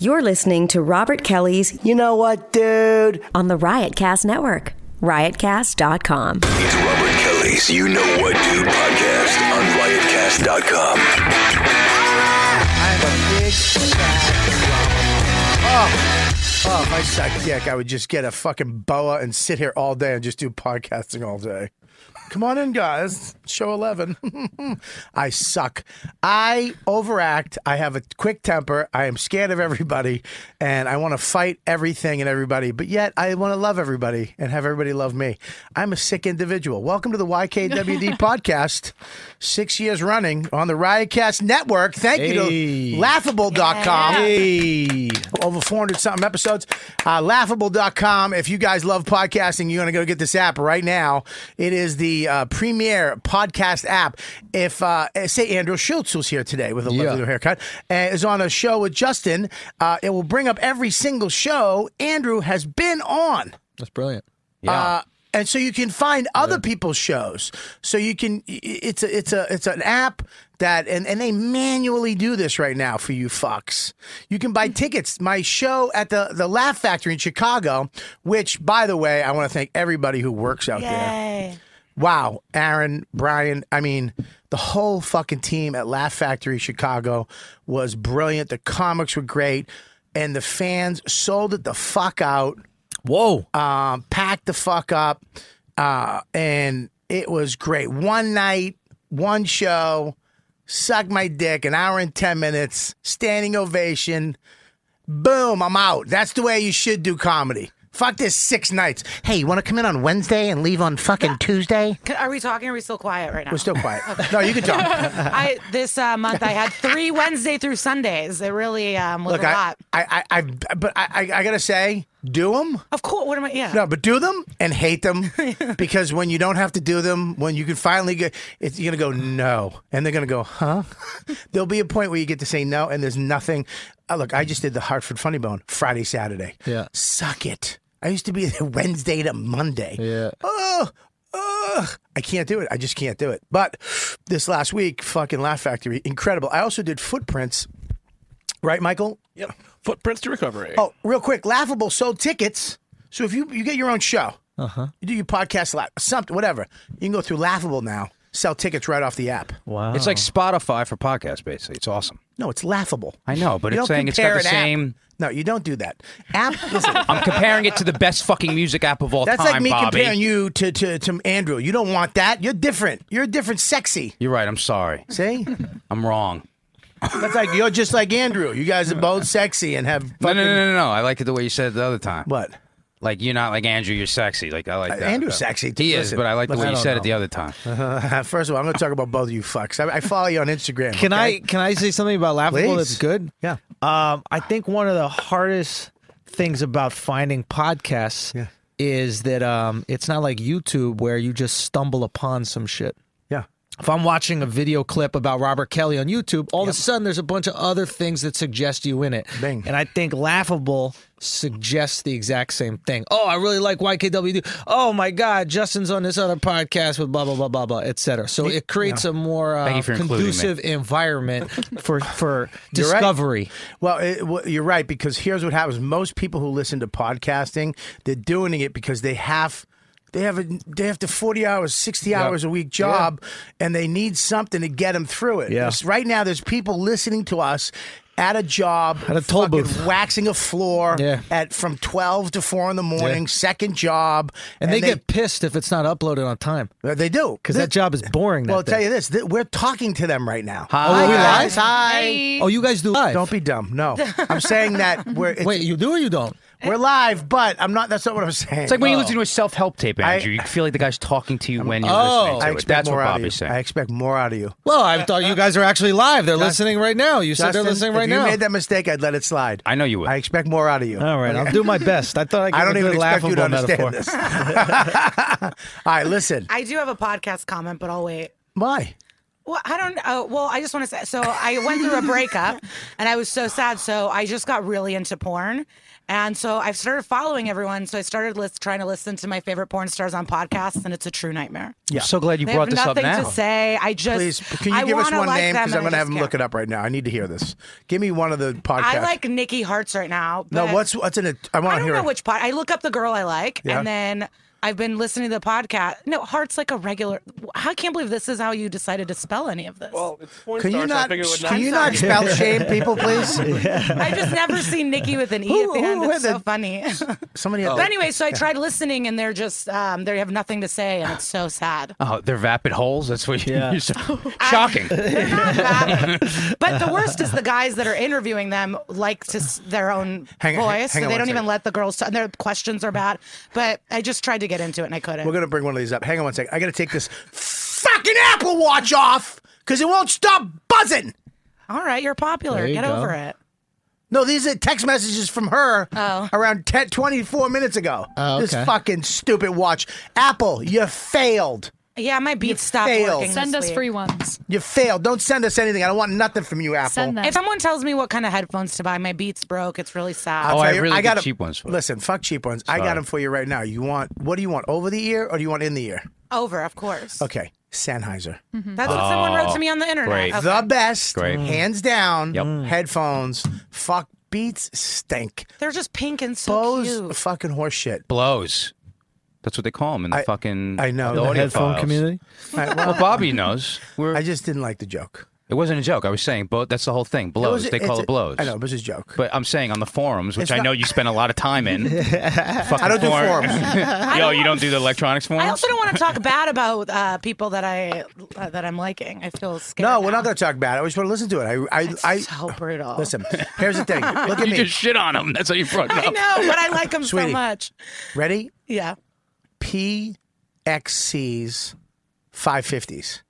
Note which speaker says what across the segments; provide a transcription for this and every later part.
Speaker 1: You're listening to Robert Kelly's
Speaker 2: You know what, dude?
Speaker 1: on the Riotcast Network, riotcast.com.
Speaker 3: It's Robert Kelly's You Know What Dude podcast on riotcast.com.
Speaker 2: I'm a big fat Oh, oh, if I sucked dick, I would just get a fucking boa and sit here all day and just do podcasting all day. Come on in, guys. Show 11. I suck. I overact. I have a quick temper. I am scared of everybody and I want to fight everything and everybody, but yet I want to love everybody and have everybody love me. I'm a sick individual. Welcome to the YKWD podcast, six years running on the Riotcast Network. Thank you to laughable.com. Over 400 something episodes. Uh, laughable.com. If you guys love podcasting, you're going to go get this app right now. It is the uh, premier podcast app. If, uh, say, Andrew Schultz was here today with a lovely little haircut, uh, is on a show with Justin, uh, it will bring up every single show Andrew has been on.
Speaker 4: That's brilliant.
Speaker 2: Uh, and so you can find other people's shows. So you can it's a it's a it's an app that and, and they manually do this right now for you fucks. You can buy tickets. My show at the the Laugh Factory in Chicago, which by the way, I want to thank everybody who works out there. Wow, Aaron, Brian, I mean, the whole fucking team at Laugh Factory Chicago was brilliant. The comics were great and the fans sold it the fuck out
Speaker 4: Whoa.
Speaker 2: um, packed the fuck up, uh, and it was great. One night, one show, suck my dick, an hour and 10 minutes, standing ovation. Boom, I'm out. That's the way you should do comedy. Fuck this six nights. Hey, you want to come in on Wednesday and leave on fucking Tuesday?
Speaker 5: C- Are we talking? Or are we still quiet right now?
Speaker 2: We're still quiet. No, you can talk.
Speaker 5: I this uh, month I had three Wednesday through Sundays. It really um, was
Speaker 2: Look,
Speaker 5: a
Speaker 2: I,
Speaker 5: lot.
Speaker 2: I, I, I, but I, I, I gotta say, do them.
Speaker 5: Of course, what am I? Yeah,
Speaker 2: No, but do them and hate them because when you don't have to do them, when you can finally get, it's, you're gonna go no, and they're gonna go huh. There'll be a point where you get to say no, and there's nothing. Uh, look, I just did the Hartford Funny Bone Friday, Saturday.
Speaker 4: Yeah.
Speaker 2: suck it. I used to be there Wednesday to Monday.
Speaker 4: Yeah.
Speaker 2: Oh, ugh, I can't do it. I just can't do it. But this last week, fucking Laugh Factory, incredible. I also did Footprints. Right, Michael?
Speaker 6: Yep. Footprints to recovery.
Speaker 2: Oh, real quick, Laughable sold tickets. So if you you get your own show, uh-huh. you do your podcast live, something, whatever, you can go through Laughable now. Sell tickets right off the app.
Speaker 4: Wow.
Speaker 7: It's like Spotify for podcasts, basically. It's awesome.
Speaker 2: No, it's laughable.
Speaker 7: I know, but
Speaker 2: You
Speaker 7: it's
Speaker 2: don't
Speaker 7: saying it's got
Speaker 2: compare an
Speaker 7: the
Speaker 2: app.
Speaker 7: same-
Speaker 2: No, you don't do that. App. Listen,
Speaker 7: I'm comparing it to the best fucking music app of all
Speaker 2: that's
Speaker 7: time,
Speaker 2: like me
Speaker 7: Bobby.
Speaker 2: comparing you to, to to Andrew. You don't want that. You're different. You're different, sexy.
Speaker 7: You're right. I'm sorry.
Speaker 2: See,
Speaker 7: I'm wrong.
Speaker 2: that's like you're just like Andrew. You guys are both sexy and have fucking,
Speaker 7: No, no, no, no, no, no. I like it the way you said it the other time.
Speaker 2: what? Uh,
Speaker 7: Like you're not like Andrew. You're sexy. Like I like that.
Speaker 2: Andrew's sexy,
Speaker 7: He
Speaker 2: listen.
Speaker 7: is, but I like the
Speaker 2: Listen,
Speaker 7: way
Speaker 2: I
Speaker 7: you
Speaker 2: don't
Speaker 7: said it the other time.
Speaker 2: First of all, I'm going to talk about both of you fucks. I, I follow you on Instagram.
Speaker 4: Can
Speaker 2: okay?
Speaker 4: I can I say something about laughable
Speaker 2: Please.
Speaker 4: that's good?
Speaker 2: Yeah.
Speaker 4: Um, I think one of the hardest things about finding podcasts
Speaker 2: Yeah.
Speaker 4: is that um, it's not like YouTube where you just stumble upon some shit.
Speaker 2: Yeah.
Speaker 4: If I'm watching a video clip about Robert Kelly on YouTube, all of a sudden there's a bunch of other things that suggest you in it.
Speaker 2: Bing.
Speaker 4: And I think laughable suggests the exact same thing. Oh, I really like YKWD. Oh my God, Justin's on this other podcast with blah blah blah blah blah, etc. So it creates a more
Speaker 7: Thank
Speaker 4: uh,
Speaker 7: you for including me.
Speaker 4: conducive environment for for
Speaker 2: right.
Speaker 4: discovery.
Speaker 2: Well, it, w you're right because here's what happens: most people who listen to podcasting, they're doing it because they have. They have a they have to forty hours, sixty hours a week job, and they need something to get them through it.
Speaker 4: Yeah.
Speaker 2: There's- Right now, there's people listening to us at a job,
Speaker 4: At a toll
Speaker 2: fucking
Speaker 4: booth.
Speaker 2: waxing a floor
Speaker 4: Yeah.
Speaker 2: at from twelve to four in the morning, second job,
Speaker 4: And, they, get pissed if it's not uploaded on time
Speaker 2: get they do
Speaker 4: because that job is boring.
Speaker 2: Well, I'll
Speaker 4: that
Speaker 2: tell
Speaker 4: day.
Speaker 2: you this: th- we're talking to them right now.
Speaker 7: Hi. Oh, we
Speaker 2: guys. Hi.
Speaker 4: Oh, you guys do live.
Speaker 2: Don't be dumb. No, I'm saying that we're it's,
Speaker 4: Wait, you do or you don't?
Speaker 2: We're live, but I'm not. That's not what I'm saying. Oh.
Speaker 7: It's like when you listen to a self-help tape, Andrew. you feel like the guy's talking to you when you're
Speaker 4: Oh.
Speaker 7: listening to
Speaker 2: I
Speaker 7: it.
Speaker 2: expect
Speaker 7: That's
Speaker 2: more
Speaker 7: what
Speaker 2: out of you.
Speaker 7: Bobby's
Speaker 2: I
Speaker 7: saying.
Speaker 2: expect more out of you.
Speaker 4: Well, I thought you guys are actually live. They're listening right now. You said
Speaker 2: Justin,
Speaker 4: they're listening right
Speaker 2: if
Speaker 4: now.
Speaker 2: you made that mistake, I'd let it slide.
Speaker 7: I know you would.
Speaker 2: I expect more out of you.
Speaker 4: All right, I'll do my best. I thought I could
Speaker 2: I don't
Speaker 4: a
Speaker 2: even
Speaker 4: good
Speaker 2: expect you to
Speaker 4: laughable
Speaker 2: understand
Speaker 4: metaphor.
Speaker 2: this. All right, listen.
Speaker 5: I do have a podcast comment, but I'll wait.
Speaker 2: Why?
Speaker 5: Well, I don't. Uh, well, I just want to say. So I went through a breakup, and I was so sad. So I just got really into porn, and so I've started following everyone. So I started list, trying to listen to my favorite porn stars on podcasts, and it's a true nightmare.
Speaker 7: I'm so glad you
Speaker 5: They
Speaker 7: brought
Speaker 5: have
Speaker 7: this up
Speaker 5: nothing
Speaker 7: now.
Speaker 5: to say. I just
Speaker 2: Please, can you
Speaker 5: I
Speaker 2: give us
Speaker 5: wanna
Speaker 2: one
Speaker 5: like
Speaker 2: name?
Speaker 5: them,
Speaker 2: Because
Speaker 5: and
Speaker 2: I'm going to
Speaker 5: I
Speaker 2: have
Speaker 5: just
Speaker 2: him
Speaker 5: can't.
Speaker 2: look it up right now. I need to hear this. Give me one of the podcasts.
Speaker 5: I like Nikki Hartz right now.
Speaker 2: No,
Speaker 5: but
Speaker 2: what's what's in it? I want to
Speaker 5: I don't
Speaker 2: hear.
Speaker 5: know which pod. I look up the girl I like,
Speaker 2: Yeah.
Speaker 5: and then I've been listening to the podcast. No, Hart's like a regular. I can't believe this is how you decided to spell any of this.
Speaker 3: Well, Oh, it's porn
Speaker 2: can you
Speaker 3: stars, so I
Speaker 2: not?
Speaker 3: figure it would
Speaker 2: Can you not spell shame people, please?
Speaker 5: I've just never seen Nikki with an E
Speaker 2: Who-
Speaker 5: at the end.
Speaker 2: who
Speaker 5: It's
Speaker 2: had
Speaker 5: so
Speaker 2: the- Oh.
Speaker 5: funny.
Speaker 2: Somebody. Had
Speaker 5: But anyway, so I tried listening, and they're just um, they have nothing to say, and it's so sad.
Speaker 7: Oh, they're vapid holes. That's what you.
Speaker 4: Yeah.
Speaker 7: Yeah. Shocking.
Speaker 5: They're not bad. but the worst is the guys that are interviewing them like to s- their own
Speaker 2: Hang on,
Speaker 5: voice,
Speaker 2: hang- hang
Speaker 5: so
Speaker 2: on
Speaker 5: they
Speaker 2: one
Speaker 5: don't even
Speaker 2: second.
Speaker 5: let the girls. T- and their questions are bad. But I just tried to get into it, and I couldn't.
Speaker 2: We're gonna bring one of these up. Hang on one second. I gotta take this fucking Apple Watch off because it won't stop buzzing.
Speaker 5: All right, you're popular.
Speaker 4: There you
Speaker 5: get
Speaker 4: go.
Speaker 5: over it.
Speaker 2: No, these are text messages from her
Speaker 5: Oh.
Speaker 2: around 10, 24 minutes ago.
Speaker 4: Oh,
Speaker 2: This
Speaker 4: okay.
Speaker 2: fucking stupid watch. Apple, you failed.
Speaker 5: Yeah, my beat stopped
Speaker 2: failed.
Speaker 5: working.
Speaker 8: Send us
Speaker 5: this week.
Speaker 8: free ones.
Speaker 2: You failed. Don't send us anything. I don't want nothing from you, Apple.
Speaker 8: Send them.
Speaker 5: If someone tells me what kind of headphones to buy, my beats broke. It's really sad.
Speaker 7: Oh,
Speaker 2: Tell
Speaker 7: I
Speaker 2: you-
Speaker 7: really get
Speaker 2: got 'em-
Speaker 7: cheap ones for it.
Speaker 2: Listen, fuck cheap ones. I got them for you right now. You want what do you want? Over the ear or do you want in the ear?
Speaker 5: Over, of course.
Speaker 2: Oh. Okay, Oh. Sennheiser.
Speaker 5: That's what someone wrote to me on the internet. Oh,
Speaker 7: great.
Speaker 5: Okay.
Speaker 2: The best,
Speaker 7: Great.
Speaker 2: hands down.
Speaker 7: Yep.
Speaker 2: Headphones. Fuck Beats stink.
Speaker 5: They're just pink and so
Speaker 2: Bose
Speaker 5: cute.
Speaker 2: fucking horse shit.
Speaker 7: Blows. That's what they call them in the
Speaker 2: I-
Speaker 7: fucking.
Speaker 2: I know.
Speaker 7: The,
Speaker 2: The
Speaker 7: audiophiles.
Speaker 4: Headphone community.
Speaker 2: All right,
Speaker 7: Well,
Speaker 2: well,
Speaker 7: Bobby knows. We're,
Speaker 2: I just didn't like the joke.
Speaker 7: it wasn't a joke. I was saying, but that's the whole thing.
Speaker 2: It
Speaker 7: Blows.
Speaker 2: was-
Speaker 7: they
Speaker 2: it's
Speaker 7: call
Speaker 2: a-
Speaker 7: it blows.
Speaker 2: I know, it was a joke.
Speaker 7: But I'm saying on the forums, which
Speaker 2: It's
Speaker 7: I
Speaker 2: not-
Speaker 7: know you spend a lot of time in. I
Speaker 2: I don't do forums.
Speaker 7: Yo, you don't do the electronics forums.
Speaker 5: I also don't want to talk bad about uh, people that I uh, that I'm liking. I feel scared.
Speaker 2: No, we're not
Speaker 5: now.
Speaker 2: going to talk about it. I just want to listen to it. I, I, I
Speaker 5: That's so brutal.
Speaker 2: listen. Here's the thing. Look at
Speaker 7: you
Speaker 2: me.
Speaker 7: just shit on them. That's how you brought it
Speaker 5: I
Speaker 7: up.
Speaker 5: know, but I like them so
Speaker 2: Sweetie.
Speaker 5: much.
Speaker 2: Ready?
Speaker 5: Yeah.
Speaker 2: PXCs, five fifties.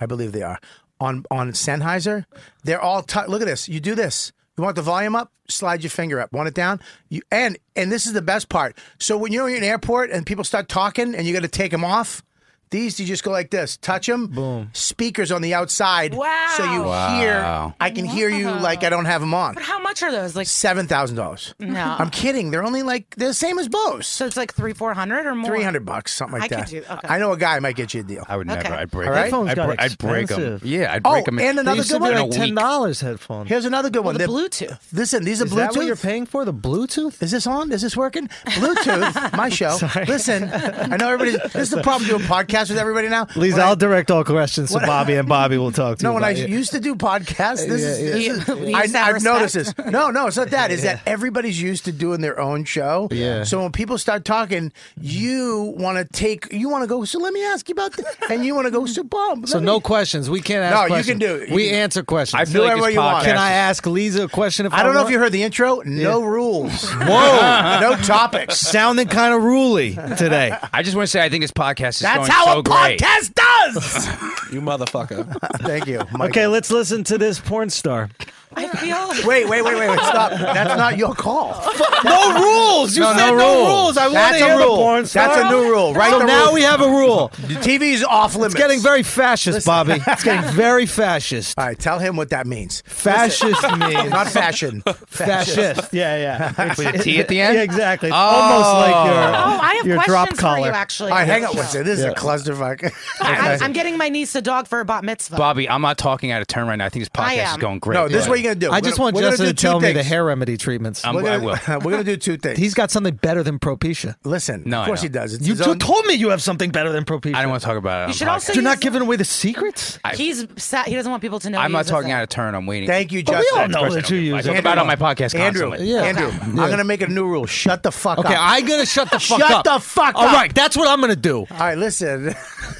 Speaker 2: I believe they are on on Sennheiser. They're all. tou- Look at this. You do this. You want the volume up? Slide your finger up. Want it down? You and and this is the best part. So when you're in an airport and people start talking and you got to take them off. These you just go like this, touch them. Boom. Speakers on the outside.
Speaker 5: Wow.
Speaker 2: So you hear.
Speaker 7: Wow.
Speaker 2: I can hear you like I don't have them on.
Speaker 5: But how much are those? Like,
Speaker 2: Seven thousand dollars.
Speaker 5: No.
Speaker 2: I'm kidding. They're only like they're the same as Bose.
Speaker 5: so it's like three, four hundred or more.
Speaker 2: Three hundred bucks, something like
Speaker 5: I could
Speaker 2: that.
Speaker 5: do- okay.
Speaker 2: I know a guy might get you a deal.
Speaker 7: I would never.
Speaker 5: Okay.
Speaker 7: I'd break.
Speaker 2: All right.
Speaker 7: them.
Speaker 4: Headphones
Speaker 7: I'd,
Speaker 4: got
Speaker 7: bre- I'd break them.
Speaker 4: expensive.
Speaker 7: Yeah, I'd
Speaker 2: Oh,
Speaker 7: break them.
Speaker 2: and another
Speaker 4: They used to
Speaker 2: good
Speaker 4: be
Speaker 2: one?
Speaker 4: like
Speaker 7: In a
Speaker 4: ten
Speaker 7: week.
Speaker 4: dollars headphones.
Speaker 2: Here's another good
Speaker 5: Well,
Speaker 2: one.
Speaker 5: the
Speaker 2: They're-
Speaker 5: Bluetooth.
Speaker 2: Listen, these are
Speaker 4: Is
Speaker 2: Bluetooth.
Speaker 4: that what you're paying for? The Bluetooth?
Speaker 2: Is this on? Is this working? Bluetooth, my show. Listen, I know everybody's. This is the problem doing podcasts with everybody now.
Speaker 4: Lisa,
Speaker 2: When I-
Speaker 4: I'll direct all questions to Bobby, and Bobby will talk to
Speaker 2: No,
Speaker 4: you.
Speaker 2: when I
Speaker 4: about it.
Speaker 2: used to do podcasts, this
Speaker 4: Yeah,
Speaker 2: is,
Speaker 4: yeah.
Speaker 2: this
Speaker 5: You-
Speaker 2: is
Speaker 5: you
Speaker 2: I,
Speaker 5: use that
Speaker 2: I've noticed this.
Speaker 5: respect?
Speaker 2: No, no, it's not that. Is that everybody's used to doing their own show?
Speaker 4: Yeah.
Speaker 2: So when people start talking, you want to take, you want to go. So let me ask you about this, and you want to go. So Bob,
Speaker 4: So
Speaker 2: let me-"
Speaker 4: no questions. We can't ask.
Speaker 2: No, you
Speaker 4: questions.
Speaker 2: can do it. You
Speaker 4: We
Speaker 2: can-
Speaker 4: answer questions.
Speaker 7: I feel like
Speaker 2: whatever
Speaker 7: this
Speaker 2: you want.
Speaker 7: podcast.
Speaker 4: Can I ask Lisa a question? If I,
Speaker 2: I don't know if
Speaker 4: want?
Speaker 2: you heard the intro. No rules.
Speaker 4: Whoa.
Speaker 2: no topics.
Speaker 4: sounding kind of ruly today.
Speaker 7: I just want to say I think this podcast is
Speaker 2: That's
Speaker 7: going
Speaker 2: how
Speaker 7: so
Speaker 2: a
Speaker 7: great.
Speaker 2: podcast does.
Speaker 3: You motherfucker.
Speaker 2: Thank you. Michael.
Speaker 4: Okay, let's listen to this porn star.
Speaker 5: I feel.
Speaker 2: Wait, wait, wait, wait, wait. Stop. That's not your call.
Speaker 4: No rules. You
Speaker 2: No,
Speaker 4: said
Speaker 2: no
Speaker 4: no,
Speaker 2: rules.
Speaker 4: rules. I want
Speaker 2: That's
Speaker 4: to
Speaker 2: a
Speaker 4: hear the
Speaker 2: rule.
Speaker 4: porn
Speaker 2: That's
Speaker 4: star.
Speaker 2: a new rule. Write
Speaker 4: so
Speaker 2: the
Speaker 4: now
Speaker 2: rule.
Speaker 4: we have a rule.
Speaker 2: The TV is off limits.
Speaker 4: It's getting very fascist, Bobby. It's getting very fascist.
Speaker 2: All right, tell him what that means.
Speaker 4: Fascist means
Speaker 2: Not fashion.
Speaker 4: fascist. Yeah, yeah.
Speaker 7: With a T at the
Speaker 4: Yeah,
Speaker 7: end.
Speaker 4: exactly. It's almost like your
Speaker 5: Oh, I have
Speaker 4: your drop
Speaker 5: questions for
Speaker 4: collar.
Speaker 5: you. Actually,
Speaker 2: All right, hang on.
Speaker 5: Yeah.
Speaker 2: What's it? This is a clusterfuck.
Speaker 5: I, I'm getting my niece a dog for a bat mitzvah.
Speaker 7: Bobby, I'm not talking out of turn right now. I think this
Speaker 5: I
Speaker 7: podcast is
Speaker 5: am.
Speaker 7: going great.
Speaker 2: no, this is
Speaker 7: But
Speaker 2: what you're gonna do.
Speaker 4: I just
Speaker 2: We're
Speaker 4: want
Speaker 2: gonna- we're
Speaker 4: Justin
Speaker 2: gonna
Speaker 4: to
Speaker 2: do
Speaker 4: tell
Speaker 2: two
Speaker 4: me the
Speaker 2: things.
Speaker 4: hair remedy treatments.
Speaker 7: I'm-
Speaker 2: We're
Speaker 7: I
Speaker 2: gonna,
Speaker 7: will.
Speaker 2: We're gonna do two things.
Speaker 4: He's got something better than Propecia.
Speaker 2: listen.
Speaker 7: No,
Speaker 2: of
Speaker 7: I
Speaker 2: course he
Speaker 7: know.
Speaker 2: does. It's
Speaker 4: You
Speaker 2: his
Speaker 4: two
Speaker 2: own-
Speaker 4: told me you have something better than Propecia.
Speaker 7: I don't want to talk about it. on
Speaker 5: You should
Speaker 7: podcast.
Speaker 5: also-
Speaker 4: You're not
Speaker 5: He's-
Speaker 4: giving away the secrets.
Speaker 5: He's sad. He doesn't want people to know.
Speaker 7: I'm
Speaker 5: he
Speaker 7: not
Speaker 5: uses
Speaker 7: talking
Speaker 5: it.
Speaker 7: out of turn. I'm waiting.
Speaker 2: Thank you,
Speaker 4: But we
Speaker 2: Justin.
Speaker 4: all know
Speaker 7: Of course
Speaker 4: that
Speaker 7: I don't
Speaker 4: you
Speaker 7: give a
Speaker 4: use
Speaker 7: fuck.
Speaker 4: it.
Speaker 7: Talk about it on my podcast
Speaker 2: Andrew,
Speaker 7: constantly.
Speaker 4: Yeah.
Speaker 2: Andrew,
Speaker 4: Okay.
Speaker 2: I'm
Speaker 4: Yeah.
Speaker 2: gonna make a new rule. Shut the fuck
Speaker 4: Okay,
Speaker 2: up.
Speaker 4: I'm gonna shut the fuck
Speaker 2: Shut
Speaker 4: up.
Speaker 2: the fuck
Speaker 4: All
Speaker 2: up.
Speaker 4: right, that's what I'm gonna do.
Speaker 2: All right, listen.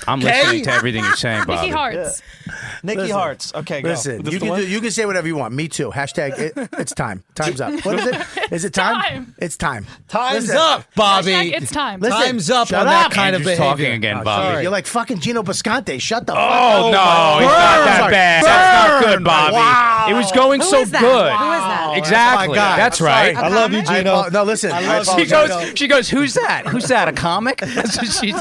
Speaker 7: I'm listening to everything you're saying, Bobby.
Speaker 8: Mickey Hearts.
Speaker 4: Nikki Hearts. Okay,
Speaker 2: Listen, you can do, you can say whatever you want. Me too. Hashtag it, it's time. Time's up. What is it? Is it time?
Speaker 8: Time.
Speaker 2: It's time.
Speaker 4: Time's
Speaker 2: Listen.
Speaker 4: up, Bobby.
Speaker 8: Hashtag it's time.
Speaker 2: Listen,
Speaker 4: Time's up
Speaker 2: shut
Speaker 4: on
Speaker 2: up.
Speaker 4: that kind
Speaker 7: Andrew's
Speaker 4: of behavior.
Speaker 7: talking again,
Speaker 2: Oh,
Speaker 7: Bobby.
Speaker 2: sorry. You're like fucking Gino Bisconte. Shut the fuck up.
Speaker 7: Oh, no, it's not that
Speaker 2: Sorry.
Speaker 7: bad. That's not good, Bobby.
Speaker 2: Wow.
Speaker 7: It was going
Speaker 5: Who
Speaker 7: so
Speaker 5: is that?
Speaker 7: good.
Speaker 5: Who is that?
Speaker 7: exactly.
Speaker 2: my guy.
Speaker 7: That's
Speaker 2: I'm
Speaker 7: right.
Speaker 2: sorry.
Speaker 5: I love you,
Speaker 2: I
Speaker 5: Gino.
Speaker 2: apo- no, listen. I
Speaker 7: She
Speaker 2: apologize.
Speaker 7: goes. She goes. Who's that? Who's that? A comic? That's what she's.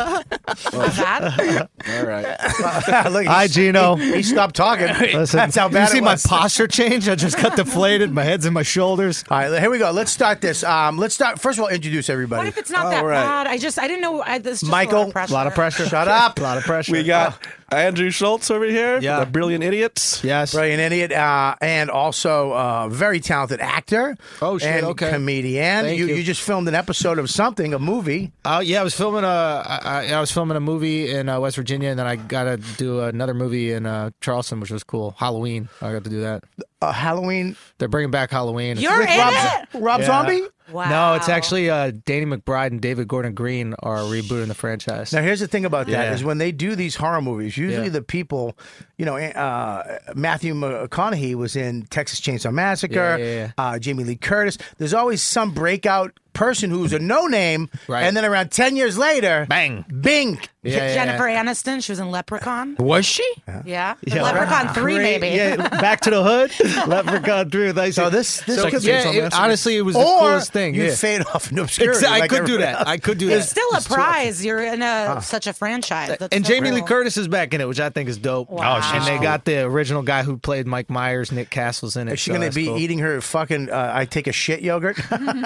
Speaker 5: Was that?
Speaker 3: All right.
Speaker 2: Look, he
Speaker 4: Hi,
Speaker 2: s-
Speaker 4: Gino.
Speaker 2: He stopped talking.
Speaker 4: Listen,
Speaker 2: That's how bad
Speaker 4: you see
Speaker 2: it
Speaker 4: my
Speaker 2: was.
Speaker 4: posture change? I just got deflated. My head's in my shoulders.
Speaker 2: All right, here we go. Let's start this. Um, let's start. First of all, introduce everybody.
Speaker 5: What if it's not
Speaker 3: All
Speaker 5: that
Speaker 3: right.
Speaker 5: bad? I just I didn't know. I, this is just
Speaker 2: Michael,
Speaker 5: a lot of pressure.
Speaker 4: lot of pressure.
Speaker 2: Shut up.
Speaker 4: A lot of pressure.
Speaker 3: We got Andrew Schultz over here.
Speaker 4: Yeah.
Speaker 3: Yeah. The Brilliant Idiots.
Speaker 4: yes.
Speaker 2: Brilliant idiot, uh, and also a very talented actor.
Speaker 4: Oh, shit,
Speaker 2: and
Speaker 4: okay.
Speaker 2: comedian.
Speaker 4: Thank
Speaker 2: you,
Speaker 4: you.
Speaker 2: just filmed an episode of something, a movie.
Speaker 4: Uh, yeah, I was filming a I, I I was filming a movie in uh, West Virginia, and then I got to do another movie in uh, Charleston, which was cool. Halloween, I got to do that.
Speaker 2: A Halloween
Speaker 4: They're bringing back Halloween.
Speaker 5: You're in
Speaker 2: Rob,
Speaker 5: it.
Speaker 2: Rob
Speaker 4: Yeah.
Speaker 2: Zombie.
Speaker 5: Wow.
Speaker 4: No, it's actually uh, Danny McBride and David Gordon Green are rebooting the franchise.
Speaker 2: Now, here's the thing about that
Speaker 4: Yeah.
Speaker 2: is when they do these horror movies, usually
Speaker 4: Yeah.
Speaker 2: the people, you know, uh, Matthew McConaughey was in Texas Chainsaw Massacre,
Speaker 4: Yeah, yeah,
Speaker 2: Uh, Jamie Lee Curtis. There's always some breakout person who's a no name,
Speaker 4: Right.
Speaker 2: and then around 10 years later,
Speaker 4: Bang.
Speaker 2: bing.
Speaker 4: Yeah, yeah,
Speaker 5: Jennifer Aniston. She was in Leprechaun.
Speaker 7: Was she?
Speaker 5: Yeah. Leprechaun three,
Speaker 4: Great.
Speaker 5: maybe.
Speaker 4: Yeah, back to the hood. Leprechaun through.
Speaker 2: So this this could be
Speaker 4: yeah, it, honestly, it was the
Speaker 2: or
Speaker 4: coolest thing.
Speaker 2: you
Speaker 4: yeah.
Speaker 2: fade off into obscurity.
Speaker 4: Exa- I
Speaker 2: like
Speaker 4: could do
Speaker 2: everybody
Speaker 4: that.
Speaker 2: else.
Speaker 4: I could do
Speaker 5: It's
Speaker 4: that.
Speaker 5: still a prize. You're in a such a franchise. That's
Speaker 4: and
Speaker 5: so
Speaker 4: Jamie Lee
Speaker 5: cool.
Speaker 4: Curtis is back in it, which I think is dope.
Speaker 5: Wow. Oh, she's
Speaker 4: and they
Speaker 5: cool.
Speaker 4: got the original guy who played Mike Myers, Nick Castle's in it.
Speaker 2: Is she
Speaker 4: so
Speaker 2: going to
Speaker 4: that's
Speaker 2: be
Speaker 4: cool.
Speaker 2: eating her fucking uh, I take a shit yogurt?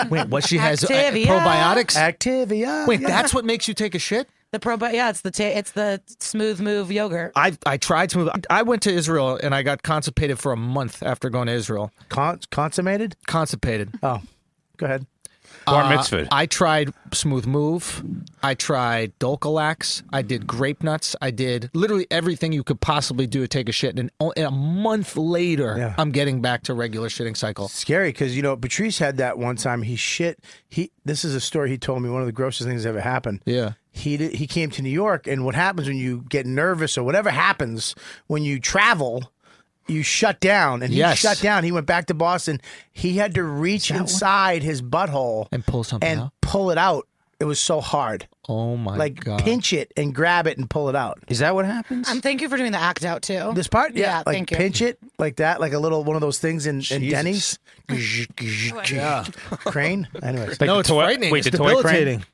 Speaker 4: Wait, what she has uh,
Speaker 5: Activia.
Speaker 4: probiotics?
Speaker 2: Activia.
Speaker 4: Wait, that's what makes you take a shit?
Speaker 5: The pro, yeah, it's the ta- it's the smooth move yogurt.
Speaker 4: I I tried to move. I went to Israel and I got constipated for a month after going to Israel.
Speaker 2: Con- consummated?
Speaker 4: Constipated.
Speaker 2: Oh, go ahead.
Speaker 7: Bar mitzvah.
Speaker 4: I tried Smooth Move. I tried Dolcalax. I did Grape Nuts. I did literally everything you could possibly do to take a shit. And, o- and a month later,
Speaker 2: Yeah.
Speaker 4: I'm getting back to regular shitting cycle.
Speaker 2: Scary because you know Patrice had that one time. He shit. He this is a story he told me. One of the grossest things that ever happened.
Speaker 4: Yeah.
Speaker 2: He did, he came to New York, and what happens when you get nervous or whatever happens when you travel. You shut down, and he
Speaker 4: Yes.
Speaker 2: shut down. He went back to Boston. He had to reach inside his butthole
Speaker 4: And pull something
Speaker 2: and
Speaker 4: out?
Speaker 2: pull it out. It was so hard.
Speaker 4: Oh my
Speaker 2: like
Speaker 4: god!
Speaker 2: pinch it and grab it and pull it out.
Speaker 7: Is that what happens?
Speaker 5: Um, thank you for doing the act out too.
Speaker 2: This part, yeah, like
Speaker 5: thank you.
Speaker 2: pinch it like that, like a little one of those things in, in Denny's.
Speaker 4: Oh,
Speaker 2: Crane. Anyways,
Speaker 7: Like
Speaker 4: no,
Speaker 7: the
Speaker 4: it's
Speaker 7: toy-
Speaker 4: frightening.
Speaker 7: Wait,
Speaker 4: it's
Speaker 7: the toy crane?
Speaker 4: debilitating.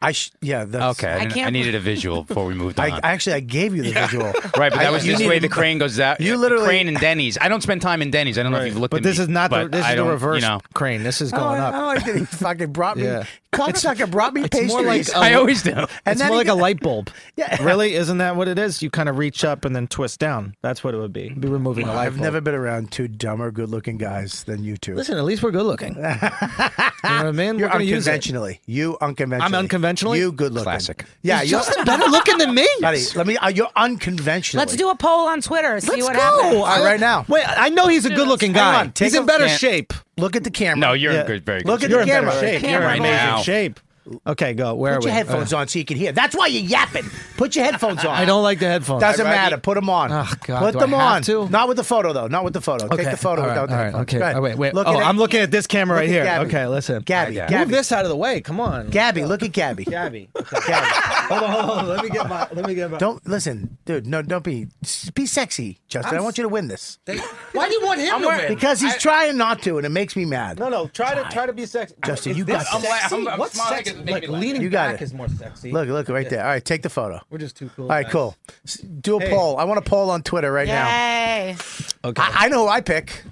Speaker 2: I sh- yeah. That's,
Speaker 7: Okay, I, didn't- I
Speaker 5: can't
Speaker 7: needed a visual before we moved
Speaker 2: I,
Speaker 7: on.
Speaker 2: I actually I gave you the visual.
Speaker 7: right, but
Speaker 2: I-
Speaker 7: that was
Speaker 2: you
Speaker 7: this
Speaker 2: need-
Speaker 7: way the crane goes out.
Speaker 2: you
Speaker 7: the
Speaker 2: literally-
Speaker 7: crane and Denny's. I don't spend time in Denny's. I don't know if you've looked
Speaker 4: But
Speaker 7: at
Speaker 4: this
Speaker 7: me,
Speaker 4: is not the
Speaker 7: but
Speaker 4: this
Speaker 7: I
Speaker 4: is the
Speaker 7: don't-
Speaker 4: reverse
Speaker 7: You know,
Speaker 4: crane. This is
Speaker 2: I don't,
Speaker 4: going
Speaker 2: Oh, I
Speaker 4: up.
Speaker 2: don't like that he fucking brought me.
Speaker 4: Yeah.
Speaker 2: Cocksucker brought me pastries.
Speaker 4: It's more like um,
Speaker 7: I always do.
Speaker 2: and
Speaker 4: it's
Speaker 2: then
Speaker 4: more like
Speaker 2: he-
Speaker 4: a light bulb.
Speaker 2: Yeah.
Speaker 4: Really, isn't that what it is? You kind of reach up and then twist down. That's what it would be. Be removing a light
Speaker 2: I've
Speaker 4: bulb.
Speaker 2: never been around two dumber, good-looking guys than you two.
Speaker 4: Listen, at least we're good looking. you know what I mean?
Speaker 2: You're
Speaker 4: we're gonna use it.
Speaker 2: unconventionally. You unconventionally.
Speaker 4: I'm unconventionally?
Speaker 2: You good looking.
Speaker 7: Classic.
Speaker 2: Yeah, you're
Speaker 4: Justin better looking than me.
Speaker 2: buddy. Let me. Uh, you're unconventional.
Speaker 5: Let's do a poll on Twitter. See
Speaker 4: Let's
Speaker 5: what
Speaker 4: go.
Speaker 5: happens.
Speaker 4: I-
Speaker 2: right now.
Speaker 4: Wait, I know he's a good looking
Speaker 2: Hang
Speaker 4: guy.
Speaker 2: on, take
Speaker 4: He's in
Speaker 2: a-
Speaker 4: better
Speaker 7: Can't-
Speaker 4: shape.
Speaker 2: Look at the camera.
Speaker 7: No, you're
Speaker 4: Yeah.
Speaker 7: in good, very good.
Speaker 2: Look at
Speaker 7: shape.
Speaker 2: the camera.
Speaker 5: You're
Speaker 7: in better now.
Speaker 4: shape. Okay, go. Where
Speaker 2: Put
Speaker 4: are we?
Speaker 2: your headphones on so you can hear. That's why you're yapping. Put your headphones on.
Speaker 4: I don't like the headphones.
Speaker 2: Doesn't matter. Put them on.
Speaker 4: Oh, God,
Speaker 2: Put
Speaker 4: do I
Speaker 2: them
Speaker 4: have
Speaker 2: on.
Speaker 4: to?
Speaker 2: Not with the photo though. Not with the photo.
Speaker 4: Okay,
Speaker 2: Take the photo
Speaker 4: all right,
Speaker 2: without the
Speaker 4: all right,
Speaker 2: headphones.
Speaker 4: okay.
Speaker 2: Go ahead.
Speaker 4: Oh, wait, wait.
Speaker 2: Look
Speaker 4: oh,
Speaker 2: at it.
Speaker 4: I'm looking at this camera
Speaker 2: Look
Speaker 4: right
Speaker 2: at
Speaker 4: here.
Speaker 2: Gabby.
Speaker 4: Okay, listen.
Speaker 2: Gabby.
Speaker 7: Move
Speaker 4: Move
Speaker 2: Gabby.
Speaker 4: this out of the way. Come on.
Speaker 2: Gabby. Look at Gabby.
Speaker 4: Gabby.
Speaker 2: Gabby.
Speaker 4: hold on, hold on. Let me get my. Let me get my.
Speaker 2: Don't listen, dude. No, don't be be sexy, Justin. i want you to win this
Speaker 4: Why do you want him to win?
Speaker 2: because he's trying not to, and it makes me mad.
Speaker 4: No, no. Try to try to be sexy.
Speaker 2: Justin,
Speaker 4: Is
Speaker 2: you
Speaker 4: this
Speaker 2: got this.
Speaker 4: sexy?
Speaker 7: I'm- I'm
Speaker 4: What's
Speaker 7: smiling
Speaker 4: sexy?
Speaker 7: 'cause it made
Speaker 4: Like
Speaker 7: me laugh.
Speaker 4: leaning
Speaker 2: You got
Speaker 4: back
Speaker 2: it.
Speaker 4: is more sexy.
Speaker 2: Look, look right there. All right, take the photo.
Speaker 4: we're just too cool.
Speaker 2: All right,
Speaker 4: guys.
Speaker 2: cool. S- Do a
Speaker 4: Hey.
Speaker 2: poll. I want a poll on Twitter right now.
Speaker 5: Yay!
Speaker 4: Okay.
Speaker 2: I, I know who I pick.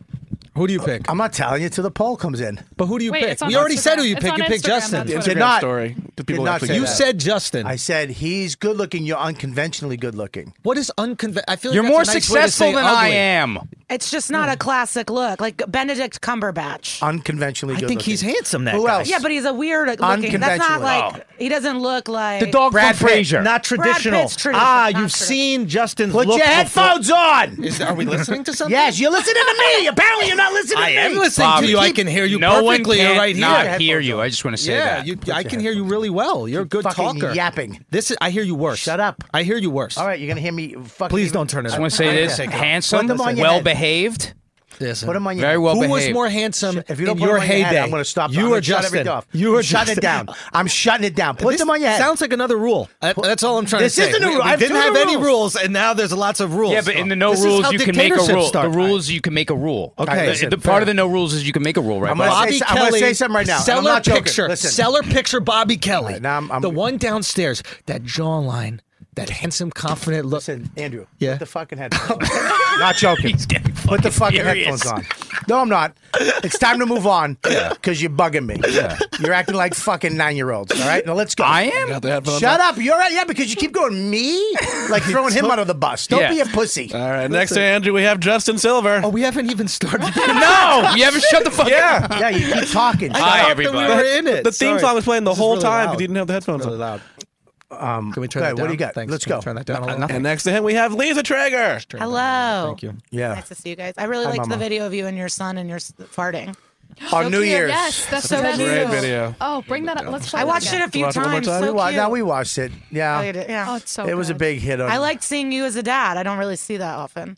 Speaker 4: who do you pick?
Speaker 2: I'm not telling you till the poll comes in.
Speaker 4: But who do you
Speaker 8: Wait,
Speaker 4: pick?
Speaker 8: it's on
Speaker 4: We already
Speaker 8: Instagram.
Speaker 4: said who you
Speaker 8: It's
Speaker 4: pick.
Speaker 8: on
Speaker 4: You pick
Speaker 8: Instagram,
Speaker 4: Justin.
Speaker 8: that's what
Speaker 2: Did
Speaker 3: Instagram
Speaker 2: not-
Speaker 3: story. Do people
Speaker 2: did not
Speaker 3: actually
Speaker 2: say
Speaker 3: do
Speaker 4: You
Speaker 2: that.
Speaker 4: said Justin.
Speaker 2: I said he's good looking. You're unconventionally good looking.
Speaker 4: what is unconventional? I feel like
Speaker 7: You're
Speaker 4: that's
Speaker 7: more
Speaker 4: a nice way to
Speaker 7: successful
Speaker 4: say
Speaker 7: than
Speaker 4: ugly.
Speaker 7: I am.
Speaker 5: It's just not a classic look, like Benedict Cumberbatch.
Speaker 2: Unconventionally
Speaker 4: I
Speaker 2: good
Speaker 4: think
Speaker 2: looking.
Speaker 4: he's handsome. That
Speaker 2: Who
Speaker 4: guy.
Speaker 2: else?
Speaker 5: yeah, but he's a weird looking. That's
Speaker 2: Unconventional.
Speaker 5: not like he doesn't look like
Speaker 7: The dog
Speaker 2: Brad
Speaker 7: from
Speaker 2: Pitt.
Speaker 7: Frasier.
Speaker 4: Not traditional.
Speaker 5: Pitt's traditional,
Speaker 4: Ah,
Speaker 5: not
Speaker 4: you've
Speaker 5: traditional.
Speaker 4: seen Justin's
Speaker 2: Put
Speaker 4: look.
Speaker 2: your
Speaker 4: before-
Speaker 2: headphones on.
Speaker 4: Is, are we listening to something?
Speaker 2: Yes, you're listening to me. Apparently, you're not listening
Speaker 4: I
Speaker 2: to me.
Speaker 4: am listening
Speaker 7: Bobby.
Speaker 4: to you. I can hear you
Speaker 7: no
Speaker 4: perfectly.
Speaker 7: one
Speaker 4: You're
Speaker 7: can
Speaker 4: right here.
Speaker 7: not
Speaker 2: Your
Speaker 7: hear
Speaker 2: headphones
Speaker 7: you. I just want to say
Speaker 4: yeah,
Speaker 7: that.
Speaker 4: you, I can hear you really well. You're a good
Speaker 2: fucking
Speaker 4: talker.
Speaker 2: yapping.
Speaker 4: This is. I hear you worse.
Speaker 2: Shut up.
Speaker 4: I hear you worse.
Speaker 2: All right, you're gonna hear me. Fucking
Speaker 4: Please don't turn
Speaker 7: I
Speaker 4: it.
Speaker 7: just
Speaker 4: up.
Speaker 7: want to say this:
Speaker 4: Second.
Speaker 7: handsome,
Speaker 2: Put them on your head.
Speaker 7: well behaved.
Speaker 9: Listen.
Speaker 2: Put him on your
Speaker 7: Very
Speaker 2: head.
Speaker 7: well
Speaker 9: Who was
Speaker 7: behaved.
Speaker 9: more handsome
Speaker 2: If you don't
Speaker 9: in
Speaker 2: put
Speaker 9: your
Speaker 2: them on your head,
Speaker 9: heyday?
Speaker 2: I'm going to stop.
Speaker 9: You
Speaker 2: I'm
Speaker 9: or
Speaker 2: gonna shut
Speaker 9: Justin?
Speaker 2: everything off.
Speaker 9: You or
Speaker 2: I'm shutting it
Speaker 9: Justin?
Speaker 2: down. I'm shutting it down. Put
Speaker 9: This
Speaker 2: them on your head.
Speaker 9: Sounds like another rule. That- that's all I'm trying
Speaker 2: This
Speaker 9: to say.
Speaker 2: isn't a
Speaker 9: We-
Speaker 2: rule. I
Speaker 9: We,
Speaker 2: have
Speaker 9: didn't
Speaker 2: two
Speaker 9: have
Speaker 2: new
Speaker 9: any
Speaker 2: rules.
Speaker 9: rules, and now there's lots of rules.
Speaker 10: Yeah, but in the no
Speaker 9: This is how
Speaker 10: rules, you can make a
Speaker 9: dictatorships
Speaker 10: rule.
Speaker 9: start.
Speaker 10: the rules you can make a rule.
Speaker 9: Okay.
Speaker 10: The- the, part of the no rules is you can make a rule, right?
Speaker 2: I'm gonna
Speaker 10: Bob?
Speaker 2: say so- I wanna say something right now, and I'm
Speaker 9: Seller
Speaker 2: not joking.
Speaker 9: picture.
Speaker 2: Listen.
Speaker 9: Seller picture. Bobby Kelly.
Speaker 2: now I'm- I'm-
Speaker 9: the one downstairs. That jawline. That handsome, confident look.
Speaker 2: Listen, Andrew.
Speaker 9: Yeah.
Speaker 2: Put the fucking headphones. on. not joking.
Speaker 10: He's getting
Speaker 2: Put the fucking
Speaker 10: fucking furious.
Speaker 2: headphones on. No, I'm not. It's time to move on because you're bugging me. You're acting like fucking nine year olds. All right, now let's go.
Speaker 10: I am.
Speaker 3: Got the headphones
Speaker 2: Shut up. You're right. Yeah, because you keep going me like throwing him under the bus. Don't
Speaker 10: Yeah.
Speaker 2: be a pussy.
Speaker 3: All right, next to Andrew, we have Justin Silver.
Speaker 9: Oh, we haven't even started.
Speaker 10: No, you haven't shut the fuck up.
Speaker 2: yeah, you keep talking.
Speaker 10: Hi,
Speaker 9: thought
Speaker 10: everybody.
Speaker 9: That we were in it.
Speaker 3: The theme
Speaker 9: Sorry.
Speaker 3: song was playing the
Speaker 9: This is
Speaker 3: whole
Speaker 9: really
Speaker 3: time
Speaker 9: loud.
Speaker 3: because you didn't have the headphones
Speaker 9: It's really
Speaker 3: on.
Speaker 9: loud. Can we turn
Speaker 2: go
Speaker 9: that down?
Speaker 2: ahead, what do you got?
Speaker 9: Thanks.
Speaker 2: Let's
Speaker 9: Can we
Speaker 2: go.
Speaker 9: Turn that down a little.
Speaker 3: And next to him, we have Lisa Traeger.
Speaker 5: Hello.
Speaker 9: Thank you.
Speaker 2: Yeah,
Speaker 5: Nice to see you guys. I really liked
Speaker 2: Mama.
Speaker 5: the video of you and your son and your s- farting.
Speaker 2: on New
Speaker 11: cute.
Speaker 2: Year's.
Speaker 11: Yes, that's so
Speaker 5: Great
Speaker 11: cute.
Speaker 3: video.
Speaker 11: Oh, bring that up. Let's. play
Speaker 5: I
Speaker 11: that
Speaker 5: watched it
Speaker 11: again.
Speaker 5: a few
Speaker 3: Watch it one more
Speaker 5: times.
Speaker 3: time?
Speaker 5: So
Speaker 2: we wa-
Speaker 5: cute.
Speaker 2: now we uh, watched it.
Speaker 5: Oh,
Speaker 2: Yeah,
Speaker 5: you did- yeah.
Speaker 11: Oh, it's so.
Speaker 2: it was a
Speaker 11: good.
Speaker 2: big hit. On
Speaker 5: I liked seeing you as a dad. I don't really see that often.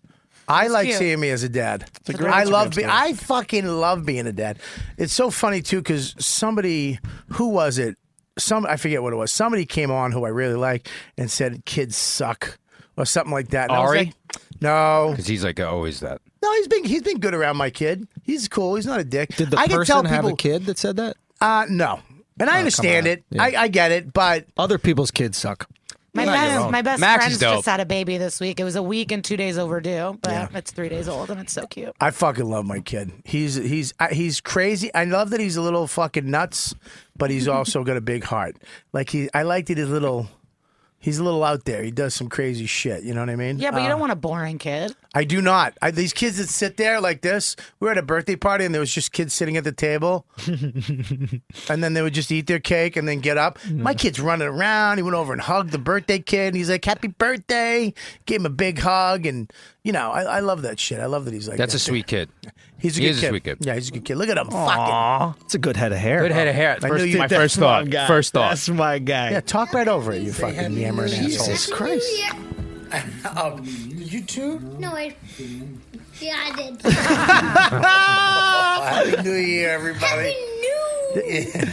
Speaker 2: I like
Speaker 5: cute.
Speaker 2: seeing me as a dad.
Speaker 3: a great
Speaker 2: I love
Speaker 3: Instagram
Speaker 2: being.
Speaker 3: story.
Speaker 2: I fucking love being a dad. It's so funny too because somebody who was it? Some I forget what it was. Somebody came on who I really like and said kids suck or something like that. And I was
Speaker 10: Ari?
Speaker 2: like, no,
Speaker 7: Because he's like, oh, is that?
Speaker 2: no, he's been he's been good around my kid. He's cool. He's not a dick.
Speaker 9: Did the
Speaker 2: I can tell
Speaker 9: person have
Speaker 2: people,
Speaker 9: a kid that said that?
Speaker 2: Uh, no, and I understand
Speaker 9: on.
Speaker 2: it.
Speaker 9: Yeah.
Speaker 2: I, I get it, but
Speaker 9: Other people's kids suck.
Speaker 5: My best, my best
Speaker 10: Max
Speaker 5: friends
Speaker 10: is dope.
Speaker 5: just had a baby this week. It was a week and two days overdue, but it's three days old and it's so cute.
Speaker 2: I fucking love my kid. He's he's I- he's crazy. I love that he's a little fucking nuts, but he's also got a big heart. Like he, I liked it. His little, he's a little out there. He does some crazy shit. You know what I mean?
Speaker 5: Yeah, but you don't want a boring kid.
Speaker 2: I do not. I, these kids that sit there like this. We were at a birthday party and there was just kids sitting at the table, and then they would just eat their cake and then get up. My kid's running around. He went over and hugged the birthday kid, and he's like, "Happy birthday!" Gave him a big hug, and you know, I, I love that shit. I love that he's like
Speaker 7: That's
Speaker 2: that.
Speaker 7: a sweet kid.
Speaker 2: He's a
Speaker 7: He
Speaker 2: good
Speaker 7: is a
Speaker 2: kid.
Speaker 7: sweet kid.
Speaker 2: Yeah, he's a good kid. Look at him. Fucking.
Speaker 9: It's a good head of hair.
Speaker 10: Good head of hair.
Speaker 2: I
Speaker 10: First-
Speaker 2: knew you-
Speaker 10: my first
Speaker 2: that's
Speaker 10: thought. First thought.
Speaker 9: my guy.
Speaker 2: Yeah, talk right over it, you fucking yammering assholes.
Speaker 11: Christ.
Speaker 2: You too?
Speaker 11: No, I. Yeah, I did.
Speaker 2: Happy New Year, everybody. I,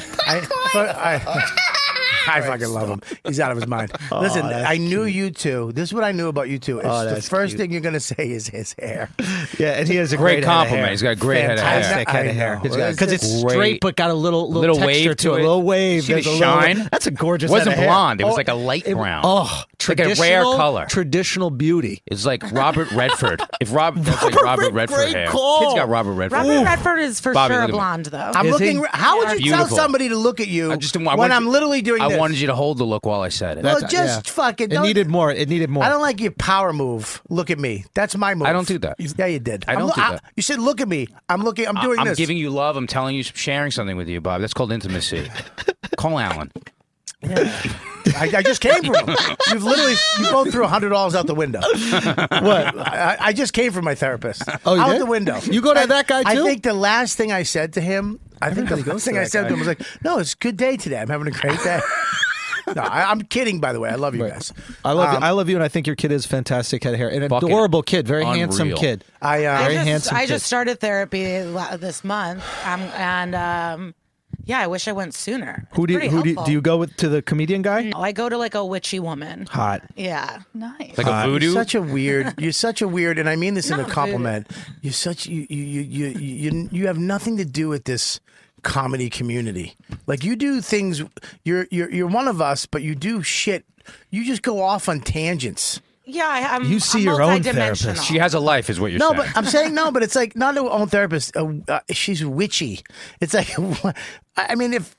Speaker 2: I, I fucking love him. He's out of his mind. Listen, I knew you two. This is what I knew about you two. It's the first thing you're going to say is his hair.
Speaker 9: Yeah, and he has a
Speaker 7: Great compliment. He's got a great head of hair.
Speaker 2: Fantastic.
Speaker 9: fantastic head
Speaker 2: I
Speaker 9: of hair.
Speaker 2: know. It's got
Speaker 9: Because it's
Speaker 7: great-
Speaker 9: straight, but got a little little,
Speaker 7: Little wave
Speaker 9: texture
Speaker 7: to
Speaker 9: it.
Speaker 7: it.
Speaker 9: A little wave.
Speaker 10: See the
Speaker 9: There's a little-
Speaker 10: shine?
Speaker 9: that's a gorgeous.
Speaker 10: wasn't
Speaker 9: head of hair.
Speaker 10: blonde. It was
Speaker 9: Oh,
Speaker 10: like a light
Speaker 9: it-
Speaker 10: brown.
Speaker 9: Oh,
Speaker 10: like a rare
Speaker 9: traditional-
Speaker 10: color.
Speaker 9: Traditional beauty.
Speaker 7: It's like Robert Redford. If Rob, that's like Robert
Speaker 9: Robert,
Speaker 7: Redford
Speaker 9: great
Speaker 7: hair.
Speaker 9: call.
Speaker 7: Kid's got Robert Redford.
Speaker 5: Robert
Speaker 7: hair.
Speaker 5: Redford is for
Speaker 7: Bobby,
Speaker 5: sure a
Speaker 7: look at me.
Speaker 5: bloond, though.
Speaker 2: I'm
Speaker 9: Is
Speaker 2: looking.
Speaker 9: he?
Speaker 2: ra- How would you
Speaker 7: Beautiful.
Speaker 2: tell somebody to look at you
Speaker 7: I just didn't
Speaker 2: when
Speaker 7: want- I
Speaker 2: I'm
Speaker 7: wanted-
Speaker 2: literally doing
Speaker 7: I
Speaker 2: this?
Speaker 7: wanted you to hold the look while I said it.
Speaker 2: Well,
Speaker 9: That's-
Speaker 2: just
Speaker 9: yeah.
Speaker 2: fucking.
Speaker 9: It
Speaker 2: don't-
Speaker 9: needed more. It needed more.
Speaker 2: I don't like your power move. Look at me. That's my move.
Speaker 7: I don't do that.
Speaker 2: Yeah, you did.
Speaker 7: I
Speaker 2: I'm
Speaker 7: don't
Speaker 2: lo-
Speaker 7: do that.
Speaker 2: you said look at me. I'm looking. I'm doing
Speaker 7: I, am
Speaker 2: this.
Speaker 7: giving you love. I'm telling you, sharing something with you, Bob. That's called intimacy. Call Alan.
Speaker 2: I, I just came from. You've literally you both threw hundred dollars out the window.
Speaker 9: what.
Speaker 2: I, I just came from my therapist.
Speaker 9: Oh, you
Speaker 2: out
Speaker 9: did?
Speaker 2: the window.
Speaker 9: You go to that guy,
Speaker 2: I
Speaker 9: too?
Speaker 2: think the last thing I said to him. I think the last thing I said to him was like, "No, it's a good day today. I'm having a great day." no, I, I'm kidding. By the way, I love you guys.
Speaker 9: I love you. I love you, and I think your kid is fantastic head of hair. An
Speaker 7: Um, Fucking
Speaker 9: adorable kid, very handsome
Speaker 7: unreal.
Speaker 9: kid.
Speaker 2: I uh,
Speaker 9: Very
Speaker 5: I just,
Speaker 9: handsome
Speaker 5: I
Speaker 9: kid.
Speaker 5: just started therapy la- this month, um, and um, yeah, I wish I went sooner.
Speaker 9: Who do you, who do you,
Speaker 5: you,
Speaker 9: do you go with to the comedian guy?
Speaker 5: Oh, I go to like a witchy woman.
Speaker 9: Hot.
Speaker 5: Yeah.
Speaker 11: Nice.
Speaker 7: Like a voodoo.
Speaker 2: Uh, Such a weird. You're such a weird, and I mean this in a
Speaker 5: Not
Speaker 2: compliment. You're such you you you you you you have nothing to do with this comedy community. Like you do things. You're you're you're one of us, but you do shit. You just go off on tangents.
Speaker 5: Yeah, I, I'm.
Speaker 9: You see
Speaker 5: I'm
Speaker 9: your own
Speaker 5: multidimensional.
Speaker 9: therapist.
Speaker 7: she has a life, is what you're
Speaker 2: No,
Speaker 7: saying.
Speaker 2: but I'm saying no, but it's like not an own therapist. Uh, uh, she's witchy. It's like I I mean, if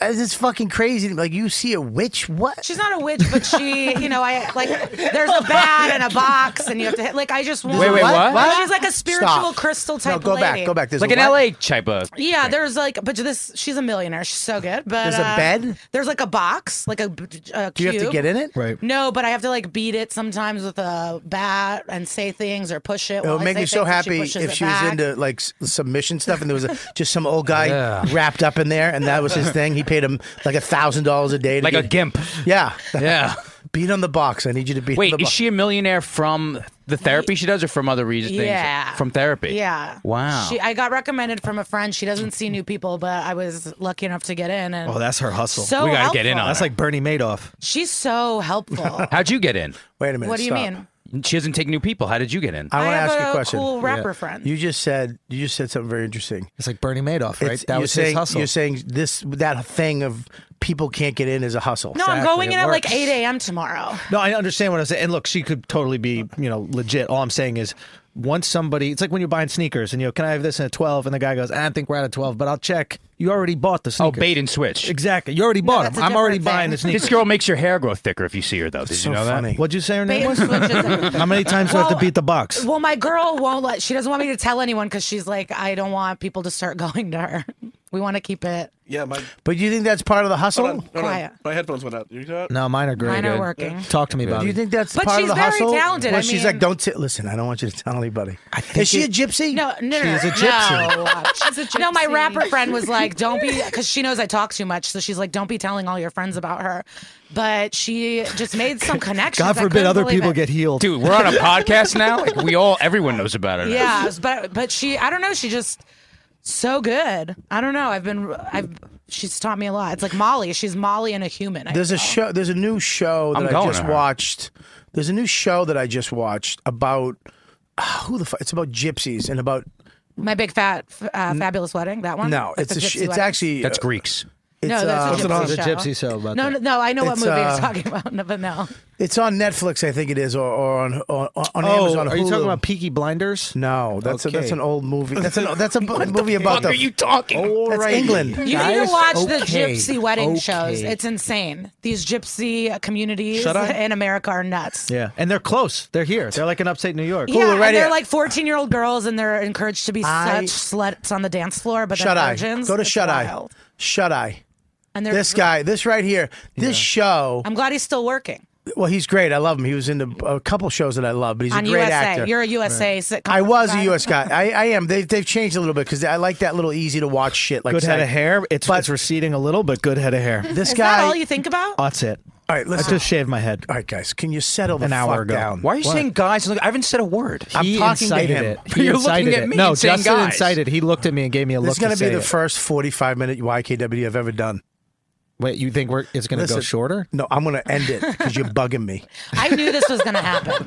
Speaker 2: it's fucking crazy. Like you see a witch, what?
Speaker 5: She's not a witch, but she, you know, I like. There's a bat and a box, and you have to hit. Like, I just want.
Speaker 7: Wait, wait,
Speaker 2: what? What?
Speaker 5: She's like a spiritual
Speaker 2: Stop.
Speaker 5: crystal
Speaker 2: No,
Speaker 5: type.
Speaker 2: go back,
Speaker 5: lady.
Speaker 2: go back. There's
Speaker 7: like
Speaker 2: a
Speaker 7: an
Speaker 2: what?
Speaker 7: LA type of.
Speaker 5: Yeah, there's like, but this, she's a millionaire. She's so good. But
Speaker 2: There's a
Speaker 5: uh,
Speaker 2: bed?
Speaker 5: There's like a box, like a, b- a
Speaker 2: Do you have to
Speaker 5: cube.
Speaker 2: get in it?
Speaker 9: Right.
Speaker 5: No, but I have to like beat it sometimes with a bat and say things or push it.
Speaker 2: It
Speaker 5: while
Speaker 2: would
Speaker 5: I
Speaker 2: make
Speaker 5: say
Speaker 2: me so
Speaker 5: things and
Speaker 2: happy
Speaker 5: pushes
Speaker 2: if
Speaker 5: it
Speaker 2: she was
Speaker 5: back.
Speaker 2: into like s- submission stuff, and there was a, just some old guy wrapped up in there, and that was his thing. He paid him like a thousand dollars a day. To
Speaker 7: Like a
Speaker 2: get-
Speaker 7: gimp.
Speaker 2: yeah,
Speaker 7: Yeah.
Speaker 2: beat on the box. I need you to beat. on
Speaker 7: Wait,
Speaker 2: the
Speaker 7: is
Speaker 2: box.
Speaker 7: she a millionaire from The therapy she does, or from other reasons? things?
Speaker 5: Yeah.
Speaker 7: From therapy.
Speaker 5: Yeah.
Speaker 7: Wow.
Speaker 5: She, I got recommended from a friend. She doesn't see new people, but I was lucky enough to get in. And
Speaker 4: Oh, that's her hustle.
Speaker 5: so
Speaker 7: we gotta get in
Speaker 5: helpful.
Speaker 7: on
Speaker 4: that's
Speaker 7: her.
Speaker 4: like Bernie Madoff.
Speaker 5: She's so helpful.
Speaker 7: How'd you get in?
Speaker 2: Wait a minute.
Speaker 5: what do you
Speaker 2: stop.
Speaker 5: mean?
Speaker 7: She doesn't take new people. How did you get in?
Speaker 2: I want to
Speaker 5: have
Speaker 2: ask you
Speaker 5: a
Speaker 2: a question.
Speaker 5: cool rapper friend.
Speaker 2: You just said you just said something very interesting.
Speaker 4: It's like Bernie Madoff, right?
Speaker 2: It's-
Speaker 4: that
Speaker 2: you're
Speaker 4: was
Speaker 2: saying,
Speaker 4: his hustle.
Speaker 2: You're saying this that thing of people can't get in is a hustle.
Speaker 5: no, I'm
Speaker 4: Exactly,
Speaker 5: going in
Speaker 4: it
Speaker 5: at like
Speaker 4: works.
Speaker 5: 8 a.m. tomorrow.
Speaker 4: No, I understand what I'm saying. And look, she could totally be, you know, legit. All I'm saying is once somebody, it's like when you're buying sneakers and you know, can I have this in a 12? And the guy goes, I think we're out of 12, but I'll check. You already bought the
Speaker 7: Oh,
Speaker 4: sneakers.
Speaker 7: bait and switch.
Speaker 4: Exactly. You already bought
Speaker 5: that's
Speaker 4: them.
Speaker 5: a
Speaker 4: I'm already
Speaker 5: different
Speaker 4: buying
Speaker 5: thing.
Speaker 4: the sneakers.
Speaker 7: This girl makes your hair grow thicker if you see her, though. Did
Speaker 2: It's
Speaker 7: you
Speaker 2: so
Speaker 7: know that?
Speaker 2: funny.
Speaker 4: What'd you say her
Speaker 5: Bait
Speaker 4: name
Speaker 5: and
Speaker 4: was?
Speaker 5: switch is-
Speaker 4: How many times do I have to
Speaker 5: Well,
Speaker 4: beat the box?
Speaker 5: Well, my girl won't let. She doesn't want me to tell anyone because she's like, I don't want people to start going to her. We want to keep it
Speaker 3: Yeah, my
Speaker 2: But do you think that's part of the hustle?
Speaker 3: hold on, hold on.
Speaker 5: Quiet.
Speaker 3: My headphones went out. You got
Speaker 4: No, mine are great.
Speaker 5: Mine are
Speaker 4: dude.
Speaker 5: working.
Speaker 4: Talk to me about
Speaker 2: Do you
Speaker 4: it.
Speaker 2: think that's
Speaker 5: But
Speaker 2: part
Speaker 5: she's
Speaker 2: of the
Speaker 5: very
Speaker 2: hustle?
Speaker 5: talented,
Speaker 2: Well,
Speaker 5: I
Speaker 2: she's
Speaker 5: mean-
Speaker 2: like, don't t- listen. I don't want you to tell anybody. Is she a gypsy?
Speaker 5: No, no, no.
Speaker 4: She's
Speaker 5: no.
Speaker 4: a
Speaker 5: No.
Speaker 4: gypsy.
Speaker 5: No, my rapper friend was like, "Don't be," because she knows I talk too much, so she's like, "Don't be telling all your friends about her." But she just made some connections.
Speaker 4: God
Speaker 5: I
Speaker 4: forbid
Speaker 5: couldn't
Speaker 4: other
Speaker 5: believe
Speaker 4: people
Speaker 5: it.
Speaker 4: get healed.
Speaker 7: Dude, we're on a podcast now. Like, we all, everyone knows about it.
Speaker 5: Yeah, but but she, I don't know. She just so good. I don't know. I've been, I've. She's taught me a lot. It's like Molly. She's Molly and a human. I
Speaker 2: There's a
Speaker 5: feel.
Speaker 2: show. There's a new show
Speaker 7: I'm
Speaker 2: that I
Speaker 7: going
Speaker 2: just
Speaker 7: to her.
Speaker 2: watched. There's a new show that I just watched about ah, who the fuck. It's about gypsies and about
Speaker 5: My big fat f- uh, fabulous wedding. That one.
Speaker 2: no.
Speaker 5: Like
Speaker 2: it's
Speaker 5: the
Speaker 2: a sh-
Speaker 5: gypsy
Speaker 2: it's
Speaker 5: wedding.
Speaker 2: actually
Speaker 7: That's
Speaker 2: uh,
Speaker 7: Greeks.
Speaker 2: It's,
Speaker 5: No, that's
Speaker 2: uh,
Speaker 5: a gypsy
Speaker 4: It's
Speaker 5: show.
Speaker 4: on the gypsy show about
Speaker 5: no,
Speaker 4: that.
Speaker 5: no, no, I know what
Speaker 2: It's,
Speaker 5: movie
Speaker 2: uh,
Speaker 5: you're talking about, no, but no.
Speaker 2: it's on Netflix, I think it is, or, or on on, on
Speaker 4: Oh,
Speaker 2: Amazon.
Speaker 4: are you
Speaker 2: Hulu.
Speaker 4: talking about Peaky Blinders?
Speaker 2: No, that's a, that's
Speaker 4: Okay.
Speaker 2: an old movie. That's an that's a bu- movie about the.
Speaker 7: talking?
Speaker 3: Oh,
Speaker 2: that's England.
Speaker 5: You need
Speaker 4: Guys,
Speaker 5: to watch the
Speaker 4: okay,
Speaker 5: gypsy wedding shows.
Speaker 4: okay.
Speaker 5: It's insane. These gypsy communities
Speaker 4: Should I?
Speaker 5: in America are nuts.
Speaker 4: Yeah, and they're close. They're here. They're like in upstate New York.
Speaker 5: Yeah,
Speaker 2: we're right
Speaker 5: and they're
Speaker 2: here.
Speaker 5: like 14 year old girls and they're encouraged to be
Speaker 2: I-
Speaker 5: such sluts on the dance floor, but
Speaker 2: Shut
Speaker 5: they're
Speaker 2: eye.
Speaker 5: virgins.
Speaker 2: Go to
Speaker 5: It's
Speaker 2: shut eye.
Speaker 5: wild.
Speaker 2: Shut eye.
Speaker 5: And they're
Speaker 2: This guy, this right here, this show.
Speaker 5: I'm glad he's still working
Speaker 2: Well, he's great. I love him. He was in a, a couple shows that I love, but he's
Speaker 5: on
Speaker 2: a great
Speaker 5: USA.
Speaker 2: actor.
Speaker 5: You're a USA sitcom.
Speaker 2: I was
Speaker 5: guy.
Speaker 2: a U.S. guy. I, I am. They've, they've changed a little bit because I like that little easy to watch shit. Like
Speaker 4: Good head
Speaker 2: say-
Speaker 4: of hair. It's,
Speaker 2: But-
Speaker 4: it's receding a little, but good head of hair.
Speaker 2: This
Speaker 5: Is
Speaker 2: guy.
Speaker 5: that all you think about?
Speaker 4: That's it.
Speaker 2: all right,
Speaker 4: I
Speaker 2: listen.
Speaker 4: just shaved my head.
Speaker 2: all right, guys, can you settle the
Speaker 4: An hour
Speaker 2: fuck
Speaker 4: ago.
Speaker 2: down?
Speaker 7: Why are you saying guys? Look, I haven't said a word.
Speaker 2: I'm
Speaker 4: he
Speaker 2: talking to
Speaker 4: incited
Speaker 2: him.
Speaker 4: it.
Speaker 7: You're looking
Speaker 4: incited
Speaker 7: at
Speaker 4: it.
Speaker 7: me
Speaker 4: No,
Speaker 7: and saying
Speaker 4: Justin
Speaker 7: guys.
Speaker 4: incited. He looked at me and gave me a look.
Speaker 2: This is going
Speaker 4: to
Speaker 2: be
Speaker 4: say
Speaker 2: the
Speaker 4: it.
Speaker 2: first 45 minute YKWD I've ever done.
Speaker 4: Wait, you think we're, it's going to go
Speaker 2: Listen,
Speaker 4: shorter?
Speaker 2: No, I'm going to end it because you're bugging me.
Speaker 5: I knew this was going to happen.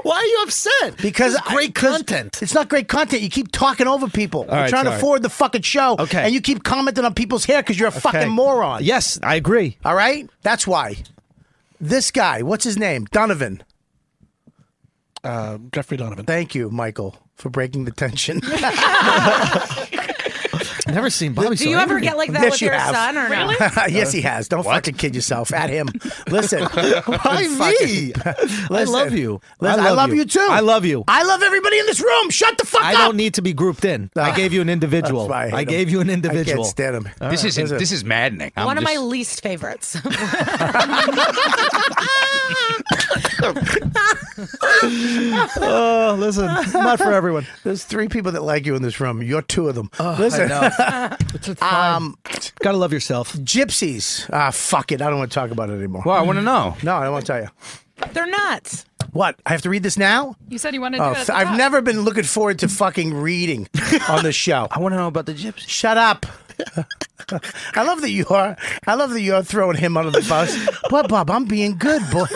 Speaker 4: Why are you upset?
Speaker 2: Because
Speaker 4: This is great
Speaker 2: I- 'cause
Speaker 4: content.
Speaker 2: It's not great content. You keep talking over people. You're
Speaker 4: right,
Speaker 2: trying to
Speaker 4: sorry.
Speaker 2: forward the fucking show.
Speaker 4: Okay.
Speaker 2: And you keep commenting on people's hair because you're a fucking moron.
Speaker 4: Yes, I agree.
Speaker 2: All right? That's why. This guy, what's his name? Donovan.
Speaker 3: Jeffrey Donovan.
Speaker 2: Thank you, Michael, for breaking the tension.
Speaker 4: I've never seen Bobby.
Speaker 5: Do you ever get like that
Speaker 2: Yes,
Speaker 5: with
Speaker 2: you
Speaker 5: your
Speaker 2: have.
Speaker 5: son or no?
Speaker 2: yes, he has. Don't fucking kid yourself. At him. Listen.
Speaker 4: Why me? I love you.
Speaker 2: Listen, I love, you. too.
Speaker 4: I love you.
Speaker 2: I love everybody in this room. Shut the fuck
Speaker 4: I
Speaker 2: up.
Speaker 4: don't need to be grouped in. I gave you an individual.
Speaker 2: That's why hate
Speaker 4: I
Speaker 2: him.
Speaker 4: gave you an
Speaker 2: I can't
Speaker 4: individual.
Speaker 2: stand him.
Speaker 7: This is
Speaker 2: Listen.
Speaker 7: this is maddening. I'm
Speaker 5: One of my
Speaker 7: just-
Speaker 5: least favorites.
Speaker 4: Oh, listen, not for everyone.
Speaker 2: There's three people that like you in this room. You're two of them.
Speaker 4: Oh,
Speaker 2: Listen,
Speaker 4: Um, gotta love yourself.
Speaker 2: gypsies. Ah, fuck it. I don't want to talk about it anymore.
Speaker 7: Well, I
Speaker 4: Mm.
Speaker 7: want to know.
Speaker 2: No, I don't want to tell you.
Speaker 5: They're nuts.
Speaker 2: What? I have to read this now?
Speaker 8: You said you wanted to
Speaker 2: Oh,
Speaker 8: do it. at
Speaker 2: th-
Speaker 8: the
Speaker 2: I've
Speaker 8: top.
Speaker 2: never been looking forward to fucking reading on the show.
Speaker 7: I want to know about the gypsy.
Speaker 2: Shut up. I love that you are. I love that you're throwing him under the bus. But Bob, I'm being good, boy.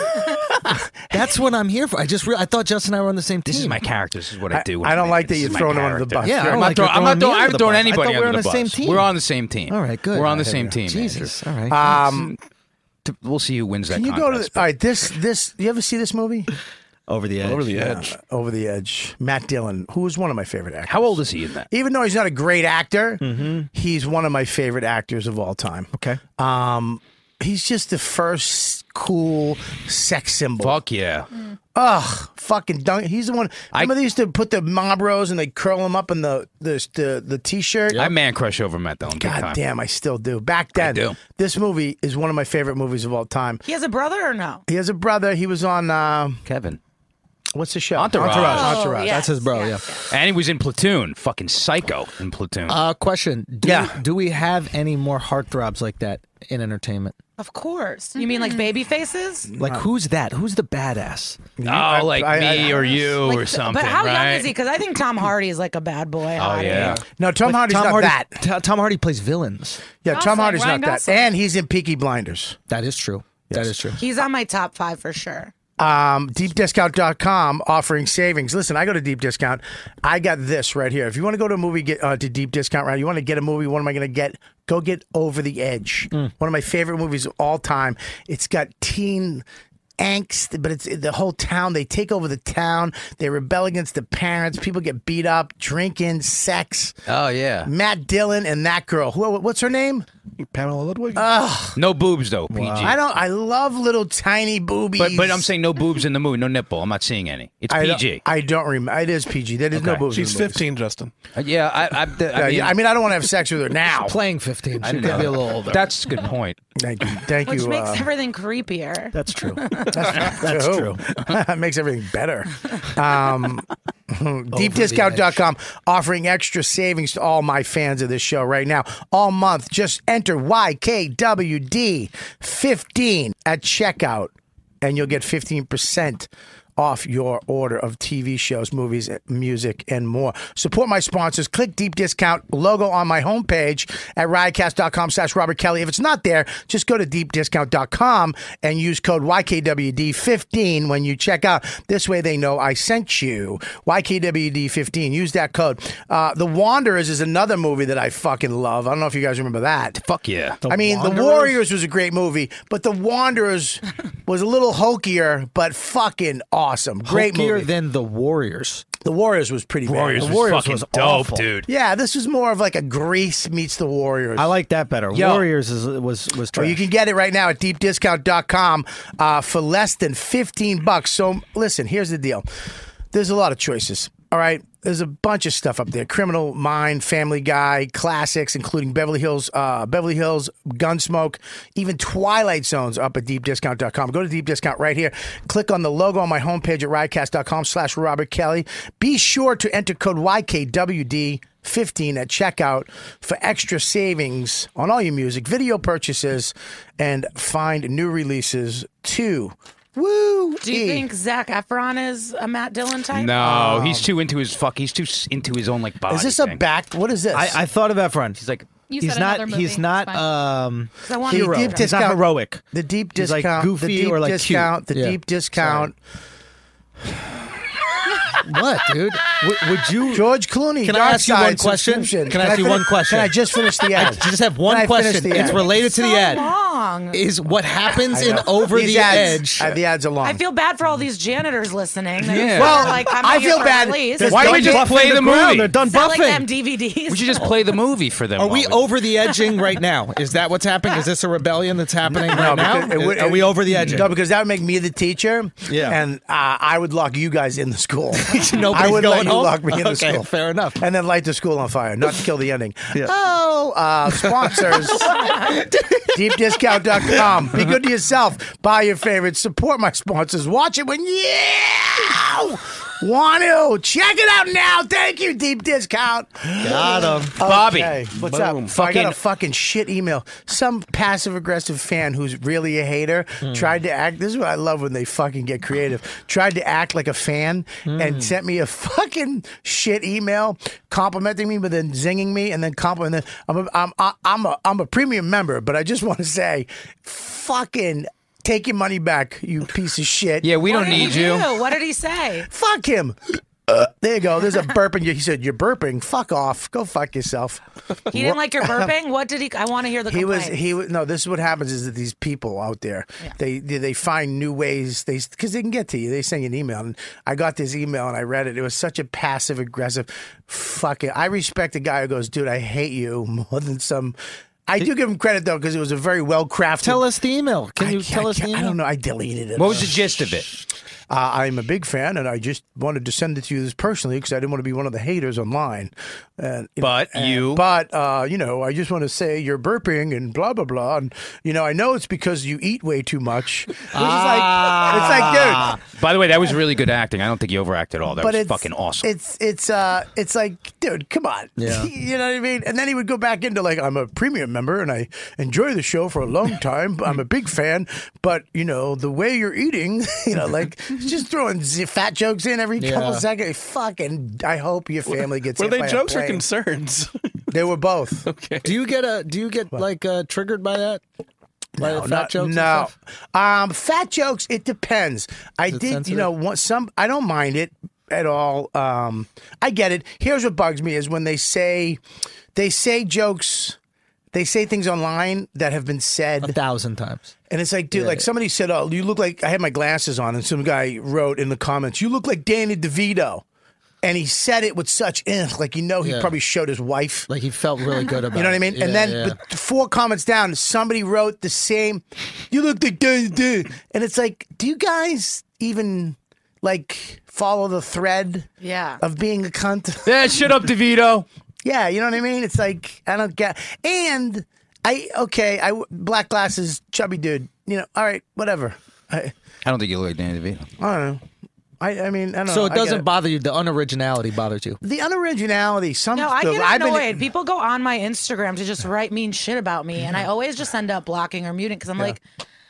Speaker 4: That's what I'm here for. I just re- I thought Justin and I were on the same team.
Speaker 7: This is my character. This is what I, do. when
Speaker 2: I don't
Speaker 7: make-
Speaker 2: like that
Speaker 7: this
Speaker 2: you're
Speaker 7: is my
Speaker 2: throwing him under the
Speaker 7: character.
Speaker 2: bus.
Speaker 4: Yeah, I
Speaker 7: I'm
Speaker 4: don't
Speaker 7: not
Speaker 4: like
Speaker 7: throwing.
Speaker 4: you're
Speaker 7: I'm not
Speaker 4: throwing
Speaker 7: throwing.
Speaker 4: me
Speaker 7: I haven't
Speaker 4: under the
Speaker 7: thrown
Speaker 4: bus. I
Speaker 7: anybody
Speaker 4: thought we
Speaker 7: under
Speaker 4: were on
Speaker 7: the
Speaker 4: the same
Speaker 7: bus.
Speaker 4: team.
Speaker 7: We're on the same team.
Speaker 4: All right, good.
Speaker 7: We're on
Speaker 4: All
Speaker 7: the
Speaker 4: right,
Speaker 7: same
Speaker 4: there we
Speaker 7: team.
Speaker 4: go.
Speaker 7: Andrew.
Speaker 4: Jesus. All right.
Speaker 2: Um,
Speaker 7: T- We'll see who wins that.
Speaker 2: can you go to? The,
Speaker 7: contest.
Speaker 2: all right, this this. You ever see this movie? Uh,
Speaker 4: over the edge.
Speaker 3: Over the edge.
Speaker 2: Over the Edge. Matt Dillon, who is one of my favorite actors.
Speaker 7: How old is he in that?
Speaker 2: Even though he's not a great actor, he's one of my favorite actors of all time.
Speaker 4: Okay.
Speaker 2: Um, he's just the first cool sex symbol.
Speaker 7: Fuck yeah.
Speaker 2: Ugh, fucking dunk. He's the one. Remember
Speaker 7: I-
Speaker 2: they used to put the mob rose and they curl him up in the the the, the t-shirt.
Speaker 7: I man crush over Matt Dillon. big
Speaker 2: God
Speaker 7: time.
Speaker 2: damn, I still do. Back then,
Speaker 7: do.
Speaker 2: this movie is one of my favorite movies of all time.
Speaker 5: He has a brother or no?
Speaker 2: He has a brother. He was on uh,
Speaker 7: Kevin.
Speaker 2: what's the show?
Speaker 7: Entourage.
Speaker 2: Entourage.
Speaker 5: Oh,
Speaker 2: Entourage.
Speaker 5: yeah.
Speaker 4: That's his bro. Yeah.
Speaker 7: And he was in Platoon. Fucking psycho in Platoon.
Speaker 4: Uh, question. Do,
Speaker 2: Yeah.
Speaker 4: Do we have any more heartthrobs like that in entertainment?
Speaker 5: Of course. You mean like baby faces?
Speaker 9: Like, who's that? Who's the badass?
Speaker 7: Oh, like
Speaker 2: I- I-
Speaker 7: me or you
Speaker 5: Like,
Speaker 7: or
Speaker 5: so-
Speaker 7: something.
Speaker 5: But how
Speaker 7: right?
Speaker 5: young is he? Because I think Tom Hardy is like a bad boy.
Speaker 7: Oh yeah.
Speaker 2: No, Tom Hardy's
Speaker 9: Tom
Speaker 2: not
Speaker 9: Hardy,
Speaker 2: that.
Speaker 9: T- Tom Hardy plays villains.
Speaker 2: Yeah, Tom
Speaker 11: Gosling,
Speaker 2: Hardy's
Speaker 11: Ryan
Speaker 2: not
Speaker 11: Gosling.
Speaker 2: that. And he's in Peaky Blinders.
Speaker 9: That is true. That is true.
Speaker 5: He's on my top five for sure.
Speaker 2: Um, deepdiscount.com offering savings. Listen, I go to Deep Discount. I got this right here. If you want to go to a movie, get uh, to Deep Discount right. You want to get a movie? What am I going to get? Go get Over the Edge.
Speaker 7: Hmm.
Speaker 2: One of my favorite movies of all time. It's got teen angst, but it's the whole town. They take over the town. They rebel against the parents. People get beat up, drinking, sex.
Speaker 7: Oh yeah.
Speaker 2: Matt Dillon and that girl. Who? What's her name?
Speaker 3: Pamela Ludwig.
Speaker 7: No boobs though. PG.
Speaker 2: I don't. I love little tiny boobies.
Speaker 7: But but I'm saying no boobs in the movie. No nipple. I'm not seeing any. It's
Speaker 2: I
Speaker 7: PG.
Speaker 2: Don't, I don't remember. It is PG. There is no
Speaker 7: Okay.
Speaker 2: boobs. in
Speaker 3: She's
Speaker 2: the movies.
Speaker 3: 15, Justin.
Speaker 7: Uh, yeah. I I, the-
Speaker 2: Yeah,
Speaker 7: I mean,
Speaker 2: yeah, I mean, I don't want to have sex with her now.
Speaker 9: Playing 15.
Speaker 7: I
Speaker 9: She
Speaker 7: didn't
Speaker 9: could be a
Speaker 7: know.
Speaker 9: little older.
Speaker 7: That's a good point.
Speaker 2: Thank you. Thank
Speaker 5: Which
Speaker 2: you.
Speaker 5: makes
Speaker 2: uh,
Speaker 5: everything creepier.
Speaker 9: That's true.
Speaker 2: that's true. That makes everything better. Um, deepdiscount.com offering extra savings to all my fans of this show right now. All month, just enter YKWD15 at checkout, and you'll get 15% off your order of TV shows, movies, music, and more. Support my sponsors. Click Deep Discount logo on my homepage at riotcast.com slash Robert Kelly. If it's not there, just go to deepdiscount.com and use code YKWD15 when you check out. This way they know I sent you. YKWD15. Use that code. Uh, the Wanderers is another movie that I fucking love. I don't know if you guys remember that.
Speaker 7: Fuck yeah.
Speaker 2: I mean, The Warriors was a great movie, but The Wanderers was a little hokier, but fucking awesome. Great
Speaker 9: Hokier
Speaker 2: movie.
Speaker 9: than the Warriors.
Speaker 2: the Warriors was pretty bad.
Speaker 7: Warriors,
Speaker 2: The
Speaker 7: was
Speaker 9: Warriors
Speaker 7: fucking
Speaker 9: was
Speaker 7: dope,
Speaker 9: awful.
Speaker 7: dude.
Speaker 2: Yeah, this was more of like a Grease meets The Warriors.
Speaker 9: I like that better.
Speaker 7: Yo.
Speaker 9: Warriors is, was was
Speaker 2: Or
Speaker 9: trash.
Speaker 2: you can get it right now at deepdiscount.com uh, for less than 15 bucks. So listen, here's the deal. There's a lot of choices. All right. There's a bunch of stuff up there. Criminal Mind, Family Guy, classics, including Beverly Hills, uh, Beverly Hills, Gunsmoke, even Twilight Zones up at deepdiscount.com. Go to Deep Discount right here. Click on the logo on my homepage at ridecast.com slash Robert Kelly. Be sure to enter code YKWD 15 at checkout for extra savings on all your music, video purchases, and find new releases too. Woo!
Speaker 5: Do you think Zach Efron is a Matt Dillon type?
Speaker 7: No, he's too into his fuck. He's too s- into his own like body.
Speaker 2: Is this a
Speaker 7: thing.
Speaker 2: back? What is this?
Speaker 9: Oh, I, I thought of Efron.
Speaker 7: He's like,
Speaker 11: You
Speaker 9: he's
Speaker 11: said
Speaker 9: not.
Speaker 11: another
Speaker 9: He's
Speaker 11: movie,
Speaker 9: not.
Speaker 11: it's fine.
Speaker 9: Um,
Speaker 5: 'Cause I want
Speaker 2: the
Speaker 5: to
Speaker 9: hero.
Speaker 2: deep
Speaker 9: He's not
Speaker 2: discount
Speaker 9: heroic.
Speaker 2: The deep
Speaker 9: He's like
Speaker 2: discount.
Speaker 9: goofy
Speaker 2: the deep
Speaker 9: or like cute.
Speaker 2: discount. The
Speaker 9: Yeah.
Speaker 2: deep discount.
Speaker 9: what, dude? W- would you?
Speaker 2: George Clooney.
Speaker 9: Can I
Speaker 2: dark
Speaker 9: ask you one
Speaker 2: side
Speaker 9: question?
Speaker 2: subscription.
Speaker 9: Can I ask you
Speaker 2: finish-
Speaker 9: one question?
Speaker 2: Can I just finish the
Speaker 9: I
Speaker 2: ad?
Speaker 9: just have
Speaker 2: Can
Speaker 9: one
Speaker 2: I finish
Speaker 9: question.
Speaker 2: the
Speaker 9: It's
Speaker 2: ad?
Speaker 9: related to
Speaker 5: so
Speaker 9: the ad.
Speaker 5: long.
Speaker 9: Is what happens
Speaker 2: I
Speaker 9: in
Speaker 2: know.
Speaker 9: Over
Speaker 2: These
Speaker 9: the Edge?
Speaker 2: ads, uh, the ads are long.
Speaker 5: I feel bad for all these janitors listening. that
Speaker 7: Yeah.
Speaker 5: are
Speaker 7: Well,
Speaker 5: like, I'm
Speaker 2: I
Speaker 5: not here
Speaker 2: feel
Speaker 5: for
Speaker 2: bad
Speaker 5: release.
Speaker 2: because
Speaker 7: why don't we
Speaker 2: Don't
Speaker 7: just
Speaker 2: get-
Speaker 7: play the
Speaker 9: Ground,
Speaker 7: movie?
Speaker 9: They're done
Speaker 5: Selling them
Speaker 9: buffing.
Speaker 5: DVDs.
Speaker 7: We should just play the movie for them.
Speaker 9: Are we
Speaker 7: while
Speaker 9: over the edging right now? Is that what's happening? Is this a rebellion that's happening right now?
Speaker 2: because it would-
Speaker 9: Are we over the edging?
Speaker 2: No, because that would make me the teacher.
Speaker 9: Yeah.
Speaker 2: And uh, I would lock you guys in the school.
Speaker 9: Nobody's
Speaker 2: I would
Speaker 9: going
Speaker 2: let you
Speaker 9: home?
Speaker 2: lock me in the
Speaker 9: Okay,
Speaker 2: school.
Speaker 9: fair enough.
Speaker 2: And then light the school on fire, not to kill the ending.
Speaker 9: Yeah.
Speaker 2: Oh, uh, sponsors. Deepdiscount.com. Be good to yourself. Buy your favorites. Support my sponsors. Watch it when you want to. Check it out now. Thank you, Deep Discount.
Speaker 9: Got him.
Speaker 7: Bobby.
Speaker 2: Okay, What's
Speaker 7: Boom.
Speaker 2: up? Fucking, I got
Speaker 7: Fucking-
Speaker 2: a fucking shit email. Some passive aggressive fan who's really a hater tried to act. This is what I love when they fucking get creative. Tried to act like a fan and sent me a fucking shit email complimenting me, but then zinging me and then compliment. I'm a, I'm, I- I'm a, I'm a premium member, but I just want to say, fucking. Take your money back, you piece of shit.
Speaker 7: Yeah, we
Speaker 5: What
Speaker 7: don't
Speaker 5: did he
Speaker 7: need you.
Speaker 5: do? What did he say?
Speaker 2: Fuck him. Uh, there you go. There's a burping. He said, You're burping. Fuck off. Go fuck yourself.
Speaker 5: He didn't like your burping. What did he? I want to hear the.
Speaker 2: he was
Speaker 5: Complaint.
Speaker 2: he was no this is what happens is that these people out there they they they find new ways they because they can get to you they send you an email and i got this email and i read it it was such a passive aggressive fuck it i respect a guy who goes dude i hate you more than some i do give him credit though because it was a very well crafted
Speaker 9: Tell us the email. Can
Speaker 2: I
Speaker 9: you
Speaker 2: can't-
Speaker 9: tell
Speaker 2: I
Speaker 9: us the
Speaker 2: can't-
Speaker 9: email?
Speaker 2: i don't know i deleted it
Speaker 7: What was the gist of it?
Speaker 2: Uh, I'm a big fan, and I just wanted to send it to you personally because I didn't want to be one of the haters online. And, you know,
Speaker 7: But
Speaker 2: and-
Speaker 7: you-
Speaker 2: but uh, you know, I just want to say you're burping and blah blah blah, and you know, I know it's because you eat way too much, which is like, it's like, dude,
Speaker 7: By the way, Ah. that was really good acting. I don't think you overacted at all. That
Speaker 2: but
Speaker 7: was
Speaker 2: it's
Speaker 7: fucking awesome.
Speaker 2: It's it's uh it's like, dude, come on.
Speaker 12: Yeah.
Speaker 2: you know what I mean? And then he would go back into like, I'm a premium member and I enjoy the show for a long time. I'm a big fan, but you know the way you're eating, you know, like just throwing z- fat jokes in every couple
Speaker 12: Yeah.
Speaker 2: seconds. Fucking, I hope your family gets.
Speaker 3: Were
Speaker 2: hit by
Speaker 3: they
Speaker 2: a
Speaker 3: jokes or
Speaker 2: plane.
Speaker 3: concerns?
Speaker 2: They were both.
Speaker 3: okay.
Speaker 12: Do you get a? Do you get like uh, triggered by that? By the fat
Speaker 2: not-
Speaker 12: jokes and
Speaker 2: no.
Speaker 12: stuff?
Speaker 2: Um, fat jokes. It depends. I
Speaker 12: it
Speaker 2: did, you
Speaker 12: sensitive?
Speaker 2: know, want some. I don't mind it at all. Um, I get it. Here's what bugs me is when they say, they say jokes. They say things online that have been said,
Speaker 12: a thousand times.
Speaker 2: and it's like, dude, like somebody said, "Oh, you look like I had my glasses on," and some guy wrote in the comments, "You look like Danny DeVito," and he said it with such, ugh, like you know, he
Speaker 12: Yeah.
Speaker 2: probably showed his wife.
Speaker 12: Like he felt really good about.
Speaker 2: You know what I mean?
Speaker 12: it.
Speaker 2: and
Speaker 12: Yeah,
Speaker 2: then
Speaker 12: yeah.
Speaker 2: but four comments down, somebody wrote the same. You look like duh, duh." and it's like, do you guys even like follow the thread
Speaker 5: Yeah.
Speaker 2: of being a cunt?
Speaker 7: yeah, Eh, shut up, DeVito.
Speaker 2: yeah, you know what I mean. It's like I don't get. And I okay, I black glasses, chubby dude. You know, all right, whatever. I
Speaker 7: I don't think you look like Danny DeVito.
Speaker 2: I don't know. I, I mean, I don't know.
Speaker 12: so
Speaker 2: oh, I
Speaker 12: it
Speaker 2: get
Speaker 12: doesn't bother you. The unoriginality bothers you.
Speaker 2: the unoriginality. Some
Speaker 5: No, I
Speaker 2: the- I've
Speaker 5: get
Speaker 2: been-
Speaker 5: annoyed. People go on my Instagram to just write mean shit about me, and I always just end up blocking or muting because I'm like,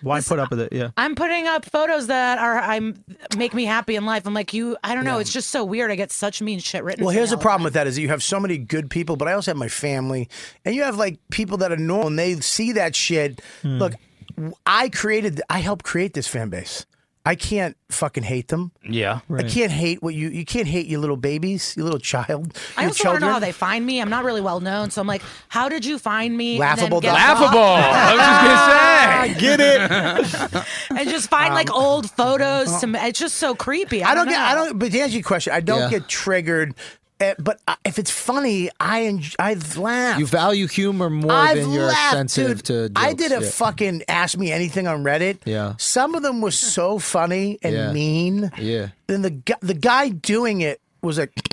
Speaker 9: Why put up with it? Yeah.
Speaker 5: I'm putting up photos that are I'm make me happy in life. I'm like, you, I don't know. It's just so weird. I get such mean shit written.
Speaker 2: Well,
Speaker 5: to me
Speaker 2: here's the
Speaker 5: all
Speaker 2: problem with that is that you have so many good people, but I also have my family, and you have like people that are normal and they see that shit.
Speaker 5: Hmm.
Speaker 2: Look, w- I created, I helped create this fan base. I can't fucking hate them.
Speaker 7: Yeah.
Speaker 2: I can't hate what you you can't hate your little babies, your little child,
Speaker 5: I
Speaker 2: your
Speaker 5: also want to
Speaker 2: children.
Speaker 5: know how they find me. I'm not really well known, so I'm like, how did you find me?
Speaker 2: Laughable
Speaker 5: and, then get
Speaker 2: dot-
Speaker 7: Laughable. I was just gonna say.
Speaker 2: Uh-huh. get it.
Speaker 5: and just find like old photos. To, it's just so creepy.
Speaker 2: Um,
Speaker 5: I,
Speaker 2: I don't
Speaker 5: know.
Speaker 2: get. I don't. But to answer your question, I don't
Speaker 12: Yeah.
Speaker 2: get triggered. eh, But I- if it's funny, I enj- I've laughed.
Speaker 12: You value humor more
Speaker 2: I've
Speaker 12: than you're
Speaker 2: laughed,
Speaker 12: sensitive
Speaker 2: dude.
Speaker 12: to. Jokes.
Speaker 2: I did a
Speaker 12: Yeah.
Speaker 2: fucking ask me anything on Reddit.
Speaker 12: Yeah.
Speaker 2: Some of them were so funny and
Speaker 12: Yeah.
Speaker 2: mean.
Speaker 12: Yeah.
Speaker 2: Then the gu- the guy doing it was like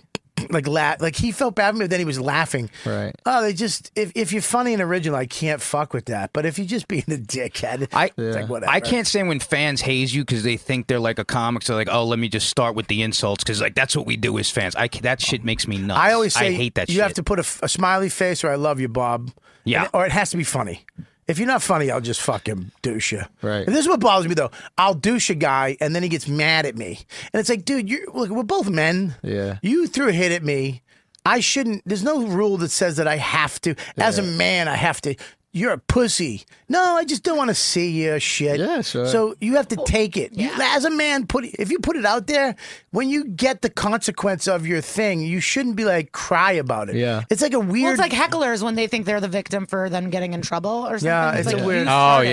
Speaker 2: like la- like he felt bad for me, but then he was laughing.
Speaker 12: Right.
Speaker 2: Oh, they just if, if you're funny and original, I can't fuck with that. But if you're just being a dickhead,
Speaker 7: I,
Speaker 2: it's like whatever.
Speaker 7: I can't stand when fans haze you because they think they're like a comic. So like, oh, let me just start with the insults because like that's what we do as fans. I ca- that shit makes me nuts.
Speaker 2: I always say
Speaker 7: I hate that.
Speaker 2: you
Speaker 7: shit.
Speaker 2: have to put a, f- a smiley face or I love you, Bob.
Speaker 7: Yeah.
Speaker 2: And- or it has to be funny. If you're not funny, I'll just fucking douche you.
Speaker 12: Right.
Speaker 2: And this is what bothers me though. I'll douche a guy and then he gets mad at me. And it's like, dude, you look, we're both men.
Speaker 12: Yeah.
Speaker 2: You threw a hit at me. I shouldn't there's no rule that says that I have to. As a man, I have to you're a pussy. No, I just don't want to see your shit.
Speaker 12: Yeah, sure.
Speaker 2: So you have to take it. You- as a man, put if you put it out there, when you get the consequence of your thing, you shouldn't be like cry about it.
Speaker 12: Yeah.
Speaker 2: it's like a weird.
Speaker 5: Well, it's like hecklers when they think they're the victim for them getting in trouble or something.
Speaker 2: Yeah, it's a
Speaker 5: like,
Speaker 2: weird-
Speaker 5: You
Speaker 7: Oh
Speaker 5: started it.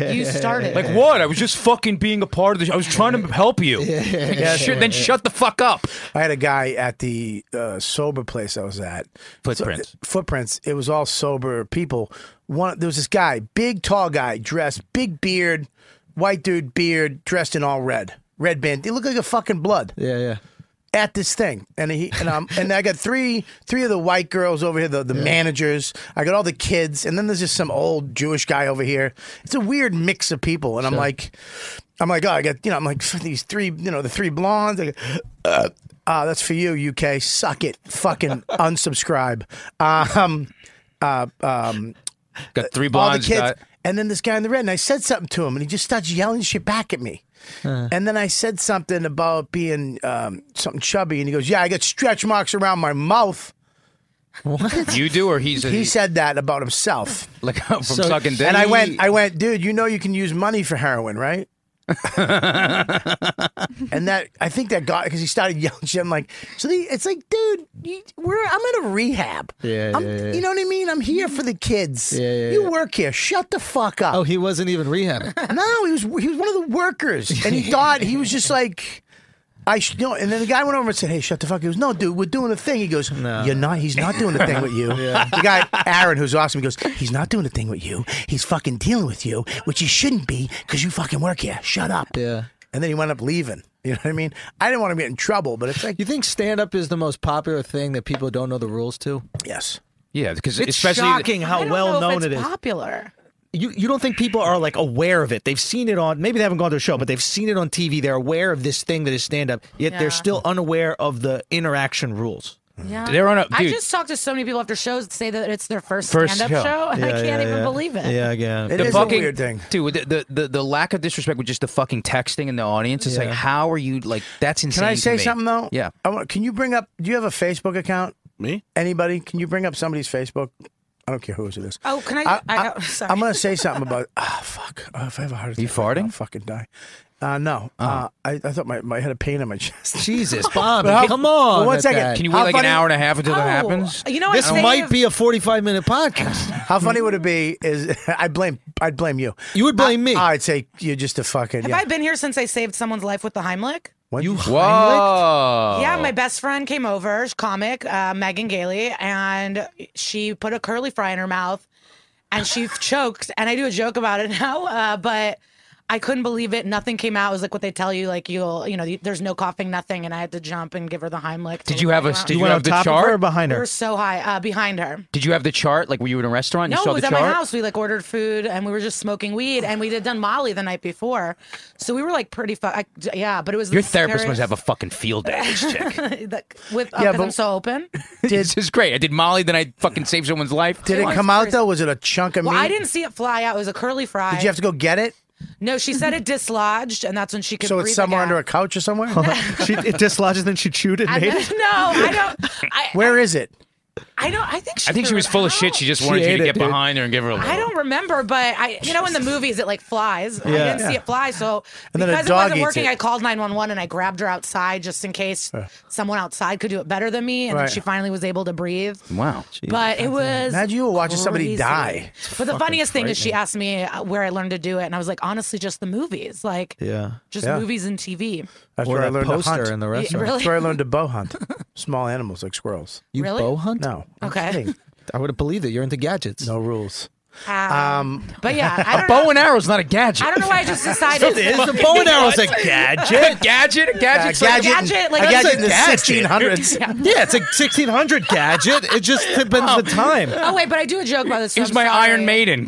Speaker 7: yeah.
Speaker 5: You started.
Speaker 7: Like
Speaker 5: it.
Speaker 7: what? I was just fucking being a part of the. I was trying to help you. Shit, then shut the fuck up.
Speaker 2: I had a guy at the uh, sober place I was at.
Speaker 7: Footprints.
Speaker 2: So- uh, footprints. It was all sober people. One there was this guy, big tall guy, dressed, big beard, white dude, beard, dressed in all red, red band. He looked like a fucking blood.
Speaker 12: Yeah, yeah.
Speaker 2: at this thing, and he and um and I got three three of the white girls over here, the, the managers. I got all the kids, and then there's just some old Jewish guy over here. It's a weird mix of people, and I'm like, I'm like, oh, I got you know, I'm like these three, you know, the three blondes. I go, uh, ah, that's for you, UK. Suck it, fucking unsubscribe. Um, uh, um,
Speaker 7: Got three
Speaker 2: all the
Speaker 7: blondes.
Speaker 2: kids.
Speaker 7: got-
Speaker 2: And then this guy in the red, and I said something to him, and he just starts yelling shit back at me. And then I said something about being um, something chubby, and he goes, "Yeah, I got stretch marks around my mouth."
Speaker 7: you do, or he's a,
Speaker 2: He said that about himself,
Speaker 7: like from
Speaker 12: So-
Speaker 7: sucking dick.
Speaker 2: and I went, "I went, dude, you know you can use money for heroin, right?" and that I think that got because he started yelling shit. I'm like, so the, it's like, dude, you, we're I'm at a rehab.
Speaker 12: Yeah,
Speaker 2: I'm-
Speaker 12: yeah, yeah.
Speaker 2: You know what I mean? I'm here for the kids.
Speaker 12: Yeah, yeah,
Speaker 2: you
Speaker 12: yeah.
Speaker 2: work here. Shut the fuck up.
Speaker 12: Oh, he wasn't even rehabbing.
Speaker 2: No, he was he was one of the workers, and he thought he was just like. I should know. And then the guy went over and said, "Hey, shut the fuck." up." He goes, "No, dude, we're doing a thing." He goes, "You're not. He's not doing a thing with you." The guy Aaron, who's awesome, he goes, "He's not doing a thing with you. He's fucking dealing with you, which he shouldn't be because you fucking work here. Shut up."
Speaker 12: Yeah.
Speaker 2: And then he went up leaving. You know what I mean? I didn't want to get in trouble, but it's like
Speaker 4: You think stand up is the most popular thing that people don't know the rules to?
Speaker 2: yes.
Speaker 7: Yeah, because
Speaker 13: It's
Speaker 7: especially
Speaker 13: shocking
Speaker 5: I
Speaker 13: how
Speaker 5: don't
Speaker 13: well
Speaker 5: know if
Speaker 13: known it
Speaker 5: it's
Speaker 13: is.
Speaker 5: Popular.
Speaker 4: You you don't think people are like aware of it? They've seen it on maybe they haven't gone to a show, but they've seen it on TV. They're aware of this thing that is stand up, yet
Speaker 5: Yeah.
Speaker 4: they're still unaware of the interaction rules.
Speaker 5: Yeah.
Speaker 7: They're on a-
Speaker 5: I
Speaker 7: dude.
Speaker 5: just talked to so many people after shows that say that it's their first,
Speaker 7: First
Speaker 5: stand-up
Speaker 7: show.
Speaker 5: show, and I can't even believe it.
Speaker 4: Yeah, again.
Speaker 2: It is
Speaker 7: fucking
Speaker 2: a weird thing.
Speaker 7: dude. The, the the the lack of disrespect with just the fucking texting in the audience. It's like, how are you? Like, that's insane.
Speaker 2: Can I say
Speaker 7: to me.
Speaker 2: something though?
Speaker 7: Yeah.
Speaker 2: I want, can you bring up? Do you have a Facebook account?
Speaker 3: Me?
Speaker 2: Anybody? Can you bring up somebody's Facebook? I don't care whose it is.
Speaker 5: Oh, can I? I, got, sorry.
Speaker 2: am gonna say something about. Ah, fuck. Oh, if I have a heart attack,
Speaker 7: You farting? Oh.
Speaker 2: I'll fucking die. Uh, no. Uh, I, I thought my, my I had a pain in my chest.
Speaker 4: Jesus, Bob,
Speaker 2: But how-
Speaker 4: come on.
Speaker 2: But one
Speaker 4: with
Speaker 2: second.
Speaker 4: that.
Speaker 7: Can you
Speaker 2: How
Speaker 7: wait like an
Speaker 2: funny-
Speaker 7: hour and a half until
Speaker 5: Oh,
Speaker 7: that happens?
Speaker 5: You know what?
Speaker 4: This
Speaker 5: They
Speaker 4: might
Speaker 5: have-
Speaker 4: be a 45 minute podcast.
Speaker 2: How
Speaker 7: Hmm?
Speaker 2: funny would it be? Is I blame I'd blame you.
Speaker 4: You would blame me.
Speaker 2: I'd say you're just a fucking.
Speaker 5: Have
Speaker 2: yeah.
Speaker 5: I been here since I saved someone's life with the Heimlich?
Speaker 2: What-
Speaker 4: You
Speaker 7: Oh.
Speaker 4: Heimlich?
Speaker 7: Whoa!
Speaker 5: Yeah, my best friend came over, she's a comic, uh, Megan Gailey, and she put a curly fry in her mouth and she choked. And I do a joke about it now, uh, but I couldn't believe it. Nothing came out. It was like what they tell you, like you'll, you know, you- there's no coughing, nothing. And I had to jump and give her the Heimlich. to
Speaker 7: Did you
Speaker 5: look
Speaker 7: have a?
Speaker 5: around.
Speaker 7: Did
Speaker 4: You
Speaker 7: you,
Speaker 4: went on
Speaker 7: have the
Speaker 4: top of her or
Speaker 7: chart?
Speaker 4: behind
Speaker 5: We
Speaker 4: her?
Speaker 5: were so high uh, behind her.
Speaker 7: Did you have the chart? Like, were you in a restaurant?
Speaker 5: No,
Speaker 7: you saw
Speaker 5: it was
Speaker 7: the
Speaker 5: at
Speaker 7: chart?
Speaker 5: my house. We like ordered food and we were just smoking weed and we had done Molly the night before, so we were like pretty fu- I, yeah. But it was
Speaker 7: Your
Speaker 5: the
Speaker 7: therapist must
Speaker 5: scariest-
Speaker 7: have a fucking field day. with This chick.
Speaker 5: Like, with uh,
Speaker 2: Yeah,
Speaker 5: 'cause
Speaker 2: but-
Speaker 5: I'm so open.
Speaker 7: this is great. I did Molly, then I fucking saved someone's life.
Speaker 2: Did it
Speaker 5: was
Speaker 2: come out
Speaker 5: crazy.
Speaker 2: though? Was it a chunk of
Speaker 5: Well,
Speaker 2: meat?
Speaker 5: I didn't see it fly out. It was a curly fry.
Speaker 2: Did you have to go get it?
Speaker 5: no, she said it dislodged, and that's when she could.
Speaker 2: So
Speaker 5: breathe
Speaker 2: it's somewhere
Speaker 5: again.
Speaker 2: under a couch or somewhere.
Speaker 4: she, it dislodges, then she chewed it and
Speaker 5: And
Speaker 4: ate
Speaker 5: then-
Speaker 4: it.
Speaker 5: no, I don't. I,
Speaker 2: Where is it?
Speaker 5: I don't. I think she.
Speaker 7: I think she
Speaker 5: threw
Speaker 7: was
Speaker 5: it
Speaker 7: full of
Speaker 5: out.
Speaker 7: shit. She just wanted you
Speaker 4: ate
Speaker 7: to
Speaker 4: it,
Speaker 7: get
Speaker 4: dude.
Speaker 7: behind her and give her a little.
Speaker 5: I don't remember, but I, you know, in the movies it like flies. I
Speaker 4: Yeah.
Speaker 5: didn't see it fly, so
Speaker 2: And then a
Speaker 5: because
Speaker 2: dog
Speaker 5: it wasn't
Speaker 2: eats
Speaker 5: working,
Speaker 2: it.
Speaker 5: I called nine one one and I grabbed her outside just in case someone outside could do it better than me, and
Speaker 2: Right.
Speaker 5: then she finally was able to breathe.
Speaker 7: Wow.
Speaker 5: But it was.
Speaker 2: Imagine you were watching somebody
Speaker 5: crazy.
Speaker 2: die.
Speaker 5: But the funniest thing is, she asked me uh, where I learned to do it, and I was like, honestly, just the movies, like,
Speaker 4: Yeah.
Speaker 5: just
Speaker 2: Yeah.
Speaker 5: movies and TV.
Speaker 2: That's
Speaker 4: Or
Speaker 2: where I
Speaker 4: that
Speaker 2: learned to hunt.
Speaker 4: poster in the
Speaker 5: Yeah,
Speaker 4: restaurant.
Speaker 5: really?
Speaker 2: That's where I learned to bow hunt. Small animals like squirrels.
Speaker 4: You
Speaker 5: Really?
Speaker 4: bow hunt?
Speaker 2: No. I'm
Speaker 5: Okay.
Speaker 2: kidding.
Speaker 4: I would have believed it. You're into gadgets.
Speaker 2: No rules.
Speaker 5: Um, but yeah, I don't
Speaker 7: Bow
Speaker 5: know.
Speaker 7: and arrow's not Uh, a gadget.
Speaker 5: I don't know why I just decided.
Speaker 4: Is a bow and arrow is a gadget?
Speaker 7: A gadget? A gadget's
Speaker 2: A
Speaker 7: like-
Speaker 5: gadget, like-
Speaker 2: a
Speaker 5: That's
Speaker 2: gadget
Speaker 5: a
Speaker 2: in the
Speaker 4: gadget.
Speaker 2: 1600s.
Speaker 4: Yeah, it's a 1600 gadget. It just depends on the time.
Speaker 5: oh wait, but I do a joke about this. so
Speaker 7: Here's
Speaker 5: I'm
Speaker 7: my
Speaker 5: sorry.
Speaker 7: Iron Maiden.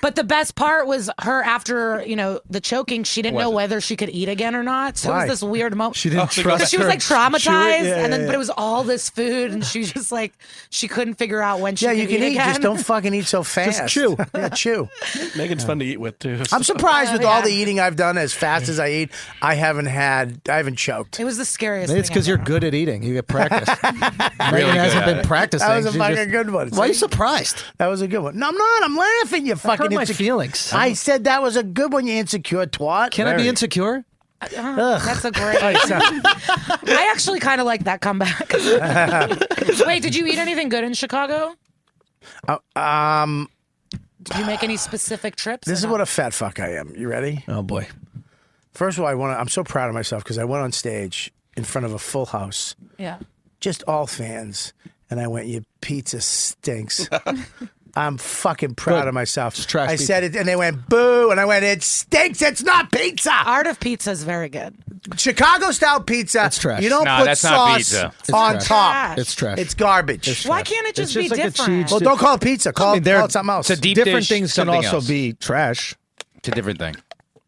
Speaker 5: But the best part was her after you know the choking. She didn't know whether she could eat again or not. So
Speaker 2: Why?
Speaker 5: it was this weird moment.
Speaker 4: She didn't trust
Speaker 5: She was
Speaker 4: her.
Speaker 5: like traumatized,
Speaker 4: yeah,
Speaker 5: and then
Speaker 4: yeah,
Speaker 5: but it was all this food, and she was just like she couldn't figure out when she
Speaker 2: Yeah,
Speaker 5: could
Speaker 2: you can eat.
Speaker 5: again.
Speaker 2: Just don't fucking eat so fast.
Speaker 4: chew.
Speaker 2: Yeah, chew.
Speaker 3: Megan's fun to eat with too.
Speaker 2: I'm surprised with
Speaker 5: yeah.
Speaker 2: all the eating I've done. As fast as I eat, I haven't had. I haven't choked.
Speaker 5: It was the scariest.
Speaker 4: Maybe it's
Speaker 5: thing
Speaker 4: because you're
Speaker 5: ever.
Speaker 4: good at eating. You get practice. Megan hasn't been practicing.
Speaker 2: That was a
Speaker 4: She
Speaker 2: fucking
Speaker 4: just-
Speaker 2: good one.
Speaker 4: Why are you surprised?
Speaker 2: That was a good one. No, I'm not. I'm laughing. You fucking
Speaker 4: hurt my
Speaker 2: insecure.
Speaker 4: feelings.
Speaker 2: I said that was a good one. You insecure twat.
Speaker 4: Can I be insecure?
Speaker 5: That's a great.
Speaker 4: Oh,
Speaker 5: I actually kind of like that comeback. Wait, did you eat anything good in Chicago?
Speaker 4: Uh,
Speaker 2: Um,
Speaker 5: Did you make any specific trips?
Speaker 2: this is what a fat fuck I am. You ready?
Speaker 4: Oh boy.
Speaker 2: First of all, I want. to I'm so proud of myself because I went on stage in front of a full house,
Speaker 5: yeah.
Speaker 2: just all fans, and I went, "Your pizza stinks." I'm fucking proud
Speaker 4: Good.
Speaker 2: of myself. It's
Speaker 4: trash
Speaker 2: I
Speaker 4: pizza.
Speaker 2: said it, and they went boo, and I went, "It stinks. It's not
Speaker 4: Ah.
Speaker 2: pizza.
Speaker 5: Art of Pizza is very good.
Speaker 2: Chicago style pizza.
Speaker 4: It's trash.
Speaker 2: You don't
Speaker 7: Nah,
Speaker 2: put
Speaker 7: that's not
Speaker 2: sauce
Speaker 7: pizza.
Speaker 4: It's
Speaker 2: on
Speaker 4: trash.
Speaker 2: top.
Speaker 4: It's trash.
Speaker 2: It's garbage.
Speaker 5: Why can't it just,
Speaker 4: It's just
Speaker 5: be
Speaker 4: like a
Speaker 5: different?
Speaker 4: cheese
Speaker 2: well, don't call it pizza. Call,
Speaker 4: mean,
Speaker 2: it-
Speaker 4: they're-
Speaker 2: call it something else.
Speaker 7: It's a deep
Speaker 4: Different
Speaker 7: dish,
Speaker 4: things can
Speaker 7: something
Speaker 4: also
Speaker 7: else.
Speaker 4: be trash.
Speaker 7: It's a different thing.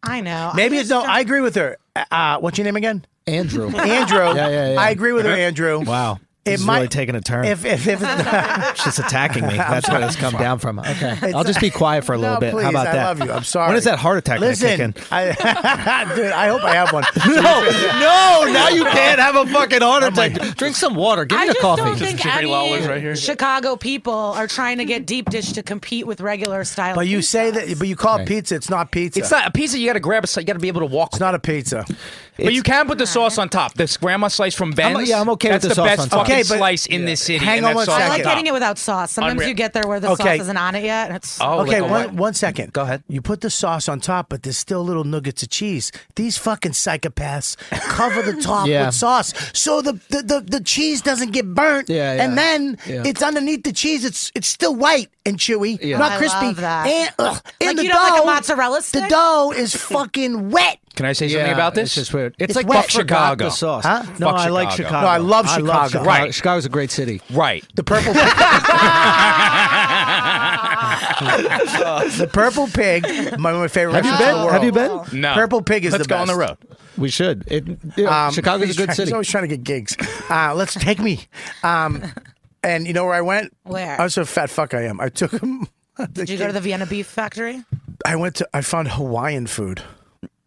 Speaker 5: I know.
Speaker 2: Maybe
Speaker 5: I
Speaker 2: it's
Speaker 5: just
Speaker 2: no. I agree with her. Uh, what's your name again?
Speaker 4: Andrew.
Speaker 2: Andrew.
Speaker 4: Yeah, yeah, yeah.
Speaker 2: I agree with her, Andrew.
Speaker 4: Wow. This is really taking a turn.
Speaker 2: If if if it's,
Speaker 4: She's attacking me. That's where this come down from. Okay. I'll just be quiet for a little
Speaker 2: no,
Speaker 4: bit.
Speaker 2: please,
Speaker 4: How about
Speaker 2: I
Speaker 4: that?
Speaker 2: love you. I'm sorry.
Speaker 4: When is that heart attack gonna kick
Speaker 2: Listen,
Speaker 4: in?
Speaker 2: I, dude, I hope I have one.
Speaker 4: No, no, now you can't have a fucking heart attack. Oh Drink some water. Give
Speaker 5: I
Speaker 4: me a
Speaker 5: just don't
Speaker 4: coffee.
Speaker 5: think
Speaker 3: Jimmy
Speaker 5: any
Speaker 3: Lawler's right here.
Speaker 5: Chicago people are trying to get deep dish to compete with regular style.
Speaker 2: But you
Speaker 5: pizza.
Speaker 2: say that. But you call it pizza. It's not pizza.
Speaker 7: It's not a pizza. You got to grab a. You got to be able to walk.
Speaker 2: It's not a pizza.
Speaker 7: but you can put the sauce on top. This grandma slice from Ben's.
Speaker 4: yeah, I'm okay with
Speaker 7: that's
Speaker 4: the sauce
Speaker 7: best
Speaker 4: on top.
Speaker 7: fucking
Speaker 2: Okay, but-
Speaker 7: slice in this city.
Speaker 2: Hang
Speaker 7: and
Speaker 2: on
Speaker 7: that's
Speaker 2: one
Speaker 7: sauce
Speaker 5: I like
Speaker 2: second.
Speaker 5: getting it without sauce. Sometimes
Speaker 7: Unreal.
Speaker 5: you get there where the
Speaker 2: Okay.
Speaker 5: sauce isn't on it yet. and It's
Speaker 7: Oh,
Speaker 2: okay,
Speaker 7: like
Speaker 2: one,
Speaker 7: a what?
Speaker 2: one second.
Speaker 7: Go ahead.
Speaker 2: You put the sauce on top, but there's still little nuggets of cheese. These fucking psychopaths cover the top
Speaker 4: Yeah.
Speaker 2: with sauce, so the, the, the, the cheese doesn't get burnt.
Speaker 4: Yeah, yeah.
Speaker 2: And then
Speaker 4: Yeah.
Speaker 2: it's underneath the cheese. It's it's still white and chewy,
Speaker 4: Yeah.
Speaker 2: not
Speaker 5: I
Speaker 2: crispy.
Speaker 5: love that.
Speaker 2: And, ugh, and
Speaker 5: Like
Speaker 2: the
Speaker 5: you
Speaker 2: dough,
Speaker 5: don't like a mozzarella
Speaker 2: The
Speaker 5: stick?
Speaker 2: dough is fucking wet.
Speaker 7: Can I say something about this?
Speaker 4: It's just weird. It's,
Speaker 7: It's
Speaker 4: like
Speaker 7: wet
Speaker 4: fuck forgot
Speaker 7: Chicago.
Speaker 4: The sauce.
Speaker 7: Huh?
Speaker 4: No,
Speaker 7: Fuck
Speaker 4: I like
Speaker 7: Chicago.
Speaker 4: Chicago.
Speaker 2: No, I love Chicago.
Speaker 7: Right.
Speaker 4: Chicago's a great city.
Speaker 7: right.
Speaker 2: The purple the purple pig, my, my favorite.
Speaker 4: Have you
Speaker 2: restaurant in
Speaker 4: been?
Speaker 2: the world.
Speaker 4: Have you been?
Speaker 7: No.
Speaker 2: Purple pig is
Speaker 7: Let's
Speaker 2: the
Speaker 7: go
Speaker 2: best.
Speaker 7: on the road.
Speaker 4: We should. It, yeah,
Speaker 2: Um,
Speaker 4: Chicago's a
Speaker 2: he's
Speaker 4: good
Speaker 2: trying-
Speaker 4: city.
Speaker 2: He's always trying to get gigs. Uh, let's take me. Um, and you know where I went?
Speaker 5: Where?
Speaker 2: I was a fat fuck. I am. I took him.
Speaker 5: Did you go to the Vienna Beef Factory?
Speaker 2: I went to. I found Hawaiian food.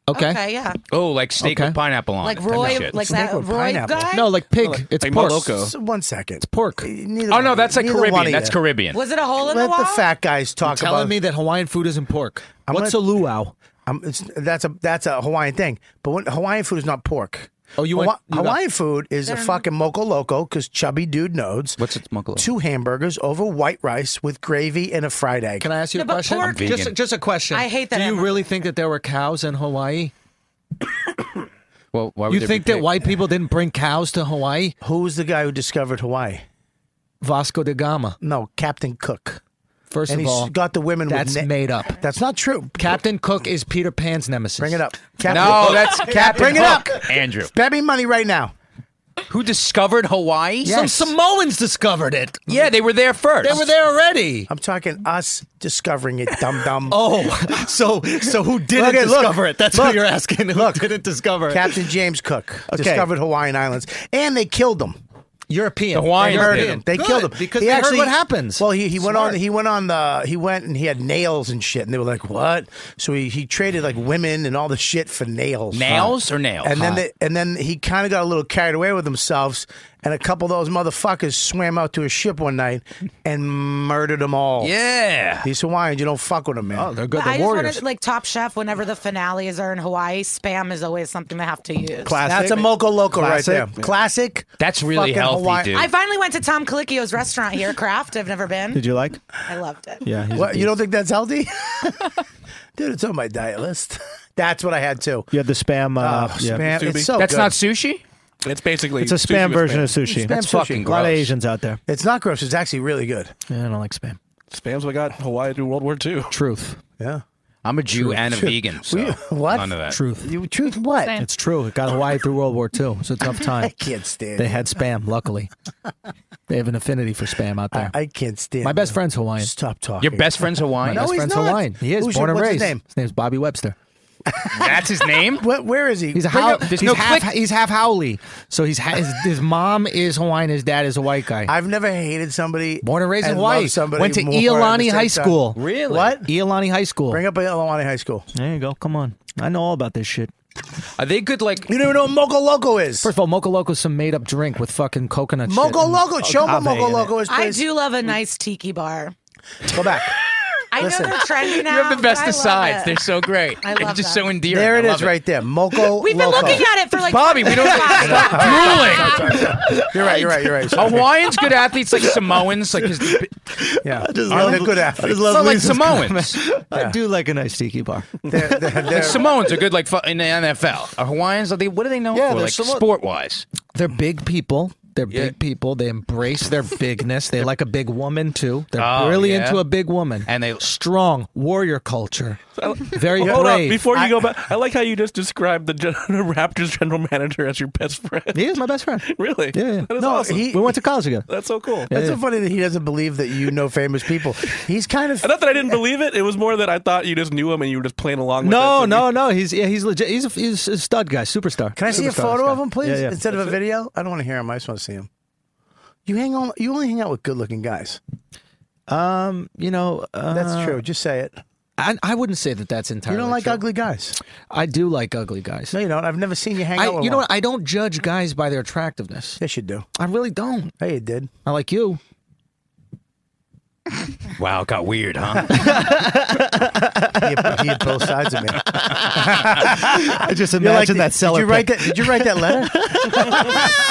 Speaker 4: okay.
Speaker 5: Okay, yeah.
Speaker 7: Oh, like steak
Speaker 4: Okay.
Speaker 7: with pineapple on
Speaker 5: Like
Speaker 7: it. That
Speaker 5: Roy,
Speaker 7: shit.
Speaker 5: like that
Speaker 2: with
Speaker 5: Roy
Speaker 2: pineapple.
Speaker 5: guy.
Speaker 4: No, like pig. it's
Speaker 3: like
Speaker 4: pork.
Speaker 3: Moloko.
Speaker 2: So one second. It's
Speaker 4: pork.
Speaker 2: Neither
Speaker 7: Oh
Speaker 2: one
Speaker 7: no,
Speaker 2: of
Speaker 7: that's
Speaker 2: you-
Speaker 7: like
Speaker 2: neither one
Speaker 7: Caribbean.
Speaker 2: of
Speaker 7: That's
Speaker 2: you.
Speaker 7: Caribbean.
Speaker 5: Was it a hole in the
Speaker 2: Let
Speaker 5: wall?
Speaker 2: the fat guys talk
Speaker 4: Telling
Speaker 2: about
Speaker 4: me that Hawaiian food isn't pork.
Speaker 2: I'm
Speaker 4: What's
Speaker 2: gonna-
Speaker 4: a luau?
Speaker 2: Um, it's, that's a that's a Hawaiian thing. But when, Hawaiian food is not pork.
Speaker 4: Oh, you went-
Speaker 2: Hawa-
Speaker 4: you got-
Speaker 2: Hawaiian food is a fucking moco loco because chubby dude knows.
Speaker 7: What's a moco loco?
Speaker 2: Two hamburgers over white rice with gravy and a fried egg.
Speaker 4: Can I ask you
Speaker 5: No,
Speaker 4: a
Speaker 5: but
Speaker 4: question?
Speaker 5: pork- I'm
Speaker 7: vegan.
Speaker 4: Just, just a question.
Speaker 5: I hate that
Speaker 4: Do you
Speaker 5: animal.
Speaker 4: really think that there were cows in Hawaii?
Speaker 7: Well, why would
Speaker 4: You
Speaker 7: there be
Speaker 4: think that
Speaker 7: pig?
Speaker 4: white people didn't bring cows to Hawaii?
Speaker 2: Who's the guy who discovered Hawaii?
Speaker 4: Vasco da Gama.
Speaker 2: No, Captain Cook.
Speaker 4: First
Speaker 2: And
Speaker 4: of
Speaker 2: he's
Speaker 4: all,
Speaker 2: got the women with
Speaker 4: That's
Speaker 2: na-
Speaker 4: made up.
Speaker 2: That's not true.
Speaker 4: Captain Cook is Peter Pan's nemesis.
Speaker 2: Bring it up. Captain
Speaker 7: No,
Speaker 2: Cook.
Speaker 7: that's Captain
Speaker 2: Bring it up.
Speaker 7: Hook, Andrew.
Speaker 2: Bet me money right now.
Speaker 7: Who discovered Hawaii?
Speaker 4: Some
Speaker 2: Yes.
Speaker 4: Samoans discovered it.
Speaker 2: Mm-hmm.
Speaker 7: Yeah, they were there first.
Speaker 4: They were there already.
Speaker 2: I'm talking us discovering it, dum dum.
Speaker 4: Oh, so so who didn't
Speaker 2: Look at- look.
Speaker 4: discover it? That's
Speaker 2: Look.
Speaker 4: what you're asking. Who
Speaker 2: Look.
Speaker 4: didn't discover it?
Speaker 2: Captain James Cook
Speaker 4: Okay.
Speaker 2: discovered Hawaiian Islands, and they killed him.
Speaker 4: European. The
Speaker 7: Hawaiians
Speaker 2: They murdered
Speaker 7: did.
Speaker 2: him. They killed him
Speaker 4: because
Speaker 2: He
Speaker 4: they
Speaker 2: actually-
Speaker 4: heard what happens.
Speaker 2: Well, he, he went on.
Speaker 4: Smart.
Speaker 2: He went on the. He went and he had nails and shit, and they were like, "What?" So he, he traded like women and all the shit for nails.
Speaker 7: Nails or nails?
Speaker 2: And then they, and then he kind of got a little carried away with themselves, and a couple of those motherfuckers swam out to a ship one night and murdered them all.
Speaker 7: Yeah.
Speaker 2: These Hawaiians, you don't fuck with them, man.
Speaker 3: Oh,
Speaker 4: they're good.
Speaker 5: I
Speaker 4: The
Speaker 5: just wanted,
Speaker 4: Warriors.
Speaker 5: like Top Chef, whenever the finales are in Hawaii, spam is always something they have to use.
Speaker 2: That's a moco loco right there. Classic.
Speaker 7: That's really
Speaker 2: Fucking
Speaker 7: healthy,
Speaker 2: Hawaii-
Speaker 7: dude.
Speaker 5: I finally went to Tom Colicchio's restaurant here, Kraft. I've never been.
Speaker 3: Did you like?
Speaker 5: I loved it.
Speaker 3: Yeah. he's a
Speaker 2: What, you
Speaker 3: beast.
Speaker 2: don't think that's healthy? Dude, it's on my diet list. That's what I had too.
Speaker 14: You had the spam. Uh,
Speaker 2: Oh,
Speaker 14: yeah.
Speaker 2: spam. It's
Speaker 3: Subi.
Speaker 2: so
Speaker 7: That's
Speaker 2: good.
Speaker 7: not sushi.
Speaker 3: It's basically
Speaker 14: It's a
Speaker 3: sushi
Speaker 14: spam
Speaker 3: with
Speaker 14: version
Speaker 3: spam.
Speaker 14: of sushi.
Speaker 2: Spam
Speaker 7: That's fucking
Speaker 14: a lot of
Speaker 7: gross.
Speaker 14: Asians out there.
Speaker 2: It's not gross. It's actually really good.
Speaker 14: Yeah, I don't like spam.
Speaker 3: Spam's what got Hawaii through World War II.
Speaker 4: Truth.
Speaker 2: Yeah.
Speaker 7: I'm a Jew and a vegan. So
Speaker 2: what?
Speaker 7: None of that.
Speaker 4: Truth.
Speaker 2: You, truth what?
Speaker 15: Same.
Speaker 4: It's true. It got Hawaii through World War II. It's a tough time.
Speaker 2: I can't stand.
Speaker 4: They
Speaker 2: you.
Speaker 4: had spam, luckily. They have an affinity for spam out there.
Speaker 2: I can't stand.
Speaker 4: My best
Speaker 2: you.
Speaker 4: friend's Hawaiian.
Speaker 2: Stop talking.
Speaker 7: Your best friend's Hawaiian.
Speaker 2: No,
Speaker 4: Best
Speaker 2: he's
Speaker 4: friend's
Speaker 2: not.
Speaker 4: Hawaiian. He is
Speaker 2: Who's your-
Speaker 4: born and
Speaker 2: what's his
Speaker 4: raised.
Speaker 2: name?
Speaker 4: His name's Bobby Webster.
Speaker 7: That's his name.
Speaker 2: What, where is he?
Speaker 4: He's a
Speaker 2: Bring
Speaker 4: how,
Speaker 2: up-
Speaker 4: he's,
Speaker 7: there's no
Speaker 4: half,
Speaker 7: click.
Speaker 4: he's half Howley. So he's ha- his, his mom is Hawaiian. His dad is a white guy.
Speaker 2: I've never hated somebody.
Speaker 4: Born and raised in
Speaker 2: and
Speaker 4: Hawaii.
Speaker 2: loved Somebody
Speaker 4: Went to
Speaker 2: more at the
Speaker 4: Iolani
Speaker 2: same
Speaker 4: High
Speaker 2: time.
Speaker 4: School.
Speaker 7: Really?
Speaker 2: What?
Speaker 4: Iolani High School.
Speaker 2: Bring up Iolani High School.
Speaker 14: There you go. Come on. I know all about this shit.
Speaker 7: Are they good? Like
Speaker 2: You don't even know what Moco Loco is.
Speaker 4: First of all, Mocha Loco's some made up drink with fucking coconut shit.
Speaker 2: Moco Loco. Show me what
Speaker 14: Agave
Speaker 2: Moco
Speaker 14: in it.
Speaker 2: Loco is.
Speaker 5: I
Speaker 2: Please.
Speaker 5: do love a nice tiki bar.
Speaker 2: Go back.
Speaker 5: I
Speaker 2: Listen.
Speaker 5: know they're trendy now.
Speaker 7: you have the best
Speaker 5: but Oh, I love
Speaker 7: of sides.
Speaker 5: it.
Speaker 7: They're so great.
Speaker 5: I love
Speaker 7: it's just
Speaker 5: them.
Speaker 7: so endearing.
Speaker 2: There it
Speaker 7: I
Speaker 2: is,
Speaker 7: love
Speaker 2: right there. Moco.
Speaker 5: We've been
Speaker 2: Loco.
Speaker 5: looking at it for like
Speaker 7: Bobby, we don't stop drooling.
Speaker 2: You're right. You're right. You're right. Sorry.
Speaker 7: Hawaiians good athletes like Samoans, like 'cause the-
Speaker 2: Yeah.
Speaker 14: love-
Speaker 2: they're good
Speaker 14: I
Speaker 2: athletes.
Speaker 14: just love
Speaker 7: Not like
Speaker 14: Lisa's
Speaker 7: Samoans.
Speaker 14: comment. I do like a nice tiki bar.
Speaker 2: They're, they're, they're,
Speaker 7: Samoans are good like fu- in the NFL. Are Hawaiians? Are they? What do they know
Speaker 14: Yeah,
Speaker 7: for?
Speaker 14: they're
Speaker 7: Like
Speaker 14: Samo-
Speaker 7: sport wise.
Speaker 4: They're big people. They're big people. They embrace their bigness. They like a big woman too. They're
Speaker 7: Oh,
Speaker 4: really
Speaker 7: yeah.
Speaker 4: into a big woman.
Speaker 7: And they-
Speaker 4: strong warrior culture. Very
Speaker 3: Hold on,
Speaker 4: brave.
Speaker 3: before you go back, I like how you just described the, gen- the Raptors general manager as your best friend.
Speaker 14: He is my best friend.
Speaker 3: Really?
Speaker 14: Yeah. yeah.
Speaker 3: That is
Speaker 14: no,
Speaker 3: awesome.
Speaker 14: he- we went to college together.
Speaker 3: That's so cool.
Speaker 2: That's so funny that he doesn't believe that you know famous people. He's kind of.
Speaker 3: Not that I didn't believe it. It was more that I thought you just knew him and you were just playing along. with
Speaker 14: No,
Speaker 3: it.
Speaker 14: no, no. He's yeah, he's legit. He's a, he's a stud guy, superstar.
Speaker 2: Can I see a
Speaker 14: Superstar, this
Speaker 2: photo
Speaker 14: guy.
Speaker 2: of him, please,
Speaker 14: Yeah, yeah.
Speaker 2: instead of a video? I don't want to hear him. I just want to see him. You hang on. You only hang out with good-looking guys.
Speaker 14: Um, you know, uh,
Speaker 2: That's true. Just say it.
Speaker 4: I, I wouldn't say that that's entirely.
Speaker 2: You don't like
Speaker 4: true.
Speaker 2: ugly guys.
Speaker 4: I do like ugly guys.
Speaker 2: No, you don't. I've never seen you hang
Speaker 4: I,
Speaker 2: out with
Speaker 4: you know
Speaker 2: one.
Speaker 4: what? I don't judge guys by their attractiveness.
Speaker 2: Yes, you do.
Speaker 4: I really don't.
Speaker 2: Hey, you did.
Speaker 4: I like you.
Speaker 7: Wow, it got weird, huh?
Speaker 2: You, you had both sides of me.
Speaker 14: I just
Speaker 2: You're
Speaker 14: imagine
Speaker 2: did-
Speaker 14: that seller.
Speaker 2: Did you write that? Did you write that letter?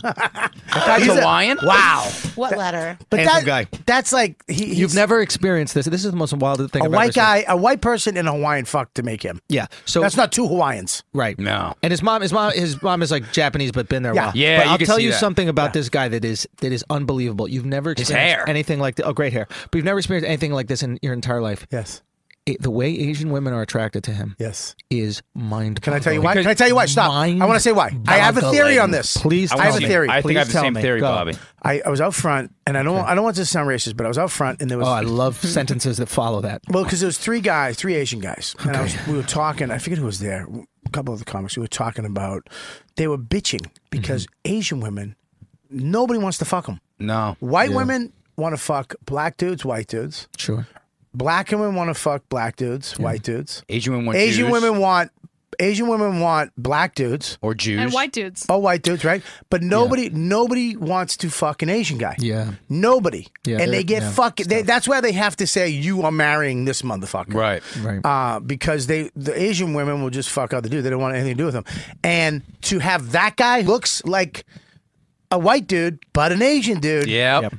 Speaker 7: That's Hawaiian.
Speaker 2: wow.
Speaker 5: What letter?
Speaker 2: But that
Speaker 14: Handsome
Speaker 2: that's like he, he's
Speaker 4: You've never experienced this. This is the most wild thing.
Speaker 2: a
Speaker 4: I've ever
Speaker 2: white
Speaker 4: seen.
Speaker 2: guy, a white person, and a Hawaiian fuck to make him.
Speaker 4: Yeah. So
Speaker 2: That's not two Hawaiians.
Speaker 4: right.
Speaker 7: No.
Speaker 4: And his mom, his mom, his mom is like Japanese, but been there.
Speaker 2: Yeah.
Speaker 4: a while.
Speaker 7: Yeah,
Speaker 4: But
Speaker 7: you
Speaker 4: I'll
Speaker 7: can
Speaker 4: tell
Speaker 7: see
Speaker 4: you
Speaker 7: that.
Speaker 4: something about this guy that is that is unbelievable. You've never experienced
Speaker 7: hair.
Speaker 4: anything like this. Oh, great hair! But you've never experienced anything like this in your entire life.
Speaker 2: Yes.
Speaker 12: the way Asian women are attracted to him.
Speaker 2: Yes,
Speaker 12: is mind.
Speaker 2: Can I tell you why? Can I tell you why? Stop. I want to say why. I have a theory on this.
Speaker 12: Please,
Speaker 2: I have a theory.
Speaker 7: I think I have
Speaker 12: Please
Speaker 7: the
Speaker 12: tell
Speaker 7: same
Speaker 12: me.
Speaker 7: theory,
Speaker 12: Go.
Speaker 7: Bobby.
Speaker 2: I, I was out front, and I don't I don't want this to sound racist, but I was out front, and there was
Speaker 12: Oh, I love sentences that follow that.
Speaker 2: Well, because there was three guys, three Asian guys, and I was, we were talking. I forget who was there. A couple of the comics we were talking about. They were bitching because
Speaker 12: Mm-hmm.
Speaker 2: Asian women, nobody wants to fuck them.
Speaker 7: No.
Speaker 2: White women want to fuck black dudes, white dudes.
Speaker 12: Sure.
Speaker 2: Black women want to fuck black dudes, white dudes.
Speaker 7: Asian women want
Speaker 2: Asian
Speaker 7: Jews
Speaker 2: women want Asian women want black dudes.
Speaker 7: or Jews.
Speaker 8: And white dudes.
Speaker 2: All white dudes, right? But nobody, nobody wants to fuck an Asian guy.
Speaker 12: Yeah.
Speaker 2: Nobody.
Speaker 12: Yeah,
Speaker 2: and they
Speaker 12: they're-
Speaker 2: get
Speaker 12: yeah,
Speaker 2: fucking. They, that's why they have to say you are marrying this motherfucker.
Speaker 7: Right.
Speaker 12: Right.
Speaker 2: Uh, because they the Asian women will just fuck other dudes. They don't want anything to do with them. And to have that guy looks like a white dude, but an Asian dude.
Speaker 7: Yeah.
Speaker 12: Yep.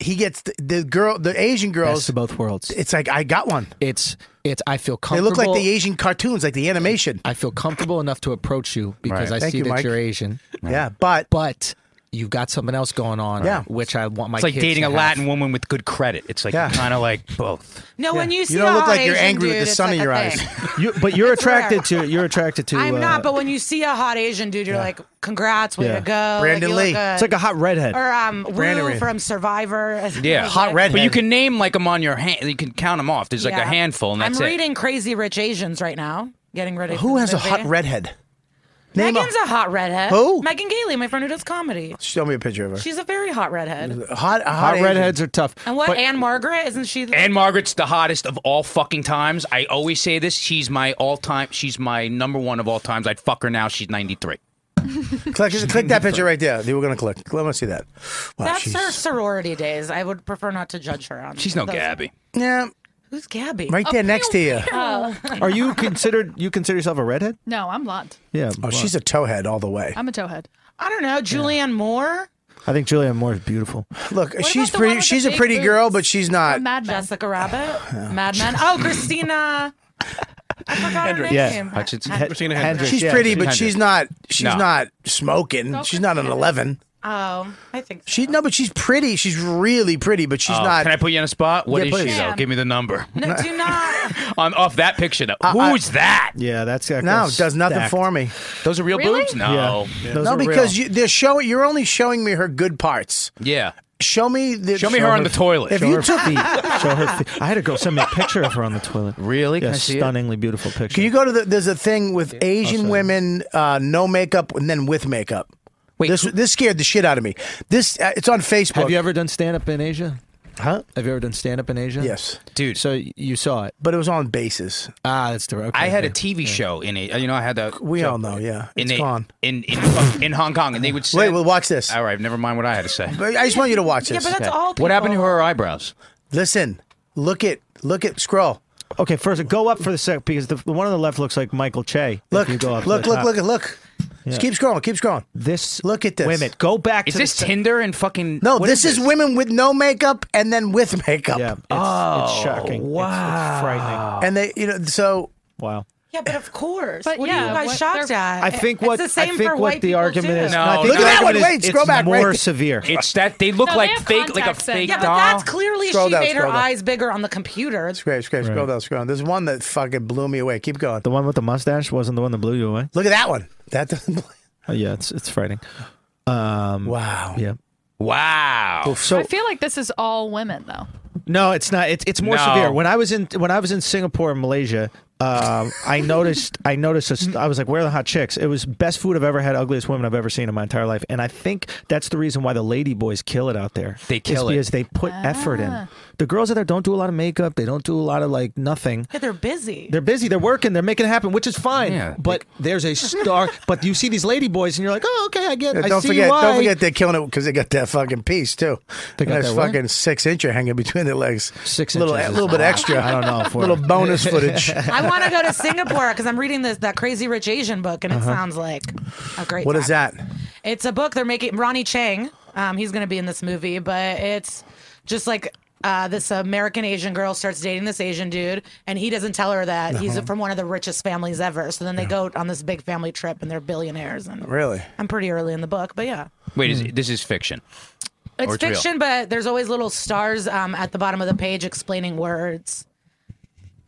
Speaker 2: He gets the, the girl, the Asian
Speaker 12: Best
Speaker 2: girls.
Speaker 12: of both worlds.
Speaker 2: It's like I got one.
Speaker 12: It's it's. I feel
Speaker 2: They
Speaker 12: comfortable.
Speaker 2: look like the Asian cartoons, like the animation.
Speaker 12: I feel comfortable enough to approach you because
Speaker 7: Right.
Speaker 12: I
Speaker 2: Thank
Speaker 12: see
Speaker 2: you,
Speaker 12: that
Speaker 2: Mike.
Speaker 12: you're Asian,
Speaker 2: Yeah, but
Speaker 12: but you've got something else going on.
Speaker 2: Yeah.
Speaker 12: which I want my.
Speaker 7: It's like
Speaker 12: kids
Speaker 7: dating
Speaker 12: to
Speaker 7: a
Speaker 12: have.
Speaker 7: Latin woman with good credit. It's like
Speaker 2: Yeah.
Speaker 7: kind of like both.
Speaker 5: No, when you see
Speaker 2: you don't
Speaker 5: a
Speaker 2: look
Speaker 5: hot
Speaker 2: like you're
Speaker 5: Asian
Speaker 2: angry
Speaker 5: dude,
Speaker 2: with the
Speaker 5: it's
Speaker 2: sun
Speaker 5: like
Speaker 2: in
Speaker 5: a
Speaker 2: your eyes.
Speaker 5: thing.
Speaker 4: You, but you're
Speaker 5: rare.
Speaker 4: attracted to you're attracted to.
Speaker 5: I'm
Speaker 4: uh,
Speaker 5: not, but when you see a hot Asian dude, you're like, "Congrats, way
Speaker 4: Yeah.
Speaker 5: to go,
Speaker 2: Brandon
Speaker 5: like, you look
Speaker 2: Lee.
Speaker 5: good.
Speaker 4: it's like a hot redhead.
Speaker 5: or um,
Speaker 2: Brandon
Speaker 5: Woo
Speaker 2: Lee.
Speaker 5: from Survivor.
Speaker 7: Yeah.
Speaker 2: hot redhead.
Speaker 7: But you can name like them on your hand. You can count them off. There's like
Speaker 5: Yeah.
Speaker 7: a handful, and that's
Speaker 5: I'm
Speaker 7: it.
Speaker 5: reading Crazy Rich Asians right now, getting ready. for
Speaker 2: Who
Speaker 5: the
Speaker 2: has a
Speaker 5: movie.
Speaker 2: hot redhead? Name
Speaker 5: Megan's
Speaker 2: a,
Speaker 5: a hot redhead.
Speaker 2: Who?
Speaker 5: Megan Gailey, my friend who does comedy.
Speaker 2: Show me a picture of her.
Speaker 5: She's a very hot redhead.
Speaker 2: hot, a hot,
Speaker 4: hot
Speaker 2: Asian.
Speaker 4: redheads are tough.
Speaker 5: And what?
Speaker 4: But-
Speaker 5: Anne Margaret isn't she? the-
Speaker 7: Anne Margaret's the hottest of all fucking times. I always say this. She's my all time. She's my number one of all times. I'd fuck her now. She's 93.
Speaker 2: Click, click that picture right there. They were gonna click. Let me see that. Wow,
Speaker 5: That's
Speaker 2: she's-
Speaker 5: her sorority days. I would prefer not to judge her on.
Speaker 7: She's no
Speaker 5: those.
Speaker 7: Gabby.
Speaker 2: Yeah,
Speaker 5: Who's Gabby?
Speaker 8: Oh,
Speaker 2: right there next to you. Oh.
Speaker 4: Are you considered? You consider yourself a redhead?
Speaker 8: Uh, No, I'm blonde.
Speaker 4: Yeah.
Speaker 2: Oh, she's a towhead all the way.
Speaker 8: I'm a towhead.
Speaker 5: I don't know. Julianne Moore,
Speaker 4: I think Julianne Moore is beautiful.
Speaker 2: Look,
Speaker 8: about
Speaker 2: she's
Speaker 8: the one
Speaker 2: pretty.
Speaker 8: with the
Speaker 2: She's a
Speaker 8: big
Speaker 2: pretty girl,
Speaker 8: boobs?
Speaker 2: but she's not.
Speaker 8: I'm mad Men.
Speaker 5: Jessica Rabbit, Mad Men. Oh, Christina. I forgot her name.
Speaker 4: Yeah.
Speaker 7: Hutchinson.
Speaker 5: Hen-
Speaker 3: Christina
Speaker 4: Hendricks.
Speaker 3: Hendricks.
Speaker 2: She's
Speaker 4: Yeah,
Speaker 2: pretty,
Speaker 4: she's
Speaker 2: but
Speaker 4: not
Speaker 2: she's not. She's
Speaker 7: No.
Speaker 2: not smoking. She's not an eleven.
Speaker 5: Oh, I think so.
Speaker 2: She no, but she's pretty. She's really pretty, but she's
Speaker 7: Oh,
Speaker 2: not.
Speaker 7: Can I put you on a spot? What
Speaker 2: Yeah,
Speaker 7: is
Speaker 2: please.
Speaker 7: she
Speaker 8: Yeah.
Speaker 7: though? Give me the number.
Speaker 5: No, do not.
Speaker 7: on off that picture though. Who's that?
Speaker 4: Yeah, that's that
Speaker 2: no,
Speaker 4: girl's
Speaker 2: does nothing
Speaker 4: stacked.
Speaker 2: for me.
Speaker 7: Those are real
Speaker 8: Really?
Speaker 7: boobs?
Speaker 12: Oh,
Speaker 7: No.
Speaker 4: Yeah.
Speaker 2: No, because you, they're showing. You're only showing me her good parts.
Speaker 7: Yeah.
Speaker 2: Show me the.
Speaker 7: Show me her on the toilet.
Speaker 2: If
Speaker 4: show
Speaker 2: you
Speaker 4: her
Speaker 2: took,
Speaker 4: feet. Show her feet. I had a girl send me a picture of her on the toilet.
Speaker 7: Really? Can
Speaker 4: Yeah,
Speaker 7: I see it?
Speaker 4: stunningly beautiful picture.
Speaker 2: can you go to the? There's a thing with Asian women, uh, no makeup, and then with makeup. Wait, this this scared the shit out of me. This uh, it's on Facebook.
Speaker 12: Have you ever done stand up in Asia?
Speaker 2: Huh?
Speaker 12: Have you ever done stand up in Asia?
Speaker 2: Yes,
Speaker 7: Dude,
Speaker 12: So you saw it.
Speaker 2: but it was on bases.
Speaker 12: Ah, that's the. Okay,
Speaker 7: I had a
Speaker 12: okay.
Speaker 7: TV show in it. You know, I had that
Speaker 2: We all know, yeah.
Speaker 7: in
Speaker 2: It's
Speaker 7: a-
Speaker 2: gone.
Speaker 7: in in in Hong Kong, and they would say,
Speaker 2: Wait, well, watch this.
Speaker 7: All right, never mind what I had to say.
Speaker 2: But I just want you to watch
Speaker 5: Yeah,
Speaker 2: this.
Speaker 5: but that's all. People.
Speaker 7: What happened to her eyebrows?
Speaker 2: Listen, look at, look at, scroll.
Speaker 4: Okay, first go up for the second because the, the one on the left looks like Michael Che. if
Speaker 2: Look,
Speaker 4: you go up
Speaker 2: look,
Speaker 4: to
Speaker 2: look,
Speaker 4: the top.
Speaker 2: look, look. Just keep scrolling, keep scrolling.
Speaker 4: This.
Speaker 2: Look at this.
Speaker 4: Wait a minute. Go back.
Speaker 7: Is
Speaker 4: to the
Speaker 7: this
Speaker 4: se-
Speaker 7: Tinder and fucking?
Speaker 2: No,
Speaker 7: what
Speaker 2: this is, women with no makeup and then with makeup.
Speaker 4: Yeah. It's, it's shocking. Wow. It's, frightening.
Speaker 2: And they, you know, so
Speaker 4: Wow.
Speaker 5: Yeah, but of course.
Speaker 8: But
Speaker 5: what
Speaker 8: yeah,
Speaker 5: are you guys
Speaker 8: what-
Speaker 5: shocked
Speaker 8: they're-
Speaker 5: at?
Speaker 4: I think
Speaker 5: It's
Speaker 4: what
Speaker 5: the same
Speaker 4: I think
Speaker 5: for
Speaker 4: what
Speaker 5: whit
Speaker 4: the
Speaker 5: people,
Speaker 4: argument
Speaker 5: too.
Speaker 4: is.
Speaker 7: No,
Speaker 4: I think
Speaker 7: Look at
Speaker 4: the
Speaker 7: that
Speaker 4: argument
Speaker 2: one.
Speaker 4: is
Speaker 2: Wait, scroll
Speaker 4: it's
Speaker 2: back,
Speaker 4: More
Speaker 2: wait.
Speaker 4: severe.
Speaker 7: It's that they look
Speaker 8: No, they
Speaker 7: like
Speaker 8: have
Speaker 7: fake, like a
Speaker 8: contacts in.
Speaker 7: fake
Speaker 5: Yeah,
Speaker 7: doll.
Speaker 5: but that's clearly
Speaker 2: Scroll
Speaker 5: she
Speaker 2: down,
Speaker 5: made her
Speaker 2: scroll down.
Speaker 5: eyes bigger on the computer.
Speaker 2: scrape, scrape, scroll down, scroll down. There's one that fucking blew me away. Keep going.
Speaker 4: The one with the mustache wasn't the one that blew you away.
Speaker 2: Look at that one. That doesn't.
Speaker 4: Oh, yeah, it's it's frightening. Um,
Speaker 2: Wow.
Speaker 4: Yeah.
Speaker 7: Wow.
Speaker 4: So
Speaker 2: Oh.
Speaker 8: I feel like this is all women though.
Speaker 4: no, it's not. It's it's more
Speaker 7: No.
Speaker 4: severe. When I was in when I was in Singapore and Malaysia, um, I noticed I noticed a st- I was like, where are the hot chicks? It was best food I've ever had, ugliest women I've ever seen in my entire life, and I think that's the reason why the lady boys kill it out there.
Speaker 7: They
Speaker 4: It's
Speaker 7: kill it.
Speaker 4: because they put effort in. The girls out there don't do a lot of makeup. They don't do a lot of like nothing.
Speaker 5: Yeah, they're busy.
Speaker 4: They're busy. They're working. They're making it happen, which is fine.
Speaker 7: Yeah.
Speaker 4: But there's a star. but you see these lady boys, and you're like, oh, okay, I get.
Speaker 2: Yeah,
Speaker 4: I
Speaker 2: don't
Speaker 4: see
Speaker 2: forget,
Speaker 4: why.
Speaker 2: don't forget they're killing it because they got that fucking piece too. They
Speaker 4: got
Speaker 2: that's
Speaker 4: that what?
Speaker 2: fucking six incher hanging between their legs.
Speaker 4: Six
Speaker 2: little,
Speaker 4: inches
Speaker 2: a
Speaker 4: is
Speaker 2: little bit
Speaker 4: lot.
Speaker 2: extra.
Speaker 4: I don't know if we're-
Speaker 2: little bonus footage.
Speaker 5: I want to go to Singapore because I'm reading this that Crazy Rich Asian book, and it sounds like a great.
Speaker 2: what is
Speaker 5: time.
Speaker 2: that?
Speaker 5: It's a book they're making. Ronnie Chang, um, he's going to be in this movie, but it's just like uh, this American Asian girl starts dating this Asian dude, and he doesn't tell her that he's from one of the richest families ever. So then they go on this big family trip, and they're billionaires. And
Speaker 2: Really?
Speaker 5: I'm pretty early in the book, but yeah.
Speaker 7: Wait,
Speaker 2: Hmm.
Speaker 7: is, this is fiction.
Speaker 5: It's,
Speaker 7: Or it's real.
Speaker 5: fiction, but there's always little stars um, at the bottom of the page explaining words.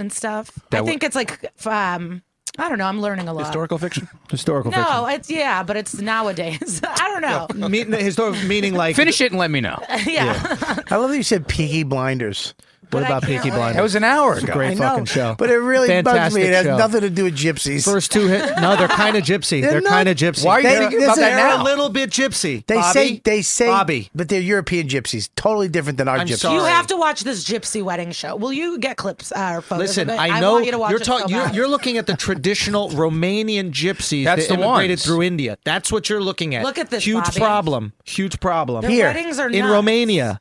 Speaker 5: and stuff.
Speaker 7: That
Speaker 5: I
Speaker 7: would-
Speaker 5: think it's like f- um, I don't know. I'm learning a lot.
Speaker 3: Historical fiction.
Speaker 4: Historical
Speaker 5: No, it's yeah, but it's nowadays. I don't know.
Speaker 4: fiction. Me- historical meaning like
Speaker 7: finish it and let me know.
Speaker 5: Yeah.
Speaker 2: I love that you said Peaky Blinders.
Speaker 4: What about Peaky Blinders?
Speaker 7: That was an hour
Speaker 4: It's a
Speaker 7: ago.
Speaker 4: Great
Speaker 2: I know,
Speaker 4: fucking show.
Speaker 2: But it really bugs me.
Speaker 4: Fantastic
Speaker 2: It has
Speaker 4: show.
Speaker 2: nothing to do with gypsies.
Speaker 4: First two hit. No, they're kind of gypsy.
Speaker 2: They're
Speaker 4: They're,
Speaker 2: not-
Speaker 4: kind of gypsy.
Speaker 7: Why are you
Speaker 2: They-
Speaker 7: thinking
Speaker 2: this
Speaker 7: about that
Speaker 2: era-
Speaker 7: now?
Speaker 4: a little bit gypsy.
Speaker 2: they
Speaker 4: Bobby.
Speaker 2: say they say
Speaker 4: Bobby.
Speaker 2: but they're European gypsies, totally different than our
Speaker 4: I'm
Speaker 2: gypsies.
Speaker 4: sorry.
Speaker 5: You have to watch this gypsy wedding show. Will you get clips uh, or photos?
Speaker 4: Listen,
Speaker 5: of it?
Speaker 4: I know
Speaker 5: want you to watch
Speaker 4: are
Speaker 5: it
Speaker 4: talking.
Speaker 5: so
Speaker 4: you're,
Speaker 5: bad.
Speaker 4: you're looking at the traditional Romanian gypsies
Speaker 7: That's
Speaker 4: that
Speaker 7: the
Speaker 4: immigrated
Speaker 7: ones.
Speaker 4: through India. That's what you're looking at.
Speaker 5: Look at this,
Speaker 4: huge
Speaker 5: Bobby.
Speaker 4: problem. Huge problem
Speaker 5: Their
Speaker 2: Here,
Speaker 5: weddings are
Speaker 4: in
Speaker 5: nuts.
Speaker 4: Romania.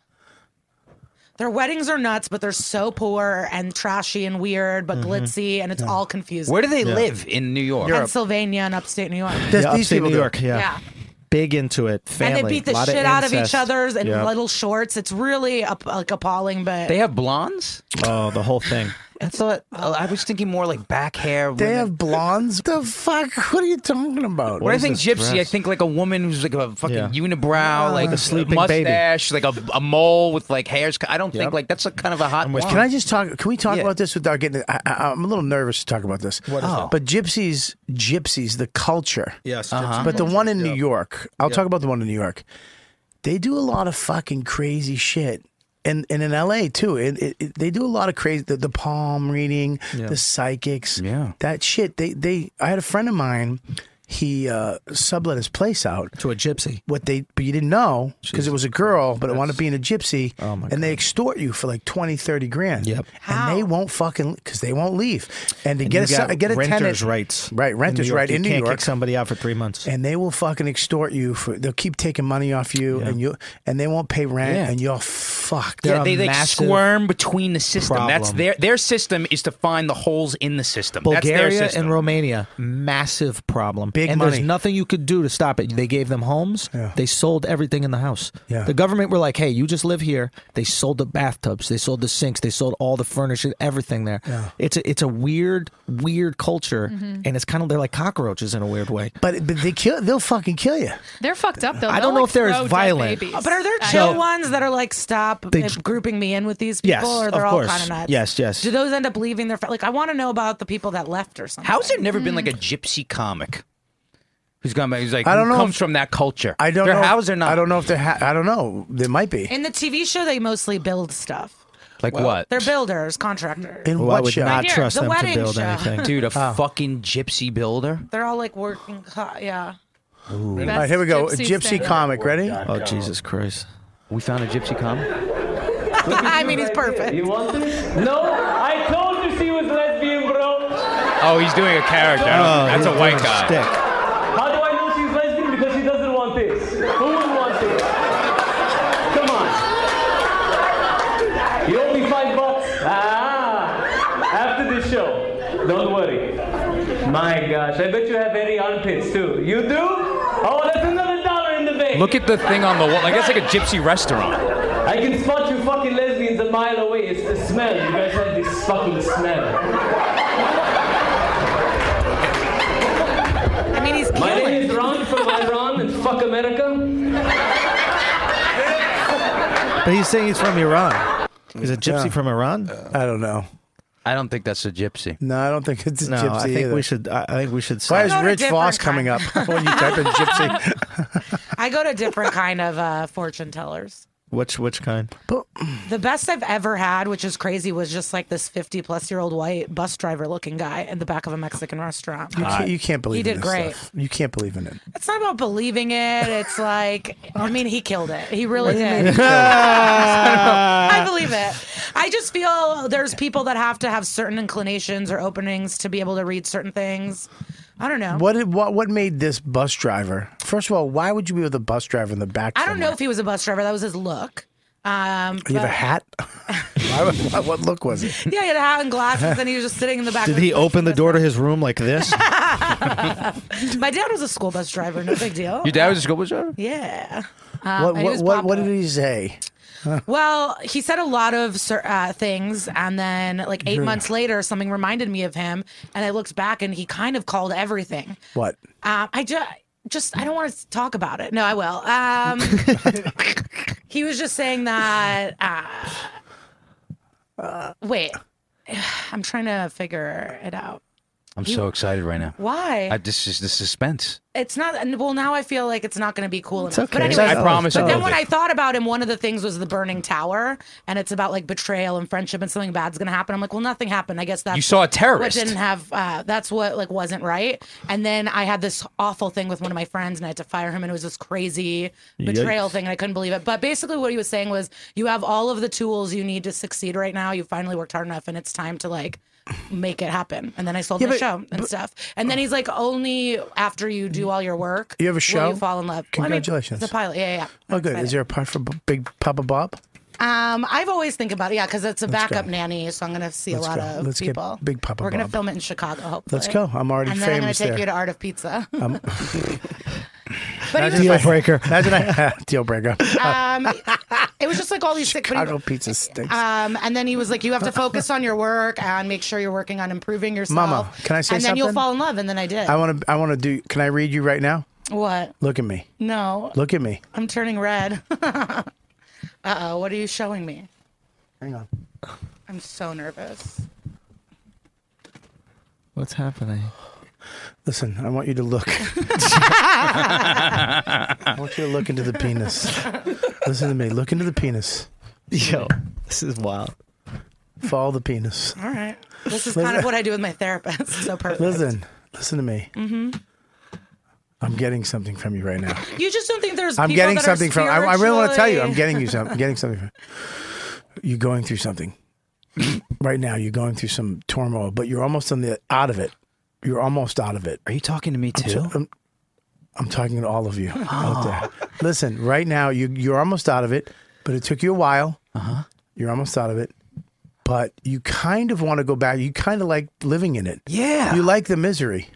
Speaker 5: Their weddings are nuts, but they're so poor and trashy and weird, but
Speaker 4: Mm-hmm.
Speaker 5: glitzy, and it's all confusing.
Speaker 7: Where do they live in New York?
Speaker 5: Pennsylvania and upstate New York.
Speaker 2: Does-
Speaker 4: Yeah,
Speaker 2: these
Speaker 4: upstate
Speaker 2: people
Speaker 4: New
Speaker 2: do.
Speaker 4: York. Yeah.
Speaker 5: Yeah.
Speaker 4: big into it. Family.
Speaker 5: and they beat the
Speaker 4: Lot
Speaker 5: shit out of each
Speaker 4: incest.
Speaker 5: other's in
Speaker 4: Yeah.
Speaker 5: little shorts. It's really up, like appalling, but
Speaker 7: They have blondes.
Speaker 4: Oh, the whole thing.
Speaker 7: I thought
Speaker 4: Oh.
Speaker 7: I was thinking more like back hair.
Speaker 2: They have blondes. the fuck? What are you talking about?
Speaker 7: When I
Speaker 4: is
Speaker 7: think
Speaker 4: this
Speaker 7: gypsy, I
Speaker 4: dress?
Speaker 7: think like a woman who's like a fucking
Speaker 4: Yeah.
Speaker 7: unibrow, like
Speaker 4: Like a sleeping baby.
Speaker 7: mustache, like a, a mole with like hairs. I don't think
Speaker 4: Yep.
Speaker 7: like that's a kind of a hot.
Speaker 4: with
Speaker 7: blonde.
Speaker 2: Can I just talk? Can we talk
Speaker 7: Yeah.
Speaker 2: about this without getting? I, I, I'm a little nervous to talk about this. What
Speaker 4: is Oh. it?
Speaker 2: But gypsies, gypsies, the culture.
Speaker 4: Yes.
Speaker 2: But the one in New York, I'll talk about the one in New York. They do a lot of fucking crazy shit. And, and in LA too, it, it, it- they do a lot of crazy the, the palm reading, the psychics,
Speaker 7: Yeah.
Speaker 2: that shit. They they I had a friend of mine, he uh, sublet his place out.
Speaker 4: To a gypsy.
Speaker 2: What they but you didn't know because it was a girl, but it wound up being a gypsy, and they extort you for like 20, 30 grand.
Speaker 4: Oh Yep.
Speaker 2: and they won't fucking because they won't leave. And to
Speaker 4: And
Speaker 2: get
Speaker 4: you
Speaker 2: a se-
Speaker 4: got
Speaker 2: get a
Speaker 4: renters'
Speaker 2: tenant
Speaker 4: rights.
Speaker 2: right? Renters'
Speaker 4: New York.
Speaker 2: right
Speaker 4: You
Speaker 2: in New
Speaker 4: can't
Speaker 2: York,
Speaker 4: kick somebody out for three months.
Speaker 2: and they will fucking extort you for they'll keep taking money off you and you and they won't pay rent
Speaker 7: Yeah.
Speaker 2: and you're fucked.
Speaker 7: Yeah,
Speaker 4: a
Speaker 7: they like
Speaker 4: massive
Speaker 7: squirm between the system. That's
Speaker 4: problem.
Speaker 7: their their system is to find the holes in the system. That's their
Speaker 4: Bulgaria
Speaker 7: system.
Speaker 4: and Romania, massive problem.
Speaker 2: Big
Speaker 4: and
Speaker 2: money.
Speaker 4: there's nothing you could do to stop it. They gave them homes.
Speaker 2: Yeah.
Speaker 4: They sold everything in the house.
Speaker 2: Yeah.
Speaker 4: The government were like, "Hey, you just live here." They sold the bathtubs. They sold the sinks. They sold all the furniture, everything there. It's a, it's a weird, weird culture,
Speaker 5: Mm-hmm.
Speaker 4: and it's kind of they're like cockroaches in a weird way.
Speaker 2: But but they kill they'll fucking kill you.
Speaker 8: They're fucked up though.
Speaker 4: I
Speaker 8: They'll,
Speaker 4: don't know
Speaker 8: like,
Speaker 4: if they're as
Speaker 8: throw dead
Speaker 4: violent.
Speaker 8: babies
Speaker 5: but are there
Speaker 8: at
Speaker 5: chill
Speaker 8: you.
Speaker 5: ones that are like stop
Speaker 4: They-
Speaker 5: uh, grouping me in with these people,
Speaker 4: Yes,
Speaker 5: or
Speaker 4: of
Speaker 5: they're all
Speaker 4: course.
Speaker 5: kind of nuts?
Speaker 4: Yes, yes.
Speaker 5: Do those end up leaving their? fa- Like, I want to know about the people that left or something.
Speaker 7: How's there never been
Speaker 4: Mm.
Speaker 7: like a gypsy comic who's gone back? Who's like
Speaker 2: I don't
Speaker 7: who
Speaker 2: know
Speaker 7: comes
Speaker 2: if-
Speaker 7: from that culture.
Speaker 2: I don't
Speaker 7: There-
Speaker 2: know.
Speaker 7: How's there not?
Speaker 2: I don't know if they ha- I don't know. There might be.
Speaker 5: in the TV show? They mostly build stuff.
Speaker 7: Like what?
Speaker 5: They're builders, contractors.
Speaker 2: In
Speaker 4: Well, I
Speaker 2: what
Speaker 4: would
Speaker 2: show?
Speaker 4: not
Speaker 8: Right here,
Speaker 4: trust
Speaker 5: the
Speaker 4: them to
Speaker 5: wedding
Speaker 4: build
Speaker 5: show.
Speaker 4: anything.
Speaker 7: Dude, a
Speaker 2: Ah.
Speaker 7: fucking gypsy builder.
Speaker 5: they're all like working. co- Yeah.
Speaker 8: Best
Speaker 2: All right, here we go.
Speaker 8: gypsy
Speaker 2: gypsy
Speaker 8: stand-up.
Speaker 2: comic, ready?
Speaker 4: Oh Jesus Christ!
Speaker 7: We found a gypsy comic.
Speaker 5: I mean, he's perfect.
Speaker 16: want this? No, I told you she was lesbian, bro.
Speaker 7: Oh, he's doing a character.
Speaker 2: Oh,
Speaker 7: That's Oh, a white guy.
Speaker 4: Stick.
Speaker 16: How do I know she's lesbian? Because she doesn't want this. Who would want this? Come on. You owe me five bucks. Ah, after this show. Don't worry. My gosh, I bet you have hairy armpits too. You do? Oh, that's another dollar in the bank.
Speaker 7: Look at the thing on the wall. Like that's like a gypsy restaurant.
Speaker 16: I can spot you fucking lesbians a mile away. It's the smell. You guys have this fucking smell.
Speaker 5: I mean, he's
Speaker 16: My
Speaker 5: killing.
Speaker 16: name is Ron from Iran and fuck America.
Speaker 4: But he's saying he's from Iran. He's a gypsy from Iran.
Speaker 2: I don't know.
Speaker 7: I don't think that's a gypsy.
Speaker 2: No, I don't think it's a
Speaker 4: no,
Speaker 2: gypsy
Speaker 4: I think
Speaker 2: either.
Speaker 4: we should. I, I think we should.
Speaker 2: Why
Speaker 4: Stop.
Speaker 2: is
Speaker 5: Go to
Speaker 2: Rich
Speaker 5: different
Speaker 2: Voss coming up when you type in gypsy?
Speaker 5: I go to different kind of uh, fortune tellers.
Speaker 4: Which which kind?
Speaker 5: The best I've ever had, which is crazy, was just like this 50 plus year old white bus driver looking guy in the back of a Mexican restaurant.
Speaker 2: You can't, you can't believe
Speaker 5: He
Speaker 2: in
Speaker 5: did
Speaker 2: this
Speaker 5: great.
Speaker 2: stuff. You can't believe in it.
Speaker 5: It's not about believing it. It's like, I mean, he killed it. He really did. I believe it. I just feel there's people that have to have certain inclinations or openings to be able to read certain things. I don't know.
Speaker 2: What did, what what made this bus driver? First of all, why would you be with a bus driver in the back?
Speaker 5: I don't know
Speaker 2: somewhere?
Speaker 5: if he was a bus driver. That was his look. Um,
Speaker 2: You have
Speaker 5: but-
Speaker 2: a hat. Why would- what, what look was it?
Speaker 5: Yeah, he had a hat and glasses, and he was just sitting in the back.
Speaker 4: Did
Speaker 5: of
Speaker 4: he
Speaker 5: his bus
Speaker 4: open the
Speaker 5: driver.
Speaker 4: door to his room like this?
Speaker 5: My dad was a school bus driver. No big deal.
Speaker 7: Your dad was a school bus driver.
Speaker 5: Yeah.
Speaker 2: what
Speaker 5: Uh,
Speaker 2: what,
Speaker 5: it was
Speaker 2: what, what
Speaker 5: Papa.
Speaker 2: did he say?
Speaker 5: Well, he said a lot of cer- uh, things, and then like eight months later, something reminded me of him, and I looked back, and he kind of called everything.
Speaker 2: What?
Speaker 5: Um, I just, just I don't want to talk about it. No, I will. Um, he was just saying that. Uh, wait. I'm trying to figure it out.
Speaker 7: I'm
Speaker 5: You-
Speaker 7: so excited right now.
Speaker 5: Why?
Speaker 7: I, this is the suspense.
Speaker 5: It's not. and, Well, now I feel like it's not going to be cool.
Speaker 7: It's
Speaker 5: enough. But
Speaker 7: okay.
Speaker 5: anyways,
Speaker 7: I promise
Speaker 5: But
Speaker 7: I
Speaker 5: then
Speaker 7: love
Speaker 5: when
Speaker 7: it.
Speaker 5: I thought about him, one of the things was the burning tower, and it's about like betrayal and friendship, and something bad's going to happen. I'm like, well, nothing happened. I guess that's
Speaker 7: You saw a
Speaker 5: What
Speaker 7: terrorist.
Speaker 5: didn't have. Uh, that's what like wasn't right. And then I had this awful thing with one of my friends, and I had to fire him, and it was this crazy betrayal
Speaker 17: Yikes.
Speaker 5: thing, and I couldn't believe it. But basically, what he was saying was, you have all of the tools you need to succeed right now. You finally worked hard enough, and it's time to like make it happen. And then I sold
Speaker 2: Yeah,
Speaker 5: my
Speaker 2: but-
Speaker 5: show and stuff. And then he's like, only after you do all your work,
Speaker 2: You have a show?
Speaker 5: will you fall in love. Well, I mean,
Speaker 2: Congratulations.
Speaker 5: it's a pilot. Yeah, yeah. yeah.
Speaker 2: Oh, good. Is there a part for B- Big Papa Bob?
Speaker 5: Um, I've always think about it. Yeah, because it's a
Speaker 2: Let's
Speaker 5: backup
Speaker 2: go.
Speaker 5: nanny, so I'm gonna see
Speaker 2: Let's
Speaker 5: a lot
Speaker 2: go.
Speaker 5: of
Speaker 2: Let's get
Speaker 5: people.
Speaker 2: Big Papa
Speaker 5: We're gonna
Speaker 2: Bob.
Speaker 5: film it in Chicago. Hopefully.
Speaker 2: Let's go. I'm already
Speaker 5: And then I'm gonna
Speaker 2: famous
Speaker 5: take
Speaker 2: there.
Speaker 5: you to Art of Pizza.
Speaker 2: Um,
Speaker 5: but it was,
Speaker 2: deal
Speaker 5: just,
Speaker 2: breaker. Imagine I deal breaker.
Speaker 5: um, it was just like all these sick. but he-
Speaker 2: Chicago pizza stinks.
Speaker 5: Um, and then he was like, "You have to focus on your work and make sure you're working on improving yourself."
Speaker 2: Mama, can I say
Speaker 5: And then you'll
Speaker 2: something?
Speaker 5: fall in love. And then I did.
Speaker 2: I want to. I want to do. Can I read you right now?
Speaker 5: what?
Speaker 2: Look at me.
Speaker 5: No.
Speaker 2: Look at me.
Speaker 5: I'm turning red. uh oh, what are you showing me?
Speaker 2: Hang on.
Speaker 5: I'm so nervous.
Speaker 9: What's happening?
Speaker 2: Listen, I want you to look. I want you to look into the penis. Listen to me. Look into the penis. Yo, this is wild. Follow the penis.
Speaker 5: All right. This is kind of what I do with my therapist. It's so perfect.
Speaker 2: Listen, listen to me.
Speaker 5: hmm
Speaker 2: I'm getting something from you right now.
Speaker 5: You just don't think there's.
Speaker 2: I'm
Speaker 5: people
Speaker 2: getting
Speaker 5: that are
Speaker 2: something from. I, I really want to tell you. I'm
Speaker 5: spiritually-
Speaker 2: getting you something. Getting something from. You're going through something right now. You're going through some turmoil, but you're almost on the out of it. You're almost out of it. Are you talking to me too? I'm, I'm talking to all of you out there. Listen, right now you you're almost out of it, but it took you a while. Uh huh. You're almost out of it. But you kind of want to go back. You kind of like living in it.
Speaker 18: Yeah.
Speaker 2: You like the misery.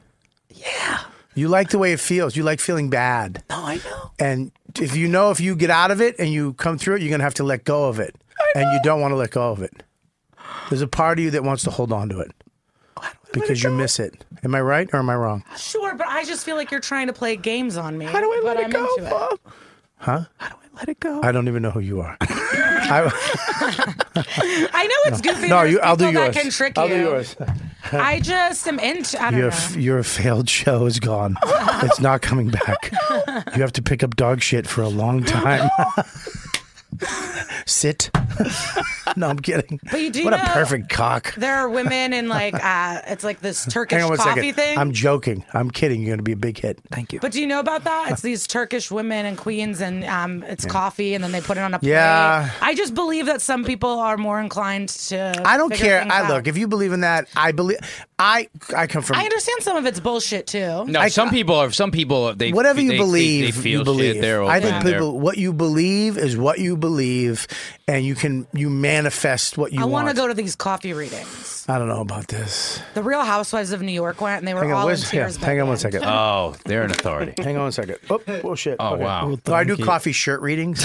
Speaker 2: You like the way it feels. You like feeling bad. No, I know. And if you know if you get out of it and you come through it, you're gonna have to let go of it. And you don't want to let go of it. There's a part of you that wants to hold on to it. Because you miss it. Am I right or am I wrong?
Speaker 5: Sure, but I just feel like you're trying to play games on me. How do I let it go,
Speaker 2: Huh? How do I let it go? I don't even know who you are. I,
Speaker 5: I know it's goofy.
Speaker 2: No,
Speaker 5: There's
Speaker 2: you, I'll do
Speaker 5: people
Speaker 2: yours.
Speaker 5: That can trick
Speaker 2: I'll
Speaker 5: you.
Speaker 2: do yours.
Speaker 5: I just am into. I don't
Speaker 2: Your
Speaker 5: know.
Speaker 2: f- your failed show is gone. it's not coming back. You have to pick up dog shit for a long time. Sit. no, I'm kidding.
Speaker 5: But you do
Speaker 2: what
Speaker 5: know-
Speaker 2: a perfect cock.
Speaker 5: there are women in like uh, it's like this Turkish
Speaker 2: Hang on one
Speaker 5: coffee
Speaker 2: second.
Speaker 5: thing.
Speaker 2: I'm joking. I'm kidding. You're going to be a big hit. Thank you.
Speaker 5: But do you know about that? It's these Turkish women and queens, and um, it's
Speaker 2: Yeah.
Speaker 5: coffee, and then they put it on a plate.
Speaker 2: Yeah.
Speaker 5: I just believe that some people are more inclined to.
Speaker 2: I don't
Speaker 5: figure
Speaker 2: care.
Speaker 5: things
Speaker 2: I
Speaker 5: out.
Speaker 2: look. If you believe in that, I believe. I I come from.
Speaker 5: I understand some of it's bullshit too.
Speaker 7: No, some people are. Some people they
Speaker 2: whatever you
Speaker 7: they- they-
Speaker 2: believe,
Speaker 7: They, feel
Speaker 2: you believe.
Speaker 7: Shit, they're
Speaker 2: I
Speaker 7: open,
Speaker 2: think
Speaker 7: they're-
Speaker 2: people, what you believe is what you believe, and you can you manifest what you
Speaker 5: I
Speaker 2: want.
Speaker 5: want to go to these coffee readings.
Speaker 2: I don't know about this.
Speaker 5: The Real Housewives of New York went, and they were
Speaker 2: Hang on,
Speaker 5: all in
Speaker 2: where's- yeah,
Speaker 5: tears.
Speaker 2: hang on one second.
Speaker 7: Oh, they're an authority.
Speaker 2: Hang on one second. Oh, oh shit.
Speaker 7: Oh, wow.
Speaker 2: So I do coffee shirt readings.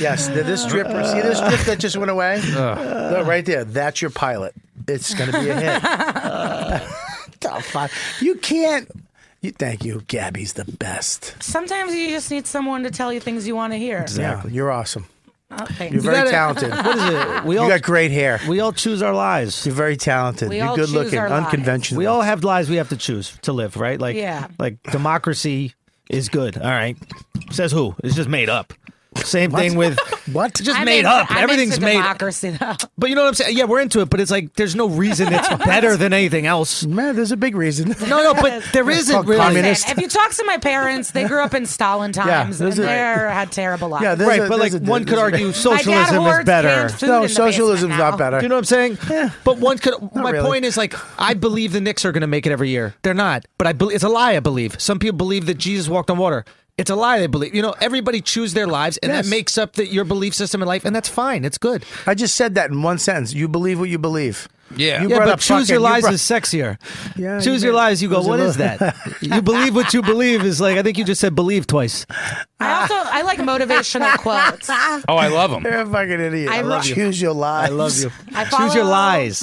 Speaker 2: yes, th- this drip. See this drip that just went away? Look, right there. That's your pilot. It's going to be a hit. The fuck? you can't. You, thank you. Gabby's the best.
Speaker 5: Sometimes you just need someone to tell you things you want to hear.
Speaker 2: Yeah, you're awesome.
Speaker 5: Oh, thanks.
Speaker 2: You're very talented.
Speaker 4: Uh, We
Speaker 2: you
Speaker 4: all-
Speaker 2: got great hair.
Speaker 4: We all choose our lives.
Speaker 2: You're very talented.
Speaker 5: We You're all good choose looking, our lives. unconventional.
Speaker 4: We all have lives we have to choose to live, right? Like,
Speaker 5: Yeah.
Speaker 4: like democracy is good. All right. Says who? It's just made up. Same thing with
Speaker 2: what?
Speaker 4: Just
Speaker 5: I'm
Speaker 4: made
Speaker 5: into-
Speaker 4: up.
Speaker 5: I'm
Speaker 4: Everything's
Speaker 5: into
Speaker 4: made.
Speaker 5: democracy, though.
Speaker 4: But you know what I'm saying? Yeah, we're into it, but it's like there's no reason it's better than anything else.
Speaker 2: Man, there's a big reason.
Speaker 4: No, no, but there
Speaker 5: Yes.
Speaker 4: isn't
Speaker 5: Fuck
Speaker 4: really.
Speaker 5: Listen, If you talk to my parents, they grew up in Stalin times,
Speaker 4: there's
Speaker 5: and
Speaker 4: a-
Speaker 5: they had terrible lives.
Speaker 4: right, but like one could argue socialism is better.
Speaker 5: socialism's not
Speaker 4: Do you know what I'm saying? But one could. my
Speaker 5: really.
Speaker 4: point is like I believe the Knicks are going to make it every year. They're not, but I believe it's a lie. I believe some people believe that Jesus walked on water. It's a lie. They believe. You know, everybody choose their lives, and
Speaker 2: Yes.
Speaker 4: that makes up that your belief system in life, and that's fine. It's good.
Speaker 2: I just said that in one sentence. You believe what you believe.
Speaker 4: Yeah,
Speaker 2: You
Speaker 4: yeah,
Speaker 2: brought
Speaker 4: but
Speaker 2: up
Speaker 4: choose
Speaker 2: fucking-
Speaker 4: your
Speaker 2: you
Speaker 4: lies
Speaker 2: brought-
Speaker 4: is sexier.
Speaker 2: Yeah,
Speaker 4: choose
Speaker 2: you
Speaker 4: your
Speaker 2: made-
Speaker 4: lies. You go.
Speaker 2: those are
Speaker 4: What is
Speaker 2: little-
Speaker 4: that? you believe what you believe is like. I think you just said believe twice.
Speaker 5: I also I like motivational quotes.
Speaker 4: Oh, I love 'em.
Speaker 2: You're a fucking idiot.
Speaker 5: I I love you.
Speaker 2: Choose your lies.
Speaker 4: I love you.
Speaker 5: I
Speaker 4: Choose your
Speaker 5: follow-
Speaker 4: lies.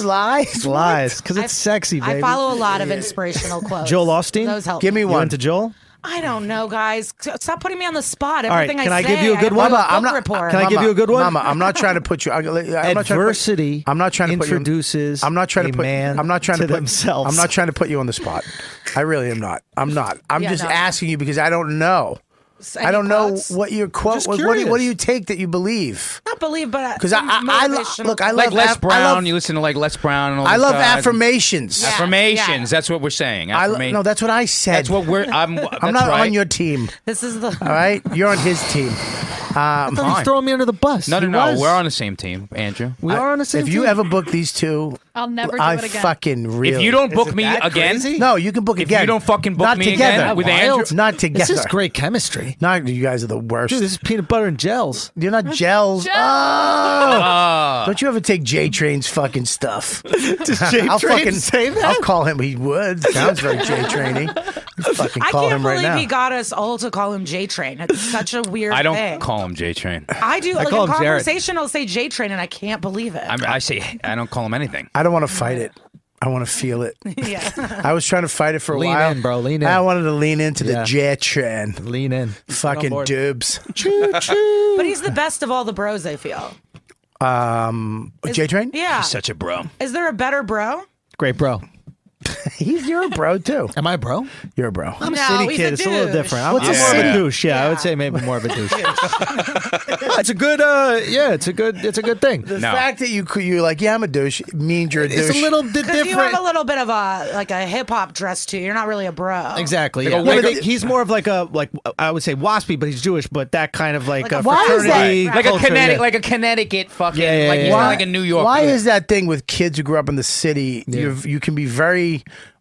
Speaker 2: Lies?
Speaker 4: Lies. Because
Speaker 5: I-
Speaker 4: it's sexy, baby.
Speaker 5: I follow a lot of inspirational quotes.
Speaker 4: Joel Austin.
Speaker 5: Those help.
Speaker 4: You went to Joel.
Speaker 5: I don't know, guys. Stop putting me on the spot.
Speaker 4: All right,
Speaker 5: Everything
Speaker 4: can I
Speaker 5: say,
Speaker 4: give you a good
Speaker 5: have
Speaker 4: one?
Speaker 5: wrote a
Speaker 4: Mama, I'm
Speaker 5: book
Speaker 4: not-
Speaker 5: report.
Speaker 4: can I give you a good one?
Speaker 2: Mama, I'm not trying to put you. I'm, I'm not trying to put-
Speaker 4: Adversity
Speaker 2: I'm not trying to put you.
Speaker 4: introduces
Speaker 2: I'm not trying to
Speaker 4: a
Speaker 2: put.
Speaker 4: man
Speaker 2: I'm not trying to,
Speaker 4: to
Speaker 2: put
Speaker 4: themselves.
Speaker 2: I'm not trying to put you on the spot. I really am not. I'm not. I'm
Speaker 5: Yeah,
Speaker 2: just
Speaker 5: no.
Speaker 2: asking you because I don't know.
Speaker 5: S-
Speaker 2: I
Speaker 5: any
Speaker 2: don't
Speaker 5: quotes?
Speaker 2: know what your quote.
Speaker 4: just
Speaker 2: What, what, do, you- what do
Speaker 4: curious.
Speaker 2: you take that you believe?
Speaker 5: Not believe, but
Speaker 2: Because I, I, I lo- look. I
Speaker 7: like
Speaker 2: love
Speaker 7: Les
Speaker 2: aff-
Speaker 7: Brown.
Speaker 2: I love,
Speaker 7: you listen to like Les Brown and all
Speaker 2: I
Speaker 7: this
Speaker 2: love
Speaker 7: stuff.
Speaker 2: affirmations.
Speaker 7: affirmations. That's what we're saying.
Speaker 2: I lo-
Speaker 7: Affirma-
Speaker 2: no, that's what I said.
Speaker 7: That's what we're. I'm.
Speaker 2: I'm not on your team.
Speaker 5: This is the.
Speaker 2: All right, you're on his team. Um,
Speaker 7: Fine.
Speaker 4: He's throwing me under the bus.
Speaker 7: No, no,
Speaker 4: He
Speaker 7: no.
Speaker 4: was.
Speaker 7: We're on the same team, Andrew.
Speaker 4: We are on the same
Speaker 2: if you
Speaker 4: team.
Speaker 2: ever book these two,
Speaker 8: I'll never do
Speaker 2: I
Speaker 8: it again.
Speaker 2: fucking really.
Speaker 7: If you don't book me
Speaker 4: that
Speaker 7: again,
Speaker 4: crazy?
Speaker 2: no, you can book
Speaker 7: if
Speaker 2: again.
Speaker 7: you don't fucking book
Speaker 2: not
Speaker 7: me again
Speaker 2: together.
Speaker 7: with Andrew,
Speaker 2: not together.
Speaker 4: This is great chemistry.
Speaker 2: Not you guys are the worst.
Speaker 4: Dude, this is peanut butter and gels.
Speaker 2: You're not gels.
Speaker 8: Gels.
Speaker 7: Ah.
Speaker 2: Oh! Don't you ever take J Train's fucking stuff? Does
Speaker 4: J-Train say that?
Speaker 2: I'll call him. He would. Sounds very J Trainy. Fucking
Speaker 5: I
Speaker 2: call
Speaker 5: can't
Speaker 2: him right
Speaker 5: believe
Speaker 2: now.
Speaker 5: he got us all to call him J Train. It's such a weird
Speaker 7: I don't
Speaker 5: thing.
Speaker 7: call him J Train.
Speaker 5: I do. like
Speaker 4: call
Speaker 5: in
Speaker 4: him Jared.
Speaker 5: conversation, I'll say J Train, and I can't believe it.
Speaker 7: I say I don't call him anything.
Speaker 2: I don't want to fight it. I want to feel it.
Speaker 5: yeah.
Speaker 2: I was trying to fight it for a
Speaker 4: Lean
Speaker 2: while,
Speaker 4: in, bro, lean in.
Speaker 2: I wanted to lean into the
Speaker 4: Yeah.
Speaker 2: J Train.
Speaker 4: Lean in.
Speaker 2: Fucking
Speaker 4: board.
Speaker 2: dubs.
Speaker 5: But he's the best of all the bros. I feel.
Speaker 2: Um, J Train.
Speaker 5: Yeah.
Speaker 7: Such a bro.
Speaker 5: Is there a better bro?
Speaker 4: Great, bro.
Speaker 2: He's you're a bro too.
Speaker 4: Am I a bro?
Speaker 2: You're a bro.
Speaker 4: I'm
Speaker 5: No,
Speaker 4: a city
Speaker 5: he's
Speaker 4: kid.
Speaker 5: a
Speaker 4: it's a little
Speaker 5: douche.
Speaker 4: different. I'm,
Speaker 2: What's
Speaker 4: I'm
Speaker 2: a
Speaker 4: more of
Speaker 2: city?
Speaker 4: a douche. Yeah, I
Speaker 5: Yeah.
Speaker 4: would say maybe more of a douche. Yeah, it's a good. Uh, yeah, it's a good. It's a good thing.
Speaker 2: The fact that you could, you're like, yeah, I'm a douche means you're a douche.
Speaker 4: It's a little bit
Speaker 5: Because
Speaker 4: different.
Speaker 5: you have a little bit of a like a hip hop dress too. You're not really a bro.
Speaker 4: Exactly.
Speaker 7: Like a
Speaker 4: yeah. No, but
Speaker 7: wake-
Speaker 4: they- he's more of like a like I would say waspy, but he's Jewish. But that kind of like,
Speaker 5: Like a-
Speaker 4: a
Speaker 5: Why is that?
Speaker 4: fraternity,
Speaker 5: Like a
Speaker 4: culture,
Speaker 7: Connecticut,
Speaker 4: yeah.
Speaker 7: like a Connecticut fucking,
Speaker 4: Yeah, yeah,
Speaker 7: like
Speaker 4: yeah,
Speaker 7: he's
Speaker 4: yeah.
Speaker 7: not like a New York.
Speaker 2: Why is that thing with kids who grew up in the city?
Speaker 4: Yeah.
Speaker 2: You you can be very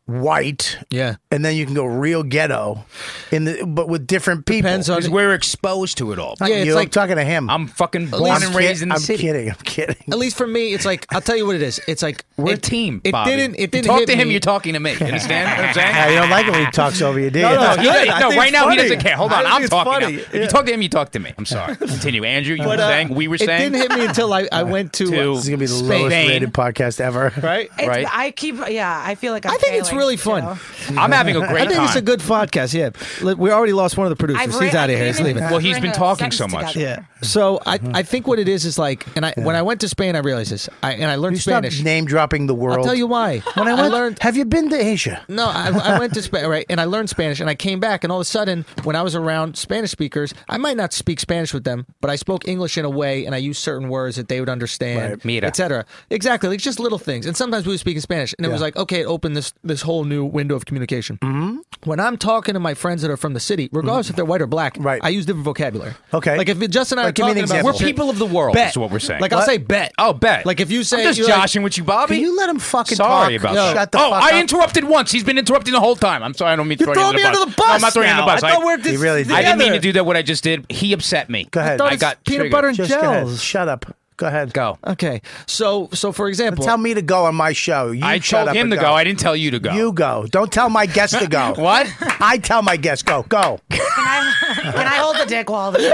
Speaker 2: white,
Speaker 4: Yeah.
Speaker 2: and then you can go real ghetto, in the but with different people.
Speaker 4: Depends on-
Speaker 7: Because we're exposed to it all.
Speaker 2: Not
Speaker 4: Yeah, it's
Speaker 2: you,
Speaker 4: like-
Speaker 2: talking to him.
Speaker 7: I'm fucking born
Speaker 2: I'm
Speaker 7: and
Speaker 2: kid-
Speaker 7: raised in the
Speaker 2: I'm
Speaker 7: city.
Speaker 2: kidding. I'm kidding.
Speaker 4: At least for me, it's like I'll tell you what it is. It's like
Speaker 7: We're a
Speaker 4: it-
Speaker 7: team.
Speaker 4: It
Speaker 7: Bobby.
Speaker 4: didn't.
Speaker 7: You
Speaker 4: It didn't
Speaker 7: talk
Speaker 4: hit
Speaker 7: to him.
Speaker 4: me.
Speaker 7: You talking to me. You understand what I'm saying?
Speaker 2: Yeah, you don't like it when he talks over you, do you?
Speaker 4: no,
Speaker 7: He
Speaker 4: Good.
Speaker 7: doesn't-
Speaker 4: I
Speaker 7: no,
Speaker 4: think
Speaker 7: right
Speaker 4: it's
Speaker 7: now he
Speaker 4: funny.
Speaker 7: doesn't care. Hold
Speaker 4: I
Speaker 7: on,
Speaker 4: think
Speaker 7: I'm
Speaker 4: it's
Speaker 7: talking.
Speaker 4: funny.
Speaker 7: now. If
Speaker 4: Yeah.
Speaker 7: you talk to him, you talk to me. I'm sorry. Continue, Andrew. You were saying we were
Speaker 4: It
Speaker 7: saying.
Speaker 4: didn't hit me until I,
Speaker 2: Uh,
Speaker 4: I went to,
Speaker 7: To-
Speaker 2: This is gonna be the
Speaker 4: Spain.
Speaker 2: lowest rated podcast ever.
Speaker 4: right.
Speaker 5: It's,
Speaker 7: Right.
Speaker 5: I keep. Yeah. I feel like I'm
Speaker 4: I think it's
Speaker 5: failing,
Speaker 4: really
Speaker 5: too.
Speaker 4: fun.
Speaker 7: I'm having a great
Speaker 4: I think
Speaker 7: time.
Speaker 4: it's a good podcast. Yeah, Look, we already lost one of the producers.
Speaker 5: I've
Speaker 4: he's
Speaker 5: ra-
Speaker 4: out of
Speaker 5: I
Speaker 4: here. He's
Speaker 5: came in
Speaker 4: leaving.
Speaker 5: and
Speaker 7: Well, he's
Speaker 5: bring
Speaker 7: been
Speaker 5: a
Speaker 7: talking
Speaker 5: sentence
Speaker 7: so much.
Speaker 5: together.
Speaker 4: Yeah. So I,
Speaker 2: Mm-hmm.
Speaker 4: I think what it is is like, and I when I went to Spain, I realized this. I, and I learned
Speaker 2: You stop
Speaker 4: Spanish.
Speaker 2: name dropping the world.
Speaker 4: I'll tell you why.
Speaker 2: When I, went,
Speaker 4: learned.
Speaker 2: have you been to Asia?
Speaker 4: No, I, I went to Spain, right? And I learned Spanish, and I came back, and all of a sudden, when I was around Spanish speakers, I might not speak Spanish with them, but I spoke English in a way, and I used certain words that they would understand,
Speaker 7: Right. Mira.
Speaker 4: etc. Exactly, like just little things. And sometimes we would speak in Spanish, and it was
Speaker 2: Yeah.
Speaker 4: like, okay, it opened this this whole new window of communication. Mm-hmm. When I'm talking to my friends that are from the city, regardless if they're white or black,
Speaker 2: Mm-hmm. Right.
Speaker 4: I use different vocabulary.
Speaker 2: Okay.
Speaker 4: like if Justin and I
Speaker 2: Like,
Speaker 4: are
Speaker 2: give me an
Speaker 4: talking about,
Speaker 2: example.
Speaker 7: We're people of the world,
Speaker 4: Bet.
Speaker 7: is what we're saying.
Speaker 4: Like I'll say bet.
Speaker 7: Oh, bet.
Speaker 4: Like if you say
Speaker 7: I'm just
Speaker 4: you're like-
Speaker 7: joshing with you, Bobby.
Speaker 2: Can you let him fucking
Speaker 7: Sorry
Speaker 2: talk?
Speaker 7: about
Speaker 2: Yo,
Speaker 7: that.
Speaker 2: shut the
Speaker 7: oh,
Speaker 2: fuck
Speaker 7: I
Speaker 2: up.
Speaker 7: interrupted once. He's been interrupting the whole time. I'm sorry. I don't mean to throw
Speaker 4: You
Speaker 7: you
Speaker 4: throw
Speaker 7: under
Speaker 4: me
Speaker 7: the
Speaker 4: under
Speaker 7: bus.
Speaker 4: the bus.
Speaker 7: No, I'm not throwing you
Speaker 4: now.
Speaker 7: under the bus.
Speaker 4: I
Speaker 7: I,
Speaker 4: thought we're
Speaker 2: He really did.
Speaker 7: I didn't mean to
Speaker 4: together.
Speaker 7: do that. What I just did, he upset me.
Speaker 2: Go ahead.
Speaker 4: I thought
Speaker 7: I
Speaker 4: it's
Speaker 7: got
Speaker 4: peanut
Speaker 7: triggered.
Speaker 4: butter and
Speaker 2: Just go ahead.
Speaker 4: gels.
Speaker 2: Shut up. Go ahead.
Speaker 7: Go.
Speaker 4: Okay, so so for example,
Speaker 2: Tell me to go on my show. You
Speaker 7: I
Speaker 2: shut
Speaker 7: told
Speaker 2: up
Speaker 7: him
Speaker 2: and
Speaker 7: to go. I didn't tell you to go.
Speaker 2: You go. Don't tell my guests to go.
Speaker 7: What?
Speaker 2: I tell my guests go. Go.
Speaker 5: Can I, can I hold the dick while this is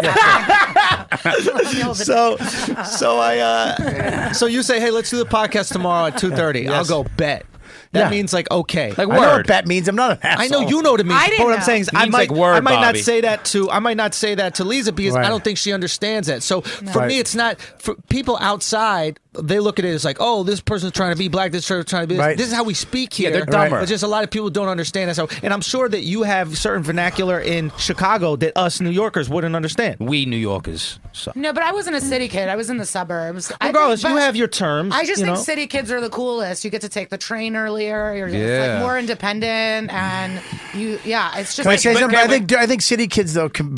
Speaker 5: happening? Let me hold the dick.
Speaker 4: so so I uh so you say, hey, let's do the podcast tomorrow at two thirty. I'll go bet. That
Speaker 2: Yeah.
Speaker 4: means like okay.
Speaker 7: Like
Speaker 2: I know what
Speaker 7: word.
Speaker 2: that means. I'm not an asshole.
Speaker 4: I know you know what it means.
Speaker 5: I didn't
Speaker 4: but what I'm
Speaker 5: know.
Speaker 4: saying is,
Speaker 7: It
Speaker 4: I
Speaker 7: means,
Speaker 4: might,
Speaker 7: like, word,
Speaker 4: I might not
Speaker 7: Bobby.
Speaker 4: say that to, I might not say that to Lisa because
Speaker 2: Right.
Speaker 4: I don't think she understands that. So for
Speaker 2: Right.
Speaker 4: me, it's not for people outside. They look at it as like, oh, this person's trying to be black. This person's trying to be. This.
Speaker 2: Right.
Speaker 4: This is how we speak here.
Speaker 7: they're dumber.
Speaker 4: It's just a lot of people don't understand that. So, and I'm sure that you have certain vernacular in Chicago that us New Yorkers wouldn't understand.
Speaker 7: We New Yorkers. So.
Speaker 5: No, but I wasn't a city kid. I was in the suburbs. I think-
Speaker 4: Regardless, you
Speaker 5: but
Speaker 4: have your terms.
Speaker 5: I just
Speaker 4: you
Speaker 5: think
Speaker 4: know.
Speaker 5: city kids are the coolest. You get to take the train earlier. You're it's
Speaker 7: Yeah.
Speaker 5: like more independent, and you, yeah, it's just.
Speaker 2: Can I
Speaker 5: like-
Speaker 2: say
Speaker 5: but-
Speaker 2: something?
Speaker 7: okay,
Speaker 2: I think I think city kids though, can,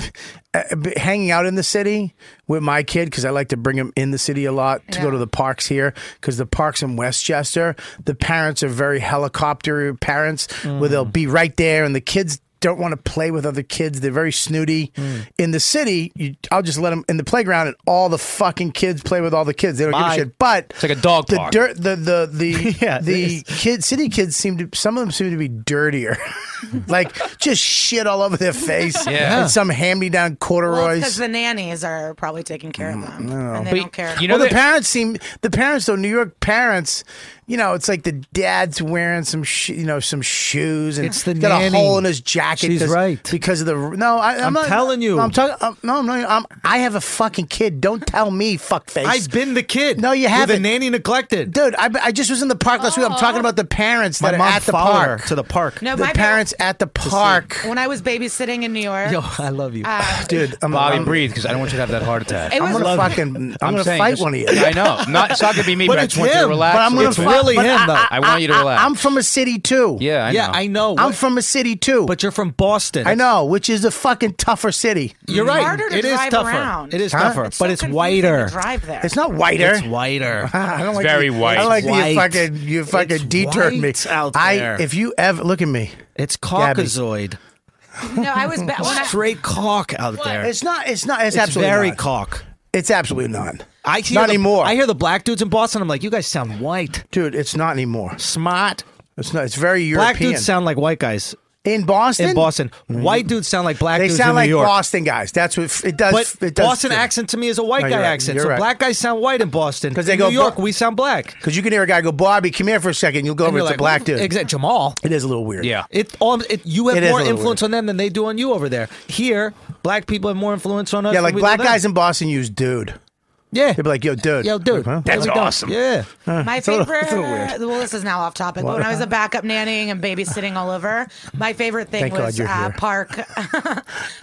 Speaker 2: uh, b- hanging out in the city with my kid because I like to bring him in the city a lot to go
Speaker 5: Yeah.
Speaker 2: to the parks here because the parks in Westchester, the parents are very helicopter parents where they'll be right there and the kids. Don't want to play with other kids. They're very snooty. In the city, you, I'll just let them in the playground, and all the fucking kids play with all the kids. They don't
Speaker 4: My-
Speaker 2: give a shit. But it's
Speaker 7: like a dog
Speaker 2: The
Speaker 7: park.
Speaker 2: dirt, the the the
Speaker 4: Yeah, it
Speaker 2: the
Speaker 4: is.
Speaker 2: kids, city kids seem to. Some of them seem to be dirtier, like just shit all over their face.
Speaker 7: Yeah.
Speaker 2: and some hand-me-down corduroys.
Speaker 5: because the nannies are probably taking care of them, and they don't care.
Speaker 7: You know
Speaker 2: well, the
Speaker 7: that-
Speaker 2: parents seem the parents though. New York parents, you know, it's like the dad's wearing some, sh- you know, some shoes and
Speaker 4: It's the
Speaker 2: he's got
Speaker 4: nanny.
Speaker 2: a hole in his racket.
Speaker 12: She's
Speaker 2: 'cause-
Speaker 12: right.
Speaker 2: because of the no. I, I'm,
Speaker 12: I'm
Speaker 2: not,
Speaker 12: telling you.
Speaker 2: I'm talking. I'm, no, I'm not. I'm, I have a fucking kid. Don't tell me, fuckface.
Speaker 12: I've been the kid.
Speaker 2: No, you
Speaker 12: With
Speaker 2: haven't.
Speaker 12: The nanny neglected.
Speaker 2: Dude, I, I just was in the park last week. I'm talking about the parents
Speaker 12: My
Speaker 2: that are
Speaker 12: mom
Speaker 2: at the
Speaker 12: followed
Speaker 2: park.
Speaker 12: her to the park.
Speaker 5: No,
Speaker 2: the
Speaker 5: my
Speaker 2: parents at the park.
Speaker 5: When I was babysitting in New York,
Speaker 12: Yo, Oh, I love you.
Speaker 5: uh,
Speaker 2: Dude, I'm,
Speaker 7: Bobby,
Speaker 2: I'm,
Speaker 7: breathe, because I don't want you to have that heart attack.
Speaker 5: It
Speaker 2: I'm
Speaker 5: was-
Speaker 2: gonna
Speaker 5: Love
Speaker 2: fucking. I'm, gonna
Speaker 7: saying
Speaker 2: fight
Speaker 7: just-
Speaker 2: one of you.
Speaker 7: I know. Not, it's not going to be me,
Speaker 12: But
Speaker 7: but, I
Speaker 12: it's
Speaker 7: just want you to
Speaker 12: him.
Speaker 7: relax.
Speaker 2: But I'm
Speaker 7: a
Speaker 2: gonna
Speaker 7: little
Speaker 2: fight.
Speaker 7: bit.
Speaker 12: really
Speaker 2: but
Speaker 12: him,
Speaker 2: I,
Speaker 12: though.
Speaker 2: I,
Speaker 7: I want you to relax.
Speaker 2: am from a city too.
Speaker 7: Yeah, I
Speaker 12: yeah,
Speaker 7: know.
Speaker 12: I know.
Speaker 2: I'm
Speaker 12: What-
Speaker 2: from a city too.
Speaker 12: but you're from Boston.
Speaker 2: I know, which is a fucking tougher city.
Speaker 12: You're
Speaker 5: It's
Speaker 12: right.
Speaker 5: harder to
Speaker 12: It is
Speaker 5: drive
Speaker 12: tougher.
Speaker 5: around.
Speaker 12: It is
Speaker 2: Huh?
Speaker 12: tougher,
Speaker 2: It's
Speaker 12: but
Speaker 5: so
Speaker 12: it's
Speaker 5: confusing to
Speaker 12: whiter.
Speaker 5: Drive there.
Speaker 2: It's not whiter.
Speaker 12: It's whiter.
Speaker 2: I don't like
Speaker 7: very
Speaker 2: the,
Speaker 7: white.
Speaker 2: I don't like that you
Speaker 12: White.
Speaker 2: fucking you fucking
Speaker 12: It's
Speaker 2: deterred me.
Speaker 12: white out
Speaker 2: I
Speaker 12: there.
Speaker 2: if you ever look at me.
Speaker 12: It's Caucasoid.
Speaker 5: No, I was. Ba- when I,
Speaker 12: Straight cock out there.
Speaker 2: It's not. It's not. It's,
Speaker 12: It's
Speaker 2: absolutely
Speaker 12: very
Speaker 2: not.
Speaker 12: cock.
Speaker 2: It's absolutely not,
Speaker 12: I hear
Speaker 2: Not
Speaker 12: the-
Speaker 2: anymore.
Speaker 12: I hear the black dudes in Boston. I'm like, you guys sound white,
Speaker 2: dude. It's not anymore.
Speaker 12: smart.
Speaker 2: It's not. It's very European.
Speaker 12: Black dudes sound like white guys
Speaker 2: in Boston.
Speaker 12: in Boston. White dudes sound like black
Speaker 2: They
Speaker 12: dudes
Speaker 2: sound
Speaker 12: in
Speaker 2: like
Speaker 12: New York.
Speaker 2: Boston guys. That's what f- it does.
Speaker 12: But
Speaker 2: it does
Speaker 12: Boston accent to me is a white
Speaker 2: No,
Speaker 12: guy
Speaker 2: you're right.
Speaker 12: accent.
Speaker 2: You're
Speaker 12: so
Speaker 2: right.
Speaker 12: black guys sound white in Boston.
Speaker 2: 'Cause they
Speaker 12: In
Speaker 2: go
Speaker 12: New York,
Speaker 2: bla-
Speaker 12: we sound black.
Speaker 2: Because you can hear a guy go, Bobby, come here for a second. You'll go over.
Speaker 12: And
Speaker 2: It's
Speaker 12: you're
Speaker 2: a black dude.
Speaker 12: Exactly, Jamal.
Speaker 2: It is a little weird.
Speaker 7: Yeah.
Speaker 12: It all it, you have
Speaker 2: It is a
Speaker 12: more
Speaker 2: little
Speaker 12: influence on them than they do on you over there. Here, black people have more influence on us.
Speaker 2: Yeah,
Speaker 12: than
Speaker 2: like
Speaker 12: we do
Speaker 2: black
Speaker 12: them.
Speaker 2: guys in Boston use dude.
Speaker 12: Yeah,
Speaker 2: They'd be like, yo, dude.
Speaker 12: yo, dude,
Speaker 2: Huh?
Speaker 12: there we go. Yeah,
Speaker 5: My
Speaker 2: a little-
Speaker 5: favorite.
Speaker 2: it's a little weird.
Speaker 5: Well, this is now off topic, but when I was a backup nannying and babysitting all over, my favorite thing
Speaker 2: Thank God
Speaker 5: was
Speaker 2: you're
Speaker 5: uh,
Speaker 2: here.
Speaker 5: park.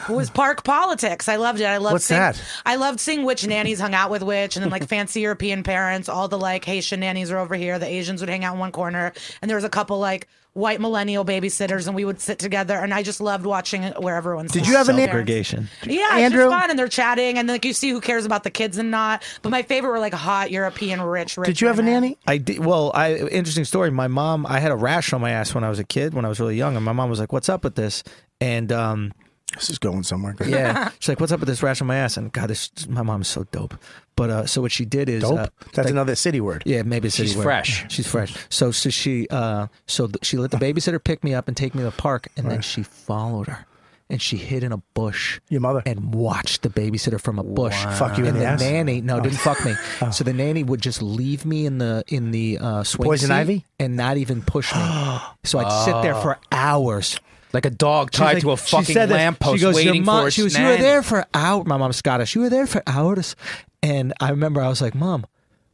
Speaker 5: was park politics. I loved it. I loved
Speaker 2: What's
Speaker 5: seeing,
Speaker 2: that?
Speaker 5: I loved seeing which nannies hung out with which, and then like fancy European parents. All the like Haitian nannies were over here. The Asians would hang out in one corner, and there was a couple like white millennial babysitters, and we would sit together. And I just loved watching where everyone's.
Speaker 2: Did you have a nanny-
Speaker 4: Segregation.
Speaker 5: Yeah,
Speaker 2: Andrew?
Speaker 5: it's just fun, and they're chatting, and like you see who cares about the kids and not. But my favorite were like hot European rich. rich
Speaker 2: Did you have a
Speaker 5: women.
Speaker 2: nanny?
Speaker 4: I did, well, I interesting story. My mom, I had a rash on my ass when I was a kid, when I was really young, and my mom was like, "What's up with this?" And um,
Speaker 2: This is going somewhere. Good.
Speaker 4: yeah, she's like, "What's up with this rash on my ass?" And God, this, my mom's so dope. But uh, so what she did is
Speaker 2: Dope.
Speaker 4: uh,
Speaker 2: That's another city word.
Speaker 4: Yeah, maybe it's
Speaker 7: She's
Speaker 4: anywhere.
Speaker 7: fresh.
Speaker 4: She's fresh. So so she uh so th- she let the babysitter pick me up and take me to the park, and then she followed her. And she hid in a bush.
Speaker 2: Your mother.
Speaker 4: And watched the babysitter from a bush.
Speaker 2: Fuck you in
Speaker 4: And
Speaker 2: the ass? Oh.
Speaker 4: nanny, no, didn't fuck me. So the nanny would just leave me in the in the uh, swing
Speaker 2: Poison
Speaker 4: seat
Speaker 2: ivy? Oh.
Speaker 4: and not even push me. so I'd sit there for hours.
Speaker 7: Like a dog tied
Speaker 4: She's
Speaker 7: to a
Speaker 4: like- she
Speaker 7: fucking
Speaker 4: said this.
Speaker 7: lamppost
Speaker 4: She goes,
Speaker 7: waiting
Speaker 4: Your mom,
Speaker 7: for its
Speaker 4: She was, you
Speaker 7: nanny.
Speaker 4: were there for hours. My mom's Scottish. You were there for hours. And I remember I was like, Mom,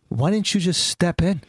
Speaker 4: why didn't you just step in?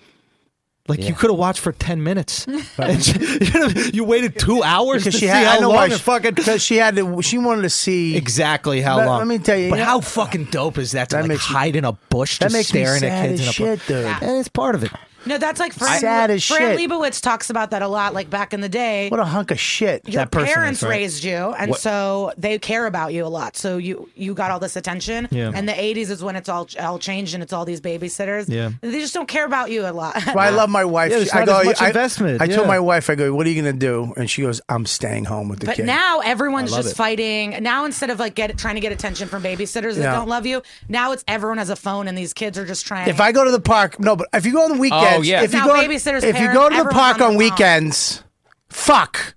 Speaker 4: Like you could have watched for ten minutes. And she- you, know, you waited two hours to
Speaker 2: Because
Speaker 4: see
Speaker 2: she had, I
Speaker 4: how
Speaker 2: know
Speaker 4: long
Speaker 2: why
Speaker 4: it
Speaker 2: she,
Speaker 4: fucking
Speaker 2: because she had to, she wanted to see
Speaker 4: exactly how
Speaker 2: Let-
Speaker 4: long.
Speaker 2: let me tell you,
Speaker 4: But
Speaker 2: you know-
Speaker 4: how fucking dope is that to
Speaker 2: That
Speaker 4: like
Speaker 2: makes me-
Speaker 4: hide in a bush,
Speaker 2: that
Speaker 4: just
Speaker 2: makes me
Speaker 4: staring
Speaker 2: sad
Speaker 4: at kids
Speaker 2: as
Speaker 4: in a bush.
Speaker 2: shit, dude.
Speaker 4: And it's part of it.
Speaker 5: No, that's like Fran,
Speaker 2: Sad as
Speaker 5: Fran
Speaker 2: shit.
Speaker 5: Lebowitz talks about that a lot. Like back in the day,
Speaker 2: what a hunk of shit.
Speaker 5: your
Speaker 4: that person is,
Speaker 5: parents
Speaker 4: right?
Speaker 5: raised you, and so they care about you a lot. So you you got all this attention.
Speaker 4: Yeah.
Speaker 5: And the '80s is when it's all all changed, and it's all these babysitters.
Speaker 4: Yeah.
Speaker 5: They just don't care about you a lot.
Speaker 2: Well, I love my wife.
Speaker 4: Yeah, there's
Speaker 2: I
Speaker 4: not
Speaker 2: go,
Speaker 4: as much
Speaker 2: I,
Speaker 4: investment,
Speaker 2: I told
Speaker 4: yeah.
Speaker 2: my wife, I go, what are you going to do? And she goes, I'm staying home with the
Speaker 5: But
Speaker 2: kid.
Speaker 5: now everyone's
Speaker 4: love
Speaker 5: just
Speaker 4: it.
Speaker 5: fighting. Now instead of like get trying to get attention from babysitters that
Speaker 2: Yeah.
Speaker 5: don't love you, now it's everyone has a phone and these kids are just trying.
Speaker 2: if I go to the park, no, but if you go on the weekends,
Speaker 7: Oh, yeah.
Speaker 2: if, you
Speaker 5: Now
Speaker 2: go,
Speaker 5: babysitters,
Speaker 2: if you
Speaker 5: parents,
Speaker 2: go to the
Speaker 5: everyone's
Speaker 2: park
Speaker 5: on their
Speaker 2: on
Speaker 5: phone.
Speaker 2: weekends, fuck.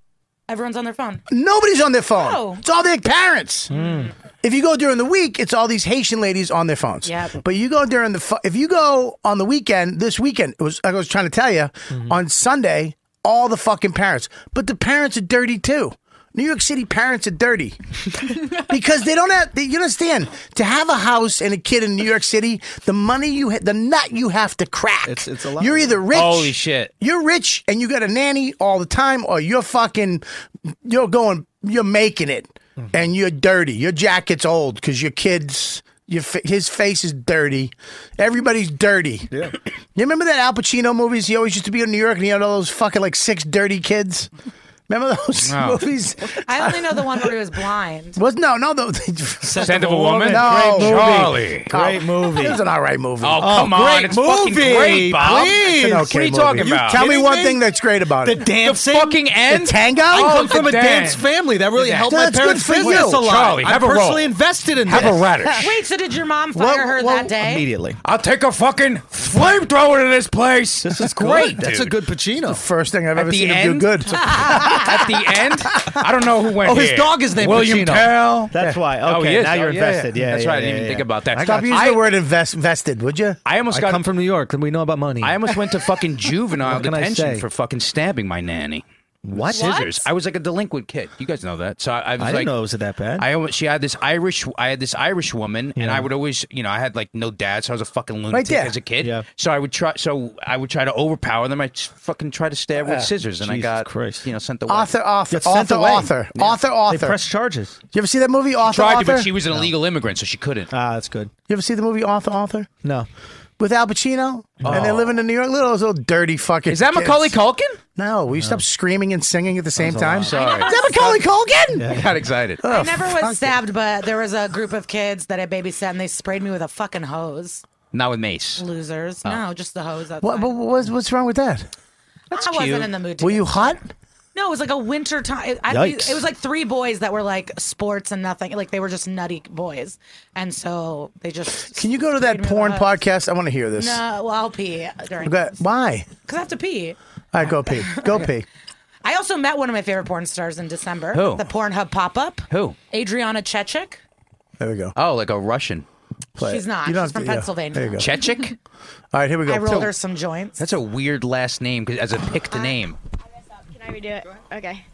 Speaker 5: everyone's on their phone.
Speaker 2: Nobody's on their phone.
Speaker 5: No.
Speaker 2: It's all their parents. If you go during the week, it's all these Haitian ladies on their phones.
Speaker 5: Yep.
Speaker 2: But you go during the fu- if you go on the weekend, this weekend it was I was trying to tell you on Sunday, all the fucking parents. But the parents are dirty too. New York City parents are dirty because they don't have. They, you understand to have a house and a kid in New York City, the money you ha- the nut you have to crack.
Speaker 4: It's- it's a lot.
Speaker 2: You're either rich.
Speaker 7: Holy shit.
Speaker 2: You're rich and you got a nanny all the time, or you're fucking, you're going, you're making it,
Speaker 4: Mm-hmm.
Speaker 2: and you're dirty. Your jacket's old because your kids, your fa- his face is dirty. Everybody's dirty. Yeah. You remember that Al Pacino movies? He always used to be in New York, and he had all those fucking like six dirty kids. Remember those
Speaker 7: No.
Speaker 2: movies?
Speaker 5: I only know the one where he was blind.
Speaker 2: Was no, no, the
Speaker 7: Scent of a Woman?
Speaker 2: No,
Speaker 7: Great movie. Charlie.
Speaker 2: Great movie. It was an all right movie.
Speaker 7: Oh, come on.
Speaker 4: great
Speaker 7: It's fucking
Speaker 4: movie,
Speaker 7: great, Bob.
Speaker 2: It's
Speaker 4: please.
Speaker 2: an
Speaker 7: What are
Speaker 2: okay
Speaker 7: you talking
Speaker 2: movie.
Speaker 7: about?
Speaker 2: Tell me
Speaker 4: Kidding
Speaker 2: one
Speaker 4: me?
Speaker 2: thing that's great about
Speaker 4: The
Speaker 2: it.
Speaker 7: The
Speaker 4: dancing.
Speaker 7: fucking end?
Speaker 2: the tango.
Speaker 4: I
Speaker 7: Oh,
Speaker 4: come
Speaker 7: the
Speaker 4: from a
Speaker 7: dance.
Speaker 4: dance family. That really
Speaker 7: The
Speaker 4: helped
Speaker 2: dance.
Speaker 4: my
Speaker 2: That's
Speaker 4: parents'
Speaker 2: good for
Speaker 4: business
Speaker 2: you.
Speaker 4: a lot.
Speaker 7: Charlie, have
Speaker 4: I'm
Speaker 7: a roll.
Speaker 4: personally invested in
Speaker 7: Have
Speaker 4: this.
Speaker 7: a radish.
Speaker 5: Wait, so did your mom fire her that day?
Speaker 4: Immediately.
Speaker 7: I'll take a fucking flamethrower to this place. This is great.
Speaker 4: That's
Speaker 7: dude.
Speaker 4: a good Pacino.
Speaker 2: First thing I've ever
Speaker 7: the
Speaker 2: seen him do
Speaker 7: end?
Speaker 2: good.
Speaker 7: At the end, I don't know who went.
Speaker 4: Oh, his
Speaker 7: here.
Speaker 4: dog is named
Speaker 7: William
Speaker 4: Pacino.
Speaker 7: Tell.
Speaker 4: That's why.
Speaker 7: oh, he
Speaker 4: Okay,
Speaker 7: is.
Speaker 4: now
Speaker 7: Oh,
Speaker 4: you're invested. Yeah,
Speaker 7: that's
Speaker 4: yeah,
Speaker 7: right. I didn't
Speaker 4: yeah,
Speaker 7: even
Speaker 4: yeah.
Speaker 7: think about that.
Speaker 2: Stop using
Speaker 7: I,
Speaker 2: the word invest, vested, would you?
Speaker 7: I almost
Speaker 4: I
Speaker 7: got.
Speaker 4: come from New York, and we know about money.
Speaker 7: I almost went to fucking juvenile
Speaker 4: What can I
Speaker 7: detention
Speaker 4: say?
Speaker 7: for fucking stabbing my nanny. What? Scissors. I was like a delinquent kid. You guys know that. So I, I was
Speaker 4: I
Speaker 7: like,
Speaker 4: didn't know it was that bad.
Speaker 7: I always, she had this Irish. I had this Irish woman, and I would always, you know, I had like no dad, so I was a fucking lunatic
Speaker 2: Right there.
Speaker 7: as a kid. So I would try. So I would try to overpower them. I just fucking try to stab
Speaker 4: Ah,
Speaker 2: Yeah.
Speaker 7: with scissors, and I
Speaker 2: Jesus
Speaker 7: got, you know, sent away.
Speaker 2: Author, author,
Speaker 7: Got sent
Speaker 2: author,
Speaker 7: away.
Speaker 2: author,
Speaker 7: Yeah.
Speaker 2: author, author.
Speaker 4: charges.
Speaker 2: You ever see that movie, author,
Speaker 7: Tried
Speaker 2: author?
Speaker 7: to, but she was an illegal immigrant, so she couldn't.
Speaker 4: Ah, that's good.
Speaker 2: You ever see the movie Author, author?
Speaker 4: No.
Speaker 2: With Al Pacino, and they're living in New York. Little, little dirty fucking.
Speaker 7: Oh. Is that
Speaker 2: kids.
Speaker 7: Macaulay Culkin?
Speaker 2: No, will you stop screaming and singing at the same
Speaker 7: was a
Speaker 2: time?
Speaker 7: lot. Sorry.
Speaker 2: Is that Macaulay Culkin?
Speaker 7: I got excited.
Speaker 4: Oh.
Speaker 5: I never was stabbed, but there was a group of kids that I babysat, and they sprayed me with a fucking hose.
Speaker 7: Not with mace.
Speaker 5: Losers.
Speaker 7: Oh.
Speaker 5: No, just the hose. Outside.
Speaker 2: What, what, what's, what's wrong with that?
Speaker 5: I wasn't in the mood. To
Speaker 2: Were you hot?
Speaker 5: No, it was like a winter time. I,
Speaker 2: Yikes.
Speaker 5: it was like three boys that were like sports and nothing. Like they were just nutty boys, and so they just.
Speaker 2: Can you go to that porn podcast? I want to hear this.
Speaker 5: No, well, I'll pee during
Speaker 2: Okay, Why?
Speaker 5: because I have to pee.
Speaker 2: All right, go pee. Go pee.
Speaker 5: I also met one of my favorite porn stars in December.
Speaker 7: Who?
Speaker 5: The Pornhub pop up.
Speaker 7: Who?
Speaker 5: Adriana Chechik.
Speaker 2: There we go.
Speaker 7: Oh, like a Russian.
Speaker 2: Play
Speaker 5: She's
Speaker 2: it.
Speaker 5: not.
Speaker 2: You don't have
Speaker 5: She's from
Speaker 2: to- yeah,
Speaker 5: Pennsylvania.
Speaker 2: there you go.
Speaker 7: Chechik?
Speaker 2: All right, here we go.
Speaker 5: I rolled
Speaker 7: So-
Speaker 5: her some joints.
Speaker 7: That's a weird last name 'cause- as a picked name.
Speaker 11: Can I redo it? Okay.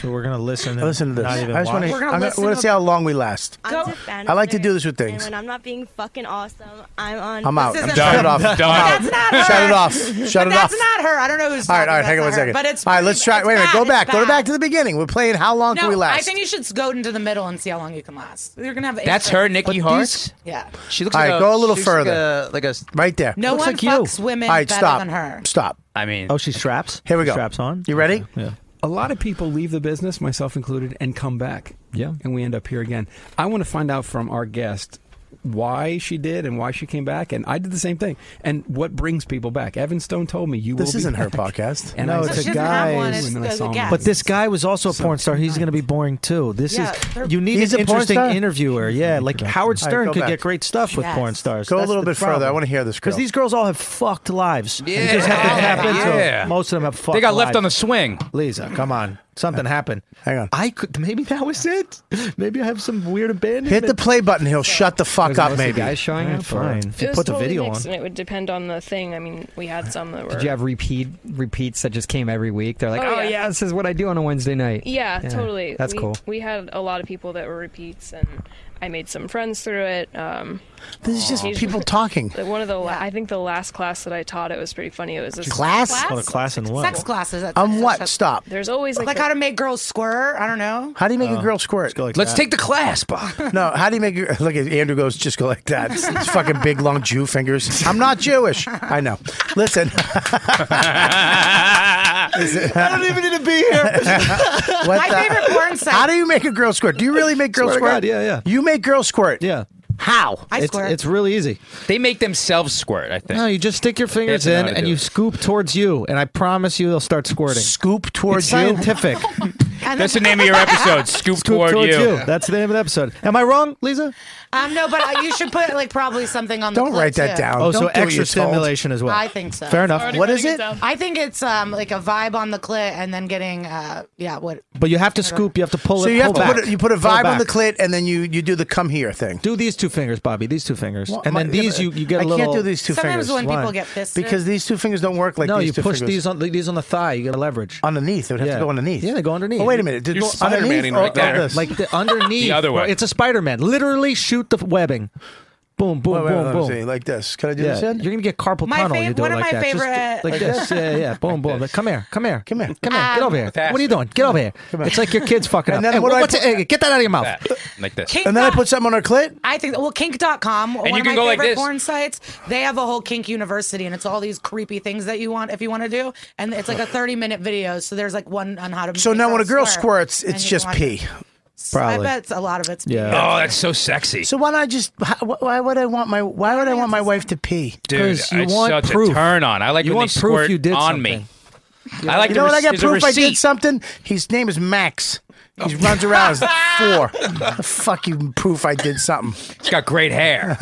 Speaker 4: So we're gonna listen. and
Speaker 2: Listen to this.
Speaker 4: Not even
Speaker 2: I just want
Speaker 4: watch.
Speaker 2: to.
Speaker 11: We're gonna
Speaker 2: I'm gonna,
Speaker 11: listen
Speaker 2: we're gonna
Speaker 11: to-
Speaker 2: see how long we last.
Speaker 11: I'm Tiffany
Speaker 2: I like to
Speaker 11: Fenner,
Speaker 2: do this with
Speaker 11: And
Speaker 2: things.
Speaker 11: when I'm not being fucking awesome, I'm on.
Speaker 2: I'm out.
Speaker 11: This
Speaker 2: I'm
Speaker 11: isn't-
Speaker 2: shut it off. I'm out.
Speaker 5: That's not her.
Speaker 2: Shut it off. Shut
Speaker 5: But
Speaker 2: it off.
Speaker 5: That's not her. I don't know who's.
Speaker 2: All right,
Speaker 5: talking.
Speaker 2: all right. Hang on
Speaker 5: That's
Speaker 2: one
Speaker 5: not her.
Speaker 2: second.
Speaker 5: But it's.
Speaker 2: all right. Let's try.
Speaker 5: it's
Speaker 2: Wait a minute.
Speaker 5: bad.
Speaker 2: Go
Speaker 5: It's
Speaker 2: back. Go
Speaker 5: bad.
Speaker 2: back to the beginning. We're playing. How long
Speaker 5: No,
Speaker 2: can we last?
Speaker 5: I think you should go into the middle and see how long you can last. You're gonna have.
Speaker 7: That's her, Nikki
Speaker 5: Hart.
Speaker 7: Hart.
Speaker 5: Yeah.
Speaker 7: She looks
Speaker 2: All
Speaker 7: like
Speaker 2: right,
Speaker 7: a,
Speaker 2: go a little
Speaker 7: she looks like
Speaker 2: further.
Speaker 7: a- Like a,
Speaker 2: right there.
Speaker 5: No
Speaker 2: Looks
Speaker 5: one
Speaker 2: like you.
Speaker 5: fucks women
Speaker 2: All right,
Speaker 5: better
Speaker 2: stop.
Speaker 5: than her.
Speaker 2: Stop.
Speaker 7: I mean,
Speaker 4: Oh, she straps.
Speaker 2: Here we go.
Speaker 4: Straps on.
Speaker 2: You ready?
Speaker 4: Yeah.
Speaker 17: A lot of people leave the business, myself included, and come back.
Speaker 4: Yeah.
Speaker 17: And we end up here again. I want to find out from our guest why she did and why she came back. And I did the same thing. And what brings people back. Evan Stone told me you will
Speaker 2: This
Speaker 17: be
Speaker 2: isn't her
Speaker 17: back."
Speaker 2: podcast.
Speaker 17: And
Speaker 4: no,
Speaker 17: I
Speaker 4: it's
Speaker 17: said,
Speaker 4: a
Speaker 17: "Ooh," and
Speaker 4: guy.
Speaker 17: then I saw him.
Speaker 4: But this guy was also a porn star. He's going to be boring too. This
Speaker 5: Yeah, they're-
Speaker 4: is you need
Speaker 2: He's
Speaker 4: an
Speaker 2: a porn
Speaker 4: interesting
Speaker 2: star?
Speaker 4: interviewer. Yeah, like Howard
Speaker 2: All right,
Speaker 4: Stern
Speaker 2: go
Speaker 4: could
Speaker 2: back.
Speaker 4: get great stuff with
Speaker 5: Yes.
Speaker 4: porn stars.
Speaker 2: Go a little bit further. I wanna hear this
Speaker 4: because
Speaker 2: girl.
Speaker 4: these girls all have fucked lives.
Speaker 7: Yeah.
Speaker 4: It just happened to happen to 'em.
Speaker 7: Yeah.
Speaker 4: Most of them have fucked.
Speaker 7: they got left
Speaker 4: lives.
Speaker 7: on the swing.
Speaker 4: Lisa, come on, something happened.
Speaker 2: Hang on.
Speaker 4: I could maybe that was it. Maybe I have some weird abandonment.
Speaker 2: Hit the play button. He'll shut the fuck up. Maybe.
Speaker 17: showing
Speaker 4: All right, fine. If
Speaker 18: It
Speaker 4: you
Speaker 18: was
Speaker 4: put the
Speaker 18: totally
Speaker 4: video
Speaker 18: mixed,
Speaker 4: on.
Speaker 18: and it would depend on the thing. I mean, we had some that were.
Speaker 19: Did you have repeat repeats that just came every week? They're like,
Speaker 18: Oh,
Speaker 19: oh,
Speaker 18: yeah.
Speaker 19: yeah. this is what I do on a Wednesday night.
Speaker 18: yeah, totally.
Speaker 19: That's
Speaker 18: we,
Speaker 19: cool.
Speaker 18: We had a lot of people that were repeats, and I made some friends through it. Um,
Speaker 2: This is just
Speaker 18: Usually-
Speaker 2: people talking.
Speaker 18: One of the, la- I think the last class that I taught, it was pretty funny. It was this
Speaker 2: Class?
Speaker 18: class?
Speaker 2: What a class in what?
Speaker 5: Sex classes. That's
Speaker 2: On what? Stop.
Speaker 18: There's always like,
Speaker 5: Like
Speaker 18: the-
Speaker 5: how to make girls squirt. I don't know.
Speaker 2: How do you make a girl squirt?
Speaker 7: Let's take the class, Bob.
Speaker 2: No, how do you make your look? Andrew goes just go like that. It's fucking big long Jew fingers. I'm not Jewish. I know. Listen,
Speaker 4: I don't even need to be here.
Speaker 2: what
Speaker 5: My
Speaker 2: the-
Speaker 5: favorite porn site.
Speaker 2: How do you make a girl squirt? Do you really make girls
Speaker 4: Swear to
Speaker 2: squirt?
Speaker 4: God, yeah, yeah.
Speaker 2: You make girls squirt.
Speaker 4: yeah,
Speaker 2: How?
Speaker 5: I
Speaker 4: it's
Speaker 5: squirt.
Speaker 4: it's really easy.
Speaker 7: They make themselves squirt. I think.
Speaker 4: No, you just stick your fingers
Speaker 7: to know
Speaker 4: in
Speaker 7: how to
Speaker 4: and
Speaker 7: do
Speaker 4: you
Speaker 7: it.
Speaker 4: scoop towards you, and I promise you they'll start squirting.
Speaker 2: Scoop
Speaker 4: It's
Speaker 2: towards you.
Speaker 4: scientific.
Speaker 5: And
Speaker 7: That's the
Speaker 5: then-
Speaker 7: name of your episode. Scoop,
Speaker 4: Scoop
Speaker 7: toward,
Speaker 4: towards
Speaker 7: you.
Speaker 4: you. That's the name of the episode. Am I wrong, Lisa?
Speaker 5: Um, no, but uh, you should put like probably something on the.
Speaker 2: Don't
Speaker 5: clip,
Speaker 2: write that
Speaker 5: too.
Speaker 2: down.
Speaker 4: Oh,
Speaker 2: Don't
Speaker 4: so
Speaker 2: do what
Speaker 4: extra
Speaker 2: you're told.
Speaker 4: stimulation as well.
Speaker 5: I think so.
Speaker 4: Fair enough.
Speaker 18: Already
Speaker 2: What
Speaker 18: writing
Speaker 2: is it?
Speaker 18: down.
Speaker 5: I think it's um like a vibe on the clit and then getting uh yeah what
Speaker 4: But you have to scoop. You have to pull it.
Speaker 2: So you have
Speaker 4: pull
Speaker 2: to put
Speaker 4: back.
Speaker 2: a, you put a
Speaker 4: Pull
Speaker 2: vibe on
Speaker 4: back.
Speaker 2: the clit, and then you you do the come here thing.
Speaker 4: Do these two fingers, Bobby. These two fingers, and
Speaker 2: My-
Speaker 4: then these you you get
Speaker 2: I
Speaker 4: a little.
Speaker 2: can't do these two
Speaker 5: Sometimes
Speaker 2: fingers.
Speaker 5: when people
Speaker 4: Why?
Speaker 5: get fisted.
Speaker 2: because these two fingers don't work like
Speaker 4: No,
Speaker 2: these
Speaker 4: you
Speaker 2: two
Speaker 4: push
Speaker 2: fingers.
Speaker 4: these on these on the thigh. You get a leverage.
Speaker 2: underneath. It would have
Speaker 4: Yeah.
Speaker 2: to go underneath.
Speaker 4: Yeah, they go underneath.
Speaker 2: Oh, wait a minute. Did
Speaker 3: You're
Speaker 2: go
Speaker 3: Spider-Man-ing
Speaker 2: underneath
Speaker 3: right
Speaker 2: or- or
Speaker 3: there.
Speaker 2: this?
Speaker 4: Like the underneath.
Speaker 7: The other
Speaker 4: Well,
Speaker 7: way.
Speaker 4: It's a Spider Man. Literally shoot the webbing. Boom, boom,
Speaker 2: Wait, wait,
Speaker 4: boom,
Speaker 2: let me
Speaker 4: boom.
Speaker 2: see. Like this. Can I do
Speaker 4: Yeah,
Speaker 2: this in?
Speaker 4: you're gonna get carpal
Speaker 5: My
Speaker 4: tunnel.
Speaker 5: fav-
Speaker 4: when you do
Speaker 5: one
Speaker 4: it
Speaker 5: of
Speaker 4: like
Speaker 5: my
Speaker 4: that. Just do-
Speaker 5: favorite- Ah.
Speaker 4: like this. Yeah, yeah, yeah. Boom, boom. Like, come here, come here,
Speaker 2: Come here.
Speaker 4: come here. Get over here. What are you doing? Get over here. It's like your kids fucking
Speaker 2: And then
Speaker 4: up. Hey,
Speaker 2: what do I
Speaker 4: what's it?
Speaker 2: put-
Speaker 4: Hey, get that out of your mouth.
Speaker 7: That. Like this.
Speaker 5: Kink
Speaker 2: And then I
Speaker 5: dot-
Speaker 2: put something on her clit.
Speaker 5: I think well kink.com one
Speaker 7: you
Speaker 5: of
Speaker 7: can
Speaker 5: my
Speaker 7: go like
Speaker 5: favorite
Speaker 7: this.
Speaker 5: porn sites. They have a whole kink university and it's all these creepy things that you want if you want to do and it's like a 30 minute video so there's like one on how to
Speaker 2: So
Speaker 5: make
Speaker 2: now when a girl
Speaker 5: squirt,
Speaker 2: squirts,
Speaker 5: and
Speaker 2: it's
Speaker 5: you
Speaker 2: just
Speaker 5: can watch
Speaker 2: pee.
Speaker 5: it.
Speaker 4: Probably.
Speaker 5: I bet a lot of it's pee.
Speaker 4: Yeah.
Speaker 7: Oh, that's so sexy,
Speaker 2: So why not just? how- Why would I want my? Why would I want my wife to pee?
Speaker 7: dude.
Speaker 4: 'Cause you
Speaker 7: it's
Speaker 4: want
Speaker 7: such
Speaker 4: proof.
Speaker 7: a turn on. I like
Speaker 4: You
Speaker 7: when
Speaker 4: want
Speaker 7: they
Speaker 4: proof
Speaker 7: squirt
Speaker 4: you did
Speaker 7: on me. I like
Speaker 2: You
Speaker 7: the
Speaker 2: know what?
Speaker 7: re-
Speaker 2: I got
Speaker 7: there's a
Speaker 2: proof I did
Speaker 7: receipt. Oh.
Speaker 2: something. His name is Max. He runs around as four. The fuck you proof I did something.
Speaker 7: It's got great hair.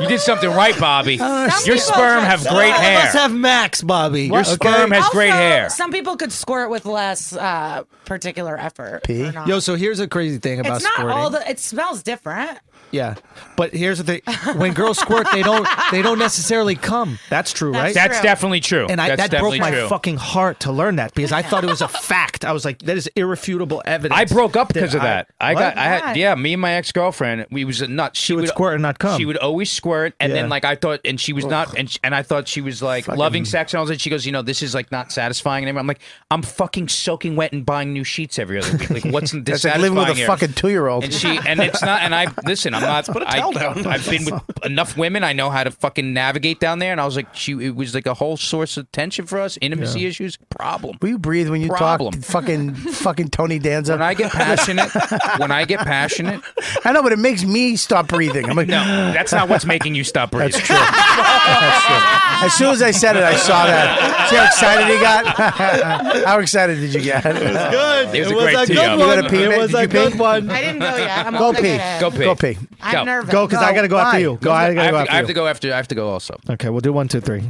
Speaker 7: you did something right, Bobby. Your
Speaker 5: people
Speaker 7: sperm
Speaker 5: just-
Speaker 7: have
Speaker 5: Uh,
Speaker 7: great
Speaker 5: Some of
Speaker 7: hair.
Speaker 4: Let's have Max, Bobby.
Speaker 7: Your sperm has great
Speaker 5: Also,
Speaker 7: hair.
Speaker 5: Some people could squirt with less uh, particular effort.
Speaker 2: Pee?
Speaker 5: or not.
Speaker 4: Yo, so here's a crazy thing about
Speaker 5: it's not
Speaker 4: squirting.
Speaker 5: all the. It smells different.
Speaker 9: Yeah, but here's the thing: when girls squirt, they don't they don't necessarily come. That's true,
Speaker 7: That's
Speaker 9: right?
Speaker 7: That's true. definitely true.
Speaker 9: And I,
Speaker 7: That's
Speaker 9: that broke
Speaker 7: definitely
Speaker 9: my
Speaker 7: true.
Speaker 9: fucking heart to learn that because I thought it was a fact. I was like, that is irrefutable evidence.
Speaker 7: I broke up because of that. I, got,
Speaker 9: Why?
Speaker 7: I had, yeah, me and my ex girlfriend, we was a nut. She,
Speaker 4: would squirt and not come.
Speaker 7: She would always squirt, and
Speaker 4: Yeah.
Speaker 7: then like I thought, and she was not, and sh- and I thought she was like loving sex and all that. She goes, you know, this is like not satisfying anymore. I'm like, I'm fucking soaking wet and buying new sheets every other week. Like, what's this?
Speaker 2: That's like living with a fucking two-year-old.
Speaker 7: And she, and it's not. And I listen. I'm not.
Speaker 2: Put a
Speaker 7: I,
Speaker 2: towel down.
Speaker 7: I've been with enough women. I know how to fucking navigate down there. And I was like, she. It was like a whole source of tension for us. Intimacy
Speaker 2: Yeah.
Speaker 7: issues, problem.
Speaker 2: Will you breathe when you
Speaker 7: Problem.
Speaker 2: talk? Fucking, fucking Tony Danza.
Speaker 7: When I get passionate, when I get passionate,
Speaker 2: I know, but it makes me stop breathing. I'm like,
Speaker 7: no, that's not what's making you stop breathing.
Speaker 2: That's true. That's true. As soon as I said it, I saw that. See how excited he got? how excited did you get? It was
Speaker 7: It was a great tee up.
Speaker 2: You gotta pee, Mitt? Did you pee?
Speaker 5: I didn't go yet. I'm
Speaker 2: Go
Speaker 5: hoping I
Speaker 2: pee.
Speaker 5: get it.
Speaker 7: Go pee.
Speaker 2: Go pee.
Speaker 5: I'm nervous.
Speaker 4: Go, 'cause I gotta go after
Speaker 2: why?
Speaker 4: you. Go, I gotta
Speaker 7: I have,
Speaker 4: go
Speaker 7: to,
Speaker 4: after
Speaker 7: I have
Speaker 4: you.
Speaker 7: to go after. I have to go also.
Speaker 4: Okay, we'll do one, two, three.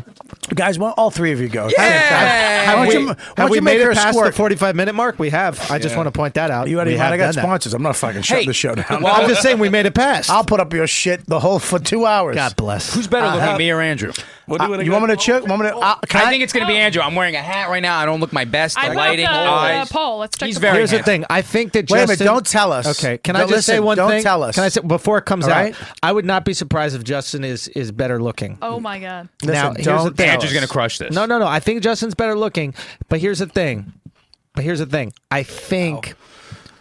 Speaker 2: Guys, why don't all three of you go?
Speaker 4: Have
Speaker 2: Why don't
Speaker 4: we,
Speaker 2: you, why
Speaker 4: have
Speaker 2: don't
Speaker 4: we
Speaker 2: you
Speaker 4: made
Speaker 2: make her
Speaker 4: it past
Speaker 2: squirt?
Speaker 4: the 45 minute mark? We have. I just
Speaker 2: Yeah.
Speaker 4: want to point that out.
Speaker 2: You already
Speaker 4: We
Speaker 2: had. I
Speaker 4: have
Speaker 2: got
Speaker 4: done that.
Speaker 2: sponsors. I'm not fucking shutting
Speaker 4: Hey,
Speaker 2: the show down.
Speaker 4: well- I'm just saying we made it past.
Speaker 2: I'll put up your shit the whole for two hours. God
Speaker 4: bless.
Speaker 7: Who's better looking, me or Andrew?
Speaker 2: you want me to check? Want me to? Uh, can
Speaker 7: I think it's going to be Andrew. I'm wearing a hat right now. I don't look my best.
Speaker 8: I
Speaker 7: The
Speaker 8: put up
Speaker 7: lighting,
Speaker 8: the uh,
Speaker 7: eyes.
Speaker 8: poll. Let's check
Speaker 7: He's
Speaker 8: the
Speaker 7: very
Speaker 8: poll.
Speaker 4: Here's the thing. I think that
Speaker 2: Wait a
Speaker 4: Justin,
Speaker 2: minute, don't tell us.
Speaker 4: Okay, can I
Speaker 2: Don't-
Speaker 4: just say
Speaker 2: listen,
Speaker 4: one
Speaker 2: don't
Speaker 4: thing?
Speaker 2: tell us.
Speaker 4: Can I say before it comes
Speaker 2: All
Speaker 4: out?
Speaker 2: right.
Speaker 4: I would not be surprised if Justin is is better looking.
Speaker 8: Oh my god.
Speaker 4: now,
Speaker 2: Listen,
Speaker 4: here's
Speaker 2: don't
Speaker 4: the thing.
Speaker 2: tell Andrew's us.
Speaker 7: gonna crush this.
Speaker 4: No, no, no. I think Justin's better looking, but here's the thing. But here's the thing. I think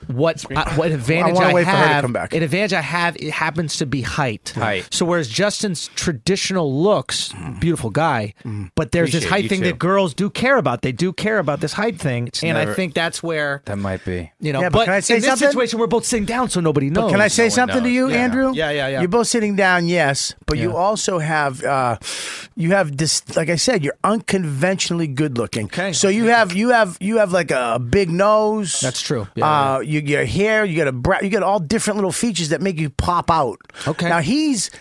Speaker 4: what I, what advantage
Speaker 2: wanna
Speaker 4: I,
Speaker 2: wait for her
Speaker 4: have,
Speaker 2: to come back.
Speaker 4: an advantage I have, it happens to be height.
Speaker 7: Height.
Speaker 4: So whereas Justin's traditional looks,
Speaker 2: Mm.
Speaker 4: beautiful guy, but there's this
Speaker 7: Appreciate
Speaker 4: height
Speaker 7: you
Speaker 4: thing
Speaker 7: too.
Speaker 4: that girls do care about. They do care about this height thing, and I
Speaker 7: never-
Speaker 4: think that's where
Speaker 7: That might be.
Speaker 4: you know.
Speaker 2: Yeah, but
Speaker 4: but
Speaker 2: can I say
Speaker 4: in this
Speaker 2: something?
Speaker 4: situation, we're both sitting down, so nobody knows.
Speaker 2: Can I say something to
Speaker 7: knows.
Speaker 2: you,
Speaker 4: Yeah.
Speaker 2: Andrew?
Speaker 4: Yeah, yeah, yeah.
Speaker 2: You're both sitting down, yes, but you
Speaker 4: Yeah.
Speaker 2: also have, uh, you have this. Like I said, you're unconventionally good looking.
Speaker 4: Okay.
Speaker 2: So you have you have you have like a big nose.
Speaker 4: That's true. Yeah,
Speaker 2: uh, You your hair, you got a bra- you got all different little features that make you pop out.
Speaker 4: Okay.
Speaker 2: Now he's.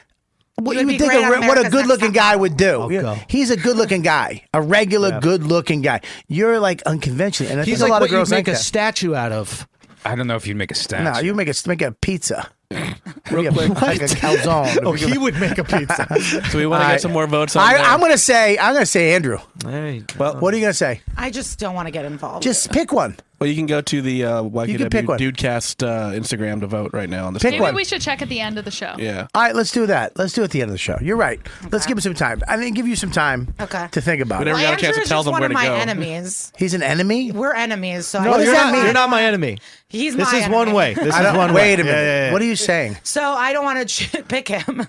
Speaker 2: What
Speaker 5: He
Speaker 2: you
Speaker 5: would
Speaker 2: would
Speaker 5: be
Speaker 2: think
Speaker 5: great
Speaker 2: a,
Speaker 5: on
Speaker 2: re- what a
Speaker 5: America's
Speaker 2: good looking
Speaker 5: Next Top
Speaker 2: guy would do.
Speaker 4: I'll
Speaker 2: You-
Speaker 4: Oh, go.
Speaker 2: He's a good looking guy, a regular
Speaker 4: Yeah.
Speaker 2: good looking guy. You're like unconventional, and I
Speaker 4: He's
Speaker 2: think
Speaker 4: like
Speaker 2: a lot
Speaker 4: what
Speaker 2: of girls
Speaker 4: you make
Speaker 2: think
Speaker 4: a
Speaker 2: that.
Speaker 4: statue out of.
Speaker 7: I don't know if you'd make a statue.
Speaker 2: No, you make a make a pizza. Real quick, like a calzone.
Speaker 4: Oh, he would make a pizza.
Speaker 3: So we want to
Speaker 2: I-
Speaker 3: get some more votes on
Speaker 2: I,
Speaker 3: that.
Speaker 2: I'm gonna say I'm gonna say Andrew.
Speaker 4: well,
Speaker 2: What are you gonna say?
Speaker 5: I just don't want to get involved.
Speaker 2: Just pick one.
Speaker 3: well, you can go to the uh, YKW
Speaker 2: pick one.
Speaker 3: Dudecast uh, Instagram to vote right now on this.
Speaker 2: Pick
Speaker 3: poll.
Speaker 8: Maybe
Speaker 2: one.
Speaker 8: we should check at the end of the show.
Speaker 3: Yeah.
Speaker 2: All right, let's do that. Let's do it at the end of the show. You're right. Let's give him some time. I mean, give you some time
Speaker 5: Okay.
Speaker 2: to think about
Speaker 3: We
Speaker 2: it.
Speaker 3: never got a
Speaker 5: Andrew
Speaker 3: chance to
Speaker 5: is
Speaker 3: tell
Speaker 5: just
Speaker 3: them
Speaker 5: one
Speaker 3: where
Speaker 5: of
Speaker 3: to
Speaker 5: my
Speaker 3: go.
Speaker 5: enemies.
Speaker 2: He's an enemy.
Speaker 5: We're enemies, so
Speaker 4: No,
Speaker 5: I,
Speaker 2: does
Speaker 4: you're
Speaker 2: that
Speaker 4: not,
Speaker 2: mean?
Speaker 4: you're not my enemy.
Speaker 5: he's
Speaker 4: This
Speaker 5: my
Speaker 4: is
Speaker 5: enemy.
Speaker 4: one way. This
Speaker 2: I
Speaker 4: is
Speaker 2: don't-
Speaker 4: one way.
Speaker 2: wait a minute.
Speaker 4: Yeah, yeah, yeah.
Speaker 2: What are you saying?
Speaker 5: So I don't want to ch- pick him.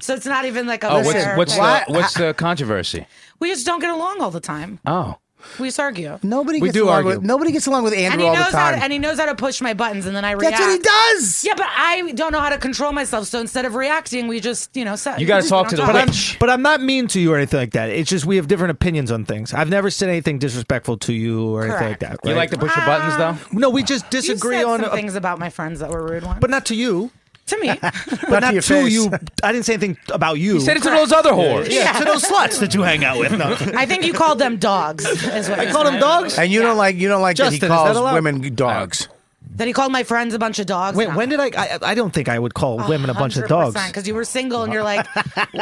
Speaker 5: so it's not even like a.
Speaker 7: Oh, what's
Speaker 5: fair
Speaker 7: what's
Speaker 5: thing.
Speaker 7: the what's the controversy?
Speaker 5: We just don't get along all the time.
Speaker 7: Oh,
Speaker 5: We just argue.
Speaker 2: Nobody
Speaker 4: We
Speaker 2: gets
Speaker 4: do
Speaker 2: along
Speaker 4: argue.
Speaker 2: with nobody gets along with
Speaker 5: And
Speaker 2: Andrew
Speaker 5: he
Speaker 2: all
Speaker 5: knows
Speaker 2: the
Speaker 5: how
Speaker 2: time.
Speaker 5: to, and he knows how to push my buttons, and then I react.
Speaker 2: That's what he does.
Speaker 5: Yeah, but I don't know how to control myself. So instead of reacting, we just you know set,
Speaker 7: You gotta
Speaker 5: we
Speaker 7: talk
Speaker 5: don't
Speaker 7: to the
Speaker 4: But I'm,
Speaker 7: Witch.
Speaker 4: but I'm not mean to you or anything like that. It's just we have different opinions on things. I've never said anything disrespectful to you or anything like
Speaker 5: Correct.
Speaker 4: that.
Speaker 7: you
Speaker 4: right?
Speaker 7: like to push your buttons though?
Speaker 4: No, we just
Speaker 5: You
Speaker 4: disagree
Speaker 5: said
Speaker 4: on.
Speaker 5: some things about my friends that were rude ones,
Speaker 4: but not to you.
Speaker 5: to me.
Speaker 4: But not,
Speaker 2: to your
Speaker 4: to
Speaker 2: face.
Speaker 4: you. I didn't say anything about you.
Speaker 7: You said it to those other whores.
Speaker 4: yeah, to those sluts that you hang out with. No.
Speaker 5: I think you called them dogs. Is what
Speaker 4: I
Speaker 5: you
Speaker 4: called
Speaker 5: said.
Speaker 4: them dogs.
Speaker 2: and you don't like you don't like
Speaker 4: Justin,
Speaker 2: that
Speaker 4: is
Speaker 2: he calls
Speaker 4: that allowed?
Speaker 2: women dogs.
Speaker 5: That he called my friends a bunch of dogs.
Speaker 4: Wait, when did I, I? I don't think I would call women a bunch of dogs. Uh-huh.
Speaker 5: Because you were single and you're like,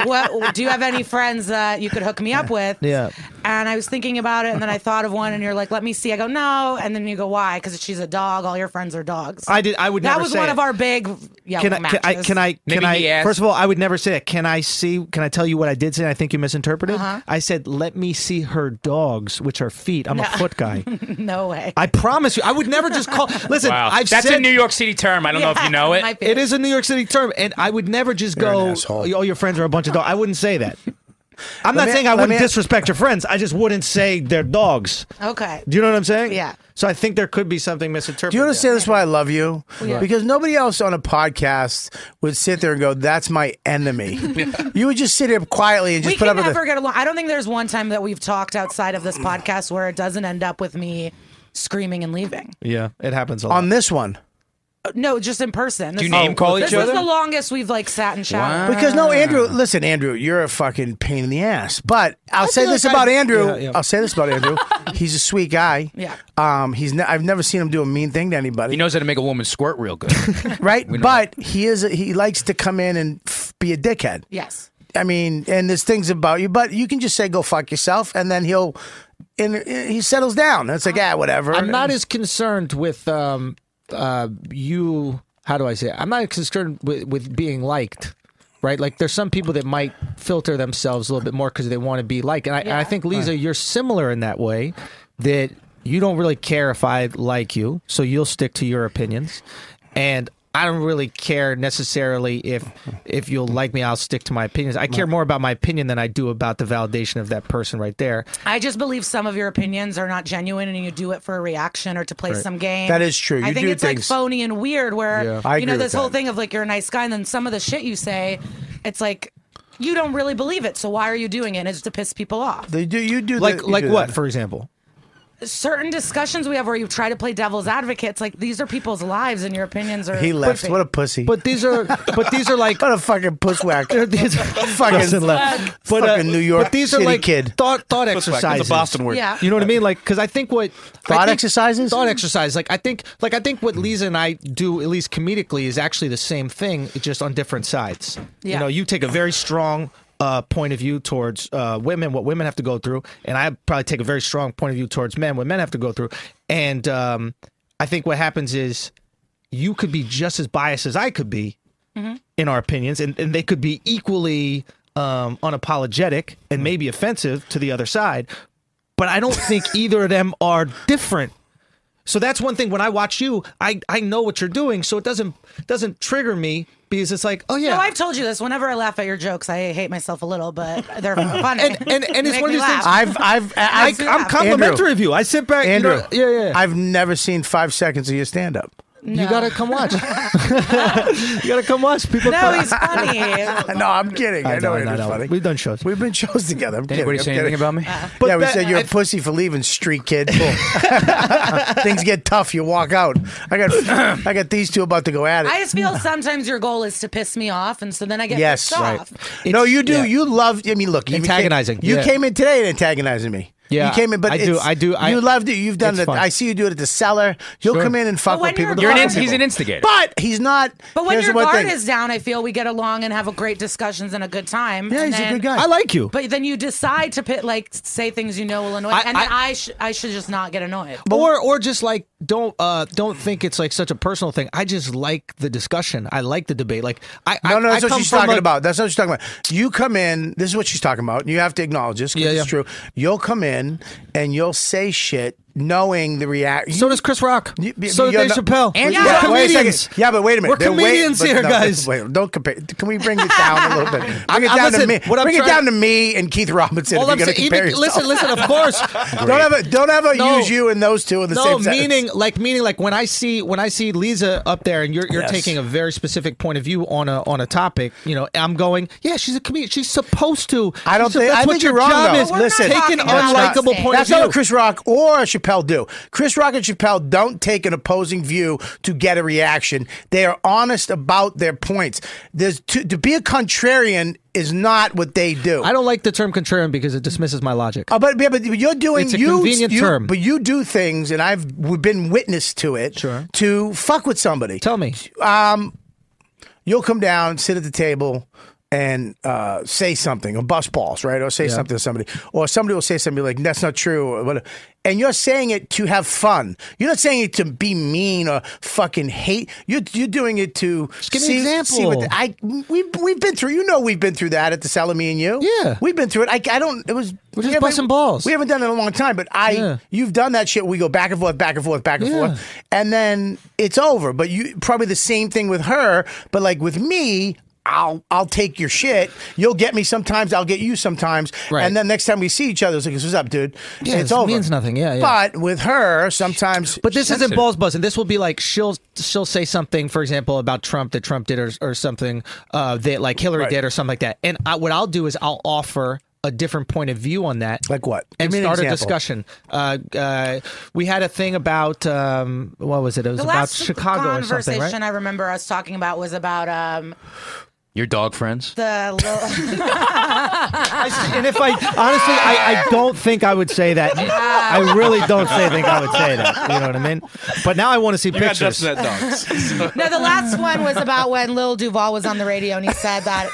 Speaker 5: what? Do you have any friends that you could hook me up with?
Speaker 4: Yeah.
Speaker 5: And I was thinking about it, and then I thought of one, and you're like, let me see. I go, no. And then you go, why? Because she's a dog. All your friends are dogs.
Speaker 4: I did. I would
Speaker 5: that
Speaker 4: never
Speaker 5: was
Speaker 4: say
Speaker 5: one
Speaker 4: it.
Speaker 5: of our big yeah
Speaker 4: can I, can I
Speaker 5: matches.
Speaker 4: can I can
Speaker 7: Maybe he
Speaker 4: I
Speaker 7: asked-
Speaker 4: first of all I would never say that. Can I see? Can I tell you what I did say? and I think you misinterpreted.
Speaker 5: Uh-huh.
Speaker 4: I said let me see her dogs, which are feet. I'm a foot guy.
Speaker 5: no way.
Speaker 4: I promise you, I would never just call. Listen,
Speaker 7: Wow,
Speaker 4: I've
Speaker 7: that's
Speaker 4: said
Speaker 7: a New York City term. I don't know if you know it.
Speaker 5: might be.
Speaker 4: it is a New York City term, and I would never just
Speaker 2: You're an
Speaker 4: go.
Speaker 2: asshole.
Speaker 4: All your friends are a bunch of dogs. I wouldn't say that. I'm
Speaker 2: Let
Speaker 4: not
Speaker 2: me-
Speaker 4: saying I
Speaker 2: let
Speaker 4: wouldn't
Speaker 2: me-
Speaker 4: disrespect your friends. I just wouldn't say they're dogs.
Speaker 5: Okay.
Speaker 4: Do you know what I'm saying?
Speaker 5: Yeah.
Speaker 4: So I think there could be something misinterpreted.
Speaker 2: Do you understand this? Why I love you?
Speaker 5: Yeah.
Speaker 2: Because nobody else on a podcast would sit there and go, "That's my enemy." you would just sit here quietly and just
Speaker 5: we
Speaker 2: put
Speaker 5: can
Speaker 2: up with
Speaker 5: never
Speaker 2: it.
Speaker 5: get along. I don't think there's one time that we've talked outside of this podcast where it doesn't end up with me screaming and leaving.
Speaker 4: Yeah, it happens a lot.
Speaker 2: on this one.
Speaker 5: no, just in person.
Speaker 7: Do you name call each
Speaker 5: this
Speaker 7: other?
Speaker 5: is the longest we've like sat and chatted.
Speaker 2: Because no, Andrew. Listen, Andrew, you're a fucking pain in the ass. But I'll
Speaker 5: I
Speaker 2: say
Speaker 5: feel
Speaker 2: this
Speaker 5: like
Speaker 2: about
Speaker 5: I-
Speaker 2: Andrew.
Speaker 5: Yeah, yeah.
Speaker 2: I'll say this about Andrew. He's a sweet guy.
Speaker 5: Yeah.
Speaker 2: Um. He's. Ne- I've never seen him do a mean thing to anybody.
Speaker 7: He knows how to make a woman squirt real good.
Speaker 2: right. But he is. A, he likes to come in and f- be a dickhead.
Speaker 5: Yes.
Speaker 2: I mean, and there's things about you, but you can just say go fuck yourself, and then he'll. And he settles down. It's like, ah, whatever.
Speaker 4: I'm not as concerned with um, uh, you. How do I say? It? I'm not concerned with, with being liked, right? Like there's some people that might filter themselves a little bit more because they want to be liked, and I, and I think Lisa, you're similar in that way. That you don't really care if I like you, so you'll stick to your opinions, and. I don't really care necessarily if if you'll like me. I'll stick to my opinions. I care more about my opinion than I do about the validation of that person right there.
Speaker 5: I just believe some of your opinions are not genuine, and you do it for a reaction or to play
Speaker 4: Right.
Speaker 5: some game.
Speaker 2: That is true.
Speaker 5: I
Speaker 2: You
Speaker 5: think
Speaker 2: do
Speaker 5: it's
Speaker 2: things-
Speaker 5: like phony and weird. Where
Speaker 2: Yeah. I
Speaker 5: you
Speaker 2: agree
Speaker 5: know
Speaker 2: with
Speaker 5: this whole
Speaker 2: that.
Speaker 5: thing of like you're a nice guy, and then some of the shit you say, it's like you don't really believe it. So why are you doing it? And it's to piss people off.
Speaker 2: They do. You do.
Speaker 4: Like
Speaker 2: the- you
Speaker 4: like
Speaker 2: do
Speaker 4: what,
Speaker 2: that.
Speaker 4: for example?
Speaker 5: Certain discussions we have where you try to play devil's advocate. It's like these are people's lives, and your opinions are.
Speaker 2: He left.
Speaker 5: perfect.
Speaker 2: What a pussy.
Speaker 4: But these are but these are like
Speaker 2: what a fucking pusswhack. these fucking
Speaker 4: Justin left.
Speaker 2: But,
Speaker 4: uh,
Speaker 2: fucking New York
Speaker 4: But these are
Speaker 2: city
Speaker 4: like
Speaker 2: kid.
Speaker 4: thought thought
Speaker 2: Pushback, that's a
Speaker 4: exercises.
Speaker 2: Boston word. Yeah.
Speaker 4: You know what I mean? Like because I think what
Speaker 2: Thought
Speaker 4: I think-
Speaker 2: exercises?
Speaker 4: Thought exercise. Like I think like I think what Lisa and I do at least comedically is actually the same thing, just on different sides.
Speaker 5: Yeah.
Speaker 4: You know, you take a very strong. Uh, point of view towards uh, women, what women have to go through, and I probably take a very strong point of view towards men, what men have to go through. And um, I think what happens is you could be just as biased as I could be, in our opinions, and, and they could be equally um, unapologetic and maybe offensive to the other side. But I don't think either of them are different. So that's one thing. When I watch you, I, I know what you're doing, so it doesn't doesn't trigger me because it's like, oh yeah,
Speaker 5: No, I've told you this. Whenever I laugh at your jokes, I hate myself a little, but they're funny.
Speaker 4: And- and- and
Speaker 5: You
Speaker 4: it's
Speaker 5: make
Speaker 4: one of
Speaker 5: me
Speaker 4: these things-
Speaker 5: laugh.
Speaker 2: I've, I've,
Speaker 5: I-
Speaker 2: I've,
Speaker 5: I'm complimentary
Speaker 2: Andrew.
Speaker 4: of you. I sit back, you
Speaker 2: Andrew.
Speaker 4: know- yeah, yeah.
Speaker 2: I've never seen five seconds of your stand up.
Speaker 4: you gotta come watch. you gotta come watch people.
Speaker 5: No, he's funny.
Speaker 2: no, I'm kidding. I,
Speaker 4: I
Speaker 2: know,
Speaker 4: know, I
Speaker 2: Andrew's
Speaker 4: know, I know.
Speaker 2: funny.
Speaker 4: We've done shows.
Speaker 2: We've been shows together. I'm
Speaker 7: Did anybody
Speaker 2: kidding,
Speaker 7: say
Speaker 2: I'm
Speaker 7: anything
Speaker 2: kidding. Uh,
Speaker 7: about me?
Speaker 2: But yeah, we
Speaker 4: that-
Speaker 2: said you're a pussy for leaving, street kid. Cool. Things get tough. You walk out. I got, I got these two about to go at it.
Speaker 5: I just feel sometimes your goal is to piss me off, and so then I get
Speaker 2: yes,
Speaker 5: pissed off.
Speaker 2: no, you do. You love. I mean, look, you came-
Speaker 4: Antagonizing,
Speaker 2: You
Speaker 4: yeah.
Speaker 2: came in today and antagonizing me.
Speaker 4: Yeah,
Speaker 2: you came in, but
Speaker 4: I do,
Speaker 2: it's-
Speaker 4: I do, I-
Speaker 2: you loved it. You've done
Speaker 4: It's
Speaker 2: it.
Speaker 4: fun.
Speaker 2: I see you do it at the cellar. You'll
Speaker 4: Sure.
Speaker 2: come in and fuck with
Speaker 5: But when
Speaker 2: people.
Speaker 5: you're
Speaker 2: to
Speaker 5: You're an
Speaker 2: fuck
Speaker 5: ins-
Speaker 2: people.
Speaker 7: he's an instigator.
Speaker 2: but he's not.
Speaker 5: But when
Speaker 2: here's
Speaker 5: your
Speaker 2: one
Speaker 5: guard
Speaker 2: thing.
Speaker 5: is down, I feel we get along and have a great discussions and a good time.
Speaker 2: Yeah,
Speaker 5: and
Speaker 2: he's a
Speaker 5: then-
Speaker 2: good guy.
Speaker 4: I like you.
Speaker 5: But then you decide to pit, like say things you know will annoy,
Speaker 4: I-
Speaker 5: and then
Speaker 4: I-
Speaker 5: I sh- I should just not get annoyed.
Speaker 4: or or just like don't uh don't think it's like such a personal thing. I just like the discussion. I like the debate. Like I
Speaker 2: No, Oh, no,
Speaker 4: I,
Speaker 2: that's
Speaker 4: I
Speaker 2: what
Speaker 4: come
Speaker 2: she's
Speaker 4: from
Speaker 2: talking
Speaker 4: a-
Speaker 2: about. That's not what she's talking about. You come in. This is what she's talking about. and You have to acknowledge this. 'cause
Speaker 4: Yeah,
Speaker 2: it's
Speaker 4: yeah.
Speaker 2: true. You'll come in and you'll say shit, knowing the reaction.
Speaker 4: So does Chris Rock.
Speaker 2: You-
Speaker 4: so
Speaker 2: you're
Speaker 4: does Dave
Speaker 2: not-
Speaker 4: Chappelle.
Speaker 2: Andrew,
Speaker 4: We're
Speaker 2: yeah, wait a second.
Speaker 4: comedians.
Speaker 2: Yeah, but wait a minute.
Speaker 4: We're
Speaker 2: They're way-
Speaker 4: comedians
Speaker 2: but
Speaker 4: here,
Speaker 2: no,
Speaker 4: guys.
Speaker 2: Wait, don't compare. Can we bring it down a little bit?
Speaker 4: I'm-
Speaker 2: Bring it
Speaker 4: I'm-
Speaker 2: down to
Speaker 4: listen,
Speaker 2: me.
Speaker 4: what I'm
Speaker 2: Bring it
Speaker 4: trying-
Speaker 2: down to me and Keith Robinson.
Speaker 4: All
Speaker 2: if
Speaker 4: I'm
Speaker 2: you're gonna
Speaker 4: saying,
Speaker 2: compare
Speaker 4: even, listen,
Speaker 2: yourself.
Speaker 4: listen. Of course,
Speaker 2: Don't ever, don't ever
Speaker 4: No.
Speaker 2: use you and those two in the
Speaker 4: no
Speaker 2: same
Speaker 4: meaning,
Speaker 2: sentence.
Speaker 4: like meaning, like when I see when I see Lisa up there, and you're you're
Speaker 2: Yes.
Speaker 4: taking a very specific point of view on a on a topic. You know, I'm going, yeah, she's a comedian. She's supposed to.
Speaker 2: I don't
Speaker 4: She's-
Speaker 2: think.
Speaker 4: that's
Speaker 2: I
Speaker 4: what
Speaker 2: think
Speaker 4: your
Speaker 2: you're wrong.
Speaker 4: job
Speaker 2: though.
Speaker 4: is.
Speaker 2: Listen,
Speaker 4: take an
Speaker 5: about
Speaker 4: unlikable
Speaker 5: that.
Speaker 4: point
Speaker 2: That's
Speaker 4: of
Speaker 2: not
Speaker 4: view.
Speaker 2: what Chris Rock or Chappelle do. Chris Rock and Chappelle don't take an opposing view to get a reaction. They are honest about their points. There's to, to be a contrarian is not what they do.
Speaker 4: I don't like the term contrarian because it dismisses my logic.
Speaker 2: Uh, but, yeah, but you're doing
Speaker 4: It's a
Speaker 2: you,
Speaker 4: convenient
Speaker 2: you-
Speaker 4: term.
Speaker 2: But you do things, and I've w- been witness to it.
Speaker 4: Sure.
Speaker 2: To fuck with somebody.
Speaker 4: Tell me.
Speaker 2: Um, you'll come down, sit at the table, and uh, say something, or bust balls, right? Or say
Speaker 4: Yeah.
Speaker 2: something to somebody, or somebody will say something like, "That's not true," or whatever. And you're saying it to have fun. You're not saying it to be mean or fucking hate. You're, you're doing it to
Speaker 4: give me
Speaker 2: see,
Speaker 4: an example.
Speaker 2: see what the- I we we've been through. You know, we've been through that at the Salami and you.
Speaker 4: Yeah.
Speaker 2: we've been through it. I, I don't. It was
Speaker 4: We're
Speaker 2: we
Speaker 4: just
Speaker 2: haven't-
Speaker 4: busting balls.
Speaker 2: We haven't done it in a long time, but I,
Speaker 4: Yeah.
Speaker 2: you've done that shit. We go back and forth, back and forth, back and
Speaker 4: Yeah.
Speaker 2: forth, and then it's over. But you probably the same thing with her, but like with me. I'll I'll take your shit. You'll get me sometimes. I'll get you sometimes.
Speaker 4: Right.
Speaker 2: And then next time we see each other, it's like, "What's up, dude?"
Speaker 4: Yeah,
Speaker 2: And it's
Speaker 4: it
Speaker 2: over.
Speaker 4: means nothing. Yeah, yeah.
Speaker 2: But with her, sometimes.
Speaker 4: But this isn't
Speaker 7: sensitive.
Speaker 4: balls buzzing. This will be like she'll she'll say something, for example, about Trump that Trump did or, or something uh, that like Hillary
Speaker 2: Right.
Speaker 4: did or something like that. And I, what I'll do is I'll offer a different point of view on that.
Speaker 2: Like what?
Speaker 4: And
Speaker 2: Give me an
Speaker 4: start a
Speaker 2: example.
Speaker 4: discussion. Uh, uh, we had a thing about um, what was it? It was
Speaker 5: the
Speaker 4: about
Speaker 5: last
Speaker 4: Chicago or something,
Speaker 5: conversation I
Speaker 4: right?
Speaker 5: remember us talking about was about um,
Speaker 7: Your dog friends?
Speaker 5: the. Little...
Speaker 4: and if I honestly, I, I don't think I would say that. I really don't say, think I would say that. You know what I mean? But now I want to see
Speaker 3: You got
Speaker 4: pictures.
Speaker 3: Dubstep dogs.
Speaker 5: No, the last one was about when Lil Duval was on the radio and he said that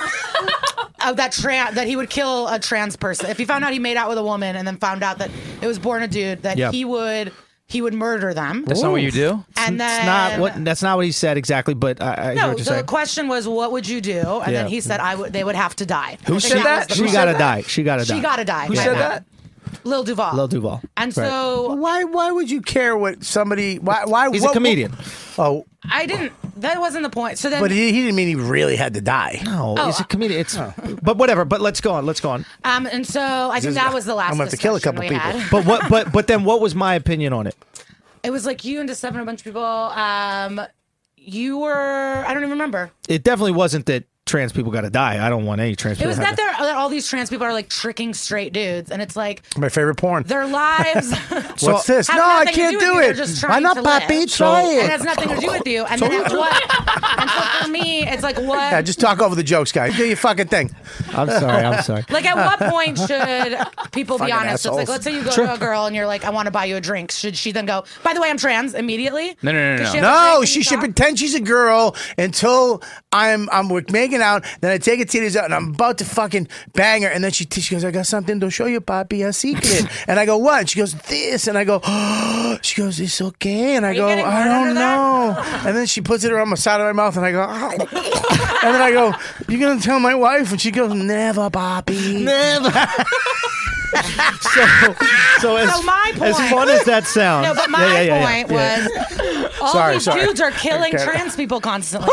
Speaker 5: uh, that tran that he would kill a trans person if he found out he made out with a woman and then found out that it was born a dude that
Speaker 4: Yeah.
Speaker 5: he would he would murder them.
Speaker 4: That's not what you
Speaker 7: do.
Speaker 5: And
Speaker 4: It's
Speaker 5: then
Speaker 4: not what. That's not what he said exactly. But I, I hear
Speaker 5: no,
Speaker 4: what
Speaker 5: the
Speaker 4: you're saying.
Speaker 5: question was what would you do? And then
Speaker 4: Yeah.
Speaker 5: he said I would they would have to die. I
Speaker 4: Who
Speaker 5: think
Speaker 4: said
Speaker 5: was
Speaker 4: that?
Speaker 5: the
Speaker 4: She
Speaker 5: question.
Speaker 4: gotta die. She gotta die.
Speaker 5: She gotta die.
Speaker 4: Who
Speaker 5: by
Speaker 4: said
Speaker 5: now.
Speaker 4: that?
Speaker 5: Lil Duval.
Speaker 4: Lil Duval.
Speaker 5: And
Speaker 4: Right.
Speaker 5: so
Speaker 2: why why would you care what somebody? Why why?
Speaker 5: He's a
Speaker 2: what-
Speaker 5: comedian.
Speaker 2: Oh,
Speaker 5: I didn't that wasn't the point. So then
Speaker 2: but he, he didn't mean he really had to die.
Speaker 4: No,
Speaker 5: Oh, he's a
Speaker 4: comedian. It's but whatever. But let's go on. Let's go on.
Speaker 5: um and so I think that was the last
Speaker 4: I'm gonna have to kill a
Speaker 5: discussion
Speaker 4: couple
Speaker 5: we
Speaker 4: people.
Speaker 5: had.
Speaker 4: But what? But but then what was my opinion on it?
Speaker 5: It was like you and just seven a bunch of people. Um, you were I don't even remember.
Speaker 4: It definitely wasn't that trans people got to die. I don't want any trans
Speaker 5: It
Speaker 4: people.
Speaker 5: was
Speaker 4: to have
Speaker 5: that there that all these trans people are like tricking straight dudes, and it's like
Speaker 2: My favorite porn.
Speaker 5: their lives.
Speaker 2: What's this?
Speaker 5: have
Speaker 2: No, I
Speaker 5: nothing to
Speaker 2: can't do
Speaker 5: with you.
Speaker 2: it.
Speaker 5: They're just
Speaker 2: Why
Speaker 5: trying
Speaker 2: not,
Speaker 5: to live.
Speaker 2: Papi? Try
Speaker 5: And
Speaker 2: it.
Speaker 5: has nothing to do with you. And then at what? And so for me, it's like what?
Speaker 2: Yeah, just talk over the jokes, guy. Do your fucking thing.
Speaker 4: I'm sorry. I'm sorry.
Speaker 5: Like, at what point should people be
Speaker 2: Fucking
Speaker 5: honest? It's like,
Speaker 2: assholes.
Speaker 5: let's say you go
Speaker 2: Sure.
Speaker 5: to a girl and you're like, I want to buy you a drink. Should she then go, by the way, I'm trans immediately?
Speaker 7: No, no, no,
Speaker 5: Does
Speaker 7: no.
Speaker 5: she have a
Speaker 2: No,
Speaker 5: drink?
Speaker 2: she should pretend she's a girl until I'm I'm we're making out. Then I take her titties out and I'm about to fucking bang her. And then she, she goes, I got something to show you, Papi, a secret. and I go, what? And she goes, this. And I go, she goes, it's okay. And I go,
Speaker 20: getting
Speaker 2: I
Speaker 20: hard
Speaker 2: don't
Speaker 20: under that?"
Speaker 2: know. and then she puts it around the side of my mouth and I go, "Ah." and then I go, you're going to tell my wife? And she goes, never, Papi.
Speaker 4: Never. so, so as,
Speaker 5: So my
Speaker 4: as
Speaker 5: point-
Speaker 4: fun as that sounds.
Speaker 5: No, but my
Speaker 4: Yeah, yeah, yeah, yeah,
Speaker 5: point
Speaker 4: yeah.
Speaker 5: was all
Speaker 4: Sorry,
Speaker 5: these
Speaker 4: sorry.
Speaker 5: dudes are killing
Speaker 4: Okay.
Speaker 5: trans people constantly.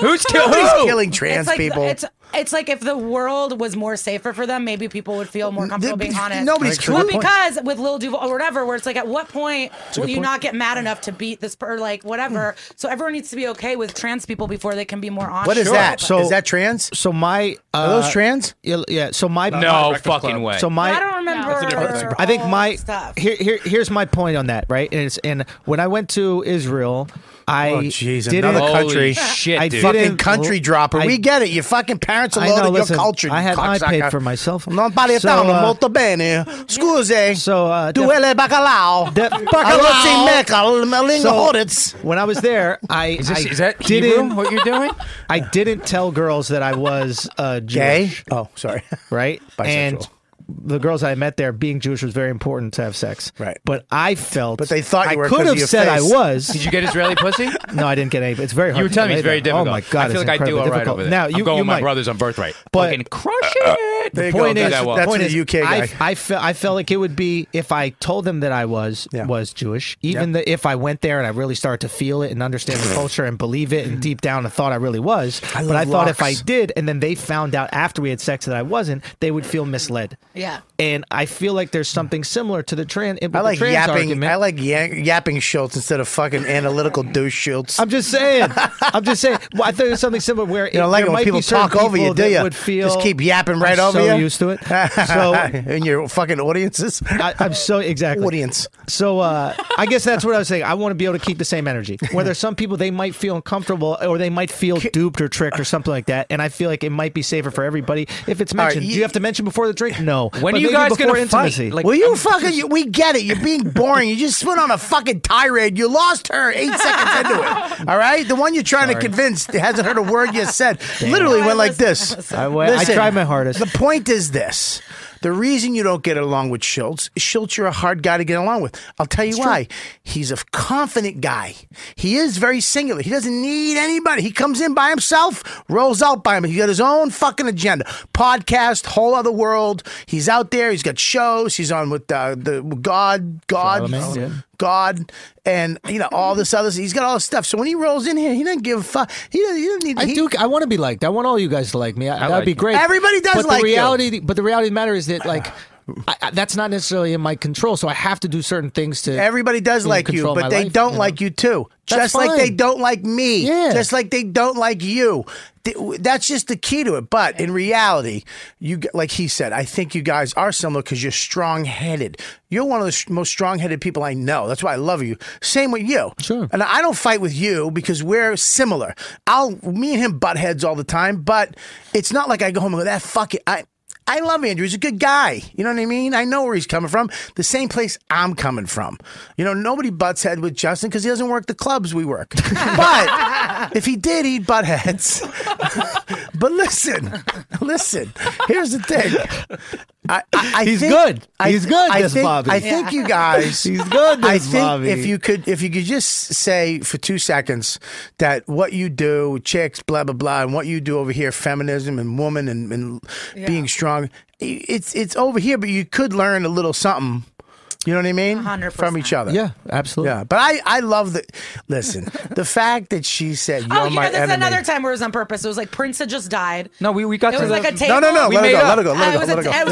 Speaker 4: Who's
Speaker 2: Nobody's killing trans
Speaker 5: it's like,
Speaker 2: people.
Speaker 5: It's it's like if the world was more safer for them, maybe people would feel more comfortable being honest.
Speaker 2: nobody's
Speaker 5: Well,
Speaker 2: killing-
Speaker 5: because with Lil Duval or whatever, where it's like, at what point
Speaker 2: That's a
Speaker 5: will
Speaker 2: good
Speaker 5: you
Speaker 2: point.
Speaker 5: not get mad enough to beat this per- or like whatever?
Speaker 4: Hmm.
Speaker 5: So everyone needs to be okay with trans people before they can be more honest.
Speaker 2: What is
Speaker 5: about
Speaker 2: that?
Speaker 5: it.
Speaker 2: So, is that trans?
Speaker 4: So my uh,
Speaker 2: are those trans?
Speaker 4: Yeah, yeah, so my
Speaker 7: No No, Breakfast fucking Club. way.
Speaker 4: So my
Speaker 5: I don't remember.
Speaker 4: I think my
Speaker 5: stuff.
Speaker 4: here here here's my point on that right. And it's and when I went to Israel, I
Speaker 2: Oh, jeez,
Speaker 4: didn't-
Speaker 2: another country.
Speaker 4: I
Speaker 2: fucking
Speaker 4: didn't-
Speaker 2: country dropper.
Speaker 4: I-
Speaker 2: we get it. Your fucking parents are
Speaker 4: I
Speaker 2: loaded
Speaker 4: know,
Speaker 2: your
Speaker 4: listen,
Speaker 2: culture. you
Speaker 4: I had I paid
Speaker 2: cocksucker.
Speaker 4: for myself.
Speaker 2: Non pari
Speaker 4: So,
Speaker 2: italiano,
Speaker 4: uh,
Speaker 2: molto bene. Scusi.
Speaker 4: So, uh,
Speaker 2: duele bacalao.
Speaker 4: Bacalao.
Speaker 2: Bacalao.
Speaker 4: So,
Speaker 2: Bacalao.
Speaker 4: when I was there, I
Speaker 2: Is this-
Speaker 4: I
Speaker 2: is that
Speaker 4: didn't,
Speaker 2: Hebrew,
Speaker 4: What you're doing? I didn't tell girls that I was uh,
Speaker 2: Gay?
Speaker 4: Jewish.
Speaker 2: Oh, sorry.
Speaker 4: Right.
Speaker 2: Bisexual.
Speaker 4: And the girls I met there, being Jewish was very important to have sex. Right. But I felt. But they
Speaker 2: thought you were
Speaker 4: I could
Speaker 2: 'cause of
Speaker 4: have
Speaker 2: your
Speaker 4: said
Speaker 2: face.
Speaker 4: I was.
Speaker 7: Did you get Israeli pussy?
Speaker 4: No, I didn't get any. It's very hard.
Speaker 7: You were
Speaker 4: to
Speaker 7: telling me
Speaker 4: relate
Speaker 7: it's very
Speaker 4: that.
Speaker 7: difficult.
Speaker 4: Oh my god!
Speaker 7: I feel
Speaker 4: it's
Speaker 7: like I do
Speaker 4: incredibly
Speaker 7: all right
Speaker 4: difficult.
Speaker 7: over there.
Speaker 4: Now you,
Speaker 7: I'm going
Speaker 4: you
Speaker 7: with my
Speaker 4: might.
Speaker 7: brothers on birthright.
Speaker 4: But- uh,
Speaker 7: Fucking crush it.
Speaker 4: The point is,
Speaker 7: that well.
Speaker 4: the point is, I,
Speaker 7: I-
Speaker 4: I felt I felt like it would be if I told them that I was was Jewish, even the, if I went there and I really started to feel it and understand the culture and believe it and deep down I thought I really was. but I
Speaker 2: love
Speaker 4: thought if I
Speaker 2: locks.
Speaker 4: did, and then they found out after we had sex that I wasn't, they would feel misled.
Speaker 5: Yeah.
Speaker 4: And I feel like there's something similar to the trans.
Speaker 2: I like
Speaker 4: trans
Speaker 2: yapping.
Speaker 4: argument.
Speaker 2: I like ya- yapping Schultz instead of fucking analytical douche Schultz.
Speaker 4: I'm just saying. I'm just saying. Well, I thought it was something similar where
Speaker 2: You don't like
Speaker 4: there
Speaker 2: it when
Speaker 4: might
Speaker 2: people
Speaker 4: be certain
Speaker 2: talk over you,
Speaker 4: people
Speaker 2: do
Speaker 4: that
Speaker 2: you?
Speaker 4: Would feel
Speaker 2: Just keep yapping right
Speaker 4: I'm
Speaker 2: over
Speaker 4: so
Speaker 2: you.
Speaker 4: used to it. So
Speaker 2: in your fucking audiences,
Speaker 4: I, I'm so exactly
Speaker 2: audience.
Speaker 4: So uh, I guess that's what I was saying. I want to be able to keep the same energy. Whether some people they might feel uncomfortable or they might feel duped or tricked or something like that, and I feel like it might be safer for everybody if it's
Speaker 2: right,
Speaker 4: mentioned. Do
Speaker 2: you-
Speaker 4: you have to mention before the drink? No.
Speaker 7: When
Speaker 4: But
Speaker 7: are you
Speaker 4: maybe
Speaker 7: guys
Speaker 4: before
Speaker 7: gonna fight?
Speaker 4: intimacy?
Speaker 7: Like,
Speaker 2: Will you fucking? you- we get it. You're being boring. You just went on a fucking tirade. You lost her eight seconds into it. All right, the one you're trying to
Speaker 4: Sorry.
Speaker 2: convince hasn't heard a word you said. Literally went like this.
Speaker 4: I went- I tried my hardest.
Speaker 2: The point is this. The reason you don't get along with Schultz, Schultz, you're a hard guy to get along with. I'll tell you why. He's a confident guy. He is very singular. He doesn't need anybody. He comes in by himself, rolls out by him. He's got his own fucking agenda. Podcast, whole other world. He's out there. He's got shows. He's on with uh, the God, God,
Speaker 4: Charlemagne, yeah.
Speaker 2: God, and you know all this other. He's got all this stuff. So when he rolls in here, he doesn't give a fuck. He doesn't, he doesn't need.
Speaker 21: I
Speaker 2: he-
Speaker 21: do. I want to be liked. I want all you guys to like me. I, that'd
Speaker 2: like
Speaker 21: be
Speaker 2: you.
Speaker 21: great.
Speaker 2: Everybody does
Speaker 21: but
Speaker 2: like
Speaker 21: the
Speaker 2: you.
Speaker 21: reality, But the reality of the matter is that, like,
Speaker 22: I, I, that's not necessarily in my control. So I have to do certain things to.
Speaker 2: Everybody does
Speaker 22: you know,
Speaker 2: like you,
Speaker 22: control
Speaker 2: but
Speaker 22: my
Speaker 2: they
Speaker 22: life,
Speaker 2: don't
Speaker 22: you know?
Speaker 2: like you too.
Speaker 22: That's
Speaker 2: just like they
Speaker 22: fine.
Speaker 2: don't like me.
Speaker 22: Yeah.
Speaker 2: Just like they don't like you. Th- w- That's just the key to it. But in reality, you g- like he said, I think you guys are similar because you're strong-headed. You're one of the sh- most strong-headed people I know. That's why I love you. Same with you. Sure. And I don't fight with you because we're similar. I'll me and him butt heads all the time, but it's not like I go home and go that fuck it. I I love Andrew. He's a good guy. You know what I mean? I know where he's coming from. The same place I'm coming from. You know, nobody butts head with Justin because he doesn't work the clubs we work. but if he did, he'd butt heads. but listen, listen. Here's the thing. I, I, I
Speaker 22: He's
Speaker 2: think-
Speaker 22: good.
Speaker 2: I-
Speaker 22: He's good,
Speaker 2: I
Speaker 22: this
Speaker 2: think,
Speaker 22: Bobby.
Speaker 2: I think you guys.
Speaker 22: He's good,
Speaker 2: I
Speaker 22: this
Speaker 2: think
Speaker 22: Bobby.
Speaker 2: if you could, if you could just say for two seconds that what you do, chicks, blah blah blah, and what you do over here, feminism and woman and, and being strong, i- it's it's over here, but you could learn a little something. You know what I mean? 100 From each other. Yeah, absolutely. Yeah, but I, I love the listen. the fact that she said, "You're
Speaker 5: Oh, you know,
Speaker 2: my
Speaker 5: this is
Speaker 2: enemy."
Speaker 5: another time where it was on purpose. It was like Prince had just died.
Speaker 2: No, we, we got
Speaker 5: it was like a table.
Speaker 2: No, no, no. Let it, go, let it go. Let
Speaker 5: Uh,
Speaker 2: it go.
Speaker 5: was
Speaker 2: Let
Speaker 5: a-
Speaker 2: it go.
Speaker 5: was a table- It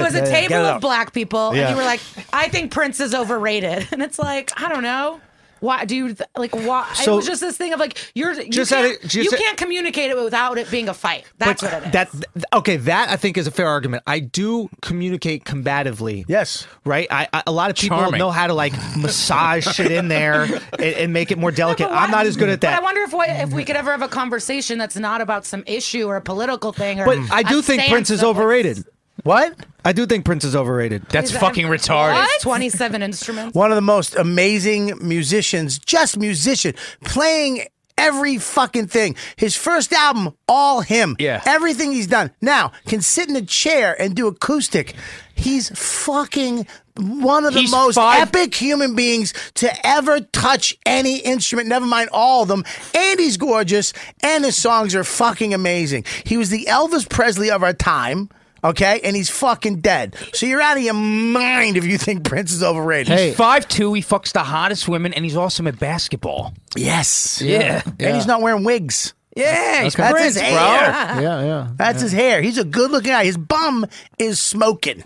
Speaker 5: was a table of black people, and
Speaker 2: Yeah.
Speaker 5: you were like, "I think Prince is overrated," and it's like, I don't know. Why do you th- like? Why it
Speaker 22: So-
Speaker 5: was just this thing of like you're you
Speaker 22: Just
Speaker 5: can't,
Speaker 22: out of- just
Speaker 5: you
Speaker 22: out-
Speaker 5: can't communicate it without it being a fight. That's
Speaker 22: But
Speaker 5: what it is.
Speaker 22: That th- okay? That I think is a fair argument. I do communicate combatively.
Speaker 2: Yes,
Speaker 22: right. I, I a lot of people
Speaker 7: Charming.
Speaker 22: know how to like massage shit in there and, and make it more delicate. I'm not as good at
Speaker 5: But I
Speaker 22: that.
Speaker 5: wonder if what, if we could ever have a conversation that's not about some issue or a political thing. Or
Speaker 22: But I do think Prince is overrated.
Speaker 2: What?
Speaker 22: I do think Prince is overrated.
Speaker 7: That's fucking retarded.
Speaker 5: Twenty-seven instruments.
Speaker 2: One of the most amazing musicians, just musician, playing every fucking thing. His first album, all him. Yeah. Everything he's done. Now, can sit in a chair and do acoustic. He's fucking one of the
Speaker 7: He's
Speaker 2: most
Speaker 7: five-
Speaker 2: epic human beings to ever touch any instrument, never mind all of them. And he's gorgeous, and his songs are fucking amazing. He was the Elvis Presley of our time. Okay, and he's fucking dead. So you're out of your mind if you think Prince is overrated.
Speaker 7: He's five two. He fucks the hottest women, and he's awesome at basketball.
Speaker 2: Yes.
Speaker 7: Yeah.
Speaker 2: And he's not wearing wigs.
Speaker 7: Yeah, he's
Speaker 2: That's
Speaker 7: Prince,
Speaker 2: his
Speaker 7: bro.
Speaker 2: hair.
Speaker 7: Yeah,
Speaker 4: yeah.
Speaker 2: That's his hair. He's a good looking guy. His bum is smoking.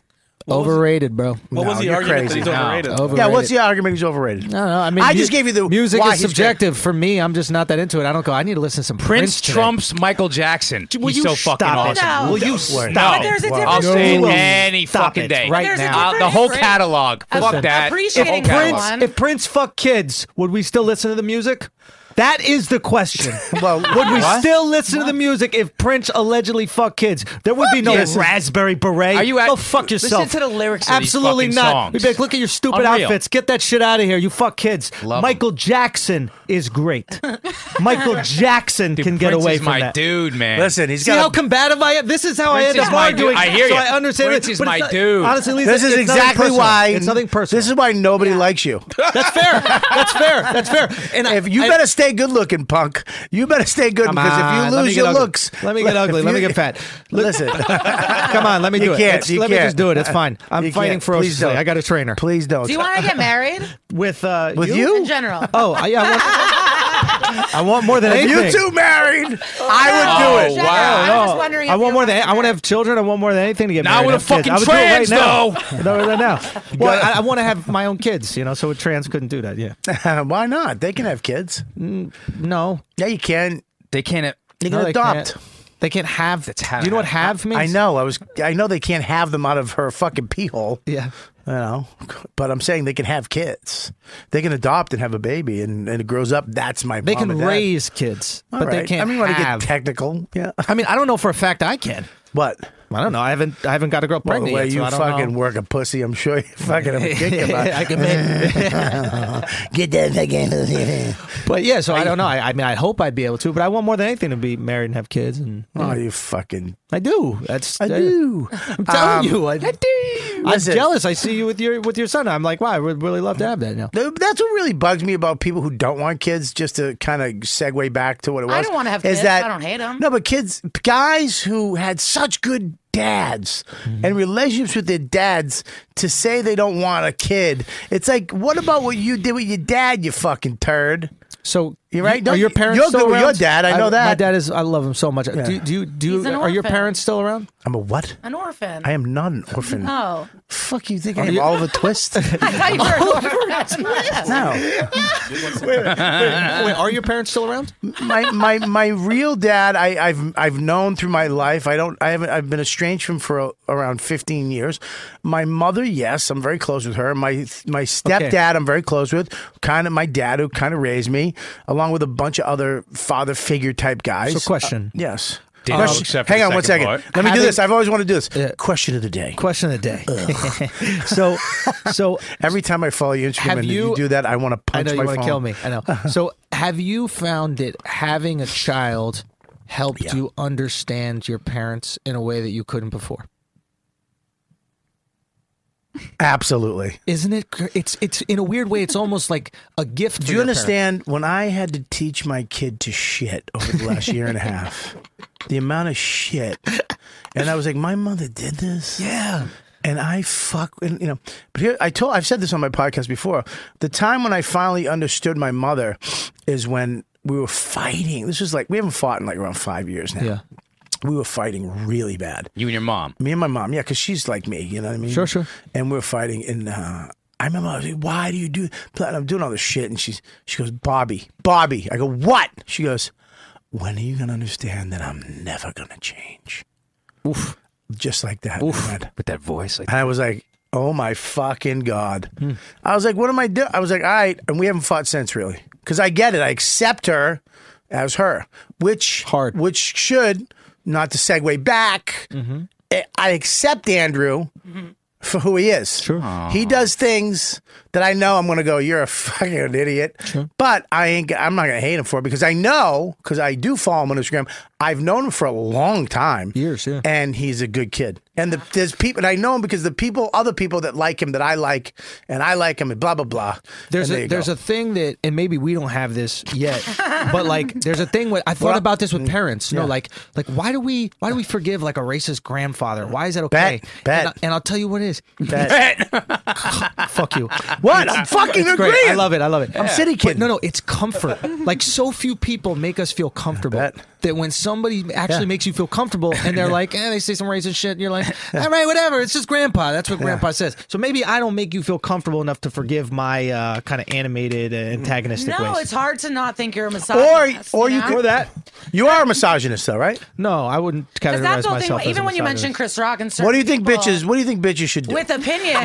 Speaker 4: Overrated, bro.
Speaker 2: What was the
Speaker 4: you're
Speaker 2: argument that he's
Speaker 4: No.
Speaker 2: overrated? Yeah, what's the argument he's overrated?
Speaker 4: No, no. I mean,
Speaker 2: I
Speaker 4: mu-
Speaker 2: just gave you the
Speaker 4: music
Speaker 2: why
Speaker 4: is
Speaker 2: he's great.
Speaker 4: subjective. For me, I'm just not that into it. I don't go. I need to listen to some Prince.
Speaker 7: Prince
Speaker 4: today."
Speaker 7: trumps Michael Jackson.
Speaker 4: Will
Speaker 7: he's
Speaker 4: you
Speaker 7: so fucking
Speaker 4: stop it?
Speaker 7: awesome.
Speaker 4: No.
Speaker 7: Will you
Speaker 4: But
Speaker 7: stop?
Speaker 4: there's a
Speaker 7: I'll
Speaker 4: difference
Speaker 7: say it
Speaker 4: between-
Speaker 7: any
Speaker 4: Stop
Speaker 7: fucking
Speaker 4: it
Speaker 7: day.
Speaker 4: right There's a now.
Speaker 7: Uh, the
Speaker 4: difference
Speaker 7: whole
Speaker 4: between-
Speaker 7: catalog. Fuck that. The whole catalog.
Speaker 4: If Prince, if Prince fucked kids, would we still listen to the music? That is the question. well, would we
Speaker 22: what?
Speaker 4: still listen to the music if Prince allegedly fucked kids? There would be no
Speaker 22: Fuck yes.
Speaker 4: raspberry beret.
Speaker 22: Are you at-
Speaker 4: Go fuck
Speaker 22: listen
Speaker 4: yourself.
Speaker 22: to the lyrics of these
Speaker 4: Absolutely
Speaker 22: fucking
Speaker 4: not.
Speaker 22: songs.
Speaker 4: We'd be like, look at your stupid
Speaker 22: Unreal.
Speaker 4: outfits. Get that shit out of here. You fuck kids. Michael Jackson is great. Michael Jackson can get
Speaker 7: Prince
Speaker 4: away
Speaker 7: is
Speaker 4: from
Speaker 7: my
Speaker 4: that.
Speaker 7: dude, man.
Speaker 2: Listen, he's
Speaker 4: See how combative I am. This is how
Speaker 7: Prince
Speaker 4: I
Speaker 7: is
Speaker 4: end up
Speaker 7: my
Speaker 4: arguing.
Speaker 7: dude. I hear
Speaker 4: so
Speaker 7: ya.
Speaker 4: I understand
Speaker 7: Prince
Speaker 4: it,
Speaker 7: is
Speaker 4: but it's
Speaker 7: my
Speaker 4: not-
Speaker 7: dude.
Speaker 4: Honestly, Lisa,
Speaker 2: this is
Speaker 4: it's nothing
Speaker 2: exactly
Speaker 4: personal.
Speaker 2: why
Speaker 4: It's nothing personal.
Speaker 2: This is why nobody likes you.
Speaker 4: That's fair. That's fair. That's fair. And
Speaker 2: if you
Speaker 4: I-
Speaker 2: better stay good looking, punk. You better stay good
Speaker 4: Come
Speaker 2: because
Speaker 4: on,
Speaker 2: if you
Speaker 4: let me
Speaker 2: lose
Speaker 4: get
Speaker 2: your
Speaker 4: ugly.
Speaker 2: looks,
Speaker 4: Let me get
Speaker 2: if
Speaker 4: ugly. Let
Speaker 2: you-
Speaker 4: me get fat.
Speaker 2: Listen,
Speaker 4: Come on, let me
Speaker 2: You
Speaker 4: do it.
Speaker 2: can't,
Speaker 4: It's-
Speaker 2: you
Speaker 4: let me
Speaker 2: can't.
Speaker 4: just do it. It's fine. I'm
Speaker 2: You
Speaker 4: fighting
Speaker 2: can't. Please
Speaker 4: ferociously.
Speaker 2: don't.
Speaker 4: I got a trainer.
Speaker 2: Please don't.
Speaker 5: Do you want to get married?
Speaker 4: with uh,
Speaker 2: With you?
Speaker 5: in general?
Speaker 4: Oh, I, yeah, I want. I want more than
Speaker 2: If you
Speaker 4: anything.
Speaker 2: two married, I would do it.
Speaker 4: Oh, No,
Speaker 5: I was
Speaker 4: no.
Speaker 5: wondering if
Speaker 4: I want more than I want to have children. I want more than anything to get
Speaker 7: Not
Speaker 4: married.
Speaker 7: with
Speaker 4: and
Speaker 7: a
Speaker 4: have kids.
Speaker 7: fucking
Speaker 4: I would do it
Speaker 7: trans,
Speaker 4: right now. no, right now. Well, I, I want to have my own kids. You know, so a trans couldn't do that. Yeah.
Speaker 2: Why not? They can have kids.
Speaker 4: No.
Speaker 2: Yeah, you can.
Speaker 7: They can't.
Speaker 2: They can
Speaker 4: No, they
Speaker 2: adopt.
Speaker 4: can't. They can't have. That's
Speaker 7: have.
Speaker 4: Do you know what have means?
Speaker 2: I know. I was. I know they can't have them out of her fucking pee hole.
Speaker 4: Yeah.
Speaker 2: You know, but I'm saying they can have kids. They can adopt and have a baby, and, and it grows up. That's my.
Speaker 4: They
Speaker 2: mom
Speaker 4: can
Speaker 2: and dad.
Speaker 4: raise kids,
Speaker 2: All
Speaker 4: but they
Speaker 2: right.
Speaker 4: can't
Speaker 2: I mean, wanna
Speaker 4: have.
Speaker 2: get technical. Yeah.
Speaker 4: I mean, I don't know for a fact I can.
Speaker 2: What?
Speaker 4: I don't know. I haven't. I haven't got a girl
Speaker 2: Well,
Speaker 4: pregnant
Speaker 2: the way
Speaker 4: yet, so
Speaker 2: you
Speaker 4: I don't
Speaker 2: fucking
Speaker 4: know.
Speaker 2: work a pussy, I'm sure you fucking have a kick about.
Speaker 4: I can make-
Speaker 2: Get that fucking.
Speaker 4: But yeah, so I don't know. I, I mean, I hope I'd be able to, but I want more than anything to be married and have kids. And
Speaker 2: Oh, you fucking.
Speaker 4: I do. That's
Speaker 2: I do.
Speaker 4: I'm telling
Speaker 2: Um,
Speaker 4: you, I, do. I'm
Speaker 2: Listen.
Speaker 4: jealous. I see you with your with your son. I'm like, wow, I would really love to have that now.
Speaker 2: Th- That's what really bugs me about people who don't want kids. Just to kind of segue back to what it was.
Speaker 5: I don't wanna have
Speaker 2: is
Speaker 5: kids.
Speaker 2: That,
Speaker 5: I don't hate 'em.
Speaker 2: No, but kids, guys who had such good dads and relationships with their dads to say they don't want a kid. It's like, what about what you did with your dad? You fucking turd.
Speaker 4: So
Speaker 2: You're right. Don't-
Speaker 12: are your parents
Speaker 2: you're
Speaker 12: still
Speaker 2: good with
Speaker 12: around?
Speaker 2: your dad, I know
Speaker 12: My
Speaker 2: that.
Speaker 12: dad is. I love him so much.
Speaker 2: Yeah.
Speaker 12: Do do you- do
Speaker 2: He's
Speaker 12: you,
Speaker 2: an
Speaker 12: are your
Speaker 2: orphan.
Speaker 12: parents still around?
Speaker 2: I'm a what?
Speaker 5: An orphan.
Speaker 2: I am not an orphan.
Speaker 5: Oh.
Speaker 2: Fuck you think I am Oliver Twist?
Speaker 5: I thought you
Speaker 2: Oh,
Speaker 5: were an orphan.
Speaker 2: No.
Speaker 12: wait, wait, are your parents still around?
Speaker 2: my my my real dad I, I've I've known through my life. I don't I haven't I've been estranged from for a, around fifteen years. My mother, yes, I'm very close with her. My my stepdad, I'm very close with. Kind of my dad who kind of raised me, along with a bunch of other father figure type guys. Uh,
Speaker 12: So question.
Speaker 2: yes.
Speaker 12: Did you
Speaker 2: Question-
Speaker 12: accept the
Speaker 2: Hang on one
Speaker 12: second
Speaker 2: second.
Speaker 12: part?
Speaker 2: Let me do
Speaker 12: Having-
Speaker 2: this. I've always wanted to do this. Question of the day.
Speaker 12: Question of the day. so, so
Speaker 2: every time I follow you, Instagram
Speaker 12: have
Speaker 2: and you,
Speaker 12: you-
Speaker 2: do that, I want to
Speaker 12: I
Speaker 2: punch
Speaker 12: know you
Speaker 2: my
Speaker 12: want
Speaker 2: phone.
Speaker 12: to kill me. I know. so, have you found that having a child helped you understand your parents in a way that you couldn't before?
Speaker 2: Absolutely.
Speaker 12: Isn't it? cr- It's it's in a weird way. It's almost like a gift.
Speaker 2: Do you understand when I had to teach my kid to shit over the last year and a half? The amount of shit, and I was like, my mother did this. Yeah. And I fuck, and, you know. But here, I told, I've said this on my podcast before. The time when I finally understood my mother is when we were fighting. This was like we haven't fought in like around five years now. Yeah. We were fighting really bad.
Speaker 7: You and your mom.
Speaker 2: Me and my mom, yeah, because she's like me, you know what I mean?
Speaker 7: Sure, sure.
Speaker 2: And we're fighting, and uh, I remember I was like, "Why do you do?" And I'm doing all this shit, and she's she goes, "Bobby, Bobby." I go, "What?" She goes, "When are you gonna understand that I'm never gonna change?" Oof, just like that. Dad.
Speaker 7: with that voice. Like
Speaker 2: and I was like, "Oh my fucking god!" I was like, "What am I doing?" I was like, "All right," and we haven't fought since, really, because I get it. I accept her as her, which hard, which should not to segue back. I- I accept Andrew for who he is. Sure, he does things that I know I'm going to go. You're a fucking idiot, but I ain't. g- I'm not going to hate him for it because I know because I do follow him on Instagram. I've known him for a long time, years, yeah, and he's a good kid. And the, there's people, and I know him because the people, other people that like him that I like, and I like him, and blah blah blah.
Speaker 12: There's
Speaker 2: and
Speaker 12: a, there's a thing that, and maybe we don't have this yet, but like, there's a thing. With, I thought
Speaker 2: Well,
Speaker 12: about this with parents.
Speaker 2: yeah.
Speaker 12: No, like, like why do we why do we forgive like a racist grandfather? Why is that okay? Bet, and, I, and I'll tell you what it is. Fuck you.
Speaker 2: What?
Speaker 12: It's-
Speaker 2: I'm fucking
Speaker 12: it's great. I
Speaker 2: agreeing.
Speaker 12: love it. I love it.
Speaker 2: I'm city
Speaker 12: But
Speaker 2: kid.
Speaker 12: No, no, it's comfort. like so few people make us feel comfortable. That when somebody actually
Speaker 2: Yeah.
Speaker 12: makes you feel comfortable, and they're like, eh, they say some racist shit, and you're like, all right, whatever. It's just grandpa. That's what grandpa says.
Speaker 4: So maybe I don't make you feel comfortable enough to forgive my uh, kind of animated uh, antagonistic
Speaker 5: No,
Speaker 4: ways.
Speaker 5: it's hard to not think you're a misogynist.
Speaker 2: or or you
Speaker 5: know?
Speaker 2: could that. You are a misogynist, though, right? No, I wouldn't
Speaker 5: Because that's the whole thing. Even when you mention Chris Rock and certain
Speaker 2: What do you think
Speaker 5: people
Speaker 2: bitches? What do you think bitches should do?
Speaker 5: with opinion?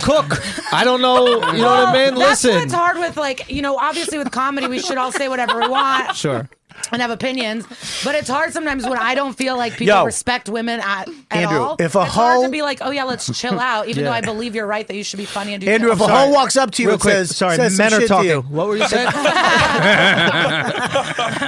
Speaker 12: Cook. I don't know. You know what I
Speaker 5: Well,
Speaker 12: mean?
Speaker 5: That's
Speaker 12: Listen.
Speaker 5: what's hard with like you know. Obviously, with comedy, we should all say whatever we want.
Speaker 12: Sure.
Speaker 5: And have opinions, but it's hard sometimes when I don't feel like people
Speaker 2: Yo.
Speaker 5: respect women at, at
Speaker 2: Andrew,
Speaker 5: all.
Speaker 2: if a
Speaker 5: it's hard
Speaker 2: hoe-
Speaker 5: to be like, oh yeah, let's chill out, even
Speaker 2: Yeah.
Speaker 5: though I believe you're right that you should be funny and do.
Speaker 2: Andrew, if a
Speaker 5: jokes.
Speaker 2: hoe walks up to you
Speaker 12: Real
Speaker 2: and
Speaker 12: quick.
Speaker 2: says,
Speaker 12: Sorry,
Speaker 2: says
Speaker 12: men
Speaker 2: some
Speaker 12: are
Speaker 2: shit to
Speaker 12: talking.
Speaker 2: you-
Speaker 12: What were you saying?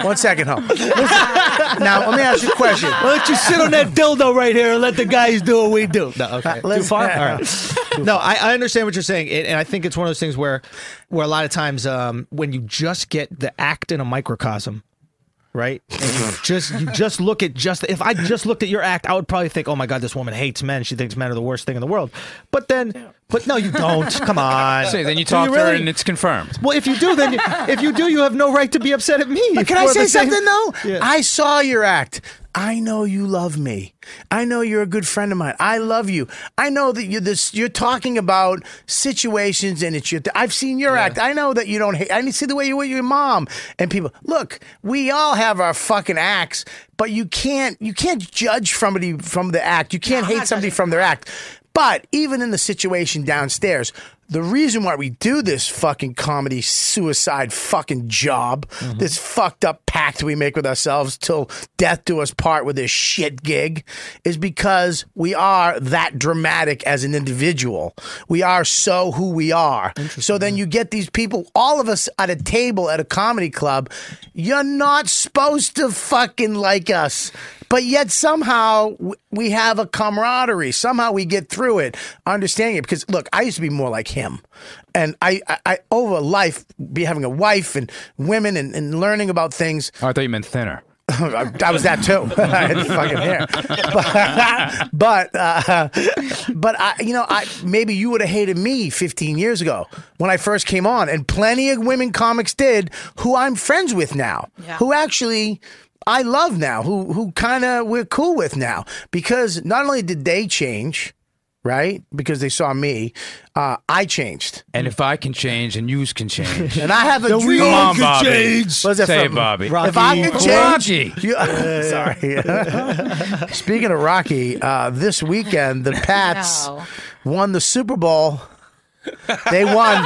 Speaker 2: One second, hoe. Listen, now let me ask you a question.
Speaker 4: Why don't you sit on that dildo right here and let the guys do what we do? No, okay.
Speaker 2: Too far?
Speaker 4: All right. No, I, I understand what you're saying, and and I think it's one of those things where, where a lot of times, um, when you just get the act in a microcosm, right? And you just you just look at just if I just looked at your act, I would probably think, oh my god, this woman hates men. She thinks men are the worst thing in the world. But then, but no, you don't. Come on.
Speaker 7: So then you
Speaker 4: Do
Speaker 7: talk to her
Speaker 4: really-
Speaker 7: and it's confirmed.
Speaker 4: well, if you do, then you, if you do, you have no right to be upset at me.
Speaker 2: But can
Speaker 4: if
Speaker 2: I
Speaker 4: we're
Speaker 2: say
Speaker 4: the same-
Speaker 2: something though?
Speaker 4: Yeah.
Speaker 2: I saw your act. I know you love me. I know you're a good friend of mine. I love you. I know that you this you're talking about situations and it's your I've seen your act. I know that you don't hate I didn't see the way you were with your mom and people. Look, we all have our fucking acts, but you can't you can't judge somebody from the act. You can't hate somebody from their act. But even in the situation downstairs, the reason why we do this fucking comedy suicide fucking job, this fucked up pact we make with ourselves till death do us part with this shit gig, is because we are that dramatic as an individual. We are so who we are. So then you get these people, all of us at a table at a comedy club, you're not supposed to fucking like us. But yet somehow w- we have a camaraderie. Somehow we get through it, understanding it. Because look, I used to be more like him, and I, I, I over life, be having a wife and women and, and learning about things.
Speaker 7: Oh, I thought you meant thinner.
Speaker 2: I, I was that too. I had fucking hair, but but, uh, but I, you know, I maybe you would have hated me 15 years ago when I first came on, and plenty of women comics did who I'm friends with now, who actually I love now, who who kind of we're cool with now because not only did they change, right? Because they saw me, uh, I changed.
Speaker 7: And if I can change, and yous can change,
Speaker 2: And I have a dream.
Speaker 7: Come on, Bobby. Say, it, Bobby.
Speaker 2: If I could change,
Speaker 7: Rocky.
Speaker 2: You- sorry. Speaking of Rocky, uh, this weekend the Pats won the Super Bowl. They won.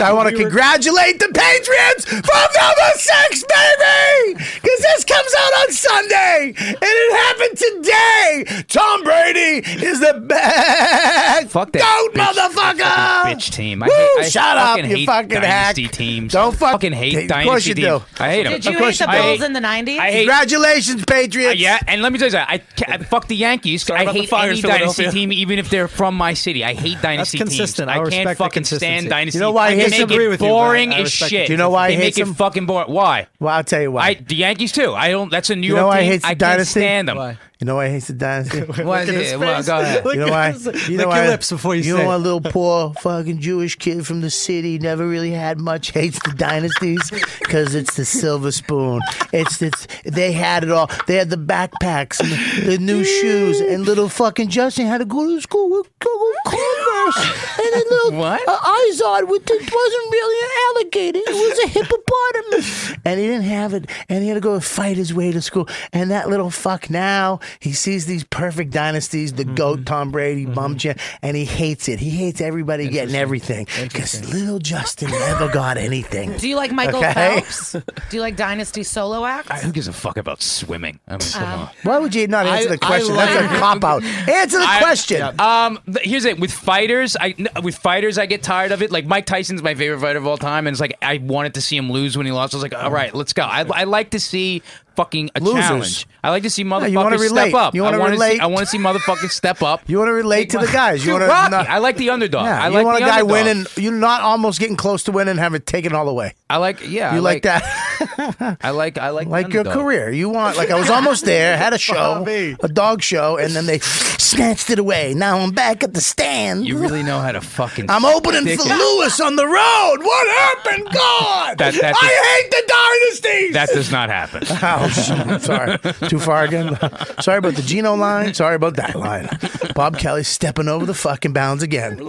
Speaker 2: I want to congratulate the Patriots for number six, baby, because this comes out on Sunday, and it happened today. Tom Brady is the best.
Speaker 7: Fuck that
Speaker 2: goat,
Speaker 7: bitch-
Speaker 2: motherfucker.
Speaker 7: fucking bitch team. I
Speaker 2: Woo,
Speaker 7: hate- I
Speaker 2: shut up,
Speaker 7: fucking
Speaker 2: you
Speaker 7: hate
Speaker 2: fucking hack.
Speaker 7: dynasty teams.
Speaker 2: Don't fuck-
Speaker 7: Fucking hate
Speaker 2: Of
Speaker 7: dynasty
Speaker 2: course you
Speaker 7: teams.
Speaker 2: do.
Speaker 7: I hate 'em.
Speaker 5: Did you
Speaker 7: Of course
Speaker 5: hate the
Speaker 7: I hate-
Speaker 5: Bulls in the 90s?
Speaker 7: I hate-
Speaker 2: Congratulations, Patriots.
Speaker 7: Uh, yeah, and let me tell you something. I, ca- I fuck the Yankees. I
Speaker 2: about the
Speaker 7: hate
Speaker 2: fires,
Speaker 7: any dynasty
Speaker 2: Philadelphia.
Speaker 7: team, even if they're from my city. I hate dynasty
Speaker 2: consistent.
Speaker 7: teams.
Speaker 2: I
Speaker 7: I,
Speaker 2: respect the
Speaker 7: can't fucking
Speaker 2: consistency.
Speaker 7: stand dynasty.
Speaker 2: You know why I
Speaker 7: teams. They
Speaker 2: disagree
Speaker 7: make it
Speaker 2: with you, but
Speaker 7: boring
Speaker 2: I
Speaker 7: as
Speaker 2: respect
Speaker 7: shit.
Speaker 2: it. Do you know why I
Speaker 7: they
Speaker 2: hate
Speaker 7: make
Speaker 2: them?
Speaker 7: it fucking boring? Why?
Speaker 2: Well, I'll tell you why.
Speaker 7: I, the Yankees too. I don't. That's a New
Speaker 2: you
Speaker 7: York
Speaker 2: know why
Speaker 7: team.
Speaker 2: I hate the
Speaker 7: can't
Speaker 2: dynasty?
Speaker 7: stand them.
Speaker 2: You know why I hate the dynasty?
Speaker 7: Why
Speaker 2: Look at
Speaker 7: is it-
Speaker 2: his
Speaker 7: well,
Speaker 2: face.
Speaker 7: go ahead.
Speaker 2: You know
Speaker 7: Look
Speaker 2: why?
Speaker 7: at his-
Speaker 2: You know
Speaker 7: lick
Speaker 2: why?
Speaker 7: your lips before you
Speaker 2: You
Speaker 7: say
Speaker 2: know
Speaker 7: it.
Speaker 2: why a little poor fucking Jewish kid from the city never really had much hates the dynasties because it's the silver spoon. It's it's they had it all. They had the backpacks, and the new shoes, and little fucking Justin had to go to school with Google Converse, and then little
Speaker 7: What?
Speaker 2: uh, Izod with it wasn't really an alligator. It was a hippopotamus. and he didn't have it. And he had to go fight his way to school. And that little fuck now, he sees these perfect dynasties,
Speaker 7: Mm-hmm.
Speaker 2: the GOAT, Tom Brady, Bum Chan, and he hates it. He hates everybody getting everything. Because little Justin never got anything.
Speaker 5: Do you like Michael
Speaker 2: Okay?
Speaker 5: Phelps? Do you like Dynasty solo acts?
Speaker 7: Who gives a fuck about swimming? I mean, come
Speaker 5: Um,
Speaker 7: on.
Speaker 2: Why would you not answer
Speaker 7: I-
Speaker 2: the question?
Speaker 7: I
Speaker 2: That's a
Speaker 7: like-
Speaker 2: cop out. Answer the
Speaker 7: I-
Speaker 2: question.
Speaker 7: yeah. Um, th- here's it. With fighters, I n- with fighters, I get tired of it. Like Mike Tyson's my favorite fighter of all time, and it's like I wanted to see him lose when he lost. I was like, all right, let's go. I, I like to see fucking a
Speaker 2: Losers.
Speaker 7: challenge. I like to see
Speaker 2: you
Speaker 7: motherfuckers
Speaker 2: wanna relate.
Speaker 7: step up.
Speaker 2: You wanna
Speaker 7: I wanna see-
Speaker 2: relate.
Speaker 7: I want to see motherfuckers step up.
Speaker 2: You want to relate to the guys. You
Speaker 7: Dude,
Speaker 2: want to
Speaker 7: Rocky. I like the underdog.
Speaker 2: Yeah,
Speaker 7: I
Speaker 2: you
Speaker 7: like
Speaker 2: want
Speaker 7: the
Speaker 2: a guy
Speaker 7: underdog.
Speaker 2: winning. You're not almost getting close to winning, have it taken all away.
Speaker 7: I like. Yeah,
Speaker 2: you
Speaker 7: I
Speaker 2: like,
Speaker 7: like,
Speaker 2: that.
Speaker 7: I like. I like. the
Speaker 2: like your
Speaker 7: underdog.
Speaker 2: career. You want like I was almost there, had a show, a dog show, and then they snatched it away. Now I'm back at the stand.
Speaker 7: You really know how to fucking.
Speaker 2: I'm opening
Speaker 7: stick
Speaker 2: for
Speaker 7: it.
Speaker 2: Lewis on the road. What happened, God?
Speaker 7: That- that does-
Speaker 2: I hate the dynasties.
Speaker 7: That does not happen.
Speaker 2: Oh, shit. I'm sorry. Too far again. Sorry about the Geno line. Sorry about that line. Bob Kelly stepping over the fucking bounds again.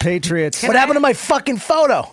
Speaker 4: Patriots.
Speaker 2: What happened to my fucking photo?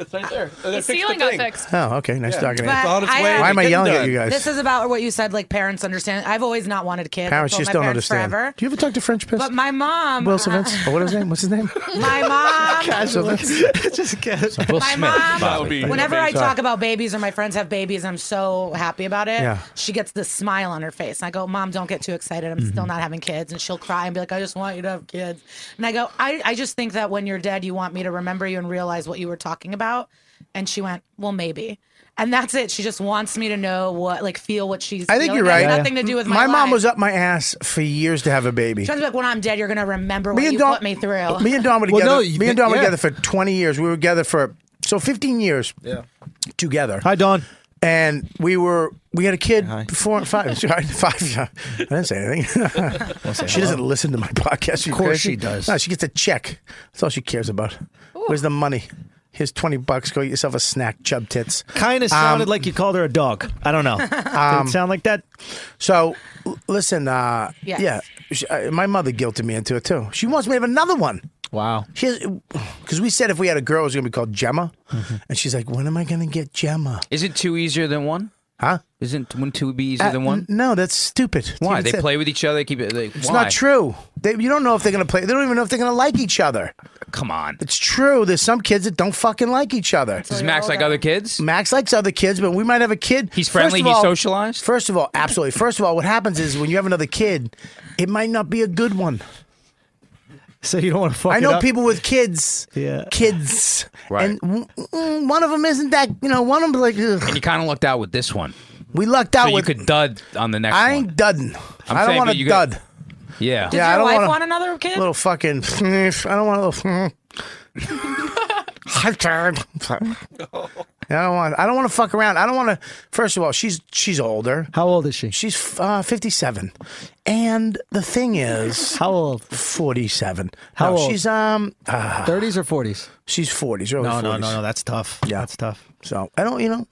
Speaker 3: It's right there.
Speaker 8: The ceiling got fixed.
Speaker 2: Oh, okay. Nice
Speaker 3: Yeah.
Speaker 2: talking.
Speaker 5: But I-
Speaker 3: uh,
Speaker 2: Why am I yelling at you guys?
Speaker 5: This is about what you said, like parents understand. I've always not wanted kids. I've
Speaker 2: parents
Speaker 5: told
Speaker 2: just
Speaker 5: my
Speaker 2: don't
Speaker 5: parents
Speaker 2: understand.
Speaker 5: Forever.
Speaker 2: Do you ever talk to French Piss?
Speaker 5: But my mom,
Speaker 2: Will Savins? or what is his name? What's his name?
Speaker 5: my mom,
Speaker 4: just
Speaker 2: Will
Speaker 5: My mom, whenever I talk about babies or my friends have babies, I'm so happy about it.
Speaker 2: Yeah.
Speaker 5: She gets this smile on her face. And I go, Mom, don't get too excited. I'm
Speaker 2: Mm-hmm.
Speaker 5: still not having kids. And she'll cry and be like, I just want you to have kids. And I go, I, I just think that when you're dead, you want me to remember you and realize what you were talking about. And she went, Well, maybe. And that's it. She just wants me to know what, like, feel what she's.
Speaker 2: I think
Speaker 5: feeling.
Speaker 2: you're
Speaker 5: It has
Speaker 2: right.
Speaker 5: Nothing to do with
Speaker 2: my
Speaker 5: my,
Speaker 2: mom
Speaker 5: life.
Speaker 2: was up my ass for years to have a baby.
Speaker 5: She was like, When I'm dead, you're gonna remember
Speaker 2: Me
Speaker 5: what
Speaker 2: and
Speaker 5: you
Speaker 2: Dom-
Speaker 5: put me through.
Speaker 2: Me and Don were
Speaker 5: Well,
Speaker 2: together.
Speaker 5: no,
Speaker 2: me
Speaker 5: you-
Speaker 2: and Don were
Speaker 5: yeah.
Speaker 2: together for 20 years. We were together for so 15 years. Yeah. Together. Hi, Don. And we were we had a kid four and five. sorry, five. yeah. I didn't say anything. she
Speaker 4: hello.
Speaker 2: doesn't listen to my podcast. you
Speaker 4: Of course
Speaker 2: crazy?
Speaker 4: she does.
Speaker 2: No, she gets a check. That's all she cares about. Where's the money? Here's twenty bucks. Go get yourself a snack, chub tits.
Speaker 12: Um,
Speaker 4: Kind of sounded like you called her a dog. I don't know. Did
Speaker 2: Um,
Speaker 4: it sound like that?
Speaker 2: So, l- listen, uh,
Speaker 4: Yes.
Speaker 2: yeah, she, uh, my mother guilted me into it too. She wants me to have another one. Wow. Because we said if we had a girl, it was going to be called Gemma.
Speaker 4: Mm-hmm.
Speaker 2: And she's like, when am I going to get Gemma?
Speaker 7: Is it two easier than one?
Speaker 2: Huh?
Speaker 7: Isn't one two be easier
Speaker 2: Uh,
Speaker 7: than one?
Speaker 2: n- no, that's stupid.
Speaker 7: Why?
Speaker 2: It's-
Speaker 7: They play with each other. They keep it. They,
Speaker 2: It's not true. They, you don't know if they're going to play. They don't even know if they're going to like each other.
Speaker 7: Come on.
Speaker 2: It's true. There's some kids that don't fucking like each other.
Speaker 7: Does Max like other kids?
Speaker 2: Max likes other kids, but we might have a kid. He's
Speaker 7: friendly, he's socialized?
Speaker 2: First of all, absolutely. First of all, what happens is when you have another kid, it might not be a good one.
Speaker 4: So you don't want to fuck
Speaker 2: I
Speaker 4: it
Speaker 2: know
Speaker 4: up?
Speaker 2: people with kids.
Speaker 4: Yeah.
Speaker 2: Kids.
Speaker 7: Right.
Speaker 2: And w- mm, one of them isn't that, you know, one of them's like, ugh.
Speaker 7: And you kind of lucked out with this one.
Speaker 2: We lucked out
Speaker 7: so
Speaker 2: with-
Speaker 7: you could dud on the next
Speaker 2: I
Speaker 7: one.
Speaker 2: ain't dudding.
Speaker 7: I'm
Speaker 2: I don't
Speaker 7: saying,
Speaker 2: want
Speaker 7: but
Speaker 2: to
Speaker 7: you got-
Speaker 2: dud.
Speaker 7: Yeah.
Speaker 2: Yeah, I don't wanna-
Speaker 5: another kid?
Speaker 2: Little fucking. I don't want a little. High turn. And I don't want. I don't want to fuck around. I don't want to. First of all, she's she's older.
Speaker 12: How old is she?
Speaker 2: She's uh, fifty-seven. And the thing is,
Speaker 12: how old?
Speaker 2: Forty-seven.
Speaker 12: How
Speaker 2: No,
Speaker 12: old?
Speaker 2: She's um ah,
Speaker 12: Thirties or forties?
Speaker 2: She's forties. Early
Speaker 12: No,
Speaker 2: 40s.
Speaker 12: no, no, no,
Speaker 2: That's tough. Yeah, that's tough. So I don't. You know,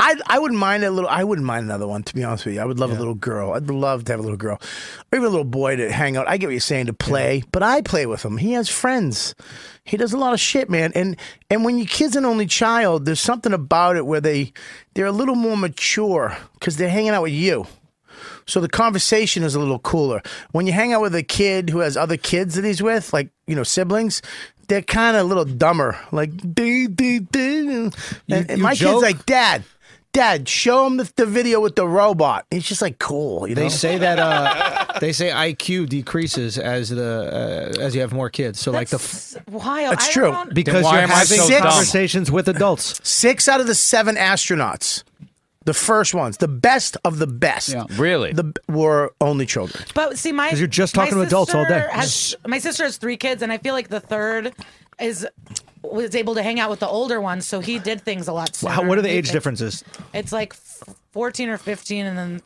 Speaker 2: I I wouldn't mind a little. I wouldn't mind another one. To be honest with you, I would love a little girl. I'd love to have a little girl, or even a little boy to hang out. I get what you're saying to play, but I play with him. He has friends. He does a lot of shit, man. And and when your kid's an only child, there's something about it where they they're a little more mature because they're hanging out with you. So the conversation is a little cooler. When you hang out with a kid who has other kids that he's with, like, you know, siblings, they're kind of a little dumber. Like, dee, dee, dee. And, and
Speaker 12: you
Speaker 2: my
Speaker 12: joke?
Speaker 2: kid's like, Dad, Dad, show him the, the video with the robot. It's just like cool. You know?
Speaker 12: They say that uh, they say IQ decreases as the uh, as you have more kids. So like the f-
Speaker 5: Wild. I don't-
Speaker 12: because
Speaker 2: why
Speaker 12: you're
Speaker 2: am I
Speaker 12: having
Speaker 2: so dumb?
Speaker 12: conversations with adults.
Speaker 2: Six out of the seven astronauts, the first ones, the best of the best,
Speaker 7: really,
Speaker 2: the, were only children.
Speaker 5: But see, my
Speaker 2: 'Cause you're just
Speaker 5: my
Speaker 2: talking to adults all
Speaker 5: sister
Speaker 2: day.
Speaker 5: has- my sister has three kids, and I feel like the third is was able to hang out with the older ones, so he did things a lot. Sooner.
Speaker 4: How, what are the
Speaker 5: He
Speaker 4: age
Speaker 5: did-
Speaker 4: differences?
Speaker 5: It's like f- fourteen or fifteen, and then.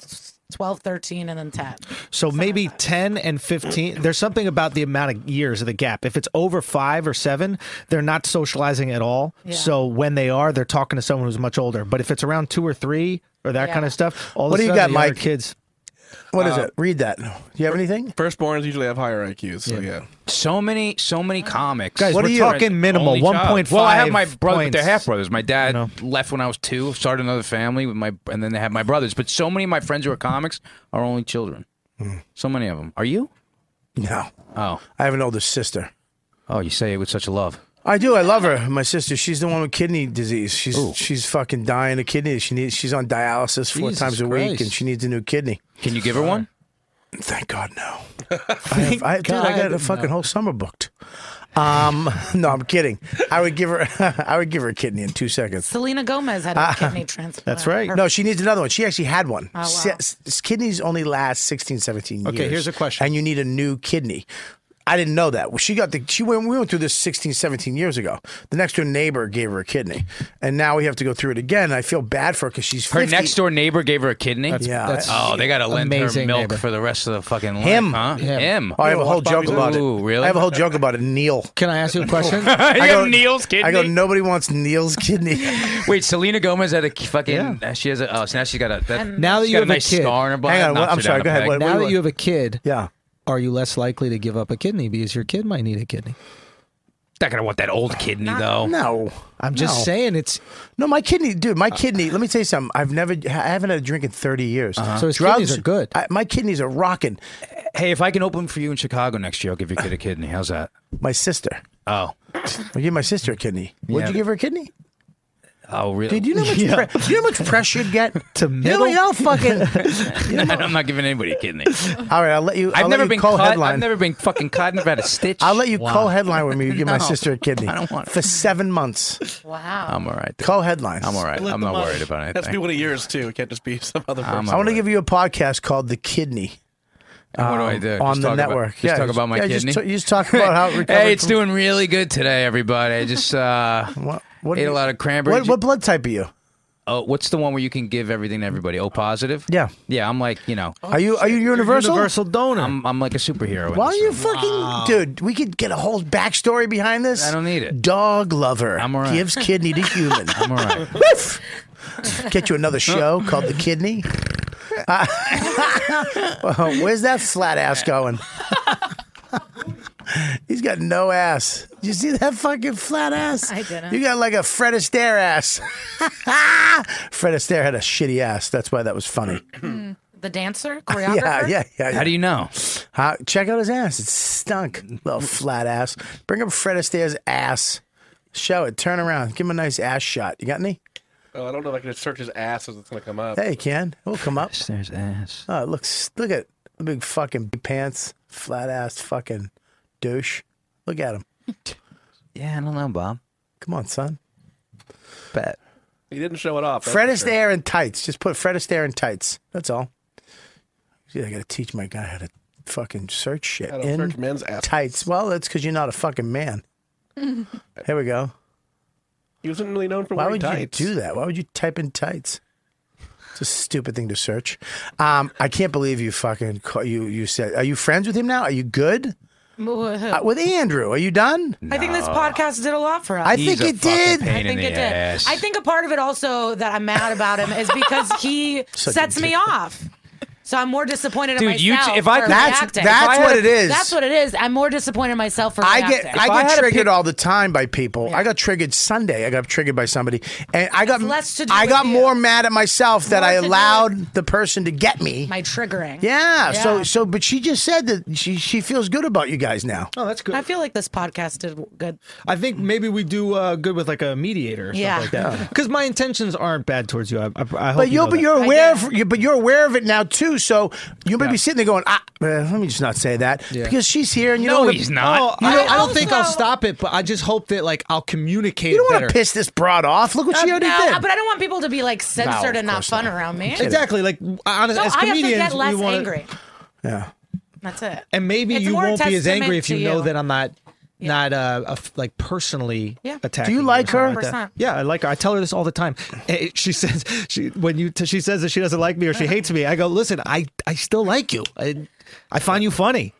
Speaker 5: 12, 13, and then 10.
Speaker 4: So maybe 10 and 15. There's something about the amount of years of the gap. If it's over five or seven, they're not socializing at all.
Speaker 12: Yeah.
Speaker 4: So when they are, they're talking to someone who's much older. But if it's around two or three or that
Speaker 12: Yeah.
Speaker 4: kind of stuff, all
Speaker 2: What
Speaker 4: of a
Speaker 2: do you
Speaker 4: sudden
Speaker 2: got,
Speaker 4: the younger
Speaker 2: Mike?
Speaker 4: kids.
Speaker 2: What
Speaker 12: Uh,
Speaker 2: is it? Read that. Do you have anything?
Speaker 3: Firstborns usually have higher IQs. So yeah.
Speaker 7: So many, so many comics.
Speaker 4: Guys, What we're are you- talking minimal,
Speaker 7: Only child.
Speaker 4: 1.5
Speaker 7: Well, I have my brother, but they're
Speaker 4: points.
Speaker 7: half brothers. My dad left when I was two, started another family with my, and then they had my brothers. But so many of my friends who are comics are only children. So many of them. Hmm. Are you?
Speaker 2: No.
Speaker 12: Uh.
Speaker 7: Oh,
Speaker 2: I have an older sister.
Speaker 7: Oh, you say it with such love.
Speaker 2: I do. I love her. My sister. She's the one with kidney disease. She's she's fucking dying of kidney. She needs. She's on dialysis four
Speaker 7: Jesus
Speaker 2: times a week,
Speaker 7: Christ.
Speaker 2: and she needs a new kidney.
Speaker 7: Can you give her one?
Speaker 2: Thank God, no. I, have, I, dude, I got a
Speaker 7: God,
Speaker 2: fucking
Speaker 7: no.
Speaker 2: whole summer booked. Um, no, I'm kidding. I would give her. I would give her a kidney in two seconds.
Speaker 5: Selena Gomez had a
Speaker 2: Ah.
Speaker 5: kidney transplant. Her-
Speaker 2: No, she needs another one. She actually had one.
Speaker 5: Oh, wow.
Speaker 2: Si- s- kidneys only last 16, 17 years.
Speaker 12: Okay, here's a
Speaker 2: question. And you need a new kidney. I didn't know that. Well, She got the she went we went through this 16, 17 years ago. The next door neighbor gave her a kidney. And now we have to go through it again. I feel bad for her cuz she's
Speaker 7: Her
Speaker 2: 50.
Speaker 7: next door neighbor gave her a kidney.
Speaker 2: That's- Yeah. that's
Speaker 7: oh, they got to lend her
Speaker 2: amazing
Speaker 7: milk
Speaker 2: neighbor.
Speaker 7: for the rest of the fucking life,
Speaker 2: him.
Speaker 7: huh? Him.
Speaker 2: Oh, I have a whole joke about it.
Speaker 7: Ooh, really?
Speaker 2: I have a whole joke about it. Neil.
Speaker 12: Can I ask you a question?
Speaker 7: You got Neil's
Speaker 2: I go.
Speaker 7: kidney?
Speaker 2: Nobody wants Neil's kidney.
Speaker 7: Wait, Selena Gomez had a k- fucking. She has a. Oh, so now she's got a. That,
Speaker 12: Now that
Speaker 7: she's
Speaker 12: you
Speaker 7: got
Speaker 12: have
Speaker 7: a nice
Speaker 12: a kid,
Speaker 7: star on her butt. Knocks her down a peg.
Speaker 12: now that you have a kid,
Speaker 2: yeah,
Speaker 12: are you less likely to give up a kidney because your kid might need a kidney?
Speaker 7: Not gonna want that old kidney though.
Speaker 2: No,
Speaker 12: I'm just
Speaker 2: No.
Speaker 12: saying it's
Speaker 2: No, my kidney, dude.
Speaker 7: Uh,
Speaker 2: My kidney. Let me tell you something. I've never, I haven't had a drink in thirty years.
Speaker 7: Uh-huh. So his kidneys are
Speaker 12: good.
Speaker 2: I, my kidneys are rocking.
Speaker 7: Hey, if I can open for you in Chicago next year, I'll give your kid a kidney. How's that?
Speaker 2: My sister.
Speaker 7: Oh,
Speaker 2: I gave my sister a kidney. Would
Speaker 7: Yeah.
Speaker 2: you give her a kidney?
Speaker 7: Oh, really?
Speaker 2: Dude, you know how much, pre- you know how much pressure you'd get to
Speaker 7: middle?
Speaker 2: You know, fucking.
Speaker 7: I'm not giving anybody a kidney.
Speaker 2: All right, I'll let you.
Speaker 7: I've
Speaker 2: I'll
Speaker 7: never
Speaker 2: let you
Speaker 7: been caught.
Speaker 2: co-headline.
Speaker 7: I've never been fucking caught. Never had a stitch.
Speaker 2: I'll let you
Speaker 7: Wow.
Speaker 2: co-headline with me. You give my
Speaker 7: No.
Speaker 2: sister a kidney
Speaker 7: I don't want it.
Speaker 2: for seven months.
Speaker 5: Wow.
Speaker 7: I'm all right.
Speaker 2: Co-headlines.
Speaker 7: I'm all right.
Speaker 3: Let
Speaker 7: I'm
Speaker 3: them
Speaker 7: not
Speaker 3: up.
Speaker 7: worried about
Speaker 3: It has to be
Speaker 7: anything.
Speaker 3: one of yours too. It can't just be some other
Speaker 7: I'm
Speaker 3: person.
Speaker 2: I want to give you a podcast called The Kidney.
Speaker 7: And what do I
Speaker 2: um,
Speaker 7: do?
Speaker 2: on the
Speaker 7: Just talk about-
Speaker 2: network?
Speaker 7: just talk about my
Speaker 2: yeah,
Speaker 7: kidney?
Speaker 2: Just, t- you just talk about how. It recovered
Speaker 7: hey, it's
Speaker 2: from-
Speaker 7: doing really good today, everybody. I just uh,
Speaker 2: what
Speaker 7: ate
Speaker 2: do
Speaker 7: a
Speaker 2: you-
Speaker 7: lot of cranberry.
Speaker 2: What, what blood type are you?
Speaker 7: oh, what's the one where you can give everything to everybody? O positive.
Speaker 2: Yeah.
Speaker 7: Yeah, I'm like you know.
Speaker 2: Are you are you universal?
Speaker 7: donor. I'm, I'm like a superhero. in
Speaker 2: Why
Speaker 7: this
Speaker 2: are you
Speaker 7: thing.
Speaker 2: fucking dude? We could get a whole backstory behind this.
Speaker 7: I don't need it.
Speaker 2: Dog lover.
Speaker 7: I'm all right.
Speaker 2: Gives kidney to human.
Speaker 7: I'm all right.
Speaker 2: Woof! Get you another show called The Kidney. Uh, well, where's that flat ass going? He's got no ass. Did you see that fucking flat ass?
Speaker 23: I didn't.
Speaker 2: You got like a Fred Astaire ass. Fred Astaire had a shitty ass. That's why that was funny.
Speaker 5: Hmm. The dancer, choreographer.
Speaker 2: Yeah, yeah, yeah.
Speaker 7: How do you know?
Speaker 2: How, check out his ass. It stunk. Little flat ass. Bring up Fred Astaire's ass. Show it. Turn around. Give him a nice ass shot. You got any?
Speaker 3: Oh, I don't know if I can search his ass as it's gonna come up.
Speaker 2: Hey, Ken. We'll come up.
Speaker 7: Astaire's ass.
Speaker 2: Oh, it looks. Look at the big fucking big pants. Flat ass fucking douche. Look at him.
Speaker 7: Yeah, I don't know, Bob.
Speaker 2: Come on, son.
Speaker 7: Bet.
Speaker 3: He didn't show it off. that's
Speaker 2: Fred
Speaker 3: for sure.
Speaker 2: Astaire in tights. Just put Fred Astaire in tights. That's all. See, I got to teach my guy how to fucking search shit.
Speaker 3: How to
Speaker 2: in
Speaker 3: search men's ass.
Speaker 2: tights. Well, that's because you're not a fucking man. Here we go.
Speaker 3: He wasn't really known for
Speaker 2: Why
Speaker 3: wearing
Speaker 2: would
Speaker 3: tights.
Speaker 2: you do that? Why would you type in tights? It's a stupid thing to search. Um, I can't believe you fucking call, you you said. Are you friends with him now? Are you good Uh, with Andrew? Are you done?
Speaker 5: I think this podcast did a lot for us.
Speaker 2: I think it did.
Speaker 5: I think it did. I think a part of it also that I'm mad about him is because he
Speaker 2: Such a
Speaker 5: sets me off. So I'm more disappointed in
Speaker 7: Dude, you t-
Speaker 5: myself.
Speaker 7: if I
Speaker 5: for
Speaker 7: could- That's-
Speaker 5: reacting.
Speaker 2: that's If I had what a- it is.
Speaker 5: That's what it is. I'm more disappointed in myself for
Speaker 2: I get
Speaker 5: reacting.
Speaker 2: I get triggered all the time by people. I got triggered Sunday. I got triggered by somebody, and I got
Speaker 5: less to do
Speaker 2: I
Speaker 5: with
Speaker 2: got
Speaker 5: you.
Speaker 2: more mad at myself that
Speaker 5: More
Speaker 2: I
Speaker 5: to do
Speaker 2: allowed the person to get me.
Speaker 5: my triggering.
Speaker 2: yeah,
Speaker 5: Yeah.
Speaker 2: So so, but she just said that she she feels good about you guys now.
Speaker 5: Oh, that's good. I feel like this podcast did good.
Speaker 9: I think maybe we do uh, good with like a mediator or
Speaker 5: Yeah.
Speaker 9: something like that. Because my intentions aren't bad towards you. I, I, I hope
Speaker 2: But
Speaker 9: you
Speaker 2: you're
Speaker 9: know
Speaker 2: but
Speaker 9: that.
Speaker 2: you're aware of, you, but you're aware of it now too. So you may be sitting there going, ah, eh, let me just not say that because she's here and you
Speaker 9: No,
Speaker 2: don't wanna-
Speaker 9: he's not.
Speaker 2: Oh,
Speaker 9: I
Speaker 2: you
Speaker 9: don't-
Speaker 2: don't,
Speaker 9: I don't
Speaker 2: think
Speaker 9: think
Speaker 2: I'll
Speaker 9: I'll
Speaker 2: stop.
Speaker 12: Stop it, but I just hope that like I'll communicate.
Speaker 2: You don't want
Speaker 12: better.
Speaker 2: to piss this broad off. Look what she
Speaker 5: Uh,
Speaker 2: already
Speaker 5: no,
Speaker 2: did.
Speaker 5: But I don't want people to be like censored
Speaker 2: No,
Speaker 5: and not fun around me.
Speaker 12: Exactly. Like honest,
Speaker 5: So
Speaker 12: as
Speaker 5: I have to
Speaker 12: comedians,
Speaker 5: get less
Speaker 12: we want
Speaker 5: angry.
Speaker 2: Yeah.
Speaker 5: That's it.
Speaker 12: And maybe
Speaker 5: It's
Speaker 12: you
Speaker 5: more a
Speaker 12: won't be as
Speaker 5: testament
Speaker 12: angry if
Speaker 5: to
Speaker 12: you, know
Speaker 5: you.
Speaker 12: that I'm not not uh, a f- like personally
Speaker 5: Yeah.
Speaker 12: attacking.
Speaker 2: Do you
Speaker 12: or
Speaker 2: like
Speaker 12: something
Speaker 2: her?
Speaker 12: that.
Speaker 2: 100%.
Speaker 12: Yeah, I like her. I tell her this all the time. Eh, she says she when you t- she says that she doesn't like me or she hates me. I go, listen, I I still like you. I I find you funny.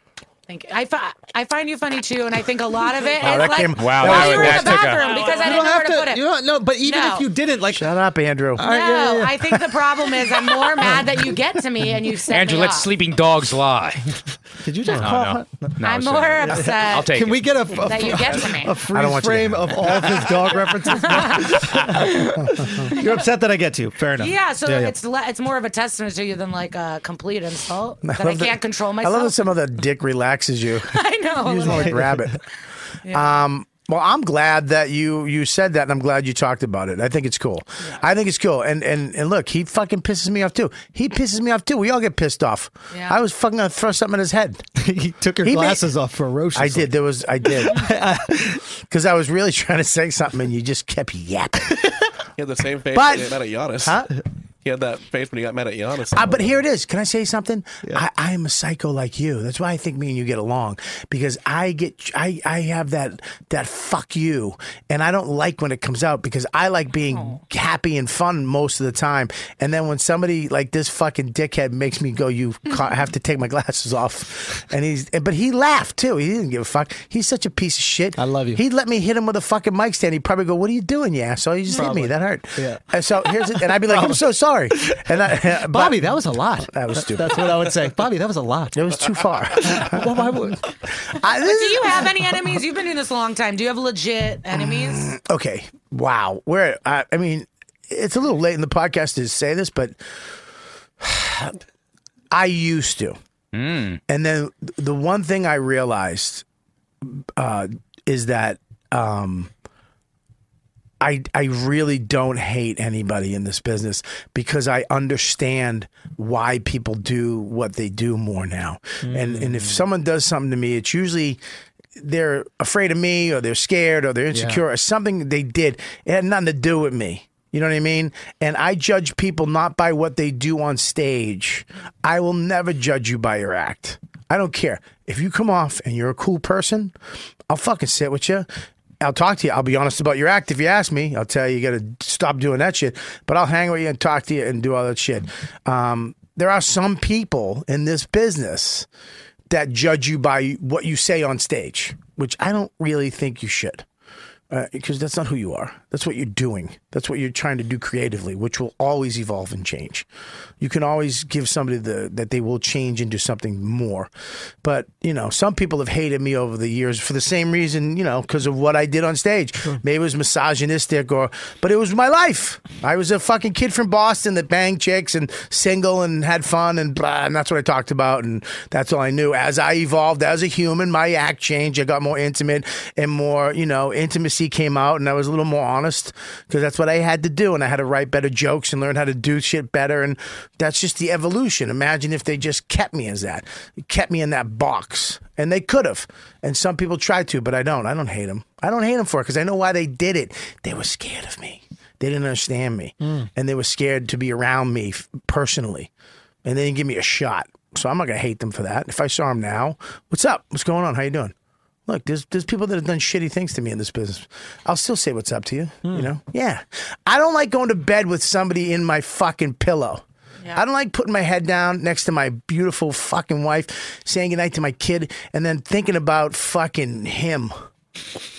Speaker 5: Thank you. I, fi- I find you funny too, and I think a lot of it
Speaker 2: Wow,
Speaker 5: is
Speaker 2: that
Speaker 5: like
Speaker 2: came- Wow,
Speaker 5: while
Speaker 2: that-
Speaker 5: you were in
Speaker 2: that
Speaker 5: the
Speaker 2: took a-
Speaker 5: bathroom because I
Speaker 12: You
Speaker 5: didn't
Speaker 12: don't
Speaker 5: know where
Speaker 12: have
Speaker 5: to, put it.
Speaker 12: to. You don't, no, but even
Speaker 5: No.
Speaker 12: if you didn't, like
Speaker 2: Shut up, Andrew.
Speaker 5: no, I think the problem is I'm more mad that you get to me and you set
Speaker 7: Andrew,
Speaker 5: me
Speaker 7: let
Speaker 5: off.
Speaker 7: sleeping dogs lie.
Speaker 12: Did you
Speaker 7: just no,
Speaker 12: call
Speaker 7: No, no,
Speaker 5: I'm
Speaker 7: it's-
Speaker 5: more upset
Speaker 7: I'll take
Speaker 12: Can
Speaker 7: it.
Speaker 12: we get a, a,
Speaker 5: that you get to me.
Speaker 12: a
Speaker 2: I
Speaker 12: freeze
Speaker 2: don't want you to
Speaker 12: frame of all of his dog references?
Speaker 9: You're upset that I get to. Fair enough.
Speaker 5: Yeah, so it's le- it's more of a testament to you than like a complete insult that I
Speaker 2: love
Speaker 5: can't control
Speaker 2: I love that
Speaker 5: myself.
Speaker 2: some of the dick relaxes you.
Speaker 5: I know. a
Speaker 2: Using
Speaker 5: little
Speaker 2: like
Speaker 5: bit.
Speaker 2: rabbit. Um, well, I'm glad that you you said that, and I'm glad you talked about it. I think it's cool. I think it's cool. And and and look, he fucking pisses me off too. He pisses me off too. We all get pissed off.
Speaker 5: Yeah.
Speaker 2: I was fucking gonna throw something at his head.
Speaker 12: he took your
Speaker 2: He may-
Speaker 12: glasses off ferociously.
Speaker 2: I did. There was I did because I was really trying to say something, and you just kept yapping.
Speaker 3: He had the same face
Speaker 2: But-
Speaker 3: when he got mad at Giannis.
Speaker 2: Huh?
Speaker 3: He had that face when he got mad at Giannis.
Speaker 2: Uh, but here it is. Can I say something? I, I am a psycho like you. That's why I think me and you get along because I get I, I have that that fuck you, and I don't like when it comes out because I like being happy and fun most of the time. And then when somebody like this fucking dickhead makes me go, you ca- have to take my glasses off, and he's but he laughed too. He didn't give a fuck. He's such a piece of shit. I
Speaker 12: love you.
Speaker 2: He'd let me hit him with a fucking mic stand. He'd probably go, "What are you doing, you asshole? You just hit me. That hurt."
Speaker 12: Yeah.
Speaker 2: And so here's it, and I'd be like, "I'm so sorry," and I, but-
Speaker 12: Bobby, that was a lot.
Speaker 2: that was stupid.
Speaker 12: That's what I would say. Bobby, that was a lot.
Speaker 2: It was too far.
Speaker 12: Well, why would-
Speaker 2: I,
Speaker 5: But
Speaker 2: this
Speaker 5: do
Speaker 2: is-
Speaker 5: you have any enemies? You've been doing this a long time. Do you have legit enemies?
Speaker 2: okay. Wow. Where I, I mean, it's a little late in the podcast to say this, but I used to.
Speaker 12: Hmm.
Speaker 2: And then the one thing I realized uh, is that um, I I really don't hate anybody in this business because I understand why people do what they do more now. And and if someone does something to me, it's usually they're afraid of me or they're scared or they're insecure or something they did. It had nothing to do with me. You know what I mean? And I judge people not by what they do on stage. I will never judge you by your act. I don't care. If you come off and you're a cool person, I'll fucking sit with you. I'll talk to you. I'll be honest about your act if you ask me. I'll tell you you got to stop doing that shit. But I'll hang with you and talk to you and do all that shit. Um, there are some people in this business that judge you by what you say on stage, which I don't really think you should. Uh, because that's not who you are. That's what you're doing. That's what you're trying to do creatively, which will always evolve and change. You can always give somebody the that they will change into something more. But you know, some people have hated me over the years for the same reason. You know, because of what I did on stage. Maybe it was misogynistic, or but it was my life. I was a fucking kid from Boston that banged chicks and single and had fun and blah, and that's what I talked about and that's all I knew. As I evolved as a human, my act changed. I got more intimate and more, you know, intimacy came out and I was a little more honest because that's what I had to do and I had to write better jokes and learn how to do shit better and that's just the evolution. Imagine if they just kept me as that. Kept me in that box. And they could have. And some people try to, but I don't. I don't hate them. I don't hate them for it because I know why they did it. They were scared of me. They didn't understand me, and they were scared to be around me f- personally, and they didn't give me a shot. So I'm not gonna hate them for that. If I saw them now, what's up? What's going on? How you doing? Look, there's there's people that have done shitty things to me in this business. I'll still say what's up to you. You know? Yeah. I don't like going to bed with somebody in my fucking pillow. I don't like putting my head down next to my beautiful fucking wife, saying goodnight to my kid, and then thinking about fucking him.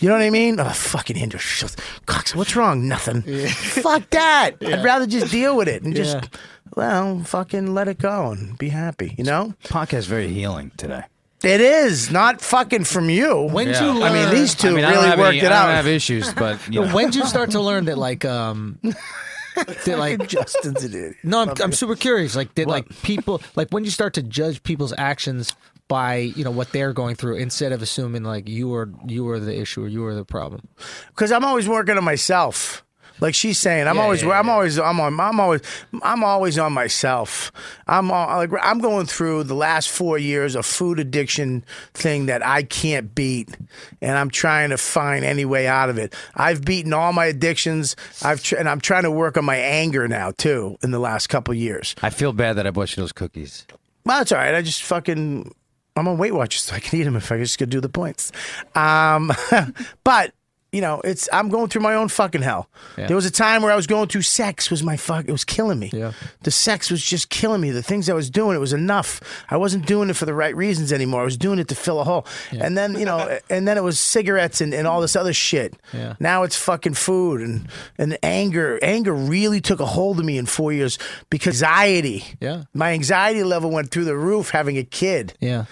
Speaker 2: You know what I mean? Oh, fucking Andrew. shut- Cox, what's wrong? Nothing. Fuck that. I'd rather just deal with it and
Speaker 7: Yeah.
Speaker 2: just, well, fucking let it go and be happy, you know?
Speaker 7: Podcast very healing today.
Speaker 2: It is not fucking from you. When
Speaker 7: Yeah. you
Speaker 2: I mean,
Speaker 7: learn-
Speaker 2: these two
Speaker 7: I mean, I don't
Speaker 2: really
Speaker 7: have
Speaker 2: worked
Speaker 7: any-
Speaker 2: it
Speaker 7: I
Speaker 2: out.
Speaker 7: don't have issues, but, you know.
Speaker 12: When did you start to learn that like um that like
Speaker 2: Justin's an idiot.
Speaker 12: No, I'm, I'm super curious. Like did like people like when you start to judge people's actions by you know what they're going through instead of assuming like you were you were the issue or you were the problem.
Speaker 2: because I'm always working on myself. Like she's saying, I'm always, I'm always, I'm on, I'm always, I'm always on myself. I'm all, like, I'm going through the last four years of food addiction thing that I can't beat, and I'm trying to find any way out of it. I've beaten all my addictions. I've tr- and I'm trying to work on my anger now too. In the last couple years,
Speaker 7: I feel bad that I bought you those cookies.
Speaker 2: well, that's all right. I just fucking I'm on Weight Watchers, so I can eat them if I just could do the points. Um, but you know, it's I'm going through my own fucking hell.
Speaker 23: Yeah.
Speaker 2: There was a time where I was going through sex was my fuck. It was killing me. The sex was just killing me. The things I was doing, it was enough. I wasn't doing it for the right reasons anymore. I was doing it to fill a hole. And then you know, and then it was cigarettes and, and all this other shit.
Speaker 23: Yeah.
Speaker 2: Now it's fucking food and and anger. Anger really took a hold of me in four years because anxiety.
Speaker 12: Yeah.
Speaker 2: My anxiety level went through the roof having a kid.
Speaker 12: Yeah.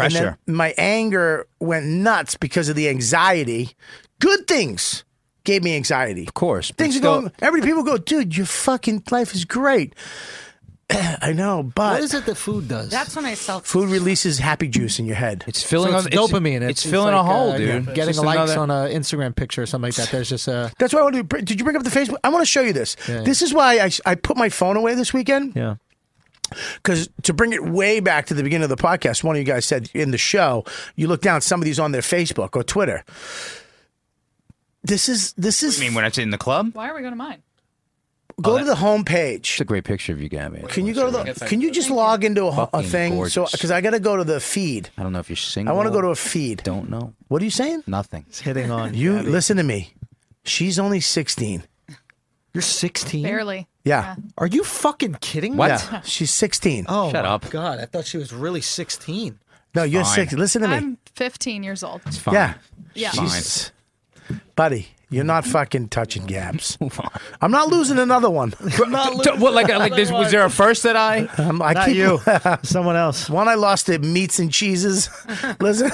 Speaker 2: And then my anger went nuts because of the anxiety. Good things gave me anxiety. Of
Speaker 7: course.
Speaker 2: Things are
Speaker 7: still-
Speaker 2: going every people go, dude, your fucking life is great. I know, but
Speaker 12: What is it that food does?
Speaker 5: That's when I self.
Speaker 2: Food releases happy juice in your head.
Speaker 7: It's
Speaker 12: Filling so it's dopamine. It's,
Speaker 7: filling a
Speaker 12: like,
Speaker 7: hole,
Speaker 12: uh,
Speaker 7: dude. It's
Speaker 12: Getting
Speaker 7: just
Speaker 12: likes
Speaker 7: another-
Speaker 12: on an Instagram picture or something like that. There's just a
Speaker 2: That's why I want to. br- Did you bring up the Facebook? I want to show you this.
Speaker 12: Yeah, yeah.
Speaker 2: This is why I, I put my phone away this weekend.
Speaker 12: Yeah.
Speaker 2: Because to bring it way back to the beginning of the podcast, one of you guys said in the show, you look down, somebody's on their Facebook or Twitter. This is this is.
Speaker 7: I mean, when I say in the club,
Speaker 8: Why are we going to mine?
Speaker 2: Go to the home page. It's
Speaker 7: a great picture of you, Gabby.
Speaker 2: Can you go to
Speaker 7: Yes,
Speaker 2: the?
Speaker 7: I
Speaker 2: Can you just log into a, a
Speaker 7: Fucking
Speaker 2: thing? So
Speaker 7: gorgeous.
Speaker 2: because I got to go to the feed.
Speaker 7: I don't know if you're
Speaker 2: I
Speaker 7: single.
Speaker 2: want to go to a feed.
Speaker 7: Don't know.
Speaker 2: What are you saying?
Speaker 7: Nothing. It's
Speaker 2: hitting on you. Listen to me. She's only sixteen.
Speaker 12: You're 16.
Speaker 8: Barely.
Speaker 2: Yeah.
Speaker 12: Are you fucking kidding me?
Speaker 2: Yeah. She's sixteen.
Speaker 12: Oh my God, I thought she was really 16.
Speaker 2: No, you're
Speaker 12: Fine.
Speaker 2: 16. Listen to me.
Speaker 8: I'm 15 years old.
Speaker 2: Yeah.
Speaker 8: Yeah.
Speaker 2: Jesus. Buddy, you're not fucking touching gaps. Move on. I'm not losing another one.
Speaker 7: what, like, like this, was there a first that I?
Speaker 2: Um, I
Speaker 7: Not
Speaker 2: keep,
Speaker 7: you.
Speaker 2: Someone else. One I lost at Meats and Cheeses. Listen.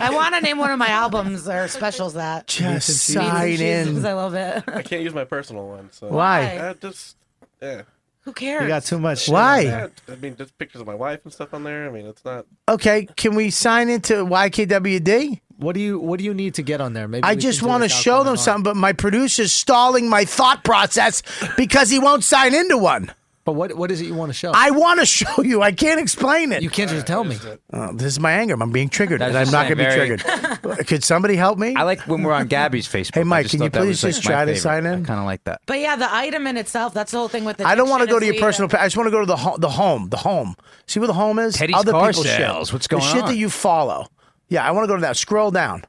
Speaker 5: I want to name one of my albums or specials that.
Speaker 2: Just
Speaker 5: Meats and
Speaker 2: sign
Speaker 5: cheeses,
Speaker 2: in.
Speaker 5: because I love it.
Speaker 3: I can't use my personal one. So.
Speaker 2: Why?
Speaker 3: Uh, just, yeah.
Speaker 5: Who cares?
Speaker 2: Why?
Speaker 3: Yeah, I mean, just pictures of my wife and stuff on there. I mean, it's not.
Speaker 2: Okay, can we sign into YKWD?
Speaker 12: What do you What do you need to get on there? Maybe
Speaker 2: I
Speaker 12: we
Speaker 2: just
Speaker 12: can do
Speaker 2: want to
Speaker 12: without
Speaker 2: show
Speaker 12: going
Speaker 2: them
Speaker 12: on.
Speaker 2: something, but my producer's stalling my thought process because he won't sign into one.
Speaker 12: But what What is it you want to show?
Speaker 2: I want to show you. I can't explain it. You
Speaker 12: can't just tell me.
Speaker 2: Oh, this is my anger. I'm being triggered,
Speaker 7: That's
Speaker 2: and I'm
Speaker 7: just
Speaker 2: not going to be
Speaker 7: very-
Speaker 2: triggered. Could somebody help me?
Speaker 7: I like when we're on Gabby's Facebook.
Speaker 2: Hey, Mike,
Speaker 7: I
Speaker 2: can you
Speaker 7: thought that
Speaker 2: please
Speaker 7: was, like,
Speaker 2: just
Speaker 7: my
Speaker 2: try to
Speaker 7: favorite.
Speaker 2: sign in?
Speaker 7: I kind of like that.
Speaker 5: But yeah, the item in itself, that's the whole thing with the.
Speaker 2: I don't want to go to your personal.
Speaker 5: personal.
Speaker 2: Pa- I just want to go to the ho- the home. The home. See where the home is.
Speaker 7: Teddy's
Speaker 2: Other
Speaker 7: car
Speaker 2: people's
Speaker 7: sales.
Speaker 2: Shit.
Speaker 7: What's
Speaker 2: The
Speaker 7: going
Speaker 2: shit that
Speaker 7: on?
Speaker 2: you follow. Yeah, I want to go to that. Scroll down.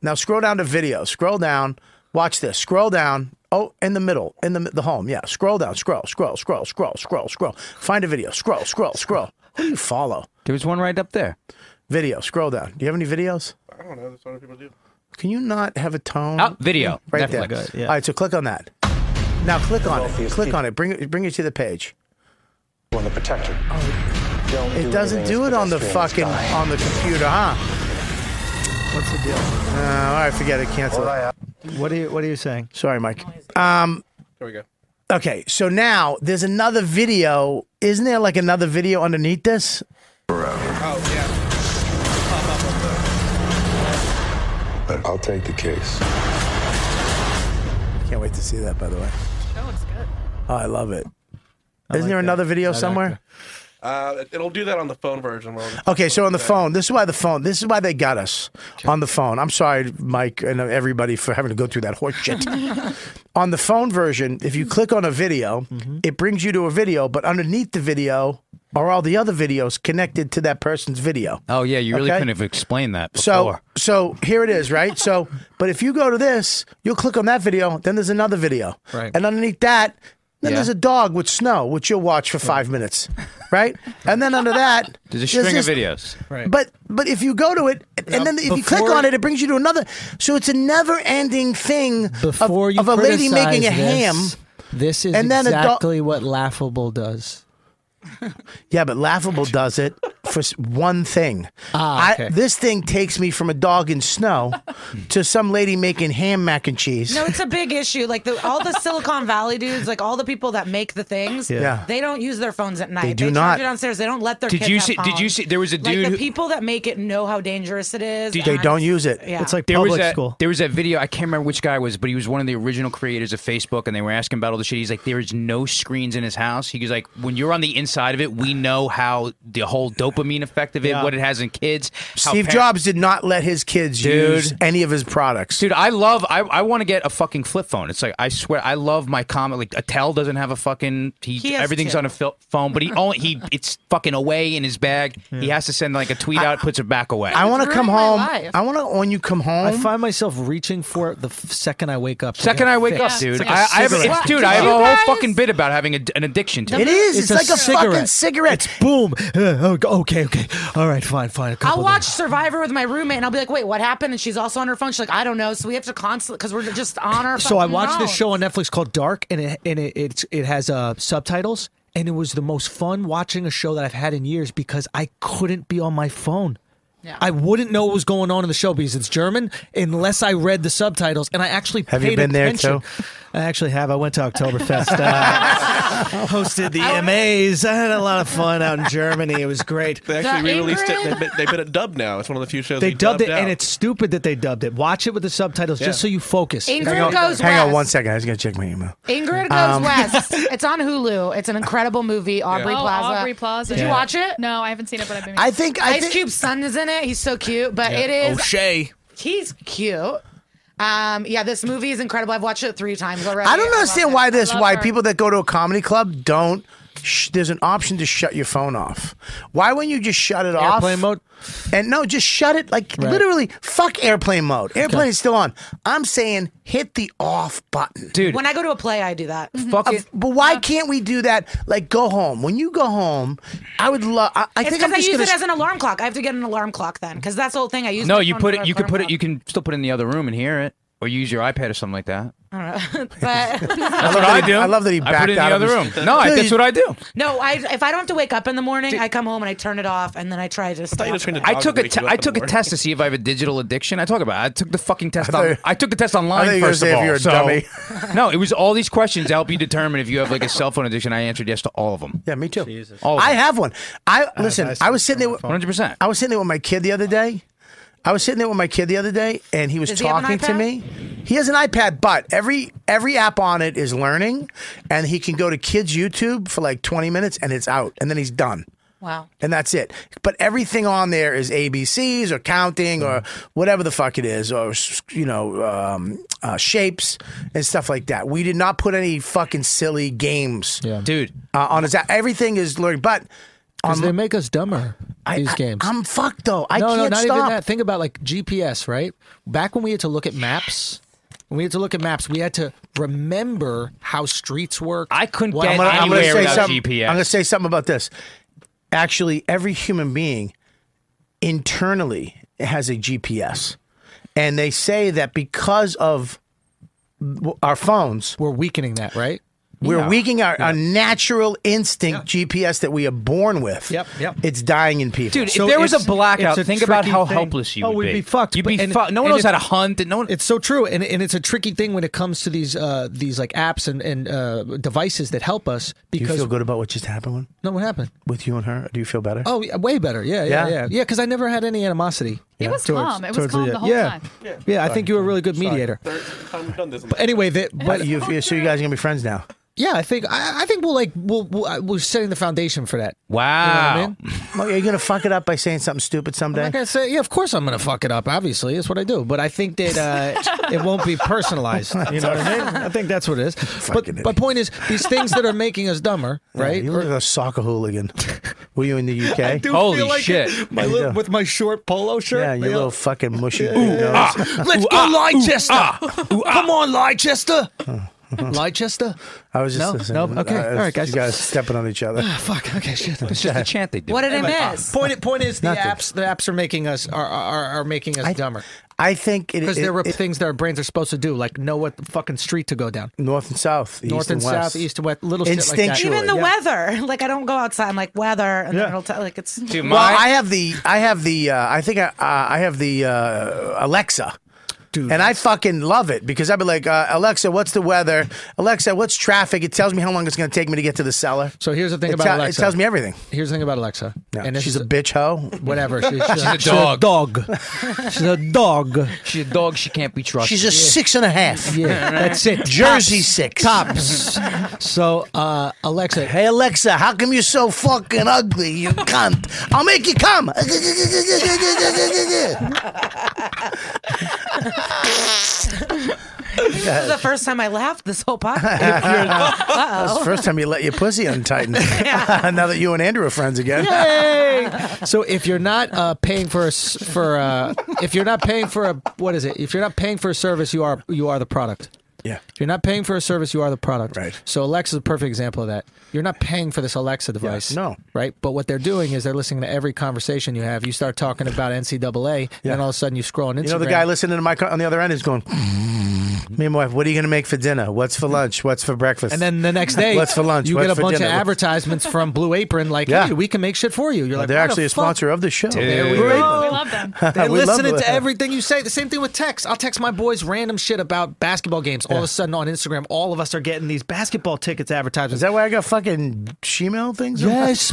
Speaker 2: Now scroll down to video. Scroll down. Watch this. Scroll down. Oh, in the middle, in the mi- the home. Yeah, scroll down. Scroll, scroll, scroll, scroll, scroll, scroll. Find a video. Scroll, scroll, scroll. Who do you follow?
Speaker 7: There was one right up there.
Speaker 2: Video. Scroll down. Do you have any videos?
Speaker 3: I don't know. That's what other people do.
Speaker 2: Can you not have a tone?
Speaker 7: Oh, video.
Speaker 2: Right there.
Speaker 7: Netflix. Good, yeah.
Speaker 2: All right, so click on that. Now click on it. Click on it. Bring it. Bring it to the page.
Speaker 24: On the protector. Don't
Speaker 2: Oh. It doesn't
Speaker 24: anything
Speaker 2: do it on the
Speaker 24: pedestrians
Speaker 2: fucking
Speaker 24: die.
Speaker 2: on the computer, huh? What's the deal? Uh, all right, forget it. Cancel. it.
Speaker 4: What are you What are you saying?
Speaker 2: Sorry, Mike. Um,
Speaker 3: There we go.
Speaker 2: okay, so now there's another video. Isn't there like another video underneath this?
Speaker 3: Oh yeah.
Speaker 25: But I'll take the case.
Speaker 2: Can't wait to see that. By the way,
Speaker 8: That looks good.
Speaker 2: oh, I love it.
Speaker 3: I like
Speaker 2: Isn't
Speaker 3: that.
Speaker 2: there another video
Speaker 3: That
Speaker 2: somewhere?
Speaker 3: Uh, it- it'll do that on the phone version. Well,
Speaker 2: Okay, so on the phone. This is why the phone. This is why they got us on the phone. I'm sorry, Mike, and everybody for having to go through that horse shit. on
Speaker 7: Mm-hmm.
Speaker 2: the phone version, if you click on a video, it brings you to a video, but underneath the video are all the other videos connected to that person's video.
Speaker 7: Oh yeah, you really
Speaker 2: Okay?
Speaker 7: couldn't have explained that
Speaker 2: So,
Speaker 7: before.
Speaker 2: so here it is, right? So, but if you go to this, you'll click on that video, then there's another video.
Speaker 7: Right.
Speaker 2: And underneath that, then
Speaker 7: Yeah.
Speaker 2: there's a dog with snow, which you'll watch for five minutes, right? And then under that,
Speaker 7: There's a string
Speaker 2: this-
Speaker 7: of videos. Right.
Speaker 2: But but if you go to it, and then if you click
Speaker 7: before-
Speaker 2: on it, it brings you to another. So it's a never-ending thing
Speaker 4: Before
Speaker 2: of,
Speaker 4: you
Speaker 2: of a lady
Speaker 4: criticize
Speaker 2: making a
Speaker 4: this,
Speaker 2: ham.
Speaker 4: This is
Speaker 2: and then a dog-
Speaker 4: exactly what laughable does.
Speaker 2: Yeah, but laughable does it for s- one thing. Ah, I, this thing takes me from a dog in snow to some lady making ham mac and cheese.
Speaker 5: No, it's a big issue. Like the, all the Silicon Valley dudes, like all the people that make the things,
Speaker 2: Yeah. Yeah.
Speaker 5: they don't use their phones at night.
Speaker 2: do
Speaker 5: charge
Speaker 2: not.
Speaker 5: it downstairs. They don't let their.
Speaker 7: Did
Speaker 5: kids
Speaker 7: you
Speaker 5: have
Speaker 7: see- did you
Speaker 5: phones.
Speaker 7: see- there was a dude
Speaker 5: Like the
Speaker 7: who-
Speaker 5: people that make it know how dangerous it is.
Speaker 7: Did-
Speaker 2: they
Speaker 5: and-
Speaker 2: don't use it.
Speaker 5: Yeah.
Speaker 7: there was a,
Speaker 2: school.
Speaker 7: There was a video. I can't remember which guy it was, but he was one of the original creators of Facebook, and they were asking about all the shit. He's like, "There is no screens in his house." He was like, "When you're on the inside of it, we know how the whole dopamine effect of it,
Speaker 2: Yeah.
Speaker 7: what it has in kids." how
Speaker 2: Steve
Speaker 7: par-
Speaker 2: Jobs did not let his kids
Speaker 7: Dude.
Speaker 2: use any of his products.
Speaker 7: Dude, I love. I, I want to get a fucking flip phone. It's like I swear, I love my comment. Like Attell doesn't have a fucking. He,
Speaker 2: He has
Speaker 7: everything's
Speaker 2: two.
Speaker 7: on a fil- phone, but he only he it's fucking away in his bag. He has to send like a tweet out, puts it back away.
Speaker 2: I want to come home. I want to when you come home.
Speaker 4: I find myself reaching for it the f- second I wake up. to
Speaker 7: Second
Speaker 4: get
Speaker 7: I wake
Speaker 4: fixed.
Speaker 7: up, dude. I, I have, it's, dude, I have a whole fucking bit about having a, an addiction to
Speaker 2: It is. It's, like a fucking
Speaker 4: cigarette.
Speaker 2: cigarette.
Speaker 4: boom. Uh, oh, okay, okay. All right, fine, fine. A couple
Speaker 5: I'll
Speaker 4: days.
Speaker 5: watch Survivor with my roommate, and I'll be like, "Wait, what happened?" And she's also on her phone. She's like, "I don't know." So we have to constantly because we're just on our.
Speaker 4: So I
Speaker 5: fucking
Speaker 4: watched this
Speaker 5: phone.
Speaker 4: show on Netflix called Dark, and it and it it's, it has uh, subtitles, and it was the most fun watching a show that I've had in years because I couldn't be on my phone.
Speaker 5: Yeah.
Speaker 4: I wouldn't know what was going on in the show because it's German unless I read the subtitles, and I actually
Speaker 26: Have you
Speaker 4: paid
Speaker 26: been there,
Speaker 4: attention.
Speaker 26: I actually have. I went to Oktoberfest. Uh, hosted the MAs. I had a lot of fun out in Germany. It was great.
Speaker 3: They actually re-released it. They bit, they bit it dubbed now. It's one of the few shows
Speaker 26: They dubbed it,
Speaker 3: out.
Speaker 26: and it's stupid that they dubbed it. Watch it with the subtitles
Speaker 3: Yeah.
Speaker 26: just so you focus.
Speaker 5: Ingrid Hang on- goes
Speaker 2: Hang on
Speaker 5: west.
Speaker 2: one second. I was gonna check my email.
Speaker 5: Ingrid Goes
Speaker 2: Um,
Speaker 5: West. It's on Hulu. It's an incredible movie. Aubrey
Speaker 8: Oh,
Speaker 5: Plaza.
Speaker 8: Aubrey Plaza.
Speaker 5: Did you
Speaker 8: Yeah.
Speaker 5: watch it?
Speaker 8: No, I haven't seen it, but I've been.
Speaker 5: I think Ice Cube's son is in it. He's so cute, but
Speaker 8: Yeah.
Speaker 5: it is
Speaker 7: Oh, O'Shea.
Speaker 5: He's cute. Um, yeah, this movie is incredible. I've watched it three times already.
Speaker 2: I don't
Speaker 5: love
Speaker 2: understand
Speaker 5: it.
Speaker 2: why
Speaker 5: I
Speaker 2: this.
Speaker 5: love
Speaker 2: Why
Speaker 5: her.
Speaker 2: people that go to a comedy club don't. Sh- there's an option to shut your phone off. Why wouldn't you just shut it off?
Speaker 4: Airplane
Speaker 2: mode. And no, just shut it. Like literally, fuck airplane mode. Airplane is still on. I'm saying hit the off button,
Speaker 7: dude.
Speaker 5: When I go to a play, I do that.
Speaker 2: Of- But why can't we do that? Like go home. When you go home, I would love. I, I
Speaker 5: It's
Speaker 2: think I'm
Speaker 5: 'cause I
Speaker 2: just
Speaker 5: use
Speaker 2: gonna.
Speaker 5: it as an alarm clock. I have to get an alarm clock then, because that's the whole thing. I use.
Speaker 7: no,
Speaker 5: my
Speaker 7: you
Speaker 5: phone
Speaker 7: put
Speaker 5: for
Speaker 7: it. You could
Speaker 5: alarm
Speaker 7: put it.
Speaker 5: clock.
Speaker 7: You can still put it in the other room and hear it, or use your iPad or something like that.
Speaker 5: I don't know. but
Speaker 7: That's what I do.
Speaker 2: I love that he
Speaker 7: I put
Speaker 2: backed
Speaker 7: it in the
Speaker 2: out of
Speaker 7: other
Speaker 2: his-
Speaker 7: room. No, I,
Speaker 2: Dude,
Speaker 7: that's
Speaker 2: you-
Speaker 7: what I do.
Speaker 5: no, I if I don't have to wake up in the morning, I come home and I turn it off, and then I try to. stay off of it.
Speaker 7: I took a te- I took a test to see if I have a digital addiction. I talk about. It. I took the fucking test.
Speaker 2: thought-
Speaker 7: on, I took the test
Speaker 2: I thought
Speaker 7: online
Speaker 2: you were
Speaker 7: first
Speaker 2: gonna
Speaker 7: of all.
Speaker 2: say if
Speaker 7: so- no, it was all these questions to help you determine if you have like a cell phone addiction. I answered yes to all of them.
Speaker 2: Yeah, me too.
Speaker 7: All of
Speaker 2: I
Speaker 7: them.
Speaker 2: have one. I listen. I, was sitting there. One
Speaker 7: hundred percent.
Speaker 2: I was sitting there with my kid the other day. I was sitting there with my kid the other day, and he was
Speaker 5: Does he have an
Speaker 2: talking to
Speaker 5: iPad?
Speaker 2: me. He has an iPad, but every every app on it is learning, and he can go to kids YouTube for like twenty minutes, and it's out, and then he's done.
Speaker 5: Wow.
Speaker 2: And that's it. But everything on there is ABCs or counting or whatever the fuck it is, or you know, um, uh, shapes and stuff like that. We did not put any fucking silly games,
Speaker 7: dude.
Speaker 2: Uh, on his app. everything is learning, but
Speaker 4: Because
Speaker 2: on
Speaker 4: they make us dumber. these games.
Speaker 2: I'm fucked though. I
Speaker 4: no,
Speaker 2: can't
Speaker 4: no, not
Speaker 2: stop.
Speaker 4: even that. Think about like GPS, right? Back when we had to look at maps, when we had to look at maps, we had to remember how streets work. I
Speaker 7: couldn't
Speaker 2: I'm gonna, I'm gonna say something. I'm gonna say something about this. Actually, every human being internally has a GPS, and they say that because of w- our phones,
Speaker 4: we're weakening that, right?
Speaker 2: We're
Speaker 4: Yeah.
Speaker 2: weakening our, our natural instinct GPS that we are born with. Yep, yep. It's dying in people.
Speaker 7: Dude, if there was a blackout, think about how helpless you
Speaker 4: oh,
Speaker 7: would
Speaker 4: we'd be, fucked.
Speaker 7: You'd
Speaker 4: but-
Speaker 7: be
Speaker 4: and-
Speaker 7: fucked. No one
Speaker 4: and
Speaker 7: knows how to
Speaker 4: it's-
Speaker 7: hunt. And no one.
Speaker 4: It's so true, and and it's a tricky thing when it comes to these uh, these like apps and and uh, devices that help us
Speaker 2: Do you
Speaker 4: because
Speaker 2: feel good about what just happened
Speaker 4: no, what happened
Speaker 2: with you and her? Do you feel better?
Speaker 4: Oh, yeah, way better. Yeah,
Speaker 2: Yeah?
Speaker 4: yeah, yeah, yeah. Because I never had any animosity.
Speaker 2: It was
Speaker 4: towards-
Speaker 8: calm. It was
Speaker 4: towards
Speaker 8: calm the whole
Speaker 4: yeah.
Speaker 8: time.
Speaker 4: Yeah, I think you were a really good mediator. But anyway, that but
Speaker 2: But you, you- so you guys are gonna be friends now.
Speaker 4: yeah, I think I, I think we'll like we'll, we'll uh, we're setting the foundation for that.
Speaker 7: Wow.
Speaker 2: Well, are you gonna fuck it up by saying something stupid someday?
Speaker 4: I'm not gonna say yeah. Of course, I'm gonna fuck it up. Obviously, it's what I do. But I think that uh, it won't be personalized. You know what I mean? I think that's what it is. But my point is, these things that are making us dumber,
Speaker 2: Yeah,
Speaker 4: right?
Speaker 2: you look like a soccer hooligan. Were you in the UK?
Speaker 27: I do feel Holy like shit. it. My
Speaker 2: Yeah, you
Speaker 27: little-
Speaker 2: do.
Speaker 27: with my short polo shirt.
Speaker 2: Yeah, your
Speaker 27: yeah.
Speaker 2: little fucking mushy.
Speaker 27: Yeah.
Speaker 2: big nose.
Speaker 4: Ah!
Speaker 27: Let's go, Leicester. Come on, Leicester. Leicester.
Speaker 2: I was just
Speaker 27: No,
Speaker 2: listening.
Speaker 27: no, okay,
Speaker 2: I-
Speaker 27: all right, guys.
Speaker 2: You guys stepping on each
Speaker 4: Ah,
Speaker 2: other.
Speaker 27: fuck. Okay, shit.
Speaker 2: It's just a chant they do. What did I
Speaker 4: uh,
Speaker 2: miss?
Speaker 4: Point, point is the
Speaker 2: Nothing.
Speaker 4: apps. The apps are making us are are, are making us dumber.
Speaker 2: I think
Speaker 4: because
Speaker 2: it-
Speaker 4: there were
Speaker 2: it-
Speaker 4: things that our brains are supposed to do, like know what fucking street to go down.
Speaker 2: North and south,
Speaker 4: north
Speaker 2: east
Speaker 4: and,
Speaker 2: and west.
Speaker 4: south, east and west, little shit like that.
Speaker 5: Even the weather. Like I don't go outside. I'm like weather, and then it'll tell like it's.
Speaker 2: well, I have the, I have the, uh, I think I, uh, I have the uh, Alexa. Dude. And I fucking love it because I'd be like, uh, Alexa, what's the weather? Alexa, what's traffic? It tells me how long it's going to take me to get to the cellar.
Speaker 4: So here's the thing
Speaker 2: it
Speaker 4: about
Speaker 2: tell- It
Speaker 4: Alexa.
Speaker 2: tells me everything.
Speaker 4: Here's the thing about Alexa.
Speaker 2: And
Speaker 4: this
Speaker 2: she's
Speaker 4: is
Speaker 2: a bitch hoe.
Speaker 4: Whatever. She-
Speaker 2: She's a
Speaker 4: dog.
Speaker 27: dog.
Speaker 4: She's a dog.
Speaker 7: She's a dog. She can't be trusted.
Speaker 2: She's a six and a half.
Speaker 4: Yeah, that's it.
Speaker 2: Jersey
Speaker 4: Tops.
Speaker 2: six.
Speaker 4: Tops. So, uh, Alexa.
Speaker 2: Hey, Alexa, how come you're so fucking ugly? You cunt. I'll make you come.
Speaker 5: This is the first time I laughed this whole podcast.
Speaker 2: That's the
Speaker 5: Uh-oh.
Speaker 2: first time you let your pussy untighten. now that you and Andrew are friends again.
Speaker 4: so if you're not uh, paying for a s- for a, if you're not paying for a what is it? If you're not paying for a service, you are you are the product.
Speaker 2: Yeah.
Speaker 4: If you're not paying for a service, you are the product. Right. So Alexa's a perfect example of that. You're not paying for this Alexa device.
Speaker 2: no.
Speaker 4: Right. But what they're doing is they're listening to every conversation you have. You start talking about NCAA, and then all of a sudden you scroll on Instagram.
Speaker 2: You know the guy listening to my car on the other end is going. Me and my wife, what are you going to make for dinner? What's for lunch? What's for breakfast?
Speaker 4: And then the next day,
Speaker 2: what's for lunch?
Speaker 4: You
Speaker 2: What's
Speaker 4: get a
Speaker 2: for
Speaker 4: bunch
Speaker 2: dinner?
Speaker 4: of
Speaker 2: What's-
Speaker 4: advertisements from Blue Apron, like,
Speaker 2: Yeah.
Speaker 4: "Hey, we can make shit for you." You're like,
Speaker 2: They're
Speaker 4: "Why the
Speaker 2: actually a
Speaker 4: fuck?"
Speaker 2: sponsor of the show.
Speaker 4: There we
Speaker 2: Blue
Speaker 8: Oh,
Speaker 4: go.
Speaker 2: Apron.
Speaker 4: We love them. They're
Speaker 2: We love
Speaker 4: listening
Speaker 2: Blue
Speaker 4: to
Speaker 2: Apron.
Speaker 4: everything you say. The same thing with text. I'll text my boys random shit about basketball games. All of a sudden on Instagram, all of us are getting these basketball tickets advertisements. Is
Speaker 2: that why I got fucking shemale things?
Speaker 4: Yes,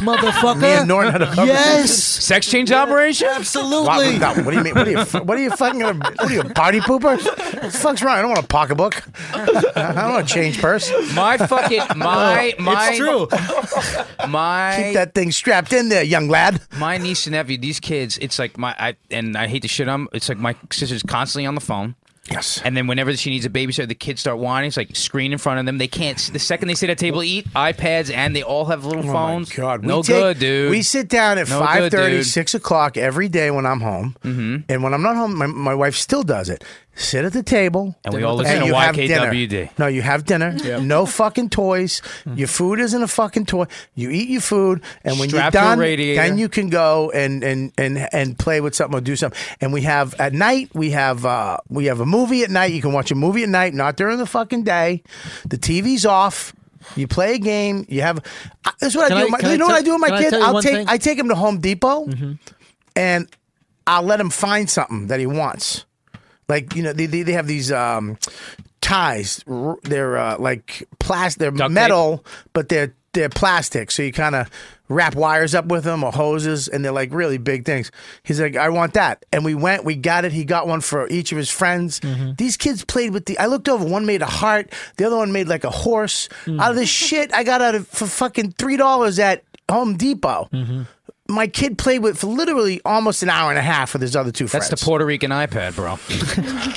Speaker 4: motherfucker.
Speaker 2: Me and Norton had a-
Speaker 4: yes.
Speaker 7: Sex change operation?
Speaker 2: Absolutely. What, no, what do you mean? What are you, what are you fucking? What are you, a party pooper? What the fuck's wrong? I don't want a pocketbook. I don't want a change purse.
Speaker 7: My fucking my my
Speaker 2: It's true.
Speaker 7: My
Speaker 2: Keep that thing strapped in there, young lad.
Speaker 7: my niece and nephew, these kids, it's like my I and I hate to shit on. 'em, It's like my sister's constantly on the phone.
Speaker 2: Yes.
Speaker 7: And then whenever she needs a babysitter, the kids start whining. It's like screen in front of them. They can't. see- The second they sit at a table, eat iPads, and they all have little phones. God,
Speaker 2: Oh We
Speaker 7: no
Speaker 2: take-
Speaker 7: good, dude.
Speaker 2: We sit down at
Speaker 7: No
Speaker 2: five
Speaker 7: good,
Speaker 2: thirty,
Speaker 7: dude.
Speaker 2: six 6 o'clock every day when I'm home.
Speaker 7: Mm-hmm.
Speaker 2: And when I'm not home, my, my wife still does it. Sit at the table.
Speaker 7: And we all listen to
Speaker 2: you have dinner.
Speaker 7: YKWD.
Speaker 2: No, you have dinner. No fucking toys. Your food isn't a fucking toy. You eat your food. And when
Speaker 7: Strap to
Speaker 2: you're
Speaker 7: a
Speaker 2: done,
Speaker 7: radiator.
Speaker 2: then you can go and, and, and, and play with something or do something. And we have at night, we have, uh, we have a movie at night. You can watch a movie at night, not during the fucking day. The TV's off. You play a game. You have. I- This is what
Speaker 4: Can
Speaker 2: I do.
Speaker 4: I-
Speaker 2: with my,
Speaker 4: can I
Speaker 2: you know
Speaker 4: tell-
Speaker 2: what I do with
Speaker 4: can
Speaker 2: my
Speaker 4: I
Speaker 2: kid?
Speaker 4: tell you
Speaker 2: I'll
Speaker 4: one
Speaker 2: take
Speaker 4: thing? Mm-hmm.
Speaker 2: I take him to Home Depot, and I'll let him find something that he wants. Like you know, they they, they have these um, ties. R- They're uh, like plastic. They're metal, but they're they're plastic. So you kind of wrap wires up with them or hoses, and they're like really big things. He's like, I want that, and we went. We got it. He got one for each of his friends.
Speaker 7: Mm-hmm.
Speaker 2: These kids played with the. I looked over. One made a heart. The other one made like a horse.
Speaker 7: Mm.
Speaker 2: Out of this shit, I got out of for fucking three dollars at Home Depot.
Speaker 7: Mm-hmm.
Speaker 2: My kid played with for literally almost an hour and a half with his other two friends.
Speaker 7: That's the Puerto Rican iPad, bro.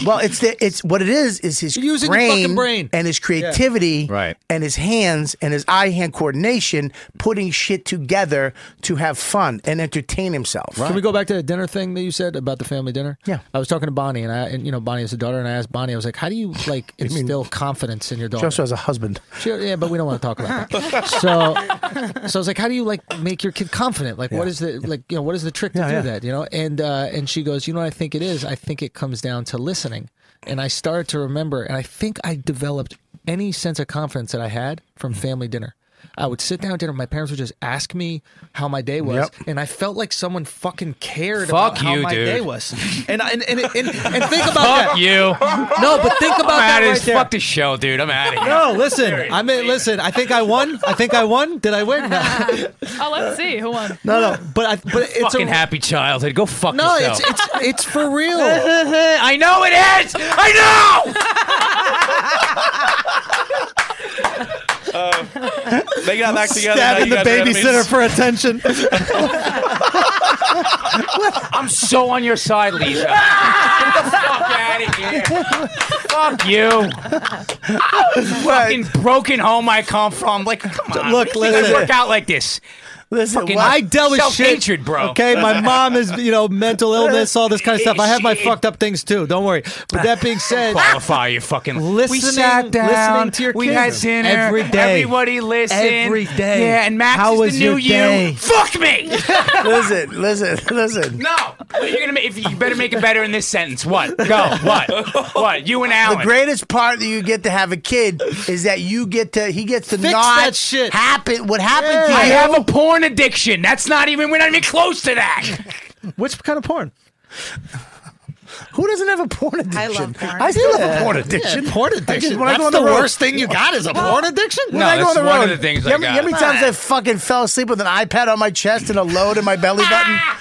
Speaker 2: Well, it's the it's what it is is his
Speaker 4: using your
Speaker 2: brain,
Speaker 4: fucking brain.
Speaker 2: and his creativity,
Speaker 7: Right.
Speaker 2: And his hands and his eye hand coordination, putting shit together to have fun and entertain himself.
Speaker 4: Can we go back to the dinner thing that you said about the family dinner?
Speaker 2: Yeah.
Speaker 4: I was talking to Bonnie, and I, and, you know, Bonnie is a daughter, and I asked Bonnie, I was like, "How do you like
Speaker 2: You mean-
Speaker 4: instill confidence in your
Speaker 2: She
Speaker 4: daughter?"
Speaker 2: also has a husband.
Speaker 4: She- yeah, but we don't want to talk about that. So, so I was like, "How do you like make your kid confident? Like, what is the like, you know, what is the trick to
Speaker 2: Yeah,
Speaker 4: do
Speaker 2: yeah.
Speaker 4: that? You know?" And uh, and she goes, "You know, what I think it is. I think it comes down to listening." And I started to remember, and I think I developed any sense of confidence that I had from
Speaker 7: Mm-hmm.
Speaker 4: family dinner. I would sit down at dinner. My parents would just ask me how my day was,
Speaker 7: Yep.
Speaker 4: and I felt like someone fucking cared
Speaker 7: Fuck
Speaker 4: about how
Speaker 7: you,
Speaker 4: my
Speaker 7: dude.
Speaker 4: day was. And and and, and, and think
Speaker 7: Fuck
Speaker 4: about that.
Speaker 7: you.
Speaker 4: No, but think about
Speaker 7: I'm
Speaker 4: that
Speaker 7: outta
Speaker 4: right
Speaker 7: this-
Speaker 4: there.
Speaker 7: Fuck the show, dude. I'm out of here.
Speaker 4: No, listen. I mean, listen. I think I won. I think I won. Did I win? No,
Speaker 8: Oh, let's see who won.
Speaker 4: no. no. But I, but it's
Speaker 7: fucking
Speaker 4: a,
Speaker 7: happy childhood. Go fuck
Speaker 4: No,
Speaker 7: yourself.
Speaker 4: it's it's it's for real.
Speaker 7: I know it is. I know.
Speaker 3: They got back together.
Speaker 28: Stabbing the
Speaker 3: now you guys are enemies.
Speaker 28: babysitter for attention.
Speaker 7: I'm so on your side, Lisa. fuck out of here. Fuck you. Fucking broken home I come from. Like, come on.
Speaker 28: Look,
Speaker 7: You think I
Speaker 28: listen.
Speaker 7: work out like this.
Speaker 2: Listen,
Speaker 7: Fucking
Speaker 2: what-
Speaker 7: I dealt with shit. self-hatred, bro.
Speaker 4: Okay, my mom is, you know, mental illness, all this kind of stuff. I have my fucked up things too. Don't worry. But that being said,
Speaker 7: qualify you fucking.
Speaker 4: Listening-
Speaker 7: we sat down.
Speaker 4: listening to your
Speaker 7: we
Speaker 4: kids.
Speaker 7: had dinner.
Speaker 4: Every day.
Speaker 7: Everybody listened.
Speaker 4: Every day.
Speaker 7: Yeah, and Max
Speaker 4: How
Speaker 7: is
Speaker 4: was
Speaker 7: the new
Speaker 4: your day?
Speaker 7: you. Fuck me.
Speaker 2: listen, listen, listen.
Speaker 7: No, Well, you're gonna make. If you better make it better in this sentence. What? Go. What? What? You and Alan.
Speaker 2: The greatest part that you get to have a kid is that you get to he gets to
Speaker 7: Fix
Speaker 2: not
Speaker 7: that shit.
Speaker 2: happen what happened to you.
Speaker 7: I have a porn addiction. That's not even. We're not even close to that.
Speaker 4: Which kind of porn?
Speaker 2: Who doesn't have a porn addiction? I
Speaker 5: love porn.
Speaker 2: I still have
Speaker 4: Yeah.
Speaker 2: a porn
Speaker 4: Yeah,
Speaker 2: addiction.
Speaker 4: porn
Speaker 2: I just-
Speaker 4: addiction.
Speaker 2: when I go
Speaker 4: That's
Speaker 2: on the,
Speaker 4: the
Speaker 2: road-
Speaker 4: worst thing you got is a
Speaker 7: Uh,
Speaker 4: porn addiction?
Speaker 2: When
Speaker 4: No,
Speaker 2: I go on
Speaker 4: that's
Speaker 2: the
Speaker 4: one
Speaker 2: road,
Speaker 4: of the things
Speaker 2: you
Speaker 4: I
Speaker 2: know how many- you know
Speaker 4: got.
Speaker 2: how many times I fucking fell asleep with an iPad on my chest and a load in my belly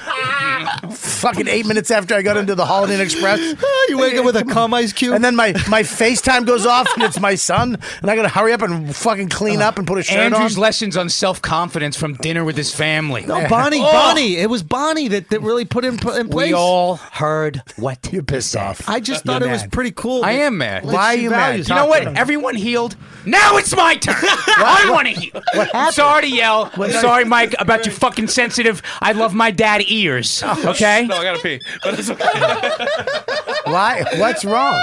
Speaker 2: button? fucking eight minutes after I got into the Holiday Inn Express.
Speaker 4: you wake up with a cum ice cube.
Speaker 2: And then my, my FaceTime goes off and it's my son. And I gotta hurry up and fucking clean up and put a shirt
Speaker 7: Andrew's
Speaker 2: on.
Speaker 7: lessons on self confidence from dinner with his family.
Speaker 4: No, Bonnie,
Speaker 7: Oh.
Speaker 4: Bonnie. It was Bonnie that, that really put in, put in place.
Speaker 7: We all heard what
Speaker 2: you pissed off.
Speaker 4: I just thought it was pretty cool.
Speaker 7: I
Speaker 4: that-
Speaker 7: am mad.
Speaker 4: that she values
Speaker 7: You
Speaker 4: it.
Speaker 7: know what? Everyone healed. Now it's my turn. I want to heal. I'm sorry to yell. I'm sorry, Mike, about your fucking sensitive. I love my dad ears. Okay.
Speaker 3: No, I gotta pee. But it's okay.
Speaker 2: Why? What's wrong?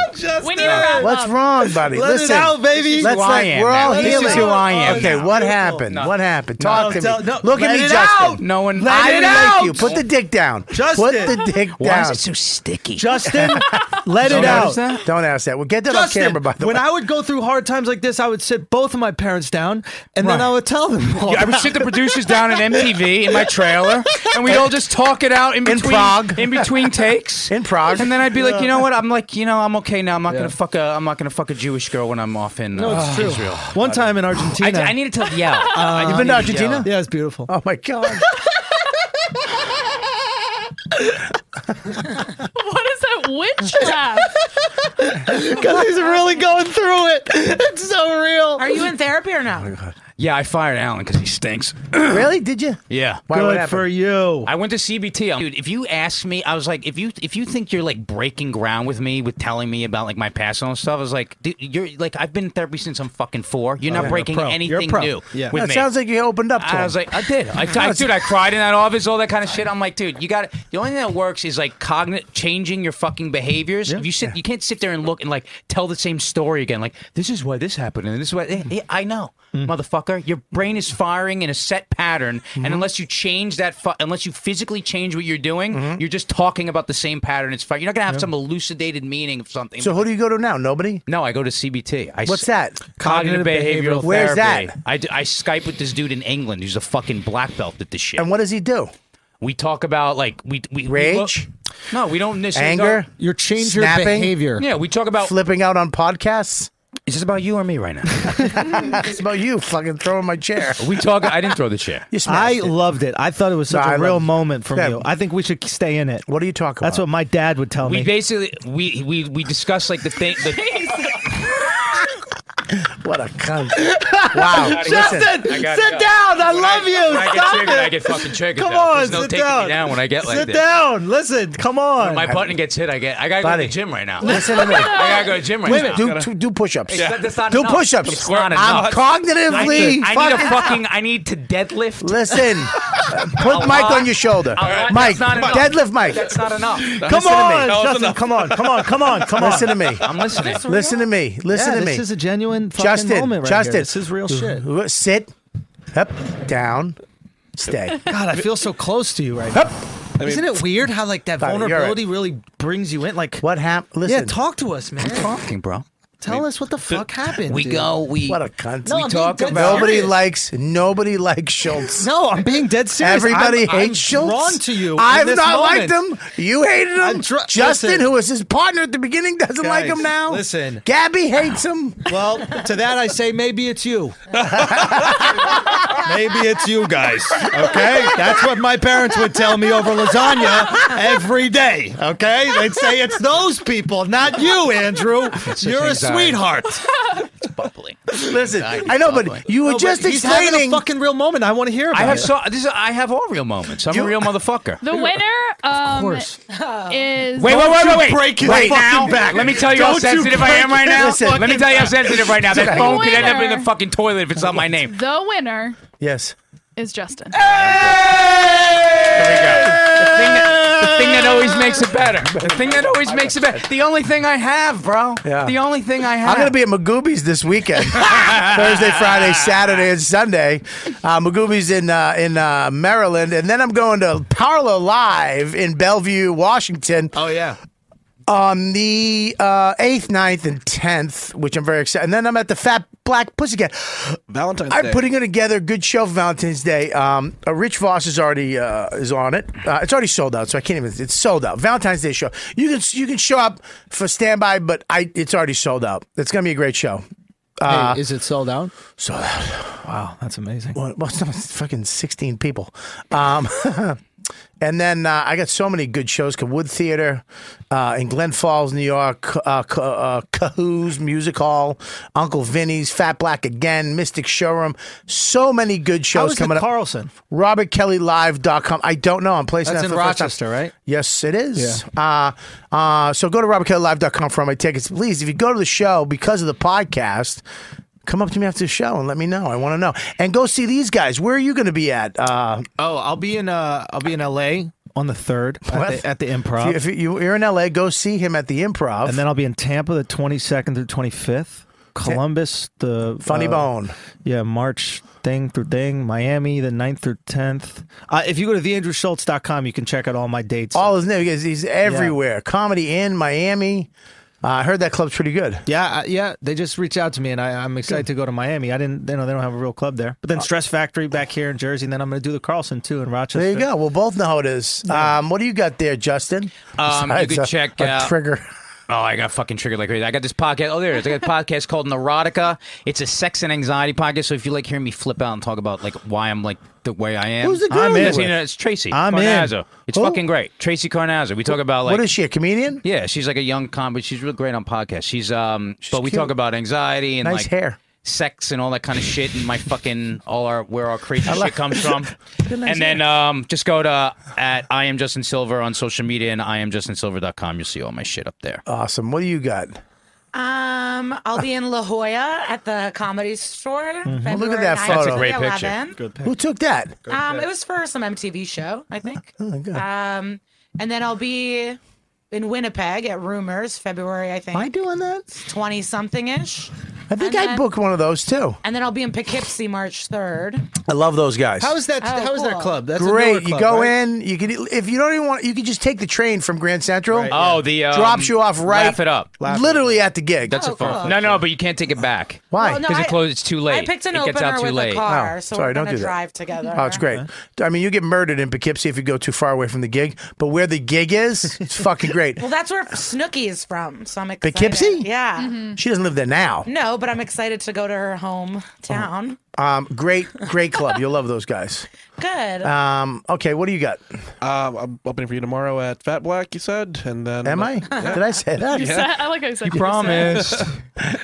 Speaker 8: We need to wrap
Speaker 2: What's
Speaker 8: up.
Speaker 2: wrong, buddy?
Speaker 4: Let it
Speaker 2: Listen,
Speaker 4: out, baby.
Speaker 2: Let's
Speaker 7: Who I
Speaker 2: like,
Speaker 7: am
Speaker 2: we're
Speaker 7: now.
Speaker 2: all
Speaker 7: This
Speaker 2: healing.
Speaker 7: is who I am
Speaker 2: Okay,
Speaker 7: now.
Speaker 2: what happened? What happened? Talk to
Speaker 4: tell-
Speaker 2: me.
Speaker 4: no,
Speaker 2: Look at
Speaker 4: let
Speaker 2: me,
Speaker 4: it
Speaker 2: Justin.
Speaker 4: out.
Speaker 7: No one.
Speaker 4: Let
Speaker 2: I
Speaker 4: it
Speaker 2: didn't
Speaker 4: out.
Speaker 2: like you. Put the dick down.
Speaker 4: Justin.
Speaker 2: Put the dick down.
Speaker 7: Why is it so sticky?
Speaker 4: Justin, let it
Speaker 2: Don't
Speaker 4: out.
Speaker 2: ask that. Don't ask that. We'll get that
Speaker 4: Justin,
Speaker 2: on camera, by the
Speaker 4: when
Speaker 2: way.
Speaker 4: I would go through hard times like this, I would sit both of my parents down, and then
Speaker 7: Right.
Speaker 4: I would tell them. all
Speaker 7: I would
Speaker 4: about
Speaker 7: sit the producers down at MTV in my trailer, and we'd all just talk it out in between
Speaker 2: Prague.
Speaker 7: in between takes.
Speaker 2: In Prague.
Speaker 7: And then I'd be like, you know what? I'm like, you know, I'm okay now. I'm not gonna fuck a, I'm not gonna fuck a Jewish girl when I'm off in uh,
Speaker 4: No,
Speaker 2: Oh,
Speaker 4: it's true.
Speaker 7: Israel.
Speaker 4: One time in Argentina.
Speaker 7: I, I need to tell uh, yell. I
Speaker 2: Uh, You've been to
Speaker 7: need yell.
Speaker 2: Argentina?
Speaker 4: yeah, it's beautiful.
Speaker 2: Oh my god.
Speaker 8: What is that witch laugh?
Speaker 4: Because he's really going through it. It's so real.
Speaker 5: Are you in therapy or no?
Speaker 7: Yeah, I fired Alan because he stinks.
Speaker 2: really? Did you?
Speaker 7: Yeah.
Speaker 2: Why, what
Speaker 4: Good
Speaker 2: happened?
Speaker 4: for you.
Speaker 7: I went to CBT. I'm- Dude, if you ask me, I was like, if you if you think you're like breaking ground with me with telling me about like my personal stuff, I was like, dude, you're like I've been in therapy since I'm fucking four. Oh, You're not
Speaker 4: yeah.
Speaker 7: breaking
Speaker 4: You're a pro. You're a
Speaker 7: anything
Speaker 4: pro.
Speaker 7: new
Speaker 4: Yeah.
Speaker 7: with
Speaker 2: That
Speaker 7: me.
Speaker 2: sounds like you opened up to
Speaker 7: I
Speaker 2: him.
Speaker 7: was like, I did. I, I dude, I cried in that office, all that kind of shit. I'm like, dude, you got the only thing that works is like cognitive changing your fucking behaviors. If you sit, you can't sit there and look and like tell the same story again. Like this is why this happened and this is why eh, eh, I know,
Speaker 2: Mm.
Speaker 7: motherfucker. Your brain is firing in a set pattern,
Speaker 2: Mm-hmm.
Speaker 7: and unless you change that, fu- unless you physically change what you're doing,
Speaker 2: Mm-hmm.
Speaker 7: you're just talking about the same pattern. It's fine. You're not gonna have some elucidated meaning of something.
Speaker 2: so who do you go to now? Nobody?
Speaker 7: no, I go to CBT. I
Speaker 2: What's
Speaker 7: s-
Speaker 2: that?
Speaker 7: Cognitive,
Speaker 4: Cognitive
Speaker 7: behavioral,
Speaker 4: behavioral
Speaker 2: Where's
Speaker 7: therapy.
Speaker 2: that?
Speaker 7: I, d- I Skype with this dude in England who's a fucking black belt at this shit.
Speaker 2: And what does he do?
Speaker 7: we talk about like we we we
Speaker 2: Rage?
Speaker 7: look- no, we don't necessarily
Speaker 2: Anger?
Speaker 7: talk-
Speaker 4: You're change your
Speaker 2: Snapping?
Speaker 4: behavior.
Speaker 7: yeah, we talk about.
Speaker 2: Flipping out on podcasts?
Speaker 7: Is this about you or me right now?
Speaker 2: It's about you fucking throwing my chair.
Speaker 7: we talk. I didn't throw the chair.
Speaker 2: You smashed
Speaker 4: I
Speaker 2: it.
Speaker 4: loved it. I thought it was such
Speaker 2: No, I
Speaker 4: a real
Speaker 2: love-
Speaker 4: moment from
Speaker 2: Yeah.
Speaker 4: you. I think we should stay in it.
Speaker 2: What are you talking
Speaker 4: That's
Speaker 2: about?
Speaker 4: what my dad would tell
Speaker 7: We
Speaker 4: me.
Speaker 7: basically we we we discuss like the thing. The,
Speaker 2: What a cunt. wow. Listen,
Speaker 7: I gotta go. When I- when I get triggered, I get fucking triggered.
Speaker 4: Come
Speaker 7: though.
Speaker 4: on,
Speaker 7: There's no
Speaker 4: sit
Speaker 7: taking
Speaker 4: down.
Speaker 7: me down when I get like
Speaker 4: sit
Speaker 7: this.
Speaker 4: down. Listen, come on.
Speaker 7: My button gets hit. I get. I gotta go
Speaker 2: Buddy.
Speaker 7: to the gym right now.
Speaker 2: listen to me.
Speaker 7: I gotta go to the gym right
Speaker 2: Wait a
Speaker 7: now.
Speaker 2: minute. Do, two- do push ups.
Speaker 7: It's not- that's not
Speaker 2: do
Speaker 7: enough.
Speaker 2: push ups.
Speaker 7: It's
Speaker 2: I'm
Speaker 7: not enough. I
Speaker 2: cognitively
Speaker 7: need, I need a
Speaker 2: fucking-
Speaker 7: fucking. I need to deadlift.
Speaker 2: Listen, put
Speaker 7: A
Speaker 2: Mike
Speaker 7: lot.
Speaker 2: on your shoulder.
Speaker 7: A lot.
Speaker 2: Mike,
Speaker 7: Uh-huh. That's not enough.
Speaker 2: deadlift Mike.
Speaker 7: That's not enough.
Speaker 4: come
Speaker 2: Listen to me. That
Speaker 4: on,
Speaker 2: was
Speaker 4: Justin. Come on, come on, come on, come on.
Speaker 2: Listen to me.
Speaker 7: I'm listening.
Speaker 2: Listen to me. Listen
Speaker 4: yeah,
Speaker 2: to me.
Speaker 4: this is a genuine fucking
Speaker 2: Justin,
Speaker 4: moment right
Speaker 2: Justin,
Speaker 4: here. This is real shit.
Speaker 2: L- Sit, up, down, stay.
Speaker 4: God, I feel so close to you right now. Isn't it weird how like that
Speaker 2: Bobby, you're right.
Speaker 4: vulnerability really brings you in? Like,
Speaker 2: What happened?
Speaker 4: yeah,
Speaker 2: Listen,
Speaker 4: talk to us, man.
Speaker 7: Talking, bro.
Speaker 4: Tell us what the fuck happened.
Speaker 7: We
Speaker 4: dude.
Speaker 7: go. We
Speaker 2: what a cunt.
Speaker 4: No, I'm being
Speaker 7: talk
Speaker 4: dead
Speaker 7: about-
Speaker 2: nobody
Speaker 4: serious.
Speaker 2: likes. Nobody likes Schultz.
Speaker 4: No, I'm being dead serious.
Speaker 2: Everybody
Speaker 4: I'm,
Speaker 2: hates
Speaker 4: I'm
Speaker 2: Schultz.
Speaker 4: Drawn to you. in
Speaker 2: I've
Speaker 4: this
Speaker 2: not
Speaker 4: moment.
Speaker 2: liked him. You hated him.
Speaker 4: I'm dr-
Speaker 2: Justin,
Speaker 4: listen.
Speaker 2: who was his partner at the beginning, doesn't like
Speaker 4: Guys,
Speaker 2: him now.
Speaker 4: listen.
Speaker 2: Gabby hates him.
Speaker 4: Well, to that I say maybe it's you. maybe it's you guys. Okay? That's what my parents would tell me over lasagna every day. Okay? They'd say it's those people, not you, Andrew. You're a
Speaker 7: anxiety.
Speaker 4: sweetheart.
Speaker 7: bubbling.
Speaker 2: Listen, I know, but you were just
Speaker 4: He's having
Speaker 2: explaining.
Speaker 4: a fucking real moment. I want to hear about
Speaker 7: I have
Speaker 4: it.
Speaker 7: so this. Is, I have all real moments. I'm a real motherfucker.
Speaker 8: The winner um,
Speaker 4: course.
Speaker 8: is
Speaker 7: Wait, wait, wait, wait, wait!
Speaker 4: break his
Speaker 7: Wait
Speaker 4: fucking
Speaker 7: now,
Speaker 4: back.
Speaker 7: let me tell you how
Speaker 4: Don't you
Speaker 7: sensitive I am
Speaker 4: break
Speaker 7: right now.
Speaker 2: his fucking
Speaker 7: Let me tell you how sensitive right now. That phone could end up in
Speaker 8: Winner.
Speaker 7: the fucking toilet if it's not my name.
Speaker 8: the winner
Speaker 2: yes.
Speaker 8: is Justin.
Speaker 7: The thing that always makes it better. The thing that always makes it better. The only thing I have, bro.
Speaker 2: Yeah.
Speaker 7: The only thing I have.
Speaker 2: I'm going to be at Magoobies this weekend, Thursday, Friday, Saturday, and Sunday. Uh, Magoobies in uh, in uh, Maryland, and then I'm going to Parlor Live in Bellevue, Washington.
Speaker 7: Oh yeah.
Speaker 2: On the uh, 8th, 9th, and 10th, which I'm very excited. And then I'm at the Fat Black Pussycat.
Speaker 23: Valentine's
Speaker 2: I'm
Speaker 23: Day.
Speaker 2: putting it together a good show for Valentine's Day. Um, uh, Rich Voss is already uh, is on it. Uh, it's already sold out, so I can't even. It's sold out. Valentine's Day show. You can you can show up for standby, but I it's already sold out. It's gonna be a great show. Uh,
Speaker 12: hey, is it sold out?
Speaker 2: Sold out.
Speaker 12: Wow, that's amazing.
Speaker 2: Well, well it's not it's fucking 16 people. Um, and then uh, I got so many good shows. Wood Theater uh, in Glen Falls, New York, uh, Ca- uh, Cahoo's Music Hall, Uncle Vinny's, Fat Black Again, Mystic Showroom. So many good shows
Speaker 9: is the
Speaker 2: coming
Speaker 9: Carlson?
Speaker 2: up. RobertKellyLive.com. I don't know. I'm placing
Speaker 9: That's
Speaker 2: that
Speaker 9: in
Speaker 2: for the first time.
Speaker 9: Rochester, right?
Speaker 2: Yes, it is. Uh, uh, so go to robertkellylive.com for all my tickets. Please, if you go to the show because of the podcast, come up to me after the show and let me know. I want to know. And go see these guys. Where are you going to be at? Uh,
Speaker 9: Oh, I'll be in uh, I'll be in L.A. on the third
Speaker 2: What?
Speaker 9: at the, at the Improv,
Speaker 2: If, you, if you- you're in LA, go see him at the Improv.
Speaker 9: and then I'll be in Tampa the twenty second through twenty fifth. Columbus, the uh,
Speaker 2: Funny Bone.
Speaker 9: yeah, March thing through thing. Miami, the 9th through tenth. Uh, if you go to theandrewschultz.com, you can check out all my dates.
Speaker 2: All his new. He's, he's everywhere. Comedy in Miami. Uh, I heard that club's pretty good.
Speaker 9: Yeah, I, yeah. They just reached out to me, and I, I'm excited to go to Miami. I didn't, you know, they don't have a real club there. But
Speaker 2: Uh,
Speaker 9: then Stress Factory back here in Jersey, and then I'm going to do the Carlson too in Rochester.
Speaker 2: There you go. We'll both know how it is. Um, what do you got there, Justin?
Speaker 7: Um, you
Speaker 2: Besides
Speaker 7: could
Speaker 2: a-
Speaker 7: check
Speaker 2: a
Speaker 7: out.
Speaker 2: trigger.
Speaker 7: Oh, I got fucking triggered like crazy. I got this podcast. Oh, there it is. I got a podcast called Neurotica. It's a sex and anxiety podcast. So if you like hearing me flip out and talk about like why I'm like the way I am,
Speaker 2: Who's the girl I'm in.
Speaker 7: It's, you know, it's Tracy
Speaker 2: I'm in.
Speaker 7: Carnazzo. It's
Speaker 2: Who?
Speaker 7: fucking great. Tracy Carnazzo. We talk about like
Speaker 2: what is she? A comedian?
Speaker 7: Yeah, she's like a young con, but she's real great on podcasts. She's um, but we
Speaker 2: cute.
Speaker 7: talk about anxiety and
Speaker 2: Nice
Speaker 7: like
Speaker 2: hair.
Speaker 7: sex and all that kind of shit, and my fucking all our where our crazy
Speaker 2: I like-
Speaker 7: shit comes from.
Speaker 2: Nice hair.
Speaker 7: and then um, just go to at I am Justin Silver on social media and I am justinsilver.com. You'll see all my shit up there.
Speaker 2: Awesome. What do you got?
Speaker 5: Um, I'll be in La Jolla at the comedy store.
Speaker 2: Mm-hmm. Well, look at
Speaker 5: February
Speaker 2: that
Speaker 5: 9th
Speaker 2: photo.
Speaker 5: to 11th.
Speaker 2: Who took that? Oh
Speaker 5: Um, it was for some MTV show, I think. Um, and then I'll be in Winnipeg at Rumors February, I think. Am I
Speaker 2: doing that?
Speaker 5: Twenty something ish.
Speaker 2: I think I booked one of those too.
Speaker 5: And then I'll be in Poughkeepsie March third.
Speaker 2: I love those guys.
Speaker 5: How is that- Oh, how is that cool. club? That's a
Speaker 2: great.
Speaker 5: newer club,
Speaker 2: you go
Speaker 5: right?
Speaker 2: in. You can if you don't even want. You can just take the train from Grand Central.
Speaker 7: Oh, the um,
Speaker 2: drops you off right.
Speaker 7: Laugh it up.
Speaker 2: Literally at the gig.
Speaker 7: That's a fun. No, no, but you can't take it back.
Speaker 2: Why?
Speaker 7: Because it closes. It's too late.
Speaker 5: Oh, I picked an
Speaker 7: it gets
Speaker 5: opener
Speaker 7: out too
Speaker 5: with
Speaker 7: late.
Speaker 5: a car, so
Speaker 2: Oh, Sorry,
Speaker 5: we're
Speaker 2: don't
Speaker 5: gonna
Speaker 2: do that.
Speaker 5: drive together.
Speaker 2: Oh, it's great. I mean, you get murdered in Poughkeepsie if you go too far away from the gig, but where the gig is, it's fucking great.
Speaker 5: Well, that's where Snooki is from, so I'm excited.
Speaker 2: Poughkeepsie? Mm-hmm.
Speaker 5: Yeah.
Speaker 2: She doesn't live there now.
Speaker 5: No, but I'm excited to go to her
Speaker 2: Uh-huh.
Speaker 5: hometown.
Speaker 2: Um, great, great club. You'll love those guys.
Speaker 5: Good.
Speaker 2: Um, okay, what do you got?
Speaker 3: Uh,
Speaker 23: Um, I'm opening for you tomorrow at Fat Black. You said, and then
Speaker 2: Am I? Did I say that?
Speaker 8: You said, I like how you said said.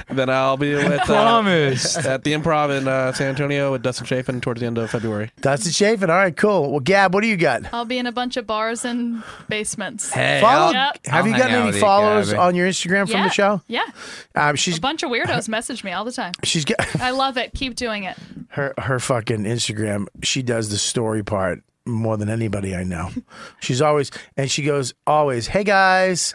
Speaker 23: then I'll be with uh,
Speaker 8: Promised.
Speaker 23: at the Improv in uh, San Antonio with Dustin Chafin towards the end of February.
Speaker 2: Dustin Chafin. All right, cool. Well, Gab, what do you got?
Speaker 8: I'll be in a bunch of bars and basements.
Speaker 2: Follow,
Speaker 8: Yep.
Speaker 2: Have you
Speaker 23: hang
Speaker 2: gotten
Speaker 23: out
Speaker 2: any
Speaker 23: with you,
Speaker 2: followers
Speaker 23: Gabby.
Speaker 2: on your Instagram from
Speaker 8: Yeah,
Speaker 2: the show?
Speaker 8: Yeah.
Speaker 2: Um,
Speaker 8: a
Speaker 2: she's
Speaker 8: bunch of weirdos message me all the time.
Speaker 2: she's got
Speaker 8: I love it. Keep doing it.
Speaker 2: her her fucking Instagram. She does the story part more than anybody I know. She's always and she goes always, "Hey guys."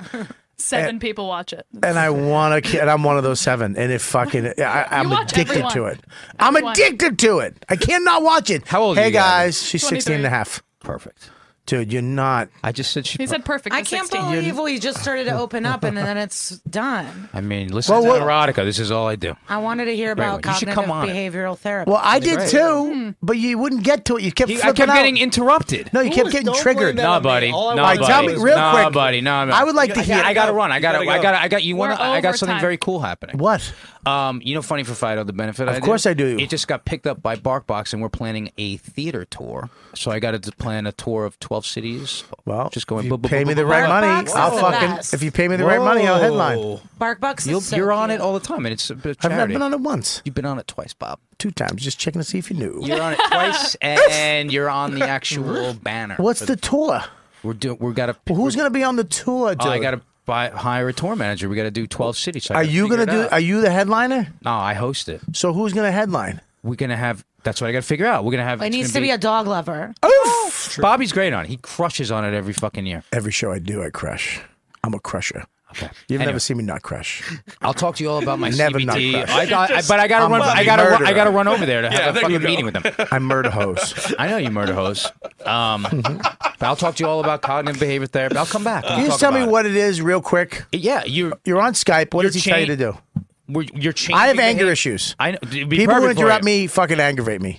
Speaker 8: Seven people watch it.
Speaker 2: and I want to, and I'm one of those seven, and it fucking, I, I'm
Speaker 8: You watch
Speaker 2: addicted
Speaker 8: everyone.
Speaker 2: to it. I'm
Speaker 8: Everyone.
Speaker 2: addicted to it. I cannot watch it. How
Speaker 7: old are
Speaker 2: Hey
Speaker 7: you, Gavin?
Speaker 2: guys, she's 16 and a half.
Speaker 7: Perfect.
Speaker 2: Dude, you're not.
Speaker 7: I just said she.
Speaker 8: He said perfect.
Speaker 5: I can't believe we just started to open up and then it's done.
Speaker 7: I mean, listen
Speaker 2: Well,
Speaker 7: to Erotica. This is all I do.
Speaker 5: I wanted to hear
Speaker 7: Great
Speaker 5: about
Speaker 7: one. You should
Speaker 5: cognitive
Speaker 7: come on it.
Speaker 5: behavioral therapy.
Speaker 2: Well, I did too,
Speaker 8: Hmm.
Speaker 2: but you wouldn't get to it. You kept.
Speaker 7: He- I
Speaker 2: flipping
Speaker 7: kept
Speaker 2: out.
Speaker 7: getting interrupted.
Speaker 2: No, you kept getting triggered.
Speaker 7: No, buddy. No,
Speaker 2: All right,
Speaker 7: buddy.
Speaker 2: tell me real
Speaker 7: no,
Speaker 2: quick.
Speaker 7: buddy. No, no.
Speaker 2: I would like to
Speaker 7: I-
Speaker 2: hear.
Speaker 7: I got to run. I got
Speaker 2: gotta
Speaker 7: to.
Speaker 2: go.
Speaker 7: I got. to I got. You want?
Speaker 2: We're
Speaker 7: I got something
Speaker 2: overtime.
Speaker 7: very cool happening.
Speaker 2: What?
Speaker 7: Um, you know, funny for Fido, the benefit.
Speaker 2: Of course I do.
Speaker 7: It just got picked up by BarkBox, and we're planning a theater tour. So I got to plan a tour of twelve cities.
Speaker 2: Well,
Speaker 7: just going.
Speaker 2: you pay me the right money. I'll fucking. If you pay me the right money, I'll headline.
Speaker 5: BarkBox.
Speaker 7: You'll,
Speaker 5: is so
Speaker 7: you're on
Speaker 5: cute.
Speaker 7: it all the time, and it's a, a
Speaker 2: I've never
Speaker 7: charity.
Speaker 2: been on it once.
Speaker 7: You've been on it twice, Bob.
Speaker 2: Two times, just checking to see if you knew.
Speaker 7: You're on it twice, and you're on the actual banner.
Speaker 2: What's
Speaker 7: for
Speaker 2: the tour?
Speaker 7: We're doing. We're gotta.
Speaker 2: Who's gonna be on the tour? Dude?
Speaker 7: Oh, I gotta buy, hire a tour manager. We gotta do twelve cities. So I
Speaker 2: Are
Speaker 7: gotta
Speaker 2: you
Speaker 7: figure
Speaker 2: gonna
Speaker 7: it
Speaker 2: do?
Speaker 7: out.
Speaker 2: Are you the headliner?
Speaker 7: No, I host it.
Speaker 2: So who's gonna headline?
Speaker 7: We're gonna have That's what I got to figure out. We're gonna have.
Speaker 5: It
Speaker 7: it's
Speaker 5: needs to
Speaker 7: gonna
Speaker 5: be a dog lover.
Speaker 7: Oof! Bobby's great on it. He crushes on it every fucking year.
Speaker 2: Every show I do, I crush. I'm a crusher. Okay. You've never seen me not crush.
Speaker 7: I'll talk to you all about my
Speaker 2: Never not
Speaker 7: CBD.
Speaker 2: crushed.
Speaker 7: I got, I,
Speaker 2: Just-
Speaker 7: but I gotta
Speaker 2: I'm
Speaker 7: run.
Speaker 2: a
Speaker 7: I gotta. Run, I
Speaker 2: murderer.
Speaker 7: gotta run over there to
Speaker 2: Yeah,
Speaker 7: have a
Speaker 2: there you
Speaker 7: fucking
Speaker 2: go.
Speaker 7: meeting with them.
Speaker 2: I murder hoes.
Speaker 7: I know you murder hoes. Um, but I'll talk to you all about cognitive behavior therapy. I'll come back. and
Speaker 2: Can you
Speaker 7: we'll
Speaker 2: just
Speaker 7: talk
Speaker 2: tell me
Speaker 7: about
Speaker 2: what it is, real quick?
Speaker 7: Yeah, you're
Speaker 2: you're on Skype. What
Speaker 7: You're
Speaker 2: does he tell you
Speaker 7: cha-
Speaker 2: to do?
Speaker 7: it. We're- You're changing.
Speaker 2: I have anger
Speaker 7: behavior.
Speaker 2: issues.
Speaker 7: I know. it'd be
Speaker 2: People who
Speaker 7: perfect for
Speaker 2: interrupt
Speaker 7: you.
Speaker 2: me fucking aggravate me.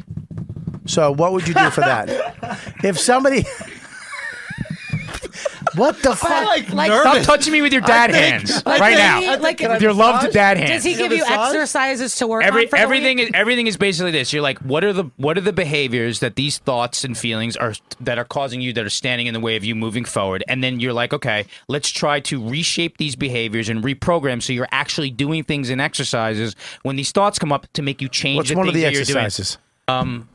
Speaker 2: So what would you do for that? if somebody, what the fuck?
Speaker 7: Stop touching me with your dad hands right now. with your loved dad hands.
Speaker 5: Does he give you exercises to work
Speaker 7: Every,
Speaker 5: on? For the
Speaker 7: everything
Speaker 5: week?
Speaker 7: is everything is basically this. You're like, what are the what are the behaviors that these thoughts and feelings are that are causing you that are standing in the way of you moving forward? And then you're like, okay, let's try to reshape these behaviors and reprogram so you're actually doing things and exercises when these thoughts come up to make you change.
Speaker 2: What's
Speaker 7: the
Speaker 2: one of
Speaker 7: things
Speaker 2: the
Speaker 7: that you're doing.
Speaker 2: exercises?
Speaker 7: Um,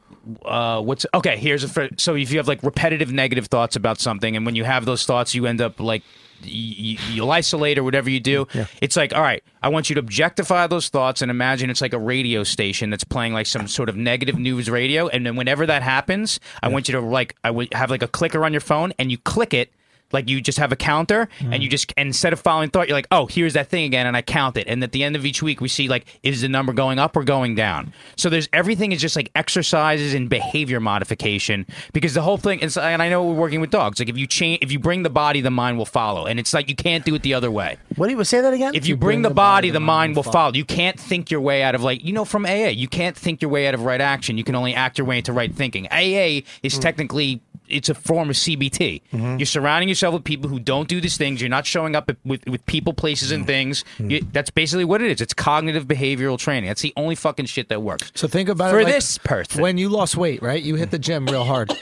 Speaker 7: uh, what's okay? Here's a fir- so if you have like repetitive negative thoughts about something, and when you have those thoughts, you end up like y- y- you'll isolate or whatever you do. It's like, all right, I want you to objectify those thoughts and imagine it's like a radio station that's playing like some sort of negative news radio, and then whenever that happens, I want you to like I would have like a clicker on your phone, and you click it. Like you just have a counter, and you just and instead of following thought, you're like, oh, here's that thing again, and I count it. And at the end of each week, we see like, is the number going up or going down? So there's everything is just like exercises and behavior modification because the whole thing. And, so, and I know we're working with dogs. Like if you change, if you bring the body, the mind will follow. And it's like you can't do it the other way.
Speaker 2: What do you say that again?
Speaker 7: If you, bring, the, body, the mind, will follow. You can't think your way out of like you know from AA. You can't think your way out of right action. You can only act your way into right thinking. AA is technically it's a form of CBT. You're surrounding yourself with people who don't do these things. You're not showing up at- with with people, places, and things. You, that's basically what it is. It's cognitive behavioral training. That's the only fucking shit that works.
Speaker 12: So think about
Speaker 7: For
Speaker 12: it like
Speaker 7: this person.
Speaker 12: When you lost weight, right? You hit the gym real hard.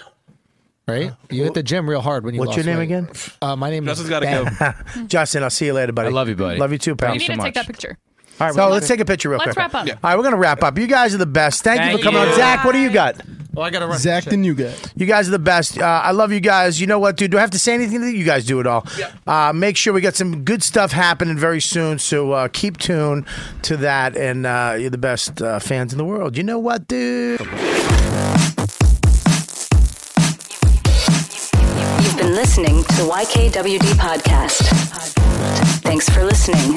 Speaker 12: Right? You hit the gym real hard when you
Speaker 2: What's
Speaker 12: lost
Speaker 2: your name
Speaker 12: weight.
Speaker 2: again?
Speaker 12: Uh, my name
Speaker 2: Justin's
Speaker 12: is
Speaker 2: gotta
Speaker 12: Ben.
Speaker 2: Justin, I'll see you later, buddy. I love
Speaker 7: you, buddy.
Speaker 2: Love you too, pal.
Speaker 8: you need to take that picture.
Speaker 2: All right, so let's take a picture real
Speaker 8: Let's
Speaker 2: quick.
Speaker 8: wrap up.
Speaker 2: All right, we're gonna wrap up. You guys are the best. Thank, you
Speaker 8: Thank
Speaker 2: for coming
Speaker 8: you.
Speaker 2: on, Zach. What do you got?
Speaker 12: Well, I got to run.
Speaker 29: Zach the new guy.
Speaker 2: You guys are the best. Uh, I love you guys. You know what, dude? Do I have to say anything? to you? You guys do it all. Uh, make sure we got some good stuff happening very soon. So uh, keep tuned to that. And uh, you're the best uh, fans in the world. You know what, dude?
Speaker 30: You've been listening to the YKWD podcast. Thanks for listening.